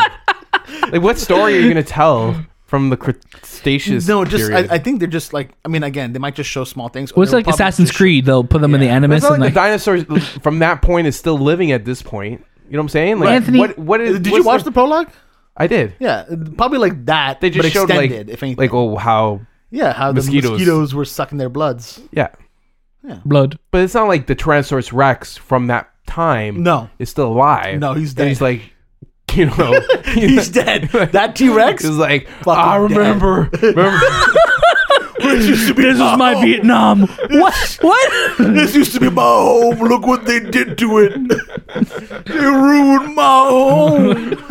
Speaker 2: like, what story are you gonna tell from the Cretaceous?
Speaker 1: no, just I,
Speaker 2: period?
Speaker 1: I think they're just like I mean, again, they might just show small things.
Speaker 3: What's like Assassin's Creed? They'll put them in the
Speaker 2: But
Speaker 3: Animus
Speaker 2: it's not
Speaker 3: and
Speaker 2: like
Speaker 3: like.
Speaker 2: the dinosaurs from that point is still living at this point. You know what I'm saying? Like,
Speaker 3: Anthony-
Speaker 2: what, what is?
Speaker 1: Did you
Speaker 2: what's
Speaker 1: watch the prologue?
Speaker 2: I did.
Speaker 1: Yeah, probably like that.
Speaker 2: They just
Speaker 1: but
Speaker 2: showed
Speaker 1: extended,
Speaker 2: like,
Speaker 1: if anything.
Speaker 2: like oh how
Speaker 1: yeah, how the
Speaker 2: mosquitoes.
Speaker 1: mosquitoes were sucking their bloods.
Speaker 2: yeah.
Speaker 3: Blood.
Speaker 2: But it's not like the Tyrannosaurus Rex from that time.
Speaker 1: No.
Speaker 2: is still alive.
Speaker 1: No, he's
Speaker 2: And
Speaker 1: dead.
Speaker 2: he's like, you know,
Speaker 1: [LAUGHS] [LAUGHS] He's dead. That T Rex.
Speaker 2: [LAUGHS] He's like, I
Speaker 1: dead."
Speaker 2: remember,
Speaker 1: [LAUGHS]
Speaker 2: remember. [LAUGHS]
Speaker 3: This is my
Speaker 1: Oh.
Speaker 3: Vietnam. What? What?
Speaker 1: [LAUGHS] This used to be my home. Look what they did to
Speaker 2: [LAUGHS]
Speaker 1: it. They ruined my home. [LAUGHS]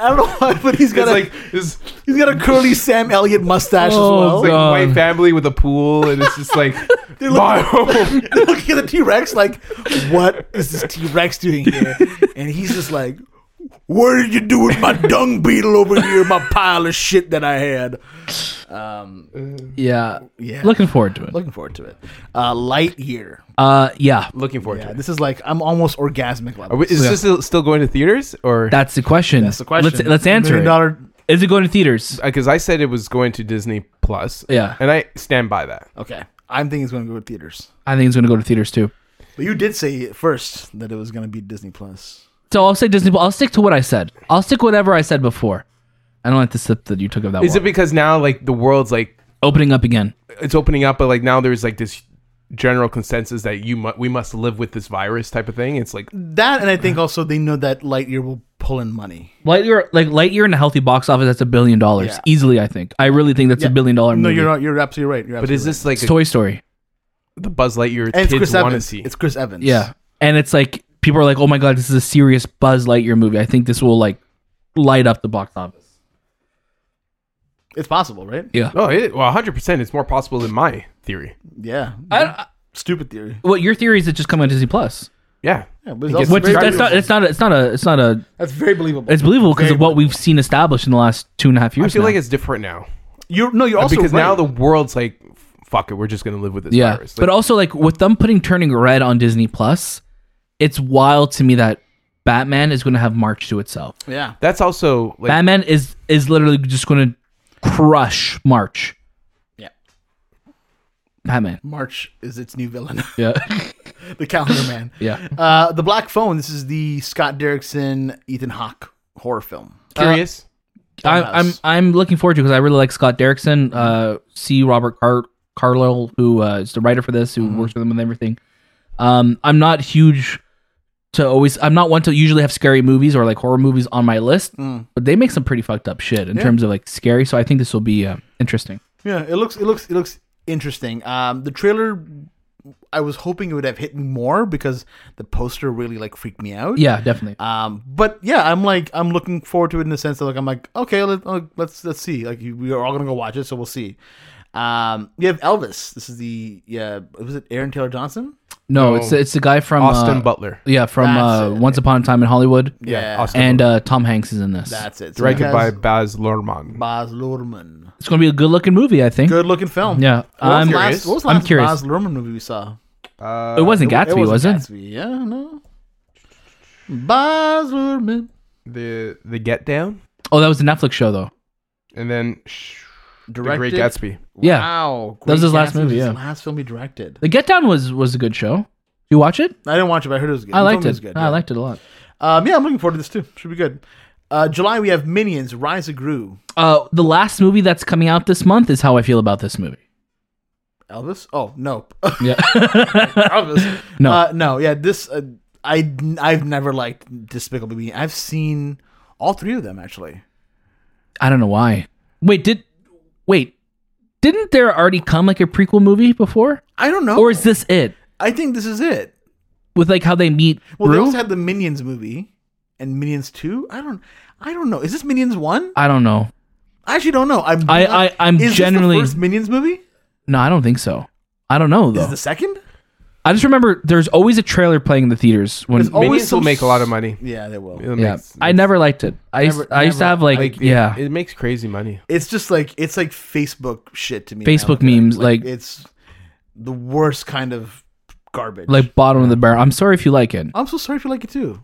Speaker 1: I don't know why, but he's
Speaker 2: It's
Speaker 1: got a
Speaker 2: like this
Speaker 1: he's got a curly Sam Elliott mustache
Speaker 3: Oh,
Speaker 1: as well.
Speaker 3: God.
Speaker 2: white family with a pool, and it's just like
Speaker 1: [LAUGHS]
Speaker 2: my home.
Speaker 1: [LAUGHS] Looking at the T Rex, like, what is this T Rex doing here? And he's just like, what did you do with my dung beetle over here, my pile of shit that I had? Um,
Speaker 3: yeah.
Speaker 1: yeah,
Speaker 3: Looking forward to it.
Speaker 1: looking forward to it. Uh, Lightyear.
Speaker 3: Uh, yeah.
Speaker 2: Looking forward
Speaker 1: Yeah,
Speaker 2: to it.
Speaker 1: this is like I'm almost orgasmic
Speaker 2: Are
Speaker 1: level.
Speaker 2: we, is this still- still going to theaters or?
Speaker 3: That's the question.
Speaker 1: That's the question.
Speaker 3: Let's, let's answer
Speaker 1: Million
Speaker 3: it.
Speaker 1: dollar-
Speaker 3: Is it going to theaters?
Speaker 2: because I said it was going to Disney Plus.
Speaker 3: Yeah.
Speaker 2: and I stand by that.
Speaker 1: Okay, I'm thinking it's going to go to theaters.
Speaker 3: I think it's going to go to theaters too.
Speaker 1: But you did say at first that it was going to be Disney Plus.
Speaker 3: So I'll say Disney. But I'll stick to what I said. I'll stick whatever I said before. I don't like the sip that you took of that.
Speaker 2: Is
Speaker 3: one.
Speaker 2: it because now like the world's like
Speaker 3: Opening up again.
Speaker 2: it's opening up, but like now there's like this general consensus that you mu- we must live with this virus type of thing. It's like
Speaker 1: That, and I think also they know that Lightyear will pull in money.
Speaker 3: Lightyear, like Lightyear in a healthy box office, that's a billion dollars
Speaker 1: Yeah.
Speaker 3: easily. I think. I really think that's a billion dollar movie.
Speaker 1: No, you're not. You're absolutely right. You're
Speaker 2: But
Speaker 1: absolutely
Speaker 2: is this like
Speaker 3: It's Toy Story.
Speaker 2: a- the Buzz Lightyear
Speaker 1: right. and it's
Speaker 2: kids
Speaker 1: Chris
Speaker 2: want to
Speaker 1: Evans?
Speaker 2: see?
Speaker 1: It's Chris Evans.
Speaker 3: Yeah, and it's like people are like, "Oh my god, this is a serious Buzz Lightyear movie." I think this will like light up the box office.
Speaker 1: it's possible, right?
Speaker 3: Yeah.
Speaker 2: Oh, it, well, 100%. It's more possible than my theory.
Speaker 1: Yeah,
Speaker 3: I, I,
Speaker 1: stupid theory.
Speaker 3: well, your theory is it just coming on Disney Plus,
Speaker 2: Yeah.
Speaker 1: Yeah, but it's
Speaker 2: It
Speaker 1: also
Speaker 2: gets
Speaker 3: which is
Speaker 1: very
Speaker 3: that's not.
Speaker 1: believable.
Speaker 3: It's not. A, it's not a. It's not a.
Speaker 1: that's very believable.
Speaker 3: It's believable because
Speaker 1: Very
Speaker 3: of what we've seen established in the last two and a half years.
Speaker 2: I feel
Speaker 3: now.
Speaker 2: like it's different now.
Speaker 1: You're no, you're also
Speaker 2: Uh, because
Speaker 1: right.
Speaker 2: now the world's like f- fuck it, we're just gonna live with this
Speaker 3: yeah.
Speaker 2: virus.
Speaker 3: but also like with them putting Turning Red on Disney Plus, it's wild to me that Batman is going to have March to itself.
Speaker 1: Yeah.
Speaker 2: that's also like
Speaker 3: Batman is is literally just going to crush March.
Speaker 1: Yeah.
Speaker 3: Batman.
Speaker 1: March is its new villain, [LAUGHS]
Speaker 3: Yeah.
Speaker 1: the Calendar Man.
Speaker 3: [LAUGHS] yeah.
Speaker 1: Uh, the Black Phone. This is the Scott Derrickson, Ethan Hawke horror film.
Speaker 3: uh,
Speaker 2: curious.
Speaker 3: I,
Speaker 1: Funhouse.
Speaker 3: I'm I'm looking forward to because I really like Scott Derrickson. Uh, see Robert Car- Carlyle, who uh, is the writer for this, who works with him and everything. Um, I'm not huge to always. I'm not one to usually have scary movies or like horror movies on my list, but they make some pretty fucked up shit in terms of like scary. So I think this will be uh, interesting.
Speaker 1: Yeah, it looks it looks it looks interesting. Um, the trailer, I was hoping it would have hit me more because the poster really like freaked me out.
Speaker 3: Yeah, definitely.
Speaker 1: Um, but yeah, I'm like I'm looking forward to it in the sense that like I'm like okay, let, uh, let's let's see. Like you- we are all gonna go watch it, so we'll see. Um, you have Elvis. This is the yeah. Was it Aaron Taylor Johnson?
Speaker 3: no,
Speaker 2: no.
Speaker 3: it's it's a guy from
Speaker 2: Austin
Speaker 3: uh,
Speaker 2: Butler.
Speaker 3: Yeah, from uh,
Speaker 1: That's it.
Speaker 3: Once Upon a Time in Hollywood,
Speaker 2: Yeah,
Speaker 1: Yeah.
Speaker 2: Austin
Speaker 3: and
Speaker 2: Butler.
Speaker 3: uh, Tom Hanks is in this.
Speaker 1: That's it. So it
Speaker 2: directed
Speaker 1: has
Speaker 2: by Baz Luhrmann.
Speaker 1: Baz Luhrmann.
Speaker 3: it's going to be a good looking movie, I think.
Speaker 1: Good looking film.
Speaker 3: Yeah,
Speaker 1: What
Speaker 3: Um,
Speaker 1: was
Speaker 3: I'm
Speaker 1: the last, what was the
Speaker 3: I'm
Speaker 1: last
Speaker 3: curious.
Speaker 1: Baz Luhrmann movie we saw?
Speaker 2: Uh,
Speaker 3: It wasn't Gatsby,
Speaker 1: wasn't
Speaker 3: was it?
Speaker 1: Gatsby. Yeah, no. Baz Luhrmann.
Speaker 2: the the Get Down,
Speaker 3: Oh, that was a Netflix show though.
Speaker 2: and then sh- the
Speaker 1: Directed.
Speaker 2: Great Gatsby.
Speaker 3: Yeah.
Speaker 1: Wow.
Speaker 3: That was
Speaker 1: Great
Speaker 3: his last
Speaker 1: Gatsby was
Speaker 3: movie,
Speaker 1: his
Speaker 3: yeah.
Speaker 1: last film he directed.
Speaker 3: The Get Down was was a good show. You watch it?
Speaker 1: I didn't watch it, but I heard it was good.
Speaker 3: I
Speaker 1: You
Speaker 3: liked
Speaker 1: told me
Speaker 3: it.
Speaker 1: was good,
Speaker 3: I
Speaker 1: yeah.
Speaker 3: liked it a lot.
Speaker 1: Um, yeah, I'm looking forward to this too. Should be good. Uh, July we have Minions: Rise of Gru.
Speaker 3: Uh, the last movie that's coming out this month is how I feel about this movie.
Speaker 1: Elvis? Oh no, [LAUGHS]
Speaker 3: Yeah,
Speaker 1: Elvis.
Speaker 3: No.
Speaker 1: uh, no. Yeah, this uh, I I've never liked Despicable Me. I've seen all three of them actually.
Speaker 3: [LAUGHS] I don't know why. Wait, did wait? Didn't there already come like a prequel movie before,
Speaker 1: I don't know.
Speaker 3: or is this it
Speaker 1: I think this is it.
Speaker 3: with like how they meet?
Speaker 1: Well, they
Speaker 3: Gru?
Speaker 1: also had the Minions movie and Minions Two. I don't. I don't know. Is this Minions One?
Speaker 3: I don't know.
Speaker 1: I actually don't know. I'm.
Speaker 3: I-
Speaker 1: not-
Speaker 3: I- I'm
Speaker 1: is this the
Speaker 3: genuinely-
Speaker 1: first Minions movie.
Speaker 3: No, I don't think so. I don't know though.
Speaker 1: Is the second?
Speaker 3: I just remember there's always a trailer playing in the theaters when.
Speaker 1: There's always
Speaker 2: Minions will
Speaker 1: some
Speaker 2: make a lot
Speaker 1: s-
Speaker 2: of money.
Speaker 1: Yeah, they will.
Speaker 2: It
Speaker 3: yeah,
Speaker 2: makes-
Speaker 3: I never liked it. I used,
Speaker 1: Never-
Speaker 3: I used to
Speaker 1: never-
Speaker 3: have like,
Speaker 2: like, it-
Speaker 3: yeah
Speaker 2: it, makes crazy money.
Speaker 1: It's just like it's like Facebook shit to me. now.
Speaker 3: Facebook memes, like-
Speaker 1: it's the worst kind of garbage.
Speaker 3: like bottom of the barrel. I'm sorry if you like it.
Speaker 1: I'm so sorry if you like it too,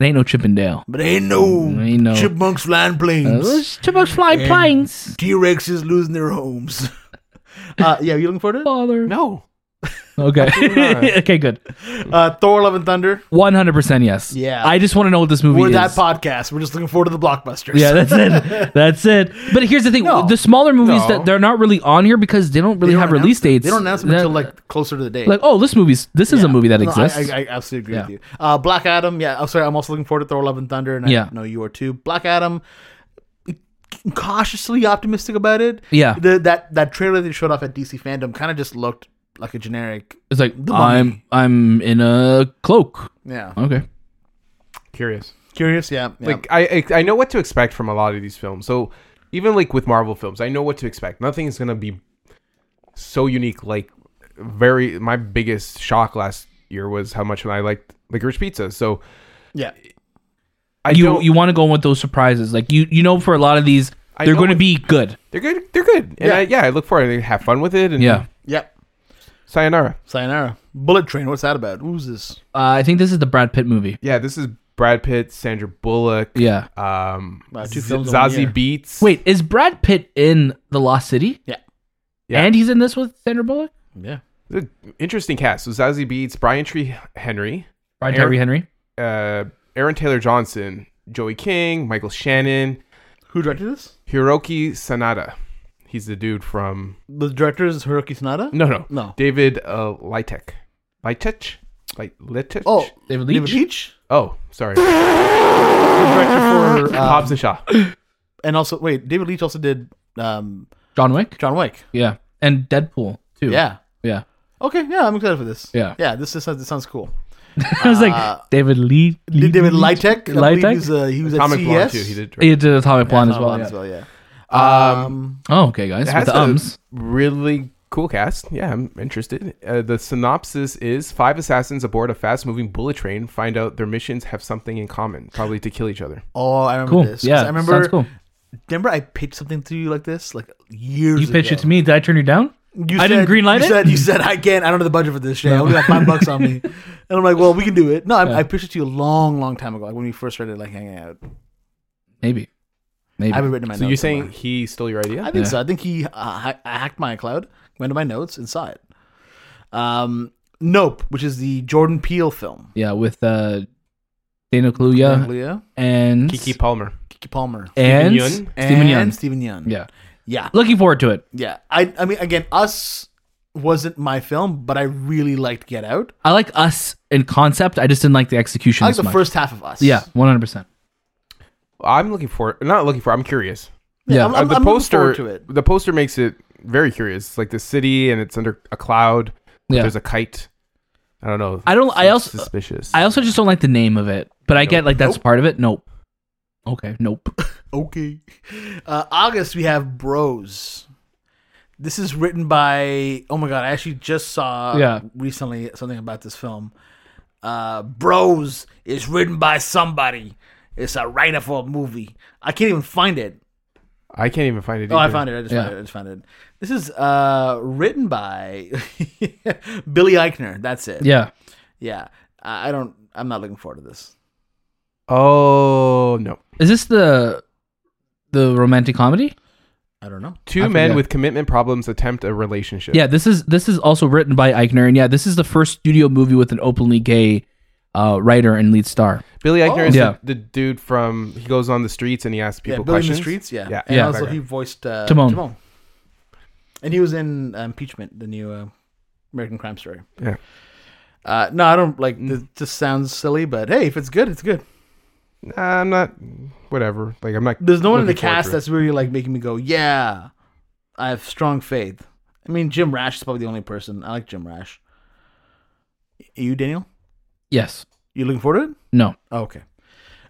Speaker 3: It ain't no Chippendale.
Speaker 1: but ain't no
Speaker 3: Ain't no-
Speaker 1: chipmunks flying planes.
Speaker 3: Chippendale fly planes.
Speaker 1: T Rexes losing their homes. [LAUGHS] uh, yeah, you looking forward to
Speaker 3: Father.
Speaker 2: No,
Speaker 3: [LAUGHS]
Speaker 1: [LAUGHS]
Speaker 3: Okay. [LAUGHS] okay. Good. Oh.
Speaker 1: it? Uh, Thor: Love and Thunder.
Speaker 3: One hundred percent. Yes.
Speaker 1: Yeah.
Speaker 3: I just want to know what this movie
Speaker 1: We're
Speaker 3: is.
Speaker 1: that podcast. We're just looking forward to the blockbusters.
Speaker 3: [LAUGHS] yeah, that's
Speaker 1: [LAUGHS]
Speaker 3: it. That's it. But here's the thing:
Speaker 1: No.
Speaker 3: the smaller movies
Speaker 2: No.
Speaker 3: that they're not really on here because they don't really
Speaker 1: They don't
Speaker 3: have
Speaker 1: announce
Speaker 3: release
Speaker 1: them.
Speaker 3: dates.
Speaker 1: They don't announce them
Speaker 3: They're
Speaker 1: until like closer to the date.
Speaker 3: like, oh, this movie's this is a
Speaker 1: Yeah.
Speaker 3: movie that
Speaker 1: No, I-
Speaker 3: exists.
Speaker 1: I, I absolutely agree with
Speaker 3: Yeah.
Speaker 1: you. Uh, Black Adam. Yeah, I'm sorry. I'm also looking forward to Thor: Love and Thunder, and
Speaker 3: Yeah.
Speaker 1: I know you are too. Black Adam. Cautiously optimistic about it.
Speaker 3: Yeah.
Speaker 1: The, that that trailer they showed off at DC fandom kind of just looked like a generic.
Speaker 3: it's like
Speaker 1: The Mummy.
Speaker 3: I'm I'm in a cloak.
Speaker 1: Yeah.
Speaker 3: Okay.
Speaker 2: curious.
Speaker 1: Curious. Yeah. yeah.
Speaker 2: Like I, I I know what to expect from a lot of these films. So even like with Marvel films, I know what to expect. Nothing is gonna be so unique. Like very my biggest shock last year was how much I liked licorice pizza. So
Speaker 1: yeah.
Speaker 2: I
Speaker 3: you
Speaker 2: don't,
Speaker 3: you want to go in with those surprises? Like you you know for a lot of these
Speaker 2: I
Speaker 3: they're
Speaker 2: know
Speaker 3: going to
Speaker 2: it-
Speaker 3: be good.
Speaker 2: they're good. They're good. And
Speaker 1: Yeah.
Speaker 2: I, yeah, I look forward to have fun with it.
Speaker 1: Mm-hmm.
Speaker 2: And
Speaker 3: Yeah.
Speaker 1: Yep.
Speaker 2: sayonara.
Speaker 1: Sayonara. Bullet Train. What's that about? Who's this?
Speaker 3: Uh, I think this is the Brad Pitt movie.
Speaker 2: Yeah, this is Brad Pitt, Sandra Bullock.
Speaker 3: Yeah.
Speaker 2: Um,
Speaker 1: Wow, two
Speaker 2: Z-
Speaker 1: films in one year.
Speaker 2: Zazie Beats.
Speaker 3: Wait, is Brad Pitt in The Lost City?
Speaker 1: Yeah.
Speaker 2: Yeah.
Speaker 3: And he's in this with Sandra Bullock?
Speaker 1: Yeah.
Speaker 2: The- interesting cast. So Zazie Beats, Brian Tree Henry,
Speaker 3: Brian
Speaker 2: Aaron-
Speaker 3: Terry Henry?
Speaker 2: uh, Aaron Taylor Johnson, Joey King, Michael Shannon,
Speaker 1: Who directed this?
Speaker 2: Hiroki Sanada. He's the dude from
Speaker 1: The director is Hiroki Sanada.
Speaker 2: no no
Speaker 1: No.
Speaker 2: David uh, Litek, Litech, like Litech.
Speaker 1: Oh,
Speaker 3: David
Speaker 1: David
Speaker 3: Leitch?
Speaker 1: Leitch.
Speaker 2: oh
Speaker 1: [LAUGHS]
Speaker 2: sorry. Director for uh, Hobbs and Shaw.
Speaker 1: And also, wait, David Leitch also did um,
Speaker 3: John Wick?
Speaker 1: John Wick.
Speaker 3: Yeah. And Deadpool, too.
Speaker 1: Yeah.
Speaker 3: Yeah. [LAUGHS]
Speaker 1: Okay, yeah, I'm excited for this.
Speaker 3: Yeah.
Speaker 1: yeah, this this, this sounds cool.
Speaker 3: I was like, David Lee. Lee
Speaker 1: David Lytek, I believe
Speaker 3: Lytek?
Speaker 1: he was, uh, he was at
Speaker 2: Atomic
Speaker 1: CES.
Speaker 2: Blonde too. He did. direct.
Speaker 3: He did Atomic Blonde as well.
Speaker 1: Blonde
Speaker 3: yeah.
Speaker 1: as well, yeah. Um,
Speaker 3: Oh, okay, guys.
Speaker 2: It
Speaker 3: With
Speaker 2: has
Speaker 3: the
Speaker 2: a
Speaker 3: ums.
Speaker 2: Really cool cast. Yeah, I'm interested. Uh, the synopsis is five assassins aboard a fast moving bullet train find out their missions have something in common, probably to kill each other.
Speaker 1: oh, I remember
Speaker 3: Cool.
Speaker 1: this. 'cause
Speaker 3: Yeah.
Speaker 1: I remember.
Speaker 3: Sounds cool.
Speaker 1: Remember, I pitched something to you like this, like years.
Speaker 3: You pitched
Speaker 1: ago.
Speaker 3: it to me. Did I turn you down?
Speaker 1: You
Speaker 3: I didn't greenlight
Speaker 1: you
Speaker 3: it?
Speaker 1: Said, you said I can't. I don't have the budget for this shit. I only got five bucks
Speaker 3: [LAUGHS]
Speaker 1: on me, and I'm like, well, we can do it. No, I, I pitched it to you a long, long time ago, like when we first started like hanging out.
Speaker 3: Maybe. Maybe.
Speaker 1: I haven't written in my
Speaker 2: So
Speaker 1: notes.
Speaker 2: you're saying
Speaker 1: somewhere.
Speaker 2: he stole your idea?
Speaker 1: I think
Speaker 3: Yeah.
Speaker 1: so. I think he uh, ha- hacked my cloud, went to my notes, and saw it. Um, Nope, which is the Jordan Peele film.
Speaker 3: yeah, with uh Daniel Kaluuya
Speaker 1: Leah,
Speaker 3: and
Speaker 2: Kiki Palmer.
Speaker 1: Kiki Palmer,
Speaker 3: and
Speaker 2: Yoon.
Speaker 3: Stephen Young.
Speaker 1: and Stephen Yeun.
Speaker 3: Yeah.
Speaker 1: yeah,
Speaker 3: Looking forward to it.
Speaker 1: yeah. I, I mean, again, Us wasn't my film, but I really liked Get Out.
Speaker 3: I like us in concept. I just didn't like the execution.
Speaker 1: I like
Speaker 3: as
Speaker 1: the
Speaker 3: much.
Speaker 1: first half of Us.
Speaker 3: Yeah, one hundred percent.
Speaker 2: I'm looking for not looking for. I'm curious.
Speaker 3: Yeah.
Speaker 1: I'm,
Speaker 2: Uh,
Speaker 1: I'm,
Speaker 2: the
Speaker 1: I'm looking
Speaker 2: poster
Speaker 1: forward to it.
Speaker 2: the poster makes it very curious. It's like the city and it's under a cloud.
Speaker 3: Yeah.
Speaker 2: There's a kite. I don't know.
Speaker 3: I don't. I
Speaker 2: Seems
Speaker 3: also.
Speaker 2: suspicious.
Speaker 3: I also just don't like the name of it. But I get
Speaker 2: Nope.
Speaker 3: like that's
Speaker 1: Nope.
Speaker 3: part of it. Nope. Okay. Nope.
Speaker 1: [LAUGHS] Okay. Uh, August, we have Bros. This is written by. Oh my god! I actually just saw
Speaker 3: Yeah.
Speaker 1: recently something about this film. Uh, Bros is written by somebody. It's a writer for a movie. I can't even find it.
Speaker 2: I can't even find it.
Speaker 1: Oh, I
Speaker 2: either.
Speaker 1: found it. I just found
Speaker 3: Yeah.
Speaker 1: it. I just found it. This is uh, written by [LAUGHS] Billy Eichner. That's it.
Speaker 3: Yeah.
Speaker 1: Yeah. I I don't. I'm not looking forward to this.
Speaker 2: Oh no!
Speaker 3: Is this the the romantic comedy?
Speaker 1: I don't know.
Speaker 2: Two
Speaker 3: I
Speaker 2: men
Speaker 3: forget.
Speaker 2: with commitment problems attempt a relationship.
Speaker 3: Yeah. This is this is also written by Eichner, and yeah, this is the first studio movie with an openly gay uh, writer and lead star.
Speaker 2: Billy Eichner
Speaker 1: Oh.
Speaker 2: is
Speaker 3: Yeah.
Speaker 2: the, the dude from he goes on the streets and he asks people
Speaker 1: yeah, Billy in the
Speaker 2: questions.
Speaker 1: Streets. Yeah,
Speaker 2: yeah,
Speaker 1: And
Speaker 3: Yeah.
Speaker 1: also, he voiced uh,
Speaker 3: Timon.
Speaker 1: Timon. and he was in uh, Impeachment, the new uh, American Crime Story.
Speaker 2: Yeah.
Speaker 1: Uh, no, I don't like. This just sounds silly, but hey, if it's good, it's good.
Speaker 2: Nah, I'm not. Whatever. Like I'm not.
Speaker 1: There's no one in the
Speaker 2: looking forward
Speaker 1: cast
Speaker 2: to it.
Speaker 1: that's really like making me go, "Yeah, I have strong faith." I mean, Jim Rash is probably the only person I like. Jim Rash. You, Daniel,
Speaker 3: Yes.
Speaker 1: you looking forward to it?
Speaker 3: No.
Speaker 1: Oh, okay.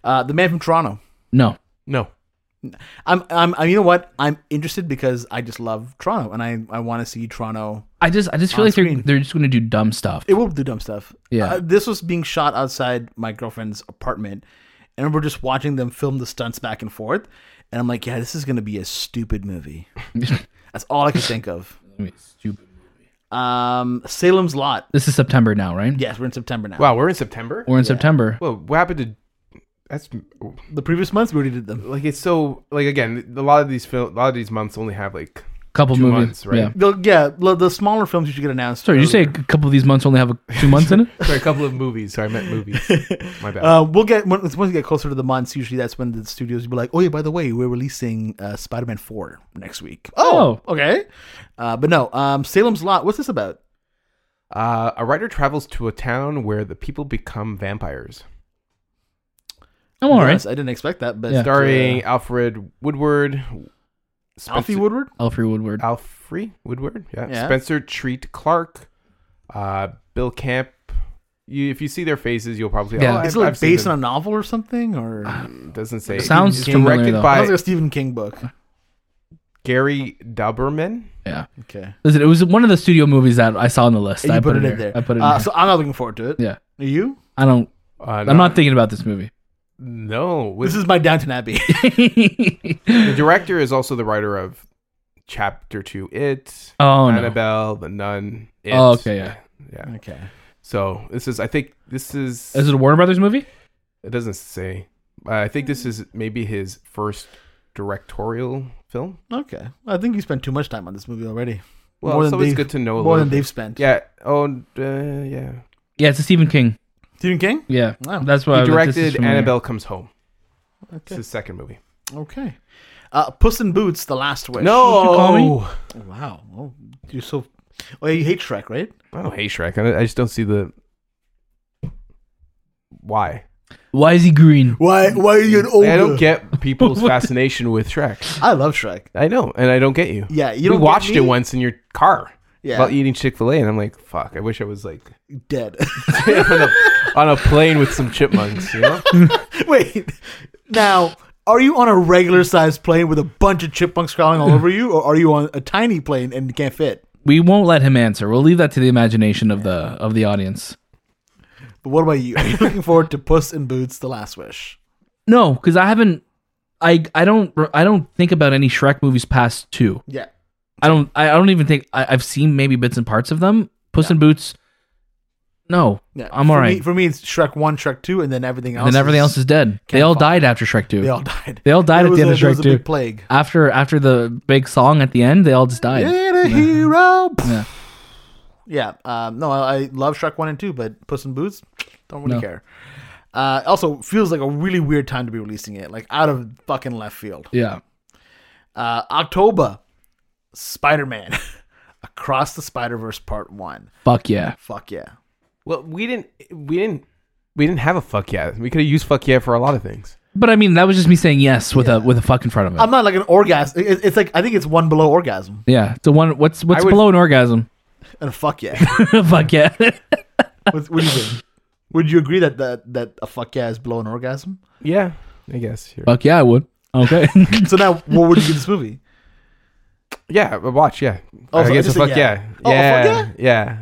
Speaker 1: Uh, the man from Toronto.
Speaker 3: No.
Speaker 2: no.
Speaker 1: I'm, I'm, I, you know what? I'm interested because I just love Toronto, and I, I want to see Toronto
Speaker 3: I just I just feel
Speaker 1: On
Speaker 3: like they're
Speaker 1: screen.
Speaker 3: they're just gonna do dumb stuff.
Speaker 1: It will do dumb stuff.
Speaker 3: Yeah.
Speaker 1: Uh, this was being shot outside my girlfriend's apartment, and I remember just watching them film the stunts back and forth. And I'm like, yeah, this is going to be a stupid movie. That's all I could think of.
Speaker 3: Stupid.
Speaker 1: Um, Salem's Lot.
Speaker 3: [LAUGHS] This is September now, right?
Speaker 1: Yes, we're in September now.
Speaker 2: Wow, we're in September.
Speaker 3: We're in September.
Speaker 2: Well, what happened to? That's
Speaker 1: the previous months we already did them.
Speaker 2: like it's so like again. A lot of these fil- a lot of these months only have like
Speaker 3: Couple
Speaker 2: two
Speaker 3: movies.
Speaker 2: months, right?
Speaker 3: Yeah.
Speaker 1: The, yeah, the, the smaller films you should get announced.
Speaker 3: Sorry, did you say
Speaker 1: earlier.
Speaker 3: a couple of these months only have a, two months in it?
Speaker 2: Sorry, a couple of movies. Sorry, I meant
Speaker 1: [LAUGHS]
Speaker 2: movies. My bad.
Speaker 1: Uh, we'll get when, once we get closer to the months. Usually, that's when the studios will be like, "Oh yeah, by the way, we're releasing uh, Spider-Man Four next week." Oh, okay. Uh, but no, um, Salem's Lot. What's this about?
Speaker 2: Uh, a writer travels to a town where the people become vampires.
Speaker 3: I'm all right.
Speaker 1: Yes, I didn't expect that, but
Speaker 3: Yeah.
Speaker 2: Starring Alfred Woodward. Spencer,
Speaker 1: Alfie Woodward.
Speaker 3: Alfred Woodward.
Speaker 2: Alfred Woodward, yeah.
Speaker 1: Yeah.
Speaker 2: Spencer Treat Clark, uh, Bill Camp. You, if you see their faces, you'll probably.
Speaker 3: Yeah.
Speaker 2: oh, I've-
Speaker 1: Is it like
Speaker 2: I've seen
Speaker 1: based
Speaker 2: them.
Speaker 1: on a novel or something? [LAUGHS] Or
Speaker 2: Doesn't say.
Speaker 3: Sounds
Speaker 2: It's
Speaker 3: familiar,
Speaker 2: directed
Speaker 3: though.
Speaker 1: I was like
Speaker 2: by
Speaker 1: a Stephen King book.
Speaker 2: Gary Duberman.
Speaker 3: yeah.
Speaker 1: Okay,
Speaker 3: Listen, it was one of the studio movies that I saw on the list.
Speaker 1: you
Speaker 3: I
Speaker 1: put, it in there.
Speaker 3: I put it in
Speaker 1: Uh,
Speaker 3: there.
Speaker 1: So I'm not looking forward to it.
Speaker 3: Yeah.
Speaker 1: Are you?
Speaker 3: I don't.
Speaker 2: Uh,
Speaker 3: I'm not thinking about this movie. [LAUGHS]
Speaker 2: No,
Speaker 1: This
Speaker 2: [LAUGHS] with,
Speaker 1: is my Downton Abbey.
Speaker 2: the director is also the writer of Chapter Two. It.
Speaker 3: oh no.
Speaker 2: Annabelle, the nun. It.
Speaker 3: Oh, okay, yeah.
Speaker 1: [LAUGHS]
Speaker 2: yeah.
Speaker 1: okay.
Speaker 2: So this is, I think, this is.
Speaker 3: Is it a Warner Brothers movie?
Speaker 2: It doesn't say. Uh, I think this is maybe his first directorial film.
Speaker 1: Okay. I think you spent too much time on this movie already.
Speaker 2: Well,
Speaker 1: More
Speaker 2: it's
Speaker 1: than
Speaker 2: always
Speaker 1: they've-
Speaker 2: good to know. a
Speaker 1: More than
Speaker 2: little
Speaker 1: they've spent.
Speaker 2: bit. Yeah. Oh, and, uh, yeah.
Speaker 3: Yeah, it's a Stephen King.
Speaker 1: Stephen King.
Speaker 3: Yeah,
Speaker 1: Wow.
Speaker 3: that's why
Speaker 2: he
Speaker 3: I was like, this is
Speaker 2: directed
Speaker 3: familiar.
Speaker 2: Annabelle Comes Home. It's
Speaker 1: Okay.
Speaker 2: his second movie.
Speaker 1: Okay. Uh, Puss in Boots: The Last Wish.
Speaker 2: No,
Speaker 3: you call me?
Speaker 1: Oh, wow. Oh, you're so. Oh, yeah, you hate Shrek, right?
Speaker 2: I don't hate Shrek. I, I just don't see the why.
Speaker 3: Why is he green?
Speaker 1: Why? Why are you an old?
Speaker 2: I don't get people's
Speaker 3: [LAUGHS]
Speaker 2: fascination with Shrek.
Speaker 1: I love Shrek.
Speaker 2: I know, and I don't get you.
Speaker 1: Yeah, you
Speaker 2: You
Speaker 1: don't get
Speaker 2: watched
Speaker 1: me?
Speaker 2: it once in your car
Speaker 1: Yeah,
Speaker 2: while eating Chick Fil A, and I'm like, fuck. I wish I was like [LAUGHS]
Speaker 1: dead. [LAUGHS]
Speaker 2: on a, on a plane with some chipmunks.
Speaker 1: [LAUGHS]
Speaker 2: You know.
Speaker 1: Wait, now are you on a regular sized plane with a bunch of chipmunks crawling all over you, or are you on a tiny plane and you can't fit?
Speaker 3: We won't let him answer. We'll leave that to the imagination of the of the audience.
Speaker 1: But what about you? Are you looking forward to Puss in Boots: The Last Wish?
Speaker 3: No, because I haven't. I I don't I don't think about any Shrek movies past two.
Speaker 1: Yeah,
Speaker 3: I don't. I I don't even think I, I've seen maybe bits and parts of them. Puss in Boots. No,
Speaker 1: Yeah,
Speaker 3: I'm
Speaker 1: for
Speaker 3: alright.
Speaker 1: Me, for me, it's Shrek one, Shrek two, and then everything else.
Speaker 3: and then everything else is dead. They all
Speaker 1: follow.
Speaker 3: died after Shrek Two.
Speaker 1: [LAUGHS] They all died.
Speaker 3: They all died
Speaker 1: There
Speaker 3: at
Speaker 1: was
Speaker 3: the end
Speaker 1: a-
Speaker 3: of
Speaker 1: there was
Speaker 3: Shrek
Speaker 1: a big
Speaker 3: Two.
Speaker 1: plague.
Speaker 3: After after the big song at the end, they all just died.
Speaker 1: Need a hero.
Speaker 3: Yeah.
Speaker 1: Yeah. Um, no, I, I love Shrek one and two, but Puss in Boots, don't really
Speaker 3: No.
Speaker 1: care. Uh, also, feels like a really weird time to be releasing it, like out of fucking left field.
Speaker 3: Yeah.
Speaker 1: Uh, October, Spider Man, [LAUGHS] Across the Spider Verse Part One.
Speaker 3: Fuck yeah.
Speaker 1: Fuck yeah.
Speaker 2: Well, we didn't. We didn't. We didn't have a fuck yeah. We could have used fuck yeah for a lot of things.
Speaker 3: But I mean, that was just me saying yes with a with a fuck in front of it.
Speaker 1: I'm not like an orgasm. It, it's like I think it's one below orgasm,
Speaker 3: yeah. So one. What's what's
Speaker 2: I would-
Speaker 3: below an orgasm? [LAUGHS]
Speaker 1: and a fuck [LAUGHS] yeah.
Speaker 3: fuck yeah.
Speaker 1: what, what do you think? Would you agree that, that that a fuck yeah is below an orgasm?
Speaker 2: Yeah, I guess. You're,
Speaker 3: fuck yeah, I would. Okay. [LAUGHS]
Speaker 1: So now, what would you give this movie?
Speaker 2: yeah, but watch. Yeah,
Speaker 1: Oh,
Speaker 2: I
Speaker 1: so I
Speaker 2: guess a
Speaker 1: just said
Speaker 2: fuck yeah.
Speaker 1: yeah.
Speaker 2: Yeah.
Speaker 1: Oh, a fuck
Speaker 2: yeah,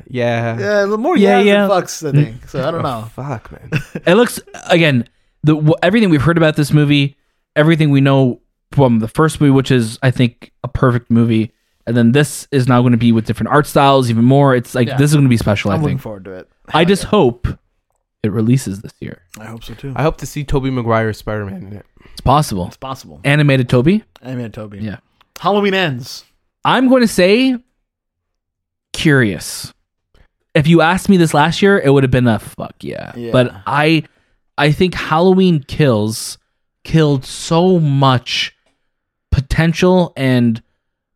Speaker 1: [LAUGHS]
Speaker 2: yeah,
Speaker 1: Yeah, the more yeah,
Speaker 3: Yeah,
Speaker 1: yeah,
Speaker 3: yeah.
Speaker 1: fucks, I think. So
Speaker 3: [LAUGHS]
Speaker 1: I don't
Speaker 2: Oh,
Speaker 1: know.
Speaker 2: fuck, man.
Speaker 3: it looks again the w- everything we've heard about this movie, everything we know from the first movie, which is I think a perfect movie, and then this is now going to be with different art styles even more. It's like
Speaker 1: Yeah.
Speaker 3: this is going to be special. i
Speaker 1: I'm looking
Speaker 3: think.
Speaker 1: forward to it.
Speaker 3: I just hope it releases this year.
Speaker 1: [LAUGHS] I hope so too.
Speaker 2: I hope to see Toby Maguire Spider Man in it.
Speaker 3: It's possible.
Speaker 1: It's possible.
Speaker 3: Animated Toby.
Speaker 1: I mean, Toby.
Speaker 3: Yeah.
Speaker 1: Halloween ends.
Speaker 3: I'm going to say curious. If you asked me this last year, it would have been a fuck yeah.
Speaker 1: Yeah.
Speaker 3: But I I think Halloween Kills killed so much potential and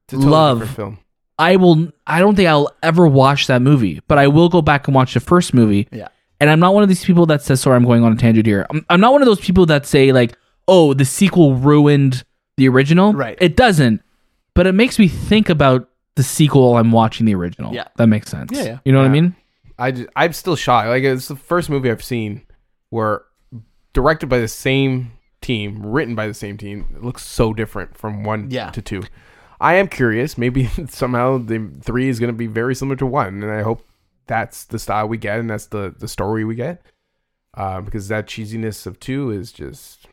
Speaker 2: It's a totally
Speaker 3: Love.
Speaker 2: different film.
Speaker 3: I will I don't think I'll ever watch that movie, but I will go back and watch the first movie.
Speaker 1: Yeah.
Speaker 3: And I'm not one of these people that says sorry I'm going on a tangent here. I'm, I'm not one of those people that say like, "Oh, the sequel ruined the original."
Speaker 1: Right.
Speaker 3: It doesn't. But it makes me think about the sequel while I'm watching the original.
Speaker 1: Yeah.
Speaker 3: That makes sense.
Speaker 1: Yeah, yeah.
Speaker 3: You know what I
Speaker 2: Yeah.
Speaker 3: mean?
Speaker 2: I just, I'm still shocked. Like it's the first movie I've seen where directed by the same team, written by the same team. It looks so different from one
Speaker 1: Yeah.
Speaker 2: to two. I am curious. Maybe [LAUGHS] somehow the three is going to be very similar to one, and I hope that's the style we get and that's the the story we get. Uh, because that cheesiness of two is just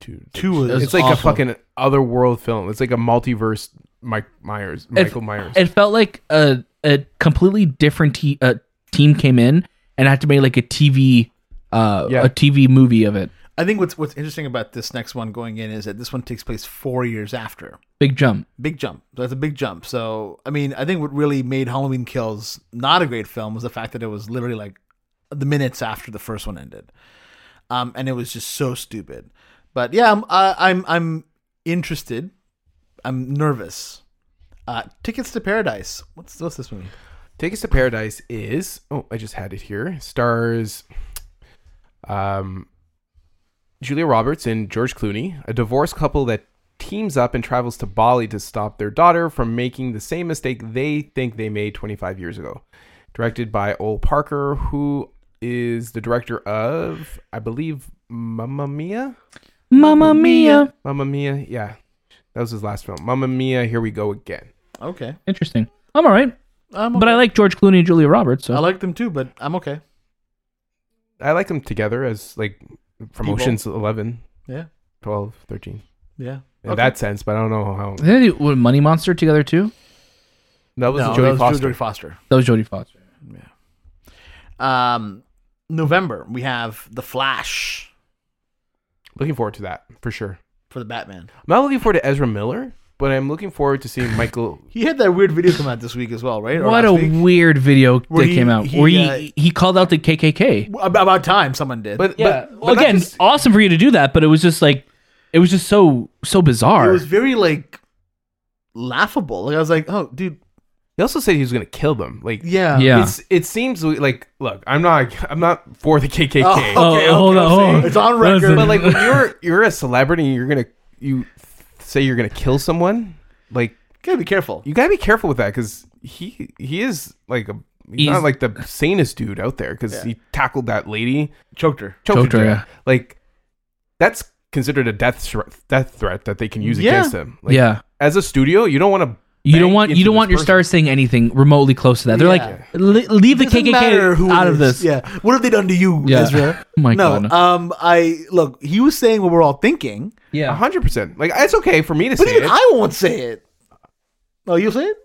Speaker 2: two.
Speaker 1: Two is
Speaker 2: It's like a
Speaker 3: awful.
Speaker 2: fucking otherworld film. It's like a multiverse. Mike Myers, Michael Myers.
Speaker 3: It felt like a a completely different te- uh, team came in and had to make like a TV uh
Speaker 2: Yeah.
Speaker 3: a TV movie of it.
Speaker 1: I think what's what's interesting about this next one going in is that this one takes place four years after.
Speaker 3: Big jump.
Speaker 1: Big jump. So that's a big jump. So I mean, I think what really made Halloween Kills not a great film was the fact that it was literally like the minutes after the first one ended, um, and it was just so stupid. But yeah, I'm I, I'm I'm interested. I'm nervous. Uh, Tickets to Paradise. What's what's this movie?
Speaker 2: Take Us to Paradise is oh, I just had it here. Stars um Julia Roberts and George Clooney, a divorced couple that teams up and travels to Bali to stop their daughter from making the same mistake they think they made 25 years ago. Directed by Ole Parker, who is the director of, I believe, Mamma Mia?
Speaker 3: Mamma mia.
Speaker 2: Mamma Mia, yeah. That was his last film. Mamma Mia, here we go again.
Speaker 1: Okay,
Speaker 3: Interesting. I'm all right.
Speaker 1: I'm
Speaker 3: But I
Speaker 1: okay.
Speaker 3: like George Clooney and Julia Roberts. So.
Speaker 1: I like them too, but I'm okay.
Speaker 2: I like them together as like from
Speaker 1: People.
Speaker 2: Ocean's 11.
Speaker 1: Yeah,
Speaker 2: 12, 13.
Speaker 1: yeah.
Speaker 2: In
Speaker 1: Okay.
Speaker 2: that sense, but I don't know how.
Speaker 3: Didn't they do what, Money Monster together too?
Speaker 2: That was
Speaker 1: No,
Speaker 2: Jodie
Speaker 1: that was
Speaker 2: Foster.
Speaker 1: Jodie Foster.
Speaker 3: That was Jodie Foster.
Speaker 1: Um, November we have The Flash
Speaker 2: Looking forward to that for sure.
Speaker 1: for the Batman.
Speaker 2: I'm not looking forward to Ezra Miller, but I'm looking forward to seeing
Speaker 3: [LAUGHS]
Speaker 2: Michael.
Speaker 1: He had that weird video come out this week as well, right? Or
Speaker 3: What
Speaker 1: last
Speaker 3: a
Speaker 1: week?
Speaker 3: weird video
Speaker 1: Where
Speaker 3: that
Speaker 1: he-
Speaker 3: came out
Speaker 1: he,
Speaker 3: where he
Speaker 1: uh,
Speaker 3: he called out the KKK.
Speaker 1: Ab- about time someone did.
Speaker 2: But,
Speaker 3: Yeah.
Speaker 2: but, but not
Speaker 3: Again,
Speaker 2: just-
Speaker 3: awesome for you to do that, but it was just like it was just so so
Speaker 1: it
Speaker 3: bizarre.
Speaker 1: was very like laughable. Like I was like, oh, dude,
Speaker 2: he also said he was going to kill them. Like,
Speaker 1: yeah,
Speaker 3: Yeah.
Speaker 2: It's, it seems like look, I'm not [LAUGHS] I'm not for the KKK,
Speaker 1: Oh, okay,
Speaker 3: hold
Speaker 1: okay,
Speaker 3: on, hold
Speaker 1: see?
Speaker 3: on.
Speaker 1: It's on
Speaker 3: That was
Speaker 1: record.
Speaker 3: a-
Speaker 2: but like when you're you're a celebrity, and you're gonna you say you're gonna kill someone. Like
Speaker 1: gotta be careful.
Speaker 2: you gotta be careful with that because he he is like a he's,
Speaker 3: He's-
Speaker 2: not like the sanest dude out there because
Speaker 1: Yeah.
Speaker 2: he tackled that lady.
Speaker 1: choked her.
Speaker 2: choked,
Speaker 3: Choked
Speaker 2: her
Speaker 3: her,
Speaker 2: to
Speaker 3: yeah.
Speaker 2: death. Like that's considered a death thre- death threat that they can use
Speaker 1: Yeah.
Speaker 2: against him. Like,
Speaker 3: yeah.
Speaker 2: As a studio, you don't want to.
Speaker 3: You don't want you don't want your stars saying anything remotely close to that. They're
Speaker 1: Yeah.
Speaker 3: like "Le- leave the
Speaker 1: Doesn't matter
Speaker 3: KKK
Speaker 1: who it
Speaker 3: out of
Speaker 1: is.
Speaker 3: this.
Speaker 1: Yeah. What have they done to you,
Speaker 3: Yeah.
Speaker 1: Ezra?
Speaker 3: [LAUGHS] Oh my
Speaker 1: no.
Speaker 3: God.
Speaker 1: Um. I look. He was saying what we're all thinking,
Speaker 3: Yeah.
Speaker 2: hundred percent. Like it's okay for me to
Speaker 1: but
Speaker 2: say
Speaker 1: even
Speaker 2: it.
Speaker 1: I won't say it. Oh, you say it?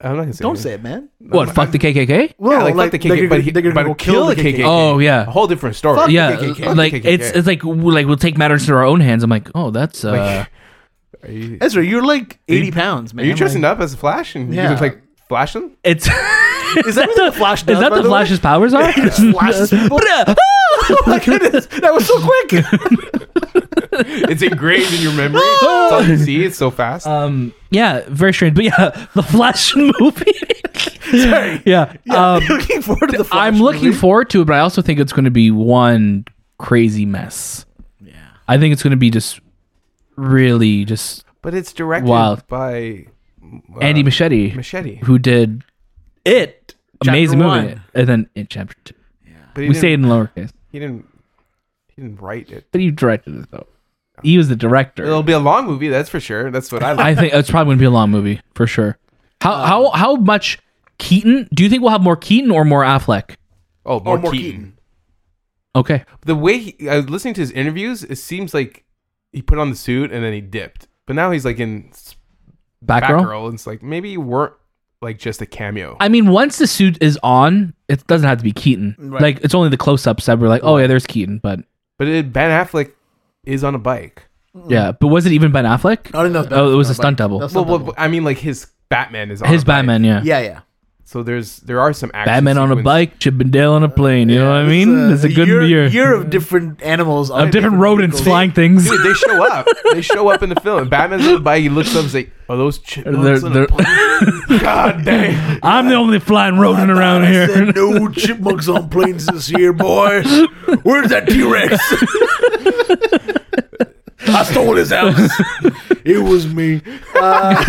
Speaker 2: I'm not gonna say.
Speaker 1: Don't
Speaker 2: anything.
Speaker 1: say it, man.
Speaker 3: What? Fuck the KKK?
Speaker 1: Well,
Speaker 2: Yeah, like, fuck the KKK, but he- but
Speaker 1: go
Speaker 2: kill the KKK.
Speaker 3: Oh
Speaker 2: A
Speaker 3: yeah,
Speaker 2: whole different story.
Speaker 1: Fuck
Speaker 3: yeah. uh,
Speaker 1: the KKK.
Speaker 3: Like
Speaker 2: Fuck the
Speaker 3: it's
Speaker 2: KKK.
Speaker 3: it's like w- like we'll take matters into our own hands. I'm like, oh, that's uh,
Speaker 2: Like, are you,
Speaker 1: Ezra, you're like 80
Speaker 2: you-
Speaker 1: pounds, man.
Speaker 2: are you dressing
Speaker 1: like,
Speaker 2: up as a Flash and
Speaker 1: Yeah.
Speaker 2: you just like flash him?
Speaker 3: it's.
Speaker 1: [LAUGHS] Is that what the Flash does?
Speaker 3: [LAUGHS] Is that
Speaker 1: by
Speaker 3: the
Speaker 1: way?
Speaker 3: Flash's
Speaker 1: [LAUGHS]
Speaker 3: powers are?
Speaker 1: He just flashes people?
Speaker 3: [LAUGHS] Bruh.
Speaker 1: Oh my
Speaker 3: [LAUGHS]
Speaker 1: goodness, that was so quick.
Speaker 2: It's engraved in your
Speaker 1: [LAUGHS]
Speaker 2: memory. it's all you see. It's
Speaker 1: Uh,
Speaker 2: so fast.
Speaker 3: um, yeah, very strange. But yeah, [LAUGHS] the Flash movie.
Speaker 1: Sorry.
Speaker 3: yeah.
Speaker 1: Yeah,
Speaker 3: Um,
Speaker 1: looking forward to the [LAUGHS] Flash
Speaker 3: I'm looking
Speaker 1: movie.
Speaker 3: forward to it, but I also think it's going to be one crazy mess.
Speaker 1: Yeah.
Speaker 3: I think it's going to be just really just
Speaker 2: but it's directed
Speaker 3: Wild.
Speaker 2: by uh,
Speaker 3: Andy Machete,
Speaker 2: Machete.
Speaker 3: who did it amazing
Speaker 1: one.
Speaker 3: movie, and then it chapter two.
Speaker 2: But he
Speaker 3: We
Speaker 2: didn't-
Speaker 3: say it in lowercase,
Speaker 2: he didn't. He didn't write it.
Speaker 3: but he directed it though. He was the director.
Speaker 2: It'll be a long movie. That's for sure. That's what
Speaker 1: [LAUGHS]
Speaker 2: I like.
Speaker 3: I think it's probably going to be a long movie for sure. How
Speaker 1: Um,
Speaker 3: how how much Keaton? Do you think we'll have more Keaton or more Affleck?
Speaker 2: oh,
Speaker 1: Or
Speaker 2: more,
Speaker 1: more
Speaker 2: Keaton.
Speaker 1: Keaton.
Speaker 3: Okay,
Speaker 2: The way he, I was listening to his interviews, it seems like he put on the suit and then he dipped. But now he's like in s-
Speaker 3: back row.
Speaker 2: Batgirl, and it's like maybe you weren't like just a cameo.
Speaker 3: I mean, once the suit is on, it doesn't have to be Keaton.
Speaker 1: Right.
Speaker 3: Like it's only the close-ups that we're like, oh yeah, there's Keaton. But
Speaker 2: but it, Ben Affleck is on a bike.
Speaker 3: yeah, but was it even Ben Affleck?
Speaker 1: I don't know. if that
Speaker 3: Oh, it was a
Speaker 1: my
Speaker 3: stunt
Speaker 1: bike.
Speaker 3: double.
Speaker 1: That's
Speaker 2: Well,
Speaker 1: not
Speaker 2: well,
Speaker 1: double.
Speaker 2: I mean, like his Batman is on
Speaker 3: His
Speaker 2: a bike.
Speaker 3: Batman, yeah.
Speaker 1: yeah, yeah.
Speaker 2: So there's there are some action
Speaker 3: Batman on a
Speaker 2: sequence-
Speaker 3: bike, Chip and Dale on a plane. You know what I mean?
Speaker 1: uh,
Speaker 3: It's a, good
Speaker 1: year,
Speaker 3: year.
Speaker 1: year of different animals, on
Speaker 3: of different rodents
Speaker 1: vehicles.
Speaker 3: flying things.
Speaker 2: Dude, they show up. they show up in the film. Batman's on a bike. He looks up. He's like, "Oh, those
Speaker 3: They're-
Speaker 2: chipmunks on
Speaker 3: they're-
Speaker 2: a
Speaker 3: [LAUGHS]
Speaker 2: plane? God damn!
Speaker 3: I'm the only flying rodent around
Speaker 1: I
Speaker 3: here.
Speaker 1: said no chipmunks on planes this year, boy. Where's that T Rex? I stole his house. It was me. Uh, [LAUGHS]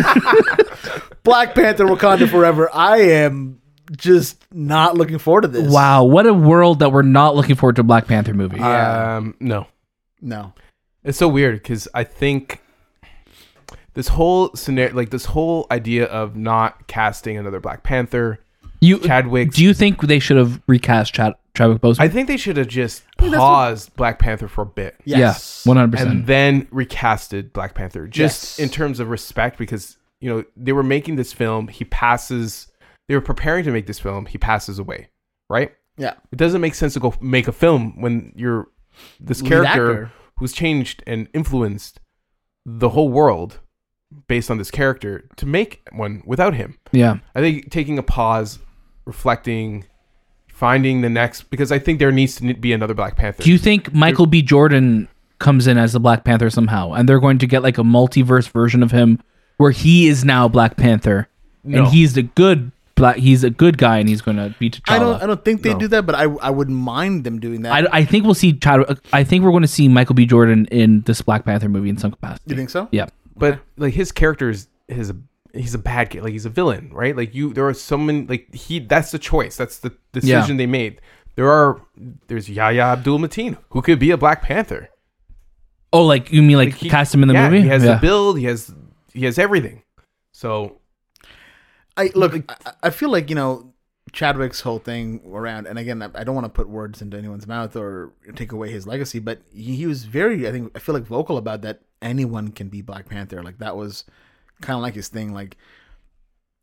Speaker 1: Black Panther, Wakanda Forever. I am just not looking forward to this.
Speaker 3: [LAUGHS] Wow, what a world that we're not looking forward to a Black Panther movie.
Speaker 1: Yeah.
Speaker 2: Um, no,
Speaker 1: No.
Speaker 2: It's so weird because I think this whole scenario, like this whole idea of not casting another Black Panther,
Speaker 3: you
Speaker 2: Chadwick.
Speaker 3: do you think they should have recast Chad, Chadwick Boseman?
Speaker 2: I think they should have just paused Black Panther for a bit
Speaker 1: Yes.
Speaker 3: Yeah, one hundred
Speaker 2: and
Speaker 3: percent.
Speaker 2: then recasted Black Panther, just
Speaker 1: Yes.
Speaker 2: in terms of respect, because you know they were making this film. He passes. They were preparing to make this film. He passes away. Right.
Speaker 1: Yeah.
Speaker 2: It doesn't make sense to go make a film when you're this
Speaker 1: Lead
Speaker 2: character
Speaker 1: actor.
Speaker 2: who's changed and influenced the whole world based on this character to make one without him.
Speaker 3: Yeah,
Speaker 2: I think taking a pause, reflecting, finding the next because I think there needs to be another Black Panther.
Speaker 3: do you think Michael B. Jordan comes in as the Black Panther somehow, and they're going to get like a multiverse version of him where he is now Black Panther,
Speaker 2: No.
Speaker 3: and he's the good black. He's a good guy, and he's going to be T'Challa.
Speaker 1: I don't. I don't think they
Speaker 2: No.
Speaker 1: do that, but I. I wouldn't mind them doing that.
Speaker 3: I, I think we'll see Chad. I think we're going to see Michael B. Jordan in this Black Panther movie in some capacity.
Speaker 1: you think so?
Speaker 3: Yeah.
Speaker 2: but like his character is his he's a bad guy like he's a villain right like you there are so many like he that's the choice that's the decision they made there are there's yahya abdul mateen who could be a black panther
Speaker 3: Oh, like you mean like,
Speaker 2: Like, he-
Speaker 3: cast him in the
Speaker 2: yeah,
Speaker 3: movie?
Speaker 2: he has
Speaker 3: yeah.
Speaker 2: the build he has he has everything so
Speaker 1: I look.
Speaker 3: Mm-hmm.
Speaker 1: I, I feel like you know Chadwick's whole thing around, and again, I, I don't want to put words into anyone's mouth or take away his legacy, but he, he was very. I think I feel like vocal about that. Anyone can be Black Panther. Like that was kind of like his thing. Like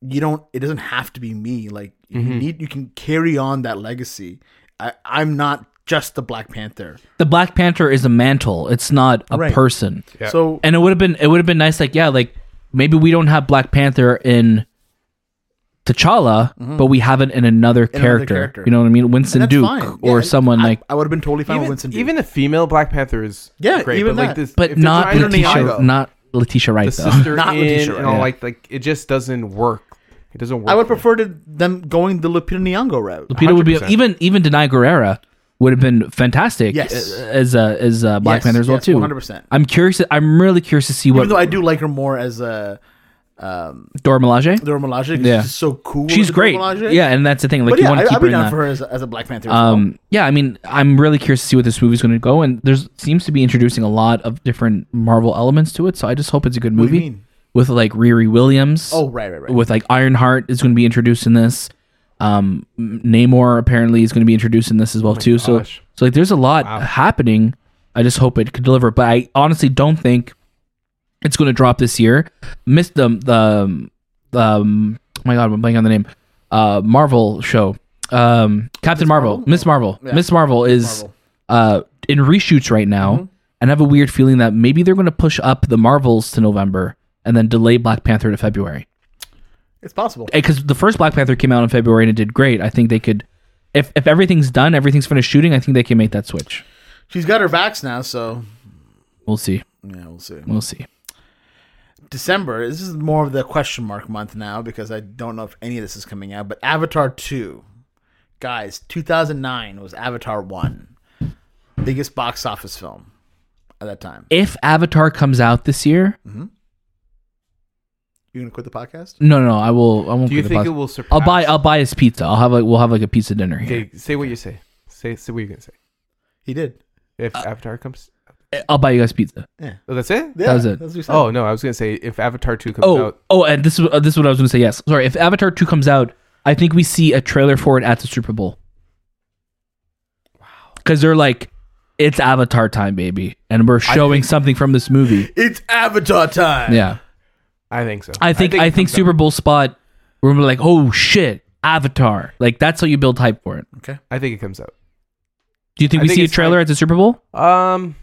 Speaker 1: you don't. It doesn't have to be me. Like
Speaker 3: Mm-hmm.
Speaker 1: you need. You can carry on that legacy. I, I'm not just the Black Panther.
Speaker 3: The Black Panther is a mantle. It's not a
Speaker 1: Right.
Speaker 3: person.
Speaker 2: Yeah.
Speaker 1: So
Speaker 3: And it would have been it would have been nice. Like yeah, like maybe we don't have Black Panther in T'Challa, but we have it in another
Speaker 1: Mm-hmm. another
Speaker 3: character.
Speaker 1: character.
Speaker 3: You know what I mean? Winston
Speaker 1: that's
Speaker 3: Duke
Speaker 1: fine. Yeah,
Speaker 3: or
Speaker 1: and
Speaker 3: someone
Speaker 1: I-
Speaker 3: like
Speaker 1: I would have been totally fine with
Speaker 2: even,
Speaker 1: Winston. Duke.
Speaker 2: even a female black panther is
Speaker 1: Yeah,
Speaker 2: great
Speaker 1: even
Speaker 2: but
Speaker 1: that.
Speaker 2: like this
Speaker 3: but
Speaker 2: if they're
Speaker 3: not
Speaker 2: trying to make
Speaker 1: Letitia
Speaker 3: Letitia,
Speaker 1: Nyong'o.
Speaker 3: not Letitia Wright
Speaker 2: the
Speaker 3: though.
Speaker 2: sister
Speaker 1: Not
Speaker 2: in
Speaker 1: Letitia
Speaker 2: and
Speaker 1: Wright.
Speaker 2: all
Speaker 3: Yeah.
Speaker 2: like like it just doesn't work it doesn't work
Speaker 1: I would prefer to them going the Lupita Nyong'o route.
Speaker 3: Lupita would be
Speaker 2: 100%.
Speaker 3: even even Denai Guerrera would have been fantastic.
Speaker 1: Yes.
Speaker 3: a- as uh, as uh, Black
Speaker 1: Yes,
Speaker 3: Panther as well
Speaker 1: yes,
Speaker 3: too.
Speaker 1: 100%.
Speaker 3: I'm curious. I'm really curious to see what
Speaker 1: Even though I do like her more as a
Speaker 3: Dora Milaje.
Speaker 1: Dora Milaje. 'cause
Speaker 3: Yeah.
Speaker 1: She's so cool.
Speaker 3: She's
Speaker 1: as Dora
Speaker 3: great.
Speaker 1: Milaje.
Speaker 3: Yeah, and that's the thing. Like
Speaker 1: But
Speaker 3: you
Speaker 1: yeah,
Speaker 3: want
Speaker 1: I,
Speaker 3: to keep
Speaker 1: I'd be
Speaker 3: her in
Speaker 1: down
Speaker 3: that.
Speaker 1: for her as a, as a Black Panther. as well.
Speaker 3: um, yeah, I mean, I'm really curious to see where this movie's going to go, and there's seems to be introducing a lot of different Marvel elements to it. So I just hope it's a good
Speaker 1: What do you
Speaker 3: movie
Speaker 1: mean?
Speaker 3: with like Riri Williams.
Speaker 1: Oh, right, right, right.
Speaker 3: with like Ironheart is going to be introduced in this. Um, M- Namor apparently is going to be introduced in this as well too. So,
Speaker 2: gosh.
Speaker 3: so like, there's a lot happening. I just hope it could deliver, but I honestly don't think it's going to drop this year. Missed the the um, um oh my god, I'm blanking on the name. Uh Marvel show. Um Captain Marvel, Miss Marvel. Miss Marvel Mm-hmm. is uh in reshoots right now and I have a weird feeling that maybe they're going to push up the Marvels to November and then delay Black Panther to February.
Speaker 1: It's possible.
Speaker 3: Because eh, the first Black Panther came out in February and it did great. I think they could if if everything's done, everything's finished shooting, I think they can make that switch.
Speaker 1: She's got her vax now, so
Speaker 3: We'll see.
Speaker 1: yeah, we'll see.
Speaker 3: We'll see.
Speaker 1: December. This is more of the question mark month now because I don't know if any of this is coming out. But Avatar two, guys, two thousand nine was Avatar one, biggest box office film at that time.
Speaker 3: If Avatar comes out this year,
Speaker 1: You gonna quit the podcast?
Speaker 3: no, no, no I will. I won't.
Speaker 2: Do you
Speaker 3: put the
Speaker 2: think
Speaker 3: pos-
Speaker 2: it will surpass?
Speaker 3: I'll buy. I'll buy his pizza. I'll have like. We'll have like a pizza dinner here.
Speaker 2: Okay, say what you say. Say say what you're gonna say.
Speaker 1: He did.
Speaker 2: If
Speaker 3: Uh,
Speaker 2: Avatar comes,
Speaker 3: Eh, I'll buy you guys pizza.
Speaker 2: oh, that's it.
Speaker 1: Yeah,
Speaker 3: That was it.
Speaker 1: That's what we said.
Speaker 2: Oh no, I was gonna say if Avatar two comes
Speaker 3: Oh,
Speaker 2: out,
Speaker 3: oh, and this is uh, this is what I was going to say. Yes, sorry. If Avatar two comes out, I think we see a trailer for it at the Super Bowl. Wow. Because they're like, it's Avatar time, baby, and we're showing something from this
Speaker 2: [LAUGHS]
Speaker 3: movie.
Speaker 1: It's Avatar time.
Speaker 3: Yeah,
Speaker 2: I think so.
Speaker 3: I think I think,
Speaker 2: it comes out.
Speaker 3: Super Bowl spot. We're gonna be like, oh shit, Avatar. Like that's how you build hype for it.
Speaker 1: Okay.
Speaker 2: I think it comes out.
Speaker 3: Do you
Speaker 2: I
Speaker 3: think we
Speaker 2: think
Speaker 3: see a
Speaker 2: it's
Speaker 3: trailer
Speaker 2: like-
Speaker 3: at the Super Bowl?
Speaker 2: Um,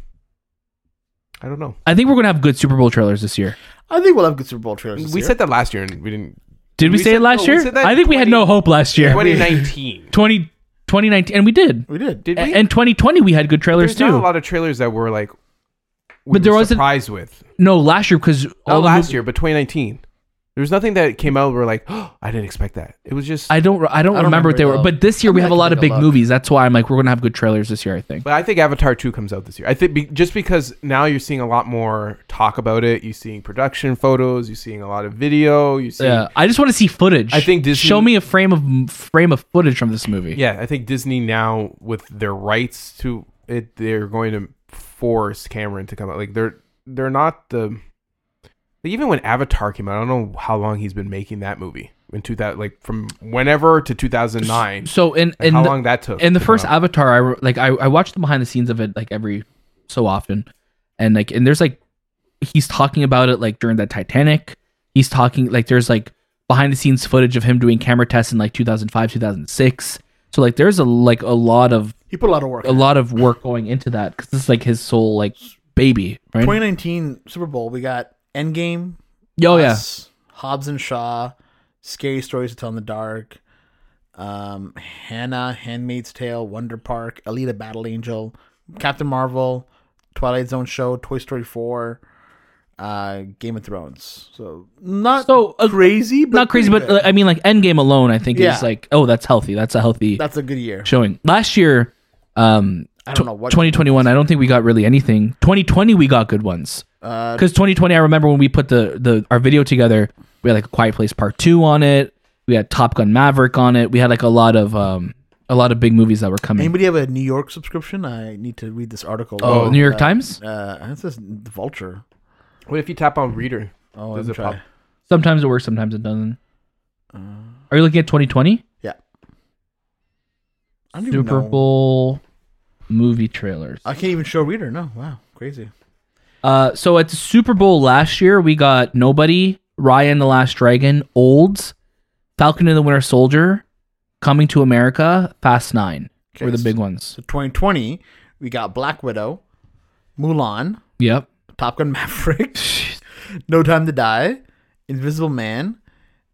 Speaker 2: I don't know.
Speaker 3: I think we're gonna have good Super Bowl trailers this year.
Speaker 1: I think we'll have good Super Bowl trailers. This
Speaker 2: we
Speaker 1: year.
Speaker 2: said that last year and we didn't.
Speaker 3: Did we,
Speaker 2: We
Speaker 3: say
Speaker 2: said-
Speaker 3: it last
Speaker 2: no, we
Speaker 3: year?
Speaker 2: said that
Speaker 3: I think we had
Speaker 2: 20
Speaker 3: no hope last year. [LAUGHS]
Speaker 2: 2019.
Speaker 3: 20, 2019 and we did.
Speaker 1: we did.
Speaker 2: Did
Speaker 3: A-
Speaker 2: we?
Speaker 3: And 2020 we had good trailers
Speaker 2: There's
Speaker 3: too.
Speaker 2: not a lot of trailers that were like. We
Speaker 3: But there
Speaker 2: were
Speaker 3: wasn't-
Speaker 2: surprised with
Speaker 3: no, last year because
Speaker 2: not
Speaker 3: all the
Speaker 2: last
Speaker 3: mov-
Speaker 2: year, but 2019. There was nothing that came out. Where we're like, [GASPS] oh, I didn't expect that. It was just.
Speaker 3: I don't I don't,
Speaker 1: I don't
Speaker 3: remember what they
Speaker 1: remember though.
Speaker 3: were, but this year
Speaker 1: I'm
Speaker 3: we
Speaker 1: gonna
Speaker 3: have a
Speaker 1: have to
Speaker 3: lot of
Speaker 1: take a
Speaker 3: big
Speaker 1: look.
Speaker 3: movies. That's why I'm like we're going to have good trailers this year, I think.
Speaker 2: But I think Avatar 2 comes out this year. I think be, just because now you're seeing a lot more talk about it, you're seeing production photos, you're seeing a lot of video, you see
Speaker 3: Yeah, I just want to see footage.
Speaker 2: I think Disney-
Speaker 3: show me a frame of frame of footage from this movie.
Speaker 2: Yeah, I think Disney now with their rights to it they're going to force Cameron to come out. Like they're they're not the like, even when Avatar came out, I don't know how long he's been making that movie. In 2000 like from whenever to 2009.
Speaker 3: So in
Speaker 2: Like,
Speaker 3: in
Speaker 2: how
Speaker 3: the,
Speaker 2: long that took.
Speaker 3: in the
Speaker 2: to come
Speaker 3: first
Speaker 2: out.
Speaker 3: Avatar, I re- like I I watched the behind the scenes of it like every so often, and like and there's like he's talking about it like during that Titanic. He's talking like there's like behind the scenes footage of him doing camera tests in like 2005 2006. So like there's a like a lot of
Speaker 1: He put a lot of work.
Speaker 3: a lot of work going into that because it's like his soul like baby right.
Speaker 1: 2019 Super Bowl. We got Endgame.
Speaker 3: oh yeah,
Speaker 1: Us, Hobbs and Shaw, Scary Stories to Tell in the Dark, um, Hannah, Handmaid's Tale, Wonder Park, Alita Battle Angel, Captain Marvel, Twilight Zone Show, Toy Story 4, uh, Game of Thrones. So not
Speaker 3: So, uh,
Speaker 1: crazy, but
Speaker 3: not crazy,
Speaker 1: pretty
Speaker 3: but
Speaker 1: good.
Speaker 3: uh, I mean like Endgame alone, I think
Speaker 1: Yeah.
Speaker 3: is like oh that's healthy. That's a healthy
Speaker 1: that's a good year.
Speaker 3: showing. Last year, um,
Speaker 1: I don't know what
Speaker 3: 2021 i don't think we got really anything 2020 we got good ones
Speaker 1: Uh,
Speaker 3: because 2020 i remember when we put the, the our video together we had like a quiet place part two on it we had top gun maverick on it we had like a lot of um a lot of big movies that were coming
Speaker 1: Anybody have a New York subscription? I need to read this article.
Speaker 3: oh,
Speaker 2: Oh,
Speaker 3: new york
Speaker 1: uh,
Speaker 3: times
Speaker 1: Uh, it says Vulture.
Speaker 2: What if you tap on reader?
Speaker 1: Oh,
Speaker 2: Does
Speaker 1: let me
Speaker 2: it pop?
Speaker 1: try.
Speaker 3: sometimes it works sometimes it doesn't
Speaker 1: Uh,
Speaker 3: are you looking at 2020
Speaker 1: Yeah. I don't even
Speaker 3: super
Speaker 1: know.
Speaker 3: bowl movie trailers
Speaker 1: I can't even show reader. No, wow, crazy.
Speaker 3: Uh, so at the Super Bowl last year, we got Nobody, Ryan the Last Dragon, Olds, Falcon and the Winter Soldier, Coming to America, Fast Nine were the
Speaker 1: Okay.
Speaker 3: big ones.
Speaker 1: So 2020, we got Black Widow, Mulan,
Speaker 3: Yep.
Speaker 1: Top Gun
Speaker 3: [LAUGHS]
Speaker 1: Maverick, [LAUGHS] No Time to Die, Invisible Man,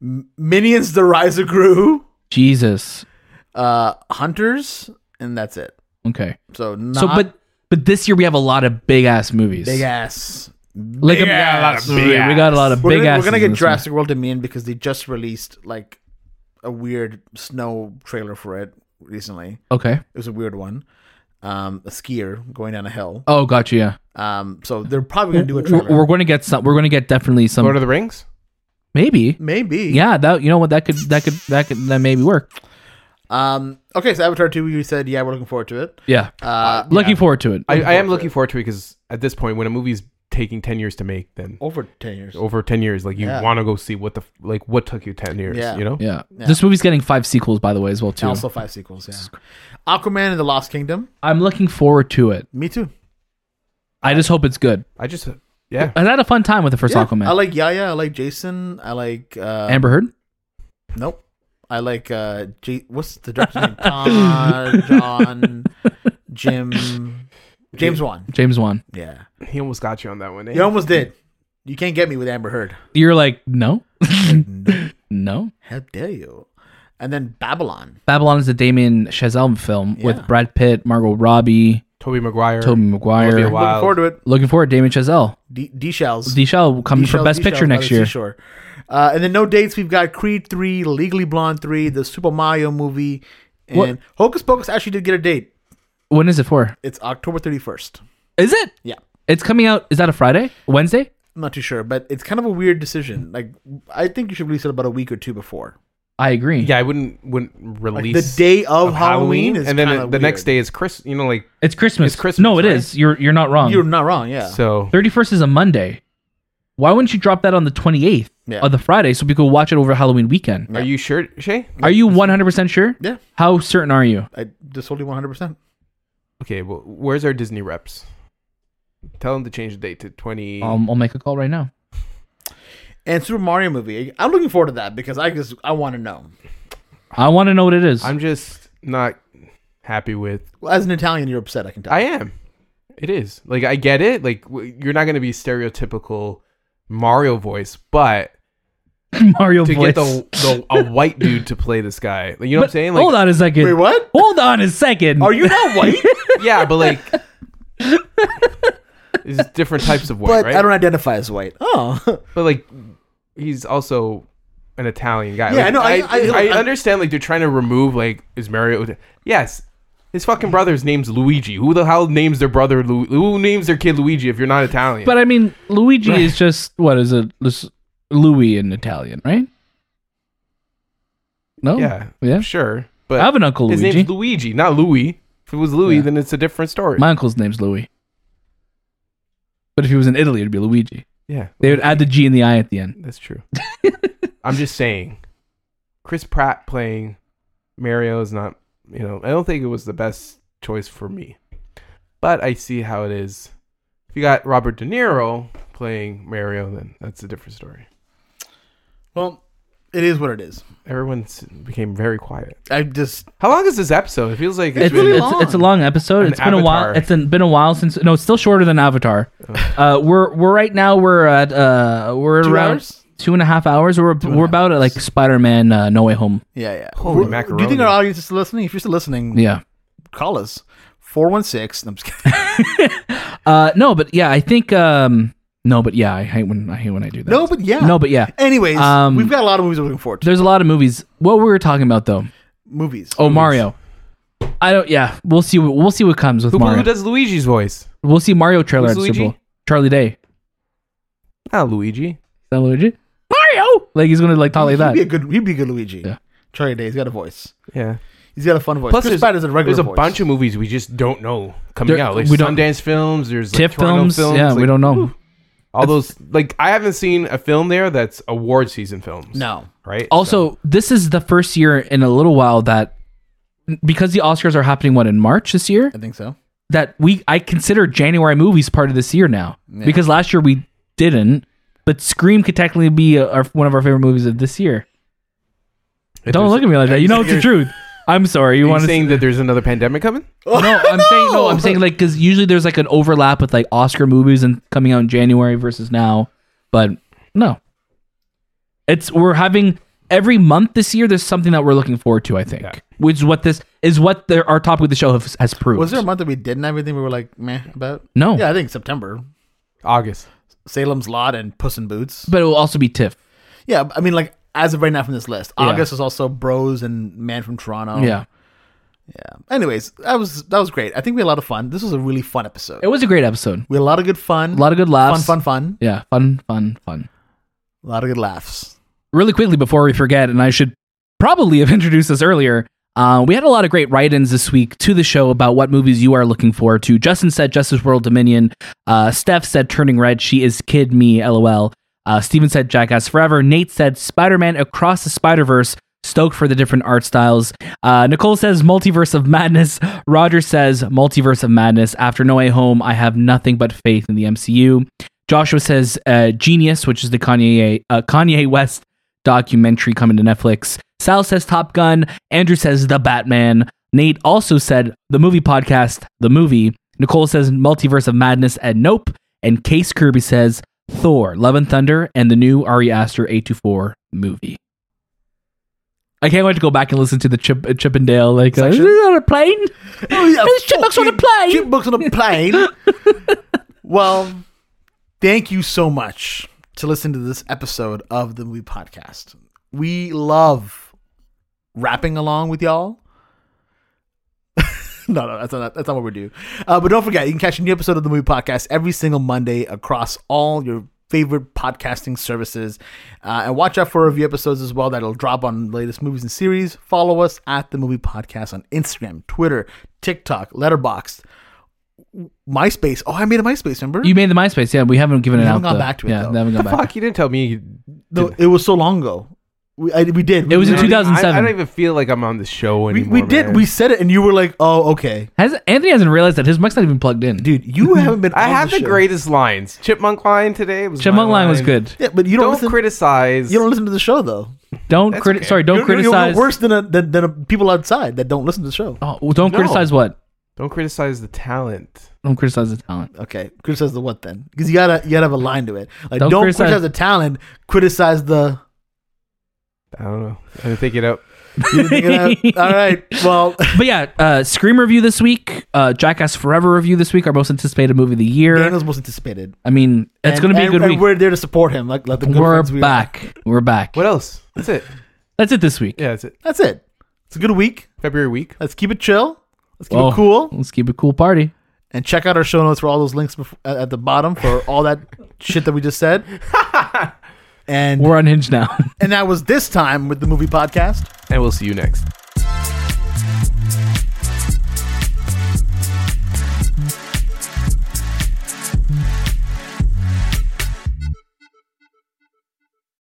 Speaker 1: M- Minions: The Rise of Gru,
Speaker 3: Jesus.
Speaker 1: uh, Hunters, and that's it.
Speaker 3: Okay.
Speaker 1: So not
Speaker 3: so, but but this year we have a lot of big ass movies.
Speaker 1: big ass.
Speaker 3: Like a-
Speaker 2: Yeah, a lot of
Speaker 3: we-
Speaker 2: big
Speaker 3: We got a lot of
Speaker 1: We're
Speaker 3: big
Speaker 1: gonna,
Speaker 3: ass.
Speaker 1: we're gonna get Jurassic World Dominion because they just released like a weird snow trailer for it recently.
Speaker 3: Okay.
Speaker 1: It was a weird one. Um, a skier going down a hill.
Speaker 3: Oh, gotcha. Yeah.
Speaker 1: Um, so they're probably gonna do a
Speaker 3: We're,
Speaker 1: trailer.
Speaker 3: we're going to get some. We're going to get definitely some.
Speaker 2: Lord of the Rings?
Speaker 3: maybe.
Speaker 1: Maybe.
Speaker 3: Yeah. That you know what that could that could that could that maybe work.
Speaker 1: Um. Okay. So Avatar two, we said, yeah, we're looking forward to it.
Speaker 3: Yeah.
Speaker 1: Uh,
Speaker 3: Looking forward to it.
Speaker 2: I, I am
Speaker 1: forward to
Speaker 2: looking forward to it because at this point when a movie's taking 10 years to make then
Speaker 1: over ten years.
Speaker 2: over 10 years like you
Speaker 1: Yeah.
Speaker 2: want to go see what the f- like what took you 10 years,
Speaker 1: Yeah.
Speaker 2: you know?
Speaker 3: yeah. This movie's getting five sequels, by the way, as well too.
Speaker 1: Also five sequels. Yeah. Aquaman and the Lost Kingdom.
Speaker 3: I'm looking forward to it.
Speaker 1: Me too.
Speaker 3: I just hope it's good.
Speaker 2: I just Yeah.
Speaker 3: I had a fun time with the first
Speaker 1: Yeah,
Speaker 3: Aquaman.
Speaker 1: I like Yaya. I like Jason. I like uh,
Speaker 3: Amber Heard.
Speaker 1: Nope. I like uh, J- what's the director's name?
Speaker 3: [LAUGHS]
Speaker 1: Todd, John, Jim, James Wan.
Speaker 3: James Wan.
Speaker 1: Yeah,
Speaker 2: He almost got you on that one. eh?
Speaker 1: you almost did. You can't get me with Amber Heard.
Speaker 3: You're like, no, [LAUGHS]
Speaker 1: No,
Speaker 3: no.
Speaker 1: how dare you? And then Babylon.
Speaker 3: Babylon is a Damien Chazelle film
Speaker 1: Yeah.
Speaker 3: with Brad Pitt, Margot Robbie,
Speaker 2: Toby Maguire.
Speaker 3: Tobey
Speaker 2: Olivia
Speaker 3: Maguire.
Speaker 2: Wilde. Wow.
Speaker 1: Looking forward to it.
Speaker 3: Looking forward, Damien Chazelle.
Speaker 1: D, D shells.
Speaker 3: D-Shell coming for Best Picture next year.
Speaker 1: Sure. Uh, and then no dates. We've got Creed three, Legally Blonde three, the Super Mario movie, and
Speaker 3: What?
Speaker 1: Hocus Pocus actually did get a date.
Speaker 3: When is it for?
Speaker 1: It's October thirty first.
Speaker 3: Is it?
Speaker 1: Yeah.
Speaker 3: It's coming out. Is that a Friday? Wednesday?
Speaker 1: I'm not too sure, but it's kind of a weird decision. Like, I think you should release it about a week or two before.
Speaker 3: I agree.
Speaker 2: Yeah, I wouldn't
Speaker 1: Like,
Speaker 2: wouldn't release
Speaker 1: the day of, Halloween,
Speaker 2: Halloween,
Speaker 1: is
Speaker 2: and then the
Speaker 1: kinda
Speaker 2: next
Speaker 1: weird.
Speaker 2: day is Chris. You know, like
Speaker 3: It's Christmas.
Speaker 2: It's Christmas,
Speaker 3: No, it
Speaker 2: right?
Speaker 3: is. You're you're not wrong.
Speaker 1: You're not wrong. Yeah.
Speaker 2: so.
Speaker 3: 31st is a Monday. Why wouldn't you drop that on the 28th
Speaker 1: Yeah.
Speaker 3: of the Friday so people watch it over Halloween weekend?
Speaker 2: Are you sure, Shay?
Speaker 3: Are you 100% sure?
Speaker 1: yeah.
Speaker 3: How certain are you?
Speaker 1: I just told you 100. percent
Speaker 2: Okay, well, where's our Disney reps? Tell them to change the date to twenty.
Speaker 3: Um, I'll make a call right now.
Speaker 1: And Super Mario movie. I'm looking forward to that because I just I want to know.
Speaker 3: I want to know what it is. [LAUGHS]
Speaker 2: I'm just not happy with.
Speaker 1: Well, as an Italian, you're upset. I can tell.
Speaker 2: I am. It is like I get it. Like w- you're not going to be stereotypical Mario voice, but
Speaker 3: Mario
Speaker 2: to
Speaker 3: voice.
Speaker 2: get the, the a white dude to play this guy, like, you know what I'm
Speaker 3: But
Speaker 2: saying? Like,
Speaker 3: hold on a second.
Speaker 1: Wait, what?
Speaker 3: Hold on a second.
Speaker 1: Are
Speaker 3: [LAUGHS]
Speaker 1: you not white?
Speaker 2: Yeah, but like, [LAUGHS] there's different types of white,
Speaker 1: but
Speaker 2: right?
Speaker 1: I don't identify as white. Oh, [LAUGHS]
Speaker 2: But like, he's also an Italian guy.
Speaker 1: Yeah,
Speaker 2: Like,
Speaker 1: no, I- I- I-
Speaker 2: understand. Like, they're trying to remove like is Mario. Yes, his fucking brother's name's Luigi. Who the hell names their brother? Lu- who names their kid Luigi if you're not Italian?
Speaker 3: But I mean, Luigi is just what is it? This- Louis in Italian, right? No.
Speaker 2: yeah,
Speaker 3: Yeah.
Speaker 2: sure. But
Speaker 3: I have an uncle
Speaker 2: his
Speaker 3: Luigi.
Speaker 2: name's Luigi, not Louis. If it was Louis,
Speaker 3: Yeah.
Speaker 2: then it's a different story.
Speaker 3: My uncle's name's Louis. But if he was in Italy, it'd be Luigi.
Speaker 2: yeah,
Speaker 3: They would add the G and the I at the end.
Speaker 2: that's true. [LAUGHS] I'm just saying, Chris Pratt playing Mario is not. You know, I don't think it was the best choice for me, but I see how it is. If you got Robert De Niro playing Mario, then that's a different story.
Speaker 1: well, it is what it is.
Speaker 2: Everyone s- became very quiet.
Speaker 1: I just
Speaker 2: How long is this episode? It feels like it's,
Speaker 3: It's,
Speaker 2: been-
Speaker 1: really
Speaker 3: it's,
Speaker 1: long.
Speaker 3: it's a long episode.
Speaker 2: An
Speaker 3: it's been a while.
Speaker 2: Avatar.
Speaker 3: It's an- been a while since. No, it's still shorter than Avatar. Uh, we're we're right now. We're at uh we're
Speaker 1: two
Speaker 3: around
Speaker 1: hours.
Speaker 3: two and a half hours. We're
Speaker 1: and a
Speaker 3: we're
Speaker 1: half
Speaker 3: about at like Spider Man uh, No Way Home.
Speaker 1: Yeah, yeah.
Speaker 2: Holy
Speaker 1: We're- Do you
Speaker 2: macaroni.
Speaker 1: think our audience is still listening? If you're still listening,
Speaker 3: Yeah.
Speaker 1: call us. 416. I'm just kidding. [LAUGHS]
Speaker 3: Uh, no, but yeah, I think um, no, but yeah, I hate when I hate when I do that.
Speaker 1: No, but yeah.
Speaker 3: no, but yeah.
Speaker 1: Anyways,
Speaker 3: Um,
Speaker 1: we've got a lot of movies we're looking forward to.
Speaker 3: There's a lot of movies. What we were talking about though.
Speaker 1: Movies.
Speaker 3: Oh, Mario. I don't. Yeah, we'll see. what- We'll see what comes with
Speaker 2: who, who
Speaker 3: Mario.
Speaker 2: does Luigi's voice?
Speaker 3: we'll see Mario trailer.
Speaker 2: Who's
Speaker 3: at
Speaker 2: Luigi?
Speaker 3: Simple. Charlie Day. Is
Speaker 2: Not Ah, Luigi.
Speaker 3: that Luigi? Mario. Like he's gonna like talk like
Speaker 1: he'd [LAUGHS]
Speaker 3: that.
Speaker 1: be a good. He'd be a good Luigi.
Speaker 3: Yeah.
Speaker 1: Charlie Day. He's got a voice.
Speaker 2: Yeah.
Speaker 1: He's got a fun voice.
Speaker 2: Plus,
Speaker 1: Chris
Speaker 2: there's,
Speaker 1: Pratt is a regular.
Speaker 2: there's a
Speaker 1: voice.
Speaker 2: bunch of movies we just don't know coming
Speaker 3: There-
Speaker 2: out. Like
Speaker 3: we
Speaker 2: we
Speaker 3: don't-
Speaker 2: Sundance films. There's like
Speaker 3: Tiff
Speaker 2: Toronto
Speaker 3: films. yeah, we
Speaker 2: like,
Speaker 3: don't know.
Speaker 2: All those like I haven't seen a film there that's award season films.
Speaker 1: No.
Speaker 2: right?
Speaker 3: Also, this is the first year in a little while that because the Oscars are happening what in March this year
Speaker 1: I think so.
Speaker 3: that we I consider January movies part of this year now because last year we didn't. But Scream could technically be a, our, one of our favorite movies of this year.
Speaker 2: So,
Speaker 3: Don't look at me like that. You know it's the truth. I'm sorry.
Speaker 2: [LAUGHS]
Speaker 3: You
Speaker 2: Are
Speaker 3: want
Speaker 2: you
Speaker 3: to
Speaker 2: saying that there's another pandemic coming?
Speaker 1: [LAUGHS]
Speaker 3: no? I'm saying no. I'm saying like because usually there's like an overlap with like Oscar movies and coming out in January versus now, but no. It's we're having every month this year. There's something that we're looking forward to. I think,
Speaker 2: Yeah.
Speaker 3: which is what this is what the, our topic of the show has, has proved.
Speaker 1: Was there a month that we didn't have anything we were like meh about?
Speaker 3: No.
Speaker 1: Yeah, I think September.
Speaker 2: August.
Speaker 1: Salem's Lot and Puss in Boots.
Speaker 3: but it will also be TIFF.
Speaker 1: Yeah, I mean like as of right now from this list, August is also Bros and Man from Toronto.
Speaker 3: Yeah,
Speaker 1: Yeah. Anyways, that was that was great. I think we had a lot of fun. This was a really fun episode.
Speaker 3: it was a great episode.
Speaker 1: we had a lot of good fun.
Speaker 3: A lot of good
Speaker 1: fun,
Speaker 3: laughs.
Speaker 1: fun, fun.
Speaker 3: Yeah, fun, fun, fun.
Speaker 1: A lot of good laughs.
Speaker 3: Really quickly before we forget, and I should probably have [LAUGHS] introduced this earlier. Uh, we had a lot of great write-ins this week to the show about what movies you are looking forward to. Justin said Justice World Dominion. Uh, Steph said Turning Red. She is Kid Me. LOL. Uh, Steven said Jackass Forever. Nate said Spider Man Across the Spider Verse. Stoked for the different art styles. Uh, Nicole says Multiverse of Madness. Roger says Multiverse of Madness. After No Way Home, I have nothing but faith in the MCU. Joshua says uh, Genius, which is the Kanye uh, Kanye West documentary coming to Netflix. Sal says Top Gun. Andrew says The Batman. Nate also said the movie podcast, the movie. Nicole says Multiverse of Madness and Nope. And Case Kirby says Thor, Love and Thunder, and the new Ari Aster A24 movie. I can't wait to go back and listen to the Chip, uh, Chippendale like uh,
Speaker 1: Section?
Speaker 3: on a plane.
Speaker 1: Oh, yeah,
Speaker 3: There's chipmunks on a
Speaker 1: fucking
Speaker 3: plane.
Speaker 1: Chipmunks on a plane.
Speaker 3: [LAUGHS]
Speaker 1: well, thank you so much to listen to this episode of the Movie Podcast. We love rapping along with y'all. [LAUGHS] no, no, that's not that's not what we do. Uh, but don't forget, you can catch a new episode of the Movie Podcast every single Monday across all your favorite podcasting services, uh, and watch out for review episodes as well that'll drop on the latest movies and series. Follow us at the Movie Podcast on Instagram, Twitter, TikTok, Letterboxd, MySpace. Oh, I made a MySpace. Remember?
Speaker 3: You made the MySpace, yeah. We haven't given it
Speaker 1: We
Speaker 3: out.
Speaker 1: haven't gone
Speaker 3: though.
Speaker 1: back to it,
Speaker 3: Yeah,
Speaker 1: though.
Speaker 3: they haven't gone back.
Speaker 2: Fuck, you didn't tell me. You
Speaker 1: No, it was so long ago. We I, we did.
Speaker 3: It was in
Speaker 1: we,
Speaker 2: Man,
Speaker 3: 2007.
Speaker 2: I, I don't even feel like I'm on the show
Speaker 1: we,
Speaker 2: anymore.
Speaker 1: we did.
Speaker 2: man.
Speaker 1: We said it, and you were like, "Oh, okay,
Speaker 3: Has Anthony hasn't realized that his mic's not even plugged in.
Speaker 1: dude, you [LAUGHS] haven't been."
Speaker 2: I
Speaker 1: on
Speaker 2: have the,
Speaker 1: show."
Speaker 2: greatest lines. Chipmunk line today was. my
Speaker 3: Chipmunk line was good.
Speaker 1: Yeah, but you don't,
Speaker 2: Don't
Speaker 1: listen.
Speaker 2: criticize.
Speaker 1: you don't listen to the show though.
Speaker 3: Don't
Speaker 2: That's
Speaker 3: criti-
Speaker 2: okay.
Speaker 3: sorry, don't
Speaker 1: You're- you're-
Speaker 3: criticize.
Speaker 1: You're worse than a, than, than a people outside that don't listen to the show.
Speaker 3: Oh, well, don't
Speaker 2: No.
Speaker 3: criticize what?
Speaker 2: don't criticize the talent.
Speaker 3: Don't criticize the
Speaker 1: [LAUGHS]
Speaker 3: talent.
Speaker 1: Okay, criticize the what then? Because you gotta you gotta have a line to it. Like
Speaker 3: Don't
Speaker 1: don't,
Speaker 3: criticize-
Speaker 1: criticize. the talent, criticize the.
Speaker 2: I don't know. I didn't think it up.
Speaker 1: You didn't think
Speaker 3: [LAUGHS]
Speaker 1: of that? All right, well,
Speaker 3: But yeah, uh, Scream review this week. Uh, Jackass Forever review this week. Our most anticipated movie of the
Speaker 1: [LAUGHS]
Speaker 3: year.
Speaker 1: Daniel's most anticipated.
Speaker 3: I mean, it's
Speaker 1: And-
Speaker 3: going to be
Speaker 1: and-
Speaker 3: a good
Speaker 1: and
Speaker 3: week.
Speaker 1: We're there to support him. Like let the good
Speaker 3: We're
Speaker 1: friends we are.
Speaker 3: back. We're back.
Speaker 2: What else? That's it.
Speaker 3: That's it this week.
Speaker 2: Yeah, that's it.
Speaker 1: That's it. It's a good week.
Speaker 2: February week.
Speaker 1: Let's keep it chill. Let's keep
Speaker 3: Whoa.
Speaker 1: it cool.
Speaker 3: Let's keep a cool party.
Speaker 1: and check out our show notes for all those links bef- at at the bottom for all that [LAUGHS] shit that we just [LAUGHS] said. And
Speaker 3: We're unhinged now. [LAUGHS]
Speaker 1: and that was this time with the movie podcast.
Speaker 2: And we'll see you next.